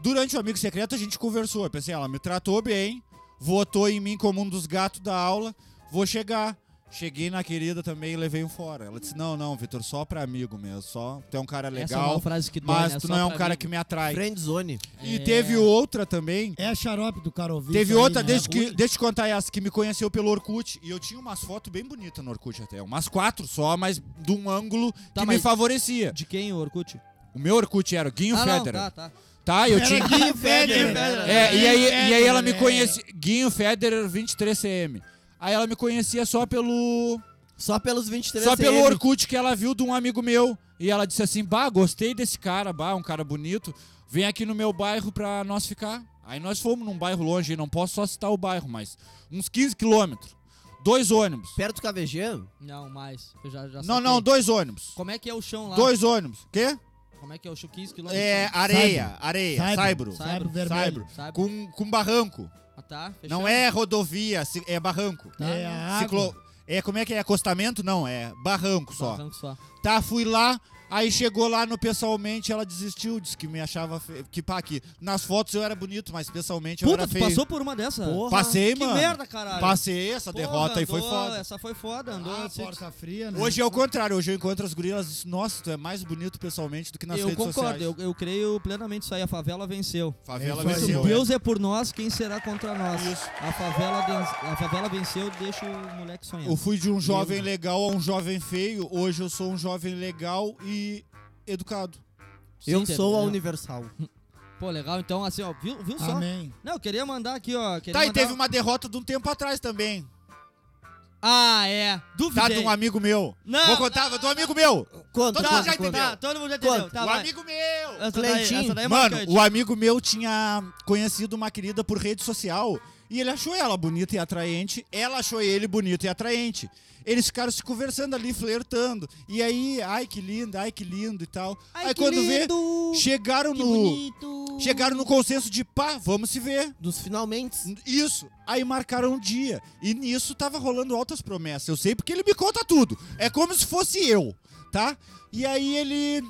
Speaker 5: Durante o Amigo Secreto a gente conversou, eu pensei, ela me tratou bem, votou em mim como um dos gatos da aula, vou chegar. Cheguei na querida também e levei um fora. Ela disse, não, não, Vitor, só pra amigo mesmo, só, tu é um cara
Speaker 2: Essa é uma
Speaker 5: legal,
Speaker 2: frase que dói,
Speaker 5: mas
Speaker 2: né?
Speaker 5: tu
Speaker 2: Só
Speaker 5: não é um
Speaker 2: pra
Speaker 5: cara
Speaker 2: mim.
Speaker 5: que me atrai.
Speaker 6: Friend Zone.
Speaker 5: E
Speaker 2: É.
Speaker 5: teve outra também,
Speaker 3: É xarope do cara ouvir.
Speaker 5: Teve
Speaker 3: isso aí,
Speaker 5: outra,
Speaker 3: né?
Speaker 5: desde
Speaker 3: Ruim.
Speaker 5: que, deixa eu te contar essa, que me conheceu pelo Orkut. E eu tinha umas fotos bem bonitas no Orkut até. Umas quatro só, mas de um ângulo
Speaker 2: Tá,
Speaker 5: que me
Speaker 2: mas-
Speaker 5: favorecia.
Speaker 2: De quem, o Orkut?
Speaker 5: O meu Orkut era o Guinho
Speaker 2: ah, não,
Speaker 5: Federer.
Speaker 2: tá,
Speaker 5: tá.
Speaker 2: tá.
Speaker 5: eu
Speaker 3: Era
Speaker 5: tinha.
Speaker 3: Guinho Federer.
Speaker 5: É, e aí, e aí ela me
Speaker 3: Federer.
Speaker 5: conhecia. Guinho Federer 23CM. Aí ela me conhecia só pelo.
Speaker 6: Só pelos 23
Speaker 5: Só pelo
Speaker 6: CM.
Speaker 5: Orkut que ela viu de um amigo meu. E ela disse assim: Bah, gostei desse cara, bah, um cara bonito. Vem aqui no meu bairro pra nós ficar. Aí nós fomos num bairro longe, não posso só citar o bairro, mas uns 15 quilômetros. Dois ônibus.
Speaker 6: Perto do KVG?
Speaker 2: Não, mais. Eu já, já
Speaker 5: Não,
Speaker 2: saquei.
Speaker 5: não, dois ônibus.
Speaker 2: Como é que é o chão lá?
Speaker 5: Dois ônibus. Quê?
Speaker 2: Como é que é o chão? 15 km.
Speaker 5: É, areia, areia,
Speaker 3: Saibro.
Speaker 5: saibro.
Speaker 3: Saibro
Speaker 2: Saibro.
Speaker 3: vermelho.
Speaker 5: Saibro.
Speaker 2: Sabe?
Speaker 5: Com, com barranco.
Speaker 2: Ah, tá,
Speaker 5: Não
Speaker 2: fechamos.
Speaker 5: é rodovia, ci- é barranco.
Speaker 3: Tá. É a água.
Speaker 5: Ciclo... É, como é que é? Acostamento? Não, é barranco só.
Speaker 2: Barranco Tá, só.
Speaker 5: Tá, fui lá. Aí chegou lá no pessoalmente, ela desistiu, disse que me achava feio. Que pá, que nas fotos eu era bonito, mas pessoalmente eu
Speaker 2: Puta,
Speaker 5: era
Speaker 2: tu
Speaker 5: feio.
Speaker 2: passou por uma dessa?
Speaker 5: Passei,
Speaker 2: que
Speaker 5: mano.
Speaker 2: merda, caralho.
Speaker 5: Passei essa
Speaker 2: Porra,
Speaker 5: derrota aí, foi
Speaker 2: andou-
Speaker 5: foda.
Speaker 2: Essa foi foda, andou.
Speaker 3: Ah,
Speaker 2: assim-
Speaker 3: porta fria, né?
Speaker 5: Hoje é o contrário, hoje eu encontro as gorilas e digo, nossa, tu é mais bonito pessoalmente do que nas
Speaker 2: eu
Speaker 5: redes
Speaker 2: concordo,
Speaker 5: sociais.
Speaker 2: eu, eu creio plenamente isso aí. A favela venceu.
Speaker 5: Favela
Speaker 3: É isso aí.
Speaker 5: venceu.
Speaker 2: Deus é por nós, quem será contra nós?
Speaker 5: Isso.
Speaker 2: A favela, den- a favela venceu, deixa o moleque sonhar.
Speaker 5: Eu fui de um jovem legal a um jovem feio, hoje eu sou um jovem legal e educado.
Speaker 2: Sim,
Speaker 6: Eu
Speaker 2: entendeu?
Speaker 6: sou a Universal.
Speaker 2: Pô, legal. Então, assim, ó, viu, viu só?
Speaker 3: Amém.
Speaker 2: Não, eu queria mandar aqui, ó. queria
Speaker 5: Tá, e
Speaker 2: mandar-
Speaker 5: teve uma derrota de um tempo atrás também.
Speaker 2: Ah, é.
Speaker 5: Tá,
Speaker 2: Duvidei.
Speaker 5: de um amigo meu.
Speaker 2: Não,
Speaker 5: Vou contar, do amigo meu.
Speaker 6: Quanto?
Speaker 5: Todo
Speaker 2: Tá,
Speaker 5: mundo já entendeu.
Speaker 2: tá, todo mundo já entendeu. Tá,
Speaker 5: o
Speaker 2: vai.
Speaker 5: amigo meu.
Speaker 2: Essa daí,
Speaker 6: Cleitinho.
Speaker 2: essa daí é
Speaker 5: Mano,
Speaker 2: marcante.
Speaker 5: o amigo meu tinha conhecido uma querida por rede social e ele achou ela bonita e atraente, ela achou ele bonito e atraente. Eles ficaram se conversando ali, flertando. E aí, ai que lindo, ai que lindo e tal.
Speaker 2: Ai,
Speaker 5: aí
Speaker 2: que
Speaker 5: quando
Speaker 2: lindo,
Speaker 5: vê, chegaram
Speaker 2: que
Speaker 5: no
Speaker 2: bonito.
Speaker 5: chegaram no consenso de pá, vamos se ver.
Speaker 6: Dos finalmente.
Speaker 5: Isso. Aí marcaram um dia. E nisso tava rolando altas promessas. Eu sei porque ele me conta tudo. É como se fosse eu, tá? E aí ele.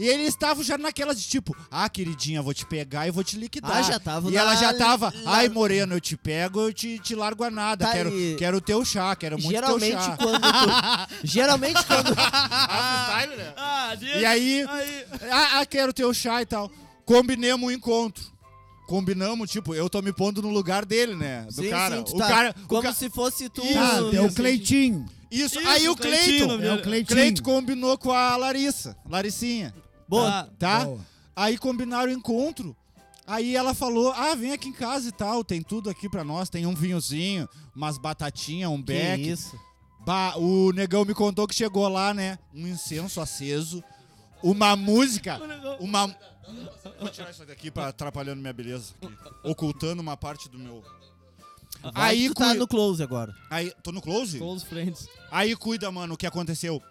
Speaker 5: E ele estava já naquelas de tipo, ah, queridinha, vou te pegar e vou te liquidar.
Speaker 6: Ah, já tava
Speaker 5: E
Speaker 6: na-
Speaker 5: ela já tava,
Speaker 6: na-
Speaker 5: ai, moreno, eu te pego, eu te, te largo a nada.
Speaker 6: Tá,
Speaker 5: quero,
Speaker 6: e-
Speaker 5: quero o teu chá, quero muito
Speaker 6: Geralmente
Speaker 5: teu chá.
Speaker 6: quando tu- Geralmente quando.
Speaker 5: Ah, freestyle, né?
Speaker 2: Ah,
Speaker 5: E aí,
Speaker 2: Aí.
Speaker 5: ah, ah, quero teu chá e tal. Combinemos um encontro. Combinamos, tipo, eu tô me pondo no lugar dele, né? Do
Speaker 6: Sim,
Speaker 5: cara.
Speaker 6: sim, tu
Speaker 5: o
Speaker 6: tá-
Speaker 5: cara. o
Speaker 6: Como
Speaker 5: ca-
Speaker 6: se fosse tu.
Speaker 3: Tá, é o
Speaker 6: Isso.
Speaker 3: Cleitinho.
Speaker 5: Isso,
Speaker 2: Isso,
Speaker 5: aí o
Speaker 2: Cleitinho,
Speaker 5: Cleiton.
Speaker 3: É o Cleitinho.
Speaker 5: Cleito combinou com a Larissa, Laricinha,
Speaker 6: Bom,
Speaker 2: Tá.
Speaker 5: tá?
Speaker 3: Boa.
Speaker 5: Aí combinaram o encontro. Aí ela falou: "Ah, vem aqui em casa e tal, tem tudo aqui pra nós, tem um vinhozinho, umas batatinha, um
Speaker 6: que
Speaker 5: beck".
Speaker 6: isso.
Speaker 5: Bah, o negão me contou que chegou lá, né, um incenso aceso, uma música, uma Vou tirar isso daqui para atrapalhando minha beleza, aqui, ocultando uma parte do meu. Aí,
Speaker 6: Aí tu tá
Speaker 5: cui-
Speaker 6: no close agora.
Speaker 5: aí tô no close?
Speaker 2: Close friends.
Speaker 5: Aí cuida, mano, o que aconteceu.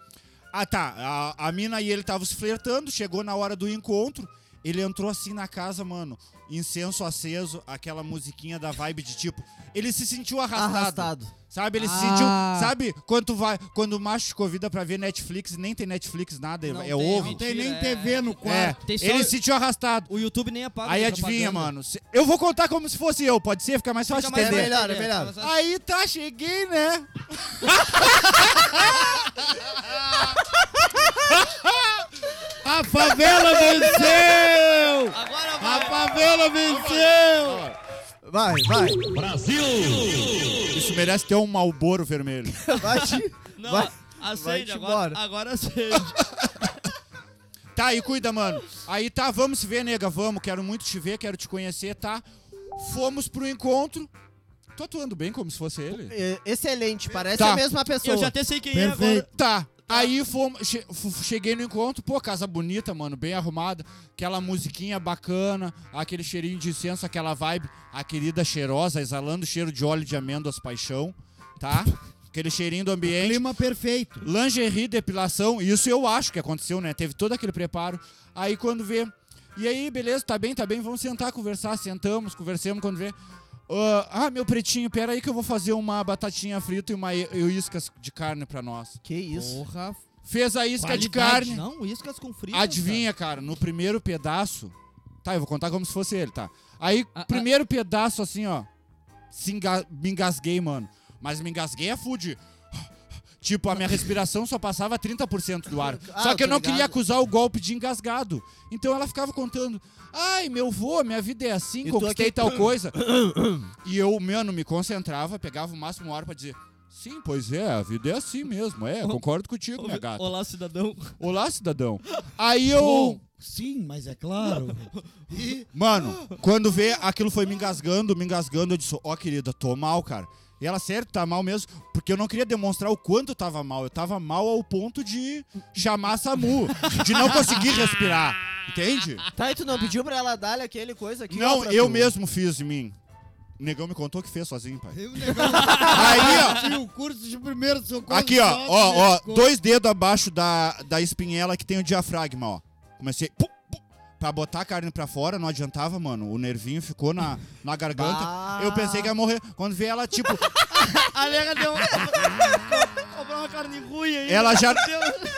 Speaker 5: Ah, tá. A, a mina e ele estavam se flertando, chegou na hora do encontro. Ele entrou assim na casa, mano, incenso aceso, aquela musiquinha da vibe de tipo. Ele se sentiu arrastado.
Speaker 6: Arrastado.
Speaker 5: Sabe? Ele se
Speaker 2: Ah.
Speaker 5: sentiu. Sabe? Quando, tu vai, quando o macho te convida pra ver Netflix, nem tem Netflix, nada, é-
Speaker 2: Não
Speaker 5: é
Speaker 2: tem,
Speaker 5: ovo.
Speaker 2: não
Speaker 3: Não tem
Speaker 2: Mentira,
Speaker 3: nem
Speaker 2: é-
Speaker 3: TV no
Speaker 5: É,
Speaker 3: quarto.
Speaker 2: Tem só-
Speaker 5: ele se sentiu arrastado.
Speaker 2: O YouTube nem apaga. tá
Speaker 5: Aí é
Speaker 2: a
Speaker 5: adivinha,
Speaker 2: propaganda.
Speaker 5: mano. se- Eu vou contar como se fosse eu, pode ser? Fica mais fácil
Speaker 2: Fica
Speaker 5: de
Speaker 2: mais
Speaker 5: entender.
Speaker 2: fácil de
Speaker 6: melhor, é
Speaker 2: entender.
Speaker 6: melhor.
Speaker 2: Fica mais fácil.
Speaker 5: Aí tá, cheguei, né?
Speaker 3: A favela venceu!
Speaker 2: Agora
Speaker 3: A
Speaker 2: vai.
Speaker 3: favela venceu!
Speaker 6: Vai, vai.
Speaker 5: Isso merece ter um malboro vermelho.
Speaker 6: Vai. te-
Speaker 2: Não,
Speaker 6: vai.
Speaker 2: acende
Speaker 6: vai-te
Speaker 2: agora.
Speaker 6: embora.
Speaker 2: Agora acende.
Speaker 5: Tá, aí cuida, mano. Aí tá, vamos se ver, nega, vamos. Quero muito te ver, quero te conhecer, tá? Fomos pro encontro. Tô atuando bem como se fosse ele.
Speaker 6: É, Excelente, parece
Speaker 5: Tá.
Speaker 6: a mesma pessoa.
Speaker 2: Eu já até sei quem é agora.
Speaker 3: Perfeito.
Speaker 5: Tá. Aí fomos, che- f- cheguei no encontro, pô, casa bonita, mano, bem arrumada, aquela musiquinha bacana, aquele cheirinho de incenso, aquela vibe, a querida cheirosa, exalando cheiro de óleo de amêndoas paixão, tá? Aquele cheirinho do ambiente.
Speaker 3: Clima perfeito.
Speaker 5: lingerie, depilação, isso eu acho que aconteceu, né? Teve todo aquele preparo. Aí quando vê. E aí, beleza, tá bem, tá bem, vamos sentar, conversar. Sentamos, conversamos quando vê. "Ah, ah, meu pretinho, pera aí que eu vou fazer uma batatinha frita e uma i- e iscas de carne pra nós.
Speaker 6: Que isso?
Speaker 2: Porra.
Speaker 5: Fez a isca de
Speaker 2: qualidade.
Speaker 5: carne.
Speaker 2: Não, iscas com frio.
Speaker 5: Adivinha, cara, no primeiro pedaço. Tá, eu vou contar como se fosse ele, tá? Aí,
Speaker 2: Ah, ah.
Speaker 5: primeiro pedaço, assim, ó. se enga- me engasguei, mano. Mas me engasguei é food. Tipo, a minha respiração só passava 30% do ar.
Speaker 6: Ah,
Speaker 5: só que eu
Speaker 6: tô
Speaker 5: não queria
Speaker 6: ligado.
Speaker 5: acusar o golpe de engasgado. Então ela ficava contando: Ai, meu vô, minha vida é assim,
Speaker 6: E tu
Speaker 5: conquistei
Speaker 6: aqui-
Speaker 5: tal coisa. e eu, mano, me concentrava, pegava o máximo ar pra dizer: Sim, pois é, a vida é assim mesmo. É, concordo contigo, minha
Speaker 2: Cara.
Speaker 5: gata.
Speaker 2: Olá, cidadão.
Speaker 5: Olá, cidadão. Aí eu.
Speaker 3: Bom, sim, mas é claro.
Speaker 5: Mano, quando vê, aquilo foi me engasgando, me engasgando. Eu disse, ó, querida, tô mal, cara. E ela, sério, tá mal mesmo? Porque eu não queria demonstrar o quanto eu tava mal. Eu tava mal ao ponto de chamar a SAMU, de não conseguir respirar. Entende?
Speaker 6: Tá, e tu não pediu pra ela dar aquele coisa aqui? ó,
Speaker 5: não,
Speaker 6: pra
Speaker 5: eu
Speaker 6: tu?
Speaker 5: mesmo fiz em mim. O negão me contou que fez sozinho, pai.
Speaker 3: Eu negócio
Speaker 5: Aí,
Speaker 3: o curso de primeiro
Speaker 5: ó.
Speaker 3: socorro.
Speaker 5: Aqui, ó.
Speaker 3: só
Speaker 5: Ó, ó.
Speaker 3: negócio.
Speaker 5: Dois dedos abaixo da, da espinhela que tem o diafragma, ó. Comecei. Pum, pum, pra botar a carne pra fora, não adiantava, mano. O nervinho ficou na, na garganta.
Speaker 6: Bah.
Speaker 5: Eu pensei que ia morrer. Quando vi ela, tipo,
Speaker 2: Ah, A nega deu. Comprar uma um- carne ruim aí.
Speaker 5: ela já.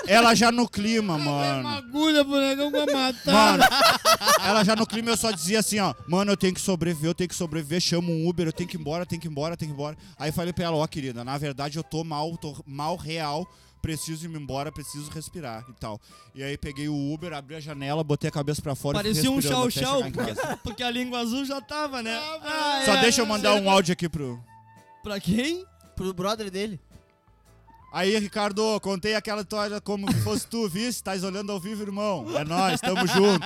Speaker 5: Ela já no clima,
Speaker 8: Uma
Speaker 5: mano.
Speaker 8: agulha pro negão pra matar.
Speaker 5: Mano, ela já no clima eu só dizia assim, ó, mano, eu tenho que sobreviver, eu tenho que sobreviver, chamo um Uber, eu tenho que ir embora, eu tenho que ir embora, eu tenho que ir embora. Aí falei pra ela, ó, querida, na verdade eu tô mal, tô mal real, preciso ir embora, preciso respirar e tal. E aí peguei o Uber, abri a janela, botei a cabeça pra fora e
Speaker 2: Parecia
Speaker 5: fui
Speaker 2: um
Speaker 5: respirando
Speaker 2: chau chau,
Speaker 5: até chegar em casa.
Speaker 2: porque a língua azul já tava, né? Ah,
Speaker 5: Só
Speaker 2: é,
Speaker 5: deixa eu mandar
Speaker 2: você-
Speaker 5: um áudio aqui pro...
Speaker 2: Pra quem?
Speaker 6: Pro brother dele.
Speaker 5: Aí, Ricardo, contei aquela história como se fosse tu, vice, Tás olhando ao vivo, irmão. É nós, tamo junto.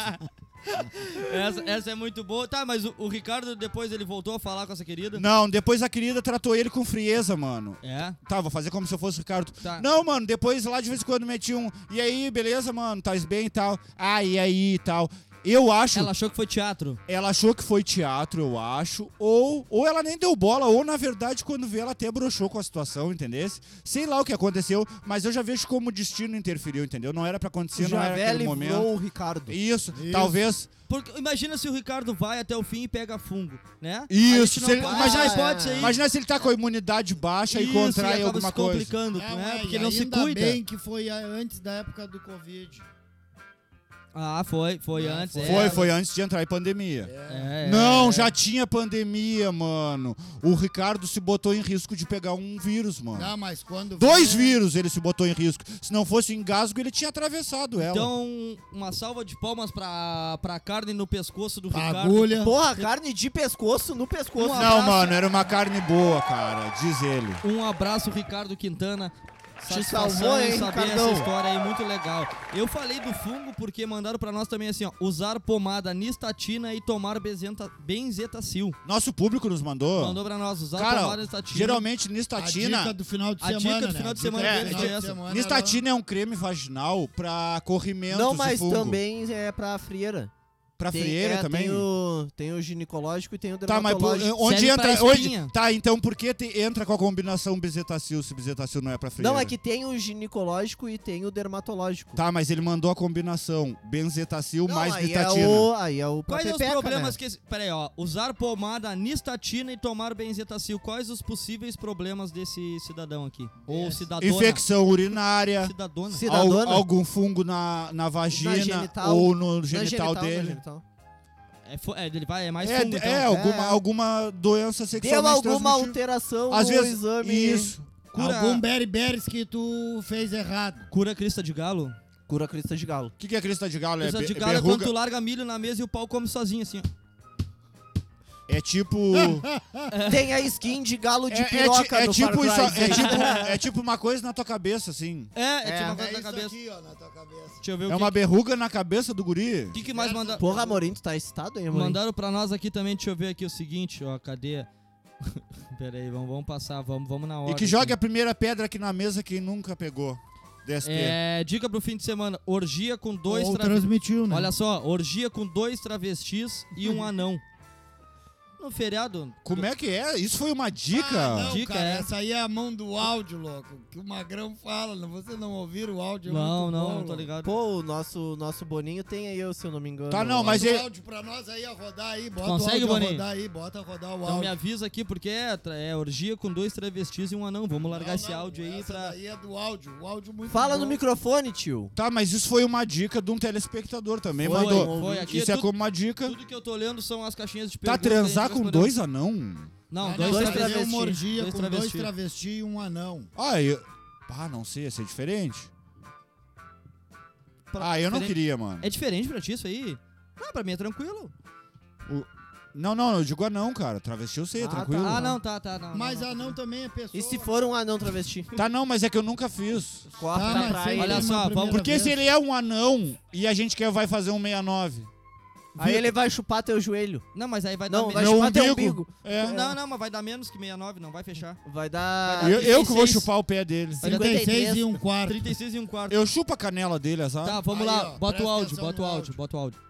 Speaker 2: Essa, essa é muito boa. Tá, mas o, o Ricardo depois ele voltou a falar com essa querida.
Speaker 5: Não, depois a querida tratou ele com frieza, mano.
Speaker 2: É?
Speaker 5: Tá, vou fazer como se eu fosse o Ricardo.
Speaker 2: Tá.
Speaker 5: Não, mano, depois lá de vez em quando meti um. E aí, beleza, mano? Tás bem e tal. Ah, e aí e tal. Eu acho.
Speaker 2: Ela
Speaker 5: Ela...
Speaker 2: achou que foi teatro.
Speaker 5: achou que foi teatro, eu acho. Ou, ou ela nem deu bola, ou na verdade, quando vê, ela até broxou com a situação, entendesse? Sei lá o que aconteceu, mas eu já vejo como o destino interferiu, entendeu? Não era pra acontecer, não era
Speaker 6: Javé
Speaker 5: aquele momento.
Speaker 6: livrou o Ricardo.
Speaker 5: Isso, talvez.
Speaker 2: Porque imagina se o Ricardo vai até o fim e pega fungo, né?
Speaker 5: Isso,
Speaker 2: a
Speaker 5: se
Speaker 2: gente
Speaker 5: ele- é
Speaker 2: não pode,
Speaker 5: imagina
Speaker 2: ah,
Speaker 5: se-
Speaker 2: pode isso aí.
Speaker 5: Imagina se ele tá com a imunidade baixa
Speaker 2: Isso,
Speaker 5: e contrai
Speaker 2: acaba
Speaker 5: alguma
Speaker 2: se
Speaker 5: coisa.
Speaker 2: complicando, né?
Speaker 8: é,
Speaker 2: Porque
Speaker 8: e
Speaker 2: não se
Speaker 8: ainda
Speaker 2: cuida.
Speaker 8: bem que foi a- antes da época do Covid.
Speaker 2: Ah, foi, foi antes. é.
Speaker 5: Foi, foi antes de entrar em pandemia.
Speaker 2: É, é.
Speaker 5: Não, já tinha pandemia, mano. O Ricardo se botou em risco de pegar um vírus, mano.
Speaker 8: Tá, mas quando...
Speaker 5: Dois
Speaker 3: é.
Speaker 8: vier-
Speaker 5: vírus ele se botou em risco. Se não fosse o engasgo, ele tinha atravessado ela.
Speaker 2: Então, uma salva de palmas pra, pra carne no pescoço do Ricardo.
Speaker 8: Agulha.
Speaker 6: Porra, Ah, carne de pescoço no pescoço.
Speaker 2: Uma-
Speaker 5: não,
Speaker 2: abraço.
Speaker 5: mano, era uma carne boa, cara. Diz ele.
Speaker 2: Um abraço, Ricardo Quintana.
Speaker 6: Te
Speaker 2: Satisfação
Speaker 6: salvou,
Speaker 2: em
Speaker 6: hein,
Speaker 2: saber
Speaker 6: Ricardão?
Speaker 2: essa história aí, muito legal. Eu falei do fungo porque mandaram pra nós também assim, ó. Usar pomada nistatina e tomar bezenta, benzetacil.
Speaker 5: Nosso público nos mandou.
Speaker 2: Mandou pra nós usar pomada
Speaker 5: Cara,
Speaker 2: nistatina.
Speaker 5: geralmente
Speaker 8: A dica
Speaker 5: nistatina.
Speaker 8: do final de
Speaker 2: A dica
Speaker 8: semana,
Speaker 2: do
Speaker 8: né?
Speaker 2: final de
Speaker 8: A dica
Speaker 2: semana
Speaker 8: do
Speaker 5: dele
Speaker 8: final
Speaker 2: é
Speaker 8: de
Speaker 2: essa.
Speaker 8: semana era-
Speaker 5: Nistatina é um creme vaginal pra corrimentos
Speaker 6: Não,
Speaker 5: e
Speaker 6: mas
Speaker 5: fungo.
Speaker 6: também é pra frieira.
Speaker 5: Pra
Speaker 6: Tem-
Speaker 5: frieira
Speaker 6: é,
Speaker 5: também.
Speaker 6: Tem o, tem o ginecológico e tem o
Speaker 5: Tá, mas por-
Speaker 6: dermatológico.
Speaker 5: onde
Speaker 2: Serve pra
Speaker 5: entra. Onde,
Speaker 2: espinha.
Speaker 5: tá, então por que te- entra com a combinação bezetacil se bezetacil não é pra frente?
Speaker 6: não, é que tem o ginecológico e tem o dermatológico.
Speaker 5: Tá, mas ele mandou a combinação benzetacil
Speaker 6: Não,
Speaker 5: mais
Speaker 6: aí
Speaker 5: nitatina.
Speaker 6: É o, aí é o pra
Speaker 2: Quais
Speaker 6: pepeca,
Speaker 2: os problemas
Speaker 6: né?
Speaker 2: que esse... Peraí, ó. Usar pomada nistatina e tomar benzetacil. Quais os possíveis problemas desse cidadão aqui? Ou cidadona?
Speaker 5: Infecção urinária,
Speaker 2: Cidadona.
Speaker 6: Cid-
Speaker 5: al-
Speaker 6: Cidadona.
Speaker 5: algum fungo na, na vagina
Speaker 6: genital.
Speaker 5: ou no
Speaker 6: Na
Speaker 5: genital,
Speaker 6: na
Speaker 5: dele.
Speaker 6: genital.
Speaker 2: É, fo- é, ele vai, é mais
Speaker 5: É,
Speaker 2: fungo, então.
Speaker 5: é, alguma,
Speaker 6: É.
Speaker 5: alguma doença
Speaker 6: Deu
Speaker 5: sexualmente
Speaker 6: alguma
Speaker 5: transmitida.
Speaker 6: alteração
Speaker 5: Às
Speaker 6: no
Speaker 5: vezes,
Speaker 6: exame.
Speaker 5: Isso.
Speaker 2: Cura,
Speaker 8: Algum berry-berries que tu fez errado.
Speaker 2: cura crista de galo?
Speaker 6: Cura crista de galo.
Speaker 5: O que, que é crista de galo? É,
Speaker 2: Crista
Speaker 5: be-
Speaker 2: de galo é quando
Speaker 5: berruga?
Speaker 2: tu larga milho na mesa e o pau come sozinho, assim, ó.
Speaker 5: É tipo...
Speaker 6: Tem a skin de galo de
Speaker 5: é, é ti-
Speaker 6: piroca
Speaker 5: é
Speaker 6: do
Speaker 5: tipo
Speaker 6: Far
Speaker 5: isso,
Speaker 6: Cry
Speaker 5: é,
Speaker 6: seis.
Speaker 5: tipo, é tipo uma coisa na tua cabeça, assim.
Speaker 2: É, é,
Speaker 6: É,
Speaker 2: tinha uma
Speaker 8: É
Speaker 2: coisa na
Speaker 8: isso
Speaker 2: cabeça.
Speaker 8: aqui, ó, na tua cabeça.
Speaker 2: Deixa eu ver
Speaker 5: É
Speaker 2: o que,
Speaker 5: uma berruga na cabeça do guri.
Speaker 2: que, que mais
Speaker 5: é-
Speaker 2: mandaram.
Speaker 6: Porra, Amorim, tu tá excitado, hein, Amorim?
Speaker 2: Mandaram pra nós aqui também, deixa eu ver aqui o seguinte, ó, cadê? Pera aí, vamos, vamos passar, vamos, vamos na hora.
Speaker 5: E que jogue a primeira pedra aqui na mesa quem nunca pegou. DST.
Speaker 2: É, dica pro fim de semana, orgia com dois
Speaker 8: Ou
Speaker 2: travestis.
Speaker 8: transmitiu, né?
Speaker 2: Olha só, orgia com dois travestis e um anão. No feriado,
Speaker 5: Como é que é? Isso foi uma
Speaker 8: Ah,
Speaker 5: dica?
Speaker 8: não,
Speaker 2: Dica
Speaker 8: cara,
Speaker 2: é.
Speaker 8: essa aí é a mão do áudio, louco. Que o Magrão fala, não, você não ouviram o áudio? é
Speaker 2: Não,
Speaker 8: muito
Speaker 2: não,
Speaker 8: bom,
Speaker 2: não tô
Speaker 8: louco.
Speaker 2: ligado.
Speaker 6: Pô, o nosso, nosso Boninho tem aí, eu, se eu não me engano.
Speaker 5: Tá, não,
Speaker 6: Ó,
Speaker 5: mas
Speaker 8: Bota
Speaker 5: ele-
Speaker 8: o áudio pra nós aí, a rodar aí, bota
Speaker 2: Consegue,
Speaker 8: o áudio a
Speaker 2: Boninho?
Speaker 8: rodar aí, bota rodar o
Speaker 2: Então me
Speaker 8: áudio.
Speaker 2: avisa aqui, porque é, tra- é orgia com dois travestis e um anão. Vamos largar
Speaker 8: Não,
Speaker 2: esse
Speaker 8: não,
Speaker 2: áudio aí
Speaker 8: essa
Speaker 2: pra...
Speaker 8: daí é do áudio, o áudio muito
Speaker 6: Fala
Speaker 8: bom.
Speaker 6: no microfone, tio.
Speaker 5: Tá, mas isso foi uma dica de um telespectador também,
Speaker 2: Foi,
Speaker 5: mandou.
Speaker 2: foi, aqui
Speaker 5: isso
Speaker 2: é
Speaker 5: é
Speaker 2: tudo-
Speaker 5: como uma dica.
Speaker 2: Tudo que eu tô lendo são as caixinhas de
Speaker 5: Tá,
Speaker 2: perguntas. que a gente
Speaker 5: transar com
Speaker 2: respondeu.
Speaker 5: dois anão?
Speaker 2: Não,
Speaker 8: Não,
Speaker 2: dois
Speaker 8: não,
Speaker 2: travestis.
Speaker 8: fazer uma orgia
Speaker 2: Dois
Speaker 8: com
Speaker 2: travestis.
Speaker 8: dois travestis e um anão.
Speaker 5: Ah, eu... Ah, não sei, ia ser diferente. Ah, eu não
Speaker 2: diferente.
Speaker 5: queria, mano.
Speaker 2: É diferente pra ti isso aí? Ah, pra mim é tranquilo.
Speaker 5: Não, não, eu digo anão, cara. Travesti eu sei,
Speaker 6: Ah,
Speaker 5: tranquilo.
Speaker 2: Ah,
Speaker 5: Tá.
Speaker 2: não, tá, tá. Não,
Speaker 8: Mas
Speaker 2: não, não.
Speaker 8: anão também é pessoa.
Speaker 6: E se for um anão travesti?
Speaker 5: não, mas é que eu nunca fiz.
Speaker 6: Corta
Speaker 8: tá, mas é
Speaker 6: pra
Speaker 8: sem
Speaker 6: ele.
Speaker 2: Olha
Speaker 8: uma
Speaker 2: só, vamos-
Speaker 8: primeira
Speaker 5: Porque
Speaker 8: vez.
Speaker 5: se ele é um anão e a gente quer vai fazer um 69.
Speaker 6: Aí ele vai chupar teu joelho.
Speaker 2: Não, mas aí é um vai
Speaker 6: Não,
Speaker 2: dar
Speaker 6: vai
Speaker 2: menos.
Speaker 5: Meu
Speaker 6: chupar teu
Speaker 5: umbigo.
Speaker 6: umbigo.
Speaker 5: É.
Speaker 2: Não, não, mas vai dar menos que 69, não vai fechar.
Speaker 6: Vai dar.
Speaker 2: Vai dar
Speaker 5: Eu, eu que vou
Speaker 2: 36.
Speaker 5: chupar o pé dele.
Speaker 2: Vai dar
Speaker 8: 56 e um quarto.
Speaker 2: 36 e um quarto.
Speaker 5: Eu chupo a canela dele, azar.
Speaker 2: Tá, vamos
Speaker 8: Aí,
Speaker 2: lá.
Speaker 8: ó,
Speaker 2: Bota o
Speaker 8: presta
Speaker 2: áudio,
Speaker 8: atenção
Speaker 2: bota o
Speaker 8: no
Speaker 2: áudio,
Speaker 8: áudio.
Speaker 2: bota o áudio.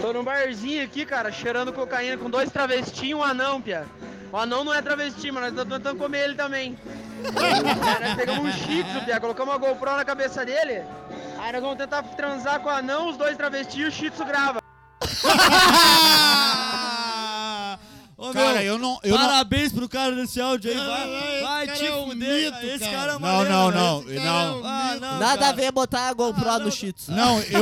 Speaker 9: Tô num barzinho aqui, cara, cheirando cocaína com dois travestis e um anão, pia. O anão não é travesti, mas nós estamos tentando comer ele também. Aí nós pegamos um chifre, pia, colocamos uma GoPro na cabeça dele. Aí nós vamos tentar transar com o anão, os dois travestis e o Shih Tzu grava.
Speaker 2: Ô,
Speaker 5: Ah! Cara,
Speaker 2: meu,
Speaker 5: eu não. Eu não...
Speaker 2: Parabéns pro cara desse áudio aí. Vai,
Speaker 8: Ah,
Speaker 2: vai
Speaker 8: esse
Speaker 2: te
Speaker 8: cara é um
Speaker 2: fuder.
Speaker 8: mito,
Speaker 2: esse
Speaker 8: cara.
Speaker 2: cara é
Speaker 5: Não,
Speaker 2: maneiro, né?
Speaker 5: não, não,
Speaker 8: Cara, é
Speaker 5: não.
Speaker 8: um
Speaker 2: Ah,
Speaker 8: mito.
Speaker 2: não,
Speaker 6: Nada
Speaker 2: cara.
Speaker 6: a ver botar a GoPro no Shih Tzu.
Speaker 5: Não, eu.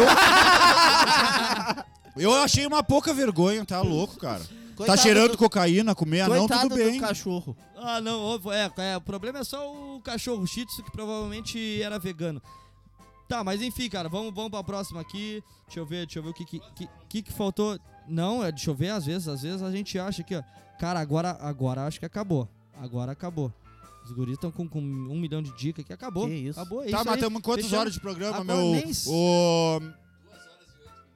Speaker 5: Eu achei uma pouca vergonha, tá louco, cara. tá
Speaker 6: Coitado
Speaker 5: cheirando
Speaker 6: do-
Speaker 5: cocaína, comer anão,
Speaker 6: Coitado
Speaker 5: tudo bem.
Speaker 6: do cachorro.
Speaker 2: Ah, não, ô, é, é, o problema é só o cachorro shih tzu, que provavelmente era vegano. Tá, mas enfim, cara, vamos, vamos pra próxima aqui. Deixa eu ver, deixa eu ver o que que, que, que que faltou. Não, é, deixa eu ver, às vezes, às vezes a gente acha aqui, ó. Cara, agora, agora acho que acabou. Agora acabou. Os guris estão com, com um milhão de dicas aqui, acabou.
Speaker 6: Que isso.
Speaker 2: Acabou, é
Speaker 5: tá,
Speaker 2: isso aí.
Speaker 5: matamos quantas
Speaker 2: Fechamos.
Speaker 5: horas de programa,
Speaker 2: Agora
Speaker 5: meu.
Speaker 2: nem s-
Speaker 5: O.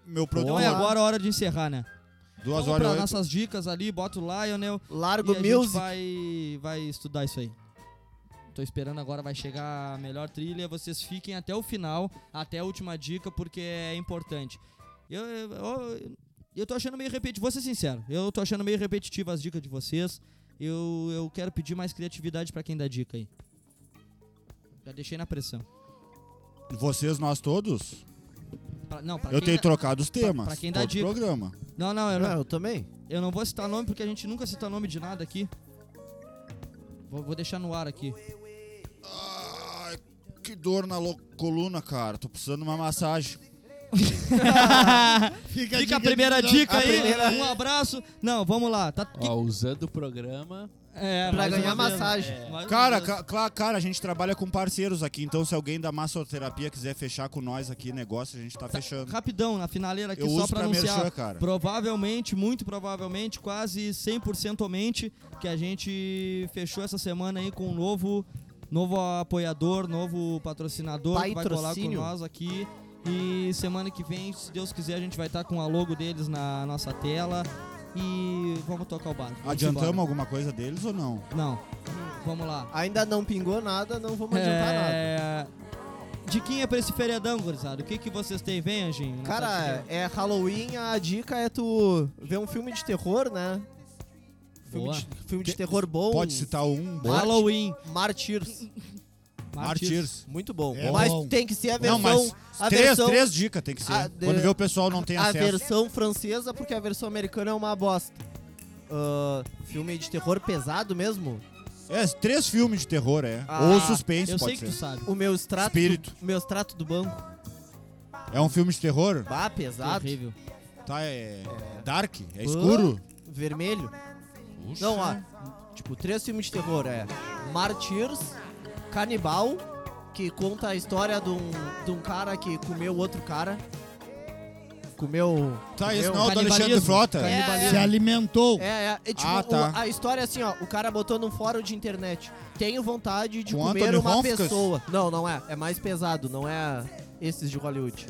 Speaker 5: Meu
Speaker 2: Então
Speaker 5: produtor.
Speaker 2: é agora a hora de encerrar, né?
Speaker 5: Duas
Speaker 2: vamos
Speaker 5: horas
Speaker 2: pra
Speaker 5: e oito.
Speaker 2: nossas dicas ali, bota o Lionel.
Speaker 6: Largo
Speaker 2: e a gente
Speaker 6: Music.
Speaker 2: vai, vai estudar isso aí. Tô esperando agora, vai chegar a melhor trilha. Vocês fiquem até o final, até a última dica, porque é importante. Eu, eu, eu- eu tô achando meio repetitivo, vou ser sincero. Eu tô achando meio repetitivo as dicas de vocês. Eu, eu quero pedir mais criatividade pra quem dá dica aí. Já deixei na pressão.
Speaker 5: Vocês, nós todos?
Speaker 2: Pra- não, pra
Speaker 5: eu
Speaker 2: quem
Speaker 5: tenho
Speaker 2: dá-
Speaker 5: trocado os temas.
Speaker 2: pra quem dá
Speaker 5: todo
Speaker 2: dica.
Speaker 5: programa.
Speaker 2: Não, não, eu não,
Speaker 6: Não, Ah, eu também.
Speaker 2: Eu não vou citar nome porque a gente nunca cita nome de nada aqui. Vou, vou deixar no ar aqui.
Speaker 5: Ai, que dor na lo- coluna, cara. Tô precisando de uma massagem.
Speaker 8: Fica,
Speaker 2: Fica a
Speaker 8: dica
Speaker 2: primeira
Speaker 8: do-
Speaker 2: dica
Speaker 6: A
Speaker 2: aí.
Speaker 6: primeira-
Speaker 2: Um abraço. Não, vamos lá. Tá...
Speaker 7: Ó, usando o programa,
Speaker 2: É,
Speaker 6: Pra
Speaker 2: mais
Speaker 6: ganhar
Speaker 2: uma vez. É.
Speaker 6: massagem.
Speaker 2: Mais uma
Speaker 5: Cara,
Speaker 2: vez.
Speaker 5: ca- cla- cara, a gente trabalha com parceiros aqui, então se alguém da massoterapia quiser fechar com nós aqui negócio, a gente tá fechando.
Speaker 2: rapidão, na finaleira aqui,
Speaker 5: Eu
Speaker 2: só
Speaker 5: uso
Speaker 2: pra
Speaker 5: pra
Speaker 2: anunciar.
Speaker 5: merchan, cara.
Speaker 2: Provavelmente, muito provavelmente, quase 100% mente que a gente fechou essa semana aí com um novo, novo apoiador, novo patrocinador que vai colar com
Speaker 6: Patrocínio.
Speaker 2: nós aqui. E semana que vem, se Deus quiser, a gente vai estar com a logo deles na nossa tela. E vamos tocar o barco. Vamos
Speaker 5: Adiantamos
Speaker 2: embora.
Speaker 5: alguma coisa deles ou não?
Speaker 2: Não. Vamos lá.
Speaker 6: Ainda não pingou nada, não vamos adiantar nada.
Speaker 5: É,
Speaker 2: É, Diquinha pra esse feriadão, gurizada. O que, que vocês têm? Vem, Anjinho.
Speaker 5: tá
Speaker 6: Cara, é Halloween, a dica é tu ver um filme de terror, né? Filme
Speaker 2: Boa.
Speaker 6: de, filme de terror bom.
Speaker 5: Pode citar um. bom.
Speaker 2: Halloween.
Speaker 6: Martyrs.
Speaker 5: Martyrs.
Speaker 6: Muito bom.
Speaker 3: É
Speaker 6: mas
Speaker 3: bom.
Speaker 6: tem que ser a
Speaker 5: Não,
Speaker 6: versão.
Speaker 5: mas
Speaker 6: a
Speaker 5: três,
Speaker 6: versão,
Speaker 5: três dicas tem que ser.
Speaker 6: a de-
Speaker 5: Quando vê o pessoal não tem
Speaker 6: a
Speaker 5: acesso.
Speaker 6: versão francesa, porque a versão americana é uma bosta. Ah, filme de terror pesado mesmo.
Speaker 5: É, três filmes de terror, é.
Speaker 6: Ah,
Speaker 5: ou suspense,
Speaker 2: Eu sei
Speaker 5: pode
Speaker 2: que tu
Speaker 5: ser.
Speaker 2: sabe.
Speaker 6: O meu extrato.
Speaker 5: Espírito.
Speaker 6: O meu extrato do banco.
Speaker 5: É um filme de terror?
Speaker 6: Bah, pesado.
Speaker 2: Horrível.
Speaker 5: Tá, é. Dark? É escuro?
Speaker 6: Ah, Vermelho. Não, ó. Tipo, três filmes de terror é Martyrs, Canibal, que conta a história de um, de um cara que comeu outro cara. Comeu.
Speaker 5: Tá, esse
Speaker 6: comeu-
Speaker 5: não é o do Alexandre
Speaker 2: Canibalismo.
Speaker 5: Frota?
Speaker 6: É,
Speaker 3: Se alimentou.
Speaker 6: É, é, é, tipo,
Speaker 5: Ah, tá.
Speaker 6: o- a história é assim, ó, o cara botou num fórum de internet. Tenho vontade de
Speaker 5: Com
Speaker 6: comer
Speaker 5: Anthony
Speaker 6: uma
Speaker 5: Hopkins?
Speaker 6: pessoa. Não, não é. É mais pesado, não é esses de Hollywood.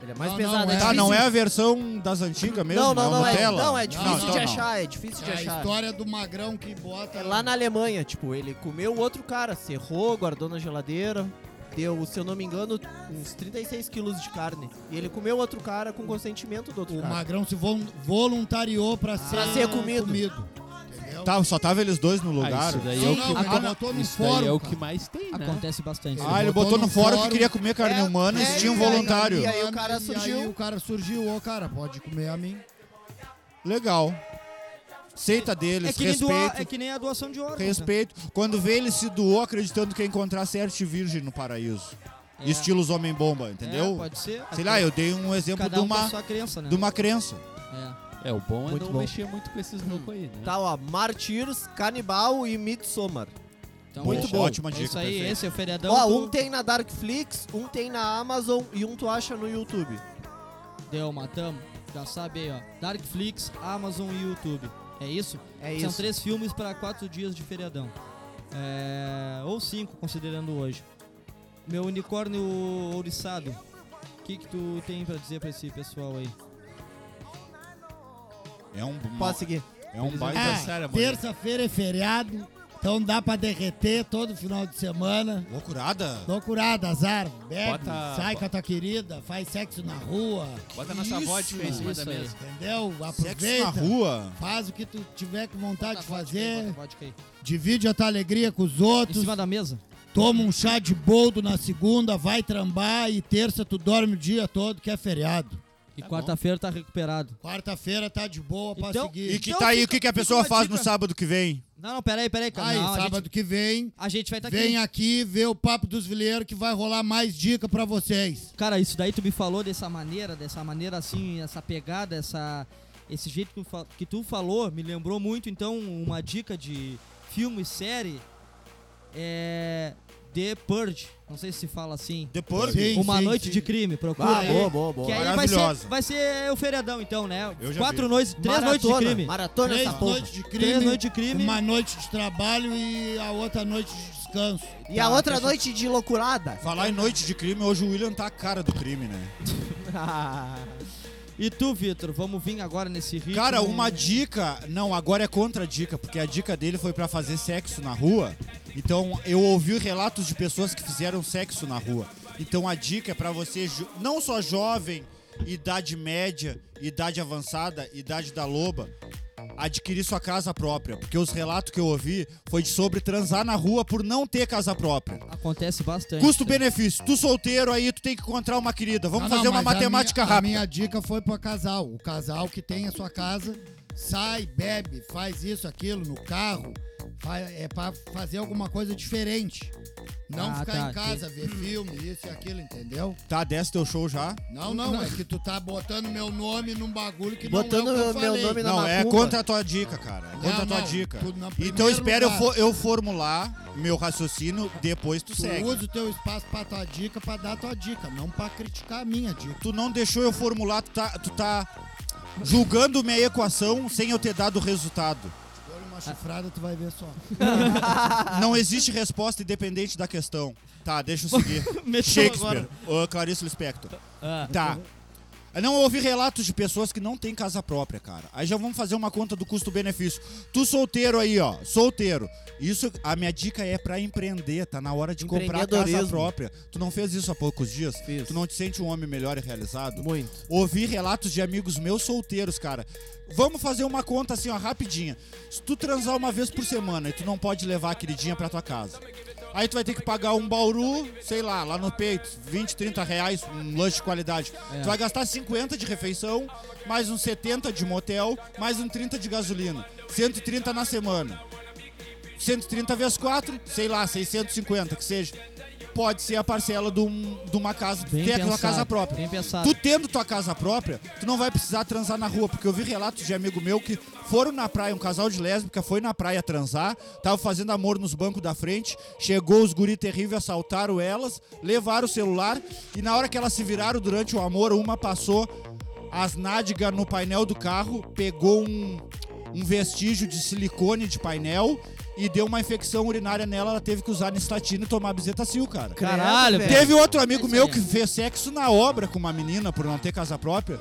Speaker 6: Ele é mais
Speaker 8: Não, não,
Speaker 6: pesado.
Speaker 8: é.
Speaker 5: Tá,
Speaker 6: difícil-
Speaker 5: não é a versão das antigas mesmo?
Speaker 6: Não, não,
Speaker 5: é o
Speaker 6: não, é,
Speaker 5: Nutella?
Speaker 6: não, é difícil
Speaker 5: então
Speaker 6: de
Speaker 5: não.
Speaker 6: achar, é difícil de
Speaker 8: É a
Speaker 6: achar.
Speaker 8: história do magrão que bota...
Speaker 6: É lá na Alemanha, tipo, ele comeu outro cara, serrou, guardou na geladeira, deu, se eu não me engano, uns 36 quilos de carne. E ele comeu outro cara com consentimento do outro
Speaker 3: O
Speaker 6: cara.
Speaker 3: magrão se vol- voluntariou pra ser,
Speaker 6: Pra ser comido.
Speaker 3: Entendeu?
Speaker 5: Tá, só tava eles dois no lugar.
Speaker 7: Ah, isso daí
Speaker 8: Não,
Speaker 7: é o
Speaker 8: não,
Speaker 7: que,
Speaker 8: ele botou no
Speaker 7: isso
Speaker 3: fórum,
Speaker 7: daí é o
Speaker 3: cara.
Speaker 7: que mais tem, né?
Speaker 2: Acontece bastante.
Speaker 5: Ah, ele botou, no fórum que queria comer carne
Speaker 6: É,
Speaker 5: humana
Speaker 6: é,
Speaker 5: e tinha um
Speaker 6: e aí-
Speaker 5: voluntário.
Speaker 6: e aí o cara
Speaker 3: E aí
Speaker 6: surgiu.
Speaker 3: o cara surgiu, ô cara, pode comer a mim.
Speaker 5: Legal. Aceita deles,
Speaker 2: É que, nem
Speaker 5: respeito.
Speaker 2: doa- é que nem a doação de órgãos. né?
Speaker 5: Respeito. Quando vê, ele se doou acreditando que ia encontrar certo e virgem no paraíso.
Speaker 2: É.
Speaker 5: Estilos homem-bomba,
Speaker 2: É,
Speaker 5: entendeu?
Speaker 2: pode ser.
Speaker 5: Sei lá, eu dei um exemplo
Speaker 2: Cada
Speaker 5: de,
Speaker 2: um com a
Speaker 5: uma,
Speaker 2: sua crença, né?
Speaker 5: de uma crença.
Speaker 2: É.
Speaker 7: É, o bom é
Speaker 2: Muito
Speaker 7: não
Speaker 2: bom.
Speaker 7: mexer muito com esses loucos aí, né?
Speaker 6: Tá, ó, Martyrs, Canibal e Midsommar.
Speaker 2: Então,
Speaker 6: Muito
Speaker 2: é
Speaker 6: bom.
Speaker 5: Ótima dica.
Speaker 2: isso aí,
Speaker 5: perfeito.
Speaker 2: esse é o feriadão.
Speaker 6: Ó,
Speaker 2: do-
Speaker 6: um tem na Darkflix, um tem na Amazon e um tu acha no YouTube.
Speaker 2: Deu, matamos. Já sabe aí, ó. Darkflix, Amazon e YouTube. É isso?
Speaker 6: É
Speaker 2: São
Speaker 6: isso.
Speaker 2: três filmes pra quatro dias de feriadão. É, Ou cinco, considerando hoje. Meu unicórnio ouriçado. O que, que tu tem pra dizer pra esse pessoal aí?
Speaker 5: É um, uma,
Speaker 6: Pode seguir.
Speaker 5: é um baita.
Speaker 8: Ah,
Speaker 7: Sério, amor.
Speaker 8: terça-feira é feriado, então dá pra derreter todo final de semana.
Speaker 5: Loucurada?
Speaker 8: Loucurada, azar, bebe,
Speaker 7: Bota-
Speaker 8: sai com a tua querida, faz sexo na rua,
Speaker 7: Bota nossa vodka aí em cima da
Speaker 2: Isso aí.
Speaker 7: mesa.
Speaker 8: entendeu?
Speaker 5: Sexo na
Speaker 8: Aproveita,
Speaker 5: rua?
Speaker 8: faz o que tu tiver com
Speaker 3: Tá
Speaker 8: vontade de
Speaker 2: Bota a vodka aí,
Speaker 8: fazer,
Speaker 2: bota a vodka aí.
Speaker 8: divide a tua alegria com os
Speaker 2: Em
Speaker 8: outros,
Speaker 2: cima da mesa?
Speaker 8: toma um chá de boldo na segunda, vai trambar e terça tu dorme o dia todo que é feriado.
Speaker 2: E quarta-feira tá recuperado.
Speaker 3: Quarta-feira tá de boa pra
Speaker 2: Então-
Speaker 3: seguir.
Speaker 5: E que
Speaker 2: Então
Speaker 5: tá aí,
Speaker 2: fica-
Speaker 5: o que, que a
Speaker 2: fica
Speaker 5: pessoa
Speaker 2: uma
Speaker 5: faz no
Speaker 2: dica.
Speaker 5: sábado que vem?
Speaker 2: Não, não, peraí, peraí, cara.
Speaker 3: Aí,
Speaker 2: Não, a,
Speaker 3: sábado
Speaker 2: gente,
Speaker 3: que vem,
Speaker 2: a gente vai tá estar aqui.
Speaker 3: vem aqui ver o Papo dos Vileiros que vai rolar mais dica pra vocês.
Speaker 2: Cara, isso daí tu me falou dessa maneira, dessa maneira assim, essa pegada, essa esse jeito que tu, fa- que tu falou me lembrou muito então uma dica de filme e série é The Purge, não sei se se fala assim.
Speaker 5: Depois?
Speaker 3: Sim,
Speaker 2: uma
Speaker 3: sim,
Speaker 2: noite
Speaker 3: sim.
Speaker 2: de crime, procura
Speaker 6: Ah,
Speaker 2: aí.
Speaker 6: boa, boa, boa.
Speaker 2: Que aí vai ser,
Speaker 5: Maravilhosa.
Speaker 2: vai ser o feriadão então, né?
Speaker 5: Eu já
Speaker 2: Quatro
Speaker 5: vi.
Speaker 2: noites, três noites de crime.
Speaker 6: Maratona
Speaker 3: Três
Speaker 6: essa porra.
Speaker 3: noites de
Speaker 2: Três
Speaker 3: crime,
Speaker 2: noites de crime.
Speaker 3: uma noite de trabalho e a outra noite de descanso.
Speaker 6: E
Speaker 2: Tá,
Speaker 6: a outra noite de loucurada.
Speaker 5: Falar em noite de crime, hoje o William tá a cara do crime, né?
Speaker 2: Tá. E tu, Vitor, vamos vir agora nesse ritmo.
Speaker 5: Cara, uma dica. Não, agora é contra a dica, porque a dica dele foi pra fazer sexo na rua. Então eu ouvi relatos de pessoas que fizeram sexo na rua. Então a dica é pra você, jo- não só jovem, idade média, idade avançada, idade da loba, adquirir sua casa própria. Porque os relatos que eu ouvi foi de sobre transar na rua por não ter casa própria.
Speaker 2: acontece bastante.
Speaker 5: Custo-benefício. Tu solteiro aí, tu tem que encontrar uma querida. Vamos
Speaker 3: Não, não,
Speaker 5: fazer uma
Speaker 3: mas a
Speaker 5: matemática
Speaker 3: minha-
Speaker 5: rápida.
Speaker 3: A minha dica foi pro casal. O casal que tem a sua casa, sai, bebe, faz isso, aquilo no carro. fa- É pra fazer alguma coisa diferente. Não
Speaker 2: Ah,
Speaker 3: ficar
Speaker 2: tá,
Speaker 3: em casa, ver filme, isso e aquilo, entendeu?
Speaker 5: Tá, desce teu show já.
Speaker 3: Não, não, é que tu tá botando meu nome num bagulho que
Speaker 6: Botando
Speaker 3: não é o que eu
Speaker 6: meu- meu
Speaker 3: falei.
Speaker 6: nome na-
Speaker 5: Não, é
Speaker 6: macumba.
Speaker 5: contra a tua dica, cara. É contra a tua
Speaker 3: não,
Speaker 5: dica.
Speaker 3: tudo na
Speaker 5: Então
Speaker 3: primeiro
Speaker 5: espera eu,
Speaker 3: lugar.
Speaker 5: fo- eu formular meu raciocínio, depois tu,
Speaker 3: Tu
Speaker 5: segue.
Speaker 3: usa o teu espaço pra tua dica, pra dar tua dica, não pra criticar a minha dica.
Speaker 5: Tu não deixou eu formular, tu tá, tu tá julgando minha equação sem eu ter dado o resultado.
Speaker 3: Olha uma chifrada, tu vai ver só.
Speaker 5: Não existe resposta independente da questão. Tá, deixa eu seguir.
Speaker 2: Meteu
Speaker 5: Shakespeare,
Speaker 2: agora.
Speaker 5: ou Clarice Lispector.
Speaker 2: Ah,
Speaker 5: Tá. Não, eu ouvi relatos de pessoas que não têm casa própria, cara. Aí já vamos fazer uma conta do custo-benefício. Tu solteiro aí, ó, solteiro. Isso, a minha dica é pra empreender, tá na hora de comprar a casa
Speaker 6: Empreendedorismo.
Speaker 5: própria. Tu não fez isso há poucos dias?
Speaker 6: Fiz.
Speaker 5: Tu não te sente um homem melhor e realizado?
Speaker 6: Muito.
Speaker 5: Ouvi relatos de amigos meus solteiros, cara. Vamos fazer uma conta assim, ó, rapidinha. Se tu transar uma vez por semana e tu não pode levar a queridinha pra tua casa, aí tu vai ter que pagar um bauru, sei lá, lá no peito, 20, 30 reais, um lanche de qualidade.
Speaker 2: É.
Speaker 5: Tu vai gastar 50 de refeição, mais uns 70 de motel, mais um 30 de gasolina. 130 na semana. 130 vezes 4, sei lá, 650, que seja. Pode ser a parcela de, um- de uma casa,
Speaker 2: Bem
Speaker 5: ter a tua
Speaker 2: pensado,
Speaker 5: casa própria.
Speaker 2: Bem pensado.
Speaker 5: Tu tendo tua casa própria, tu não vai precisar transar na rua, porque eu vi relatos de amigo meu que foram na praia, um casal de lésbica foi na praia transar, tava fazendo amor nos bancos da frente, chegou os guri terrível, assaltaram elas, levaram o celular e na hora que elas se viraram durante o amor, uma passou as nádegas no painel do carro, pegou um, um vestígio de silicone de painel e deu uma infecção urinária nela, ela teve que usar anistatina e tomar bezetacil, cara.
Speaker 2: Caralho,
Speaker 6: Credo,
Speaker 2: velho.
Speaker 5: É. Teve outro amigo meu que fez sexo na obra com uma menina por não ter casa própria.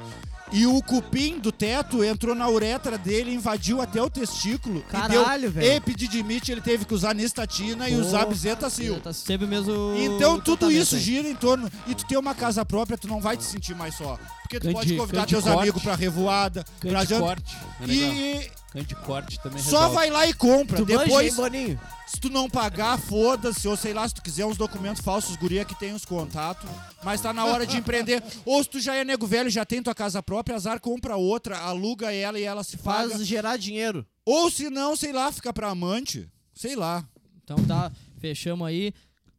Speaker 5: E o cupim do teto entrou na uretra dele, invadiu até o testículo.
Speaker 6: Caralho,
Speaker 5: e deu
Speaker 6: velho.
Speaker 5: epididimite, ele teve que usar nistatina e
Speaker 2: Porra,
Speaker 5: usar bezetacil.
Speaker 2: Tá sempre mesmo.
Speaker 5: Então
Speaker 2: o
Speaker 5: tudo
Speaker 2: tratamento
Speaker 5: isso
Speaker 2: aí.
Speaker 5: gira em torno. E tu ter uma casa própria, tu não vai te sentir mais só. Porque tu
Speaker 7: Cante-
Speaker 5: pode convidar
Speaker 7: cante
Speaker 5: teus
Speaker 7: corte.
Speaker 5: amigos pra revoada, pra
Speaker 7: Cante
Speaker 5: jantar.
Speaker 7: corte. É legal.
Speaker 5: E
Speaker 7: Cante corte também
Speaker 5: só
Speaker 7: resolve.
Speaker 5: vai lá e compra.
Speaker 6: Tu
Speaker 5: Depois.
Speaker 6: manja, hein, Boninho?
Speaker 5: Se tu não pagar, foda-se. Ou sei lá, se tu quiser uns documentos falsos, guria que tem os contatos. Mas tá na hora de empreender. Ou se tu já é nego velho, já tem tua casa própria, azar, compra outra, aluga ela e ela se
Speaker 6: Faz
Speaker 5: faz.
Speaker 6: gerar dinheiro.
Speaker 5: Ou se não, sei lá, fica pra amante. Sei lá.
Speaker 2: Então tá, fechamos aí.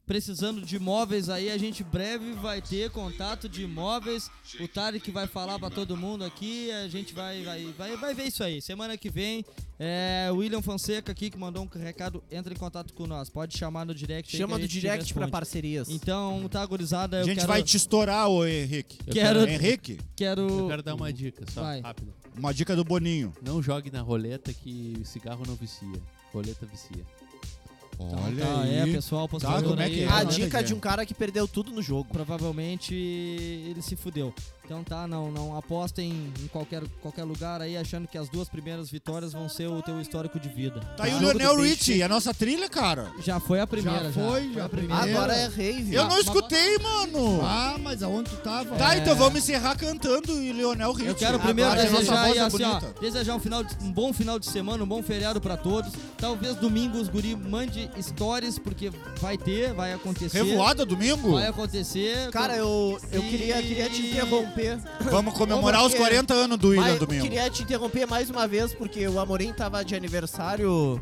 Speaker 2: Precisando de imóveis aí, a gente breve vai ter contato de imóveis. O Tarek vai falar pra todo mundo aqui. A gente vai, vai, vai, vai ver isso aí. Semana que vem, é, o William Fonseca aqui que mandou um recado, entra em contato com nós. Pode chamar no direct. aí
Speaker 6: Chama
Speaker 2: que a
Speaker 6: do
Speaker 2: gente
Speaker 6: direct pra
Speaker 2: responde.
Speaker 6: parcerias.
Speaker 2: Então, tá, gurizada.
Speaker 5: A
Speaker 2: Eu
Speaker 5: gente
Speaker 2: quero,
Speaker 5: vai te estourar, ô Henrique.
Speaker 2: Quero-
Speaker 5: Henrique,
Speaker 2: quero.
Speaker 7: Eu quero dar uma dica, só,
Speaker 2: Vai.
Speaker 7: rápida.
Speaker 5: uma dica do Boninho.
Speaker 7: Não jogue na roleta que cigarro não vicia. Roleta vicia.
Speaker 5: Olha
Speaker 2: tá,
Speaker 5: aí.
Speaker 2: é, pessoal, postando
Speaker 5: como é
Speaker 2: aí. Tá,
Speaker 5: que é?
Speaker 6: A
Speaker 5: Ah,
Speaker 6: dica
Speaker 5: né,
Speaker 6: de um cara que perdeu tudo no jogo.
Speaker 2: provavelmente ele se fudeu. Então tá, não, não apostem em qualquer, qualquer lugar aí achando que as duas primeiras vitórias vão ser o teu histórico de vida.
Speaker 5: Tá aí o
Speaker 2: Jogo do
Speaker 5: Lionel
Speaker 2: peixe. Ah,
Speaker 5: Richie, a nossa trilha, cara.
Speaker 2: Já foi a primeira, já.
Speaker 3: já foi, já primeira.
Speaker 6: Agora é rave.
Speaker 5: Eu não
Speaker 2: mas-
Speaker 5: escutei, mano.
Speaker 3: Ah, mas aonde tu tava?
Speaker 5: Tá,
Speaker 2: é.
Speaker 5: então vamos encerrar cantando e Lionel Richie.
Speaker 2: Eu quero primeiro
Speaker 5: Agora, a nossa
Speaker 2: desejar,
Speaker 5: voz
Speaker 2: aí,
Speaker 5: é
Speaker 2: assim, ó,
Speaker 5: bonita.
Speaker 2: desejar um, final de- um bom final de semana, um bom feriado pra todos. Talvez domingo os guri mande stories, porque vai ter, vai acontecer.
Speaker 5: Revoada domingo?
Speaker 2: Vai acontecer.
Speaker 6: Cara, eu, eu queria, queria te interromper interromper.
Speaker 5: Vamos comemorar
Speaker 6: Ô,
Speaker 5: os
Speaker 6: Marquê,
Speaker 5: 40 anos do William
Speaker 6: Mas eu
Speaker 5: domingo.
Speaker 6: queria te interromper mais uma vez, porque o Amorim tava de aniversário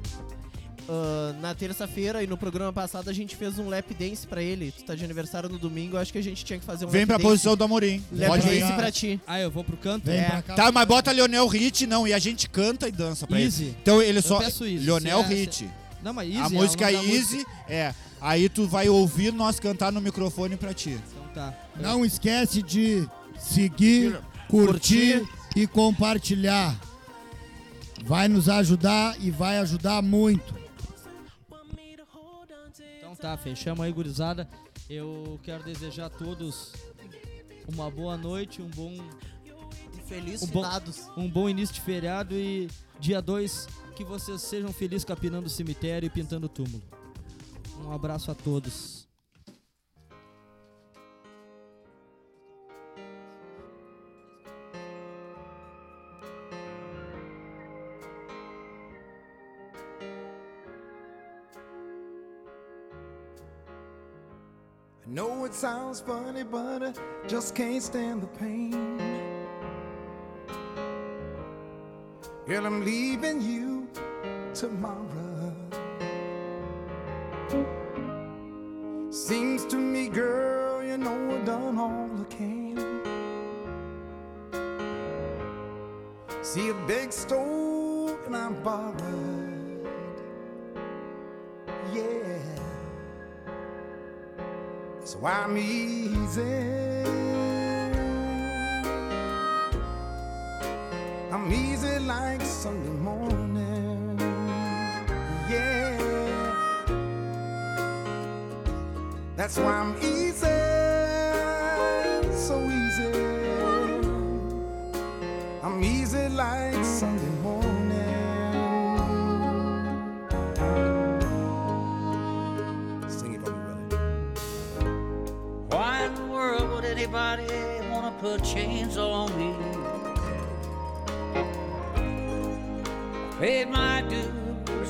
Speaker 6: ah, na terça-feira e no programa passado a gente fez um lap dance pra ele. Tu tá de aniversário no domingo, eu acho que a gente tinha que fazer um
Speaker 5: Vem
Speaker 6: lap
Speaker 5: pra
Speaker 6: dance.
Speaker 5: posição do Amorim.
Speaker 6: Lap
Speaker 5: Pode
Speaker 6: dance
Speaker 5: vir.
Speaker 6: pra ti.
Speaker 2: Ah, eu vou pro canto?
Speaker 3: Vem
Speaker 6: É.
Speaker 3: pra cá.
Speaker 5: Tá, mas bota Lionel Hit, não, e a gente canta e dança pra
Speaker 2: Easy.
Speaker 5: ele. Então ele só.
Speaker 2: peço Easy. Se
Speaker 5: Lionel
Speaker 2: é-
Speaker 5: Hit.
Speaker 2: Não, mas Easy,
Speaker 5: a
Speaker 2: é o
Speaker 5: música
Speaker 2: nome da
Speaker 5: Easy é. Aí tu vai ouvir nós cantar no microfone pra ti.
Speaker 2: Então tá.
Speaker 3: Não esquece de seguir, curtir, e compartilhar. Vai nos ajudar e vai ajudar muito.
Speaker 2: Então tá, fechamos aí, gurizada. Eu quero desejar a todos uma boa noite, um bom,
Speaker 6: E Feliz
Speaker 2: O bom-
Speaker 6: finados.
Speaker 2: um bom início de feriado e dia 2 que vocês sejam felizes capinando o cemitério e pintando o túmulo. Um abraço a todos.
Speaker 10: I know it sounds funny, but I just can't stand the pain. Girl, I'm leaving you tomorrow. Seems to me, girl, you know I done all I can. See a big stove and I'm borrowed. Yeah. So I'm easy. I'm easy like Sunday morning. Yeah. That's why I'm easy. So easy. I'm easy like Sunday morning. Sing it for me, brother.
Speaker 11: Why in the world would anybody wanna put chains on me? I paid my dues